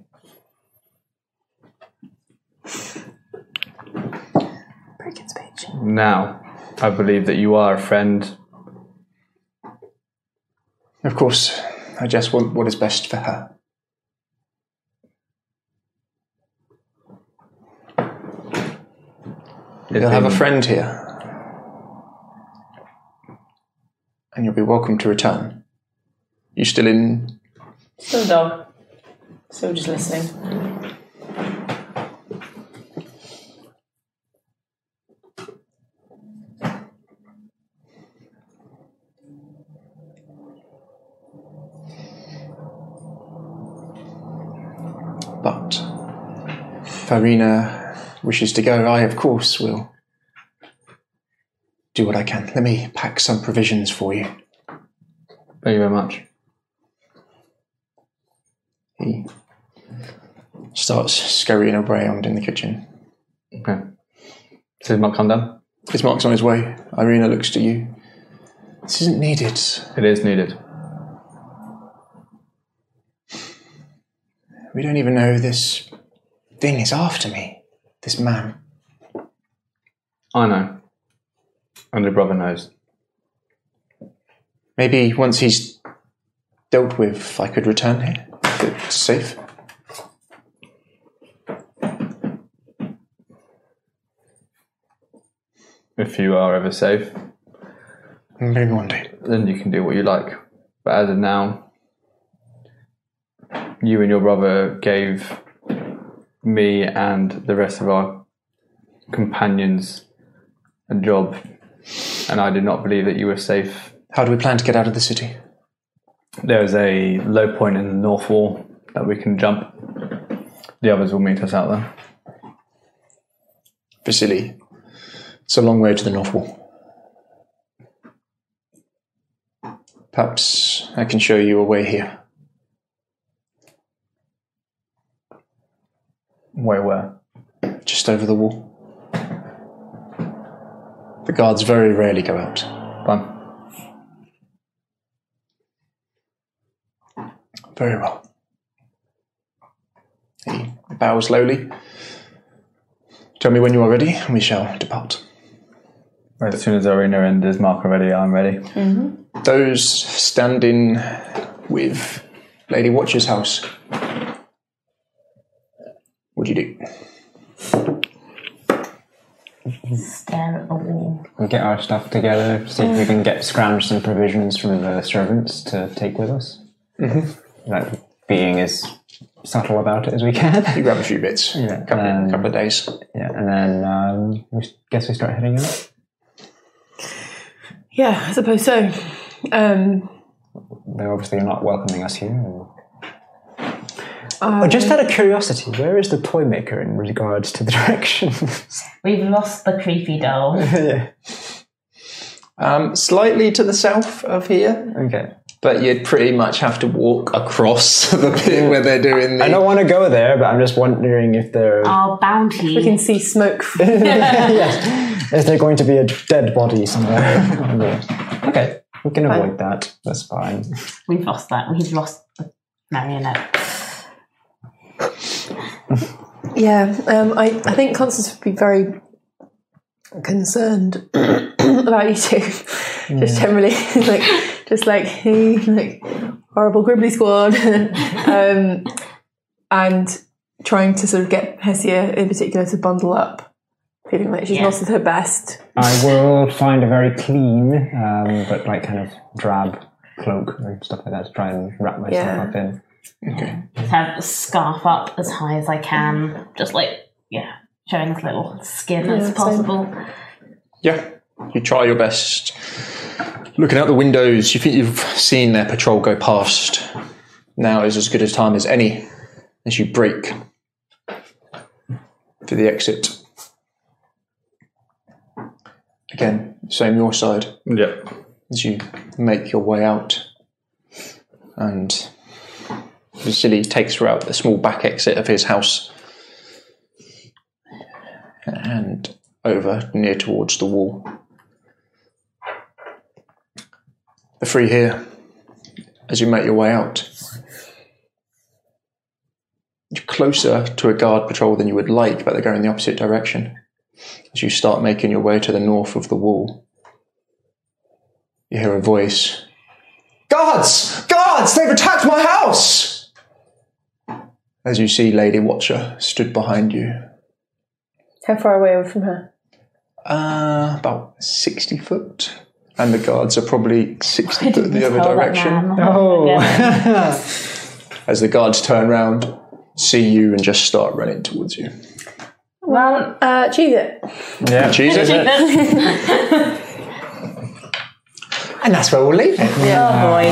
[SPEAKER 2] Now, I believe that you are a friend.
[SPEAKER 1] Of course, I just want what is best for her. You'll have a
[SPEAKER 2] Mm.
[SPEAKER 1] friend here. And you'll be welcome to return. You still in?
[SPEAKER 4] Still dog. Still just listening.
[SPEAKER 1] But if Irina wishes to go, I, of course, will do what I can. Let me pack some provisions for you.
[SPEAKER 2] Thank you very much.
[SPEAKER 1] He starts scurrying around in the kitchen.
[SPEAKER 2] Okay. So his mark come down?
[SPEAKER 1] His mark's on his way. Irina looks to you. This isn't needed.
[SPEAKER 2] It is needed.
[SPEAKER 1] We don't even know who this thing is after me. This man.
[SPEAKER 2] I know. And your brother knows.
[SPEAKER 1] Maybe once he's dealt with, I could return here. If it's safe.
[SPEAKER 2] if you are ever safe.
[SPEAKER 1] Maybe one day.
[SPEAKER 2] Then you can do what you like. But as of now, you and your brother gave me and the rest of our companions a job, and I did not believe that you were safe.
[SPEAKER 1] How do we plan to get out of the city?
[SPEAKER 2] There is a low point in the north wall that we can jump. The others will meet us out there.
[SPEAKER 1] Vasily, it's a long way to the North Wall. Perhaps I can show you a way here.
[SPEAKER 2] Way where?
[SPEAKER 1] Just over the wall. The guards very rarely go out.
[SPEAKER 2] Fine.
[SPEAKER 1] Very well. He bows lowly. Tell me when you are ready, and we shall depart.
[SPEAKER 2] As soon as Arena and Ismark are ready, I'm ready.
[SPEAKER 1] Mm-hmm. Those standing with Lady Watcher's house. What do you do?
[SPEAKER 7] Stare at the wall.
[SPEAKER 5] We'll get our stuff together, see if we can get scrounge some provisions from the servants to take with us. Mm-hmm. Like being as subtle about it as we can.
[SPEAKER 1] You grab a few bits.
[SPEAKER 5] Yeah,
[SPEAKER 1] couple, couple of days.
[SPEAKER 5] Yeah, and then um, we s- guess we start heading out.
[SPEAKER 6] Yeah, I suppose so. Um,
[SPEAKER 5] They're obviously not welcoming us here. and-
[SPEAKER 6] um,
[SPEAKER 5] Oh, just out of curiosity, where is the toy maker in regards to the directions?
[SPEAKER 7] We've lost the creepy doll.
[SPEAKER 5] yeah.
[SPEAKER 1] Um, slightly to the south of here,
[SPEAKER 5] Okay.
[SPEAKER 1] but you'd pretty much have to walk across the bit where they're doing the.
[SPEAKER 5] I don't want to go there, but I'm just wondering if there
[SPEAKER 7] Our bounty.
[SPEAKER 6] we can see smoke. f-
[SPEAKER 5] yes. Is there going to be a dead body somewhere? on the- okay, we can avoid that. That's fine.
[SPEAKER 7] We've lost that. We've lost the marionette.
[SPEAKER 6] yeah, um, I, I think Constance would be very concerned about you two. Just generally, like, just like, hey, like, horrible Gribbly squad. um, and trying to sort of get Hesia in particular to bundle up, feeling like she's not at her best.
[SPEAKER 5] I will find a very clean, um, but like kind of drab cloak and stuff like that to try and wrap myself
[SPEAKER 7] Yeah.
[SPEAKER 5] up in.
[SPEAKER 7] Just have a scarf up as high as I can. Just like, yeah, showing as little skin
[SPEAKER 6] Yeah,
[SPEAKER 7] as
[SPEAKER 6] same.
[SPEAKER 7] possible.
[SPEAKER 1] Yeah, you try your best. Looking out the windows, you think you've seen their patrol go past. Now is as good a time as any as you break for the exit. Again, same your side.
[SPEAKER 2] Yep.
[SPEAKER 1] As you make your way out, and Vasily takes her out the small back exit of his house and over near towards the wall. The three here, as you make your way out, you're closer to a guard patrol than you would like, but they're going the opposite direction. As you start making your way to the north of the wall, you hear a voice Guards! Guards! They've attacked my house! As you see Lady Watcher stood behind you,
[SPEAKER 6] How far away are we from her?
[SPEAKER 1] Uh, about 60 foot. And the guards are probably 60 foot the other
[SPEAKER 7] Tell that
[SPEAKER 1] direction.
[SPEAKER 7] man. Yeah.
[SPEAKER 1] As the guards turn round, see you, and just start running towards you.
[SPEAKER 6] Well, uh, cheese it.
[SPEAKER 1] Yeah. Cheese it.
[SPEAKER 5] And that's where we'll leave it.
[SPEAKER 4] Oh boy.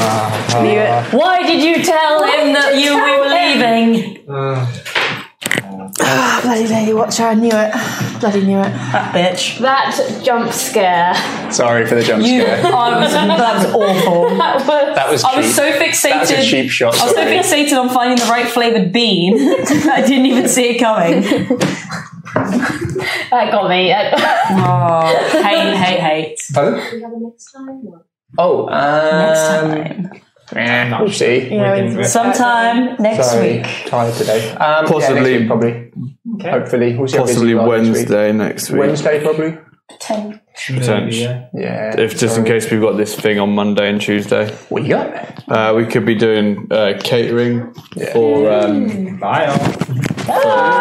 [SPEAKER 4] Why did you tell him that you we were leaving?
[SPEAKER 6] Ah, bloody lady watcher, I knew it. Bloody knew it.
[SPEAKER 4] That bitch.
[SPEAKER 7] That jump scare.
[SPEAKER 1] Sorry for the jump
[SPEAKER 4] You,
[SPEAKER 1] scare.
[SPEAKER 4] I was, that was awful.
[SPEAKER 7] That was,
[SPEAKER 1] That was
[SPEAKER 4] I was
[SPEAKER 1] cheap.
[SPEAKER 4] so
[SPEAKER 1] That was a
[SPEAKER 4] fixated.
[SPEAKER 1] cheap shot.
[SPEAKER 4] I was so
[SPEAKER 1] sorry.
[SPEAKER 4] fixated on finding the right flavoured bean that I didn't even see it coming.
[SPEAKER 7] That got me. That-
[SPEAKER 4] Oh, hate, hate, hate.
[SPEAKER 1] Pardon? Oh, um, eh, we'll see.
[SPEAKER 4] Sometime next
[SPEAKER 1] Sorry,
[SPEAKER 4] week.
[SPEAKER 1] tired today. Um, yeah,
[SPEAKER 2] Possibly-
[SPEAKER 1] next week, probably. Hopefully, we'll see how busy
[SPEAKER 2] Possibly
[SPEAKER 1] we are next week.
[SPEAKER 2] Wednesday next week.
[SPEAKER 1] Wednesday, probably.
[SPEAKER 4] Ten.
[SPEAKER 2] Potential.
[SPEAKER 1] Yeah.
[SPEAKER 2] If just in case we've got this thing on Monday and Tuesday,
[SPEAKER 1] What you got?
[SPEAKER 2] uh, we could be doing uh, catering for um,
[SPEAKER 5] Bye. all.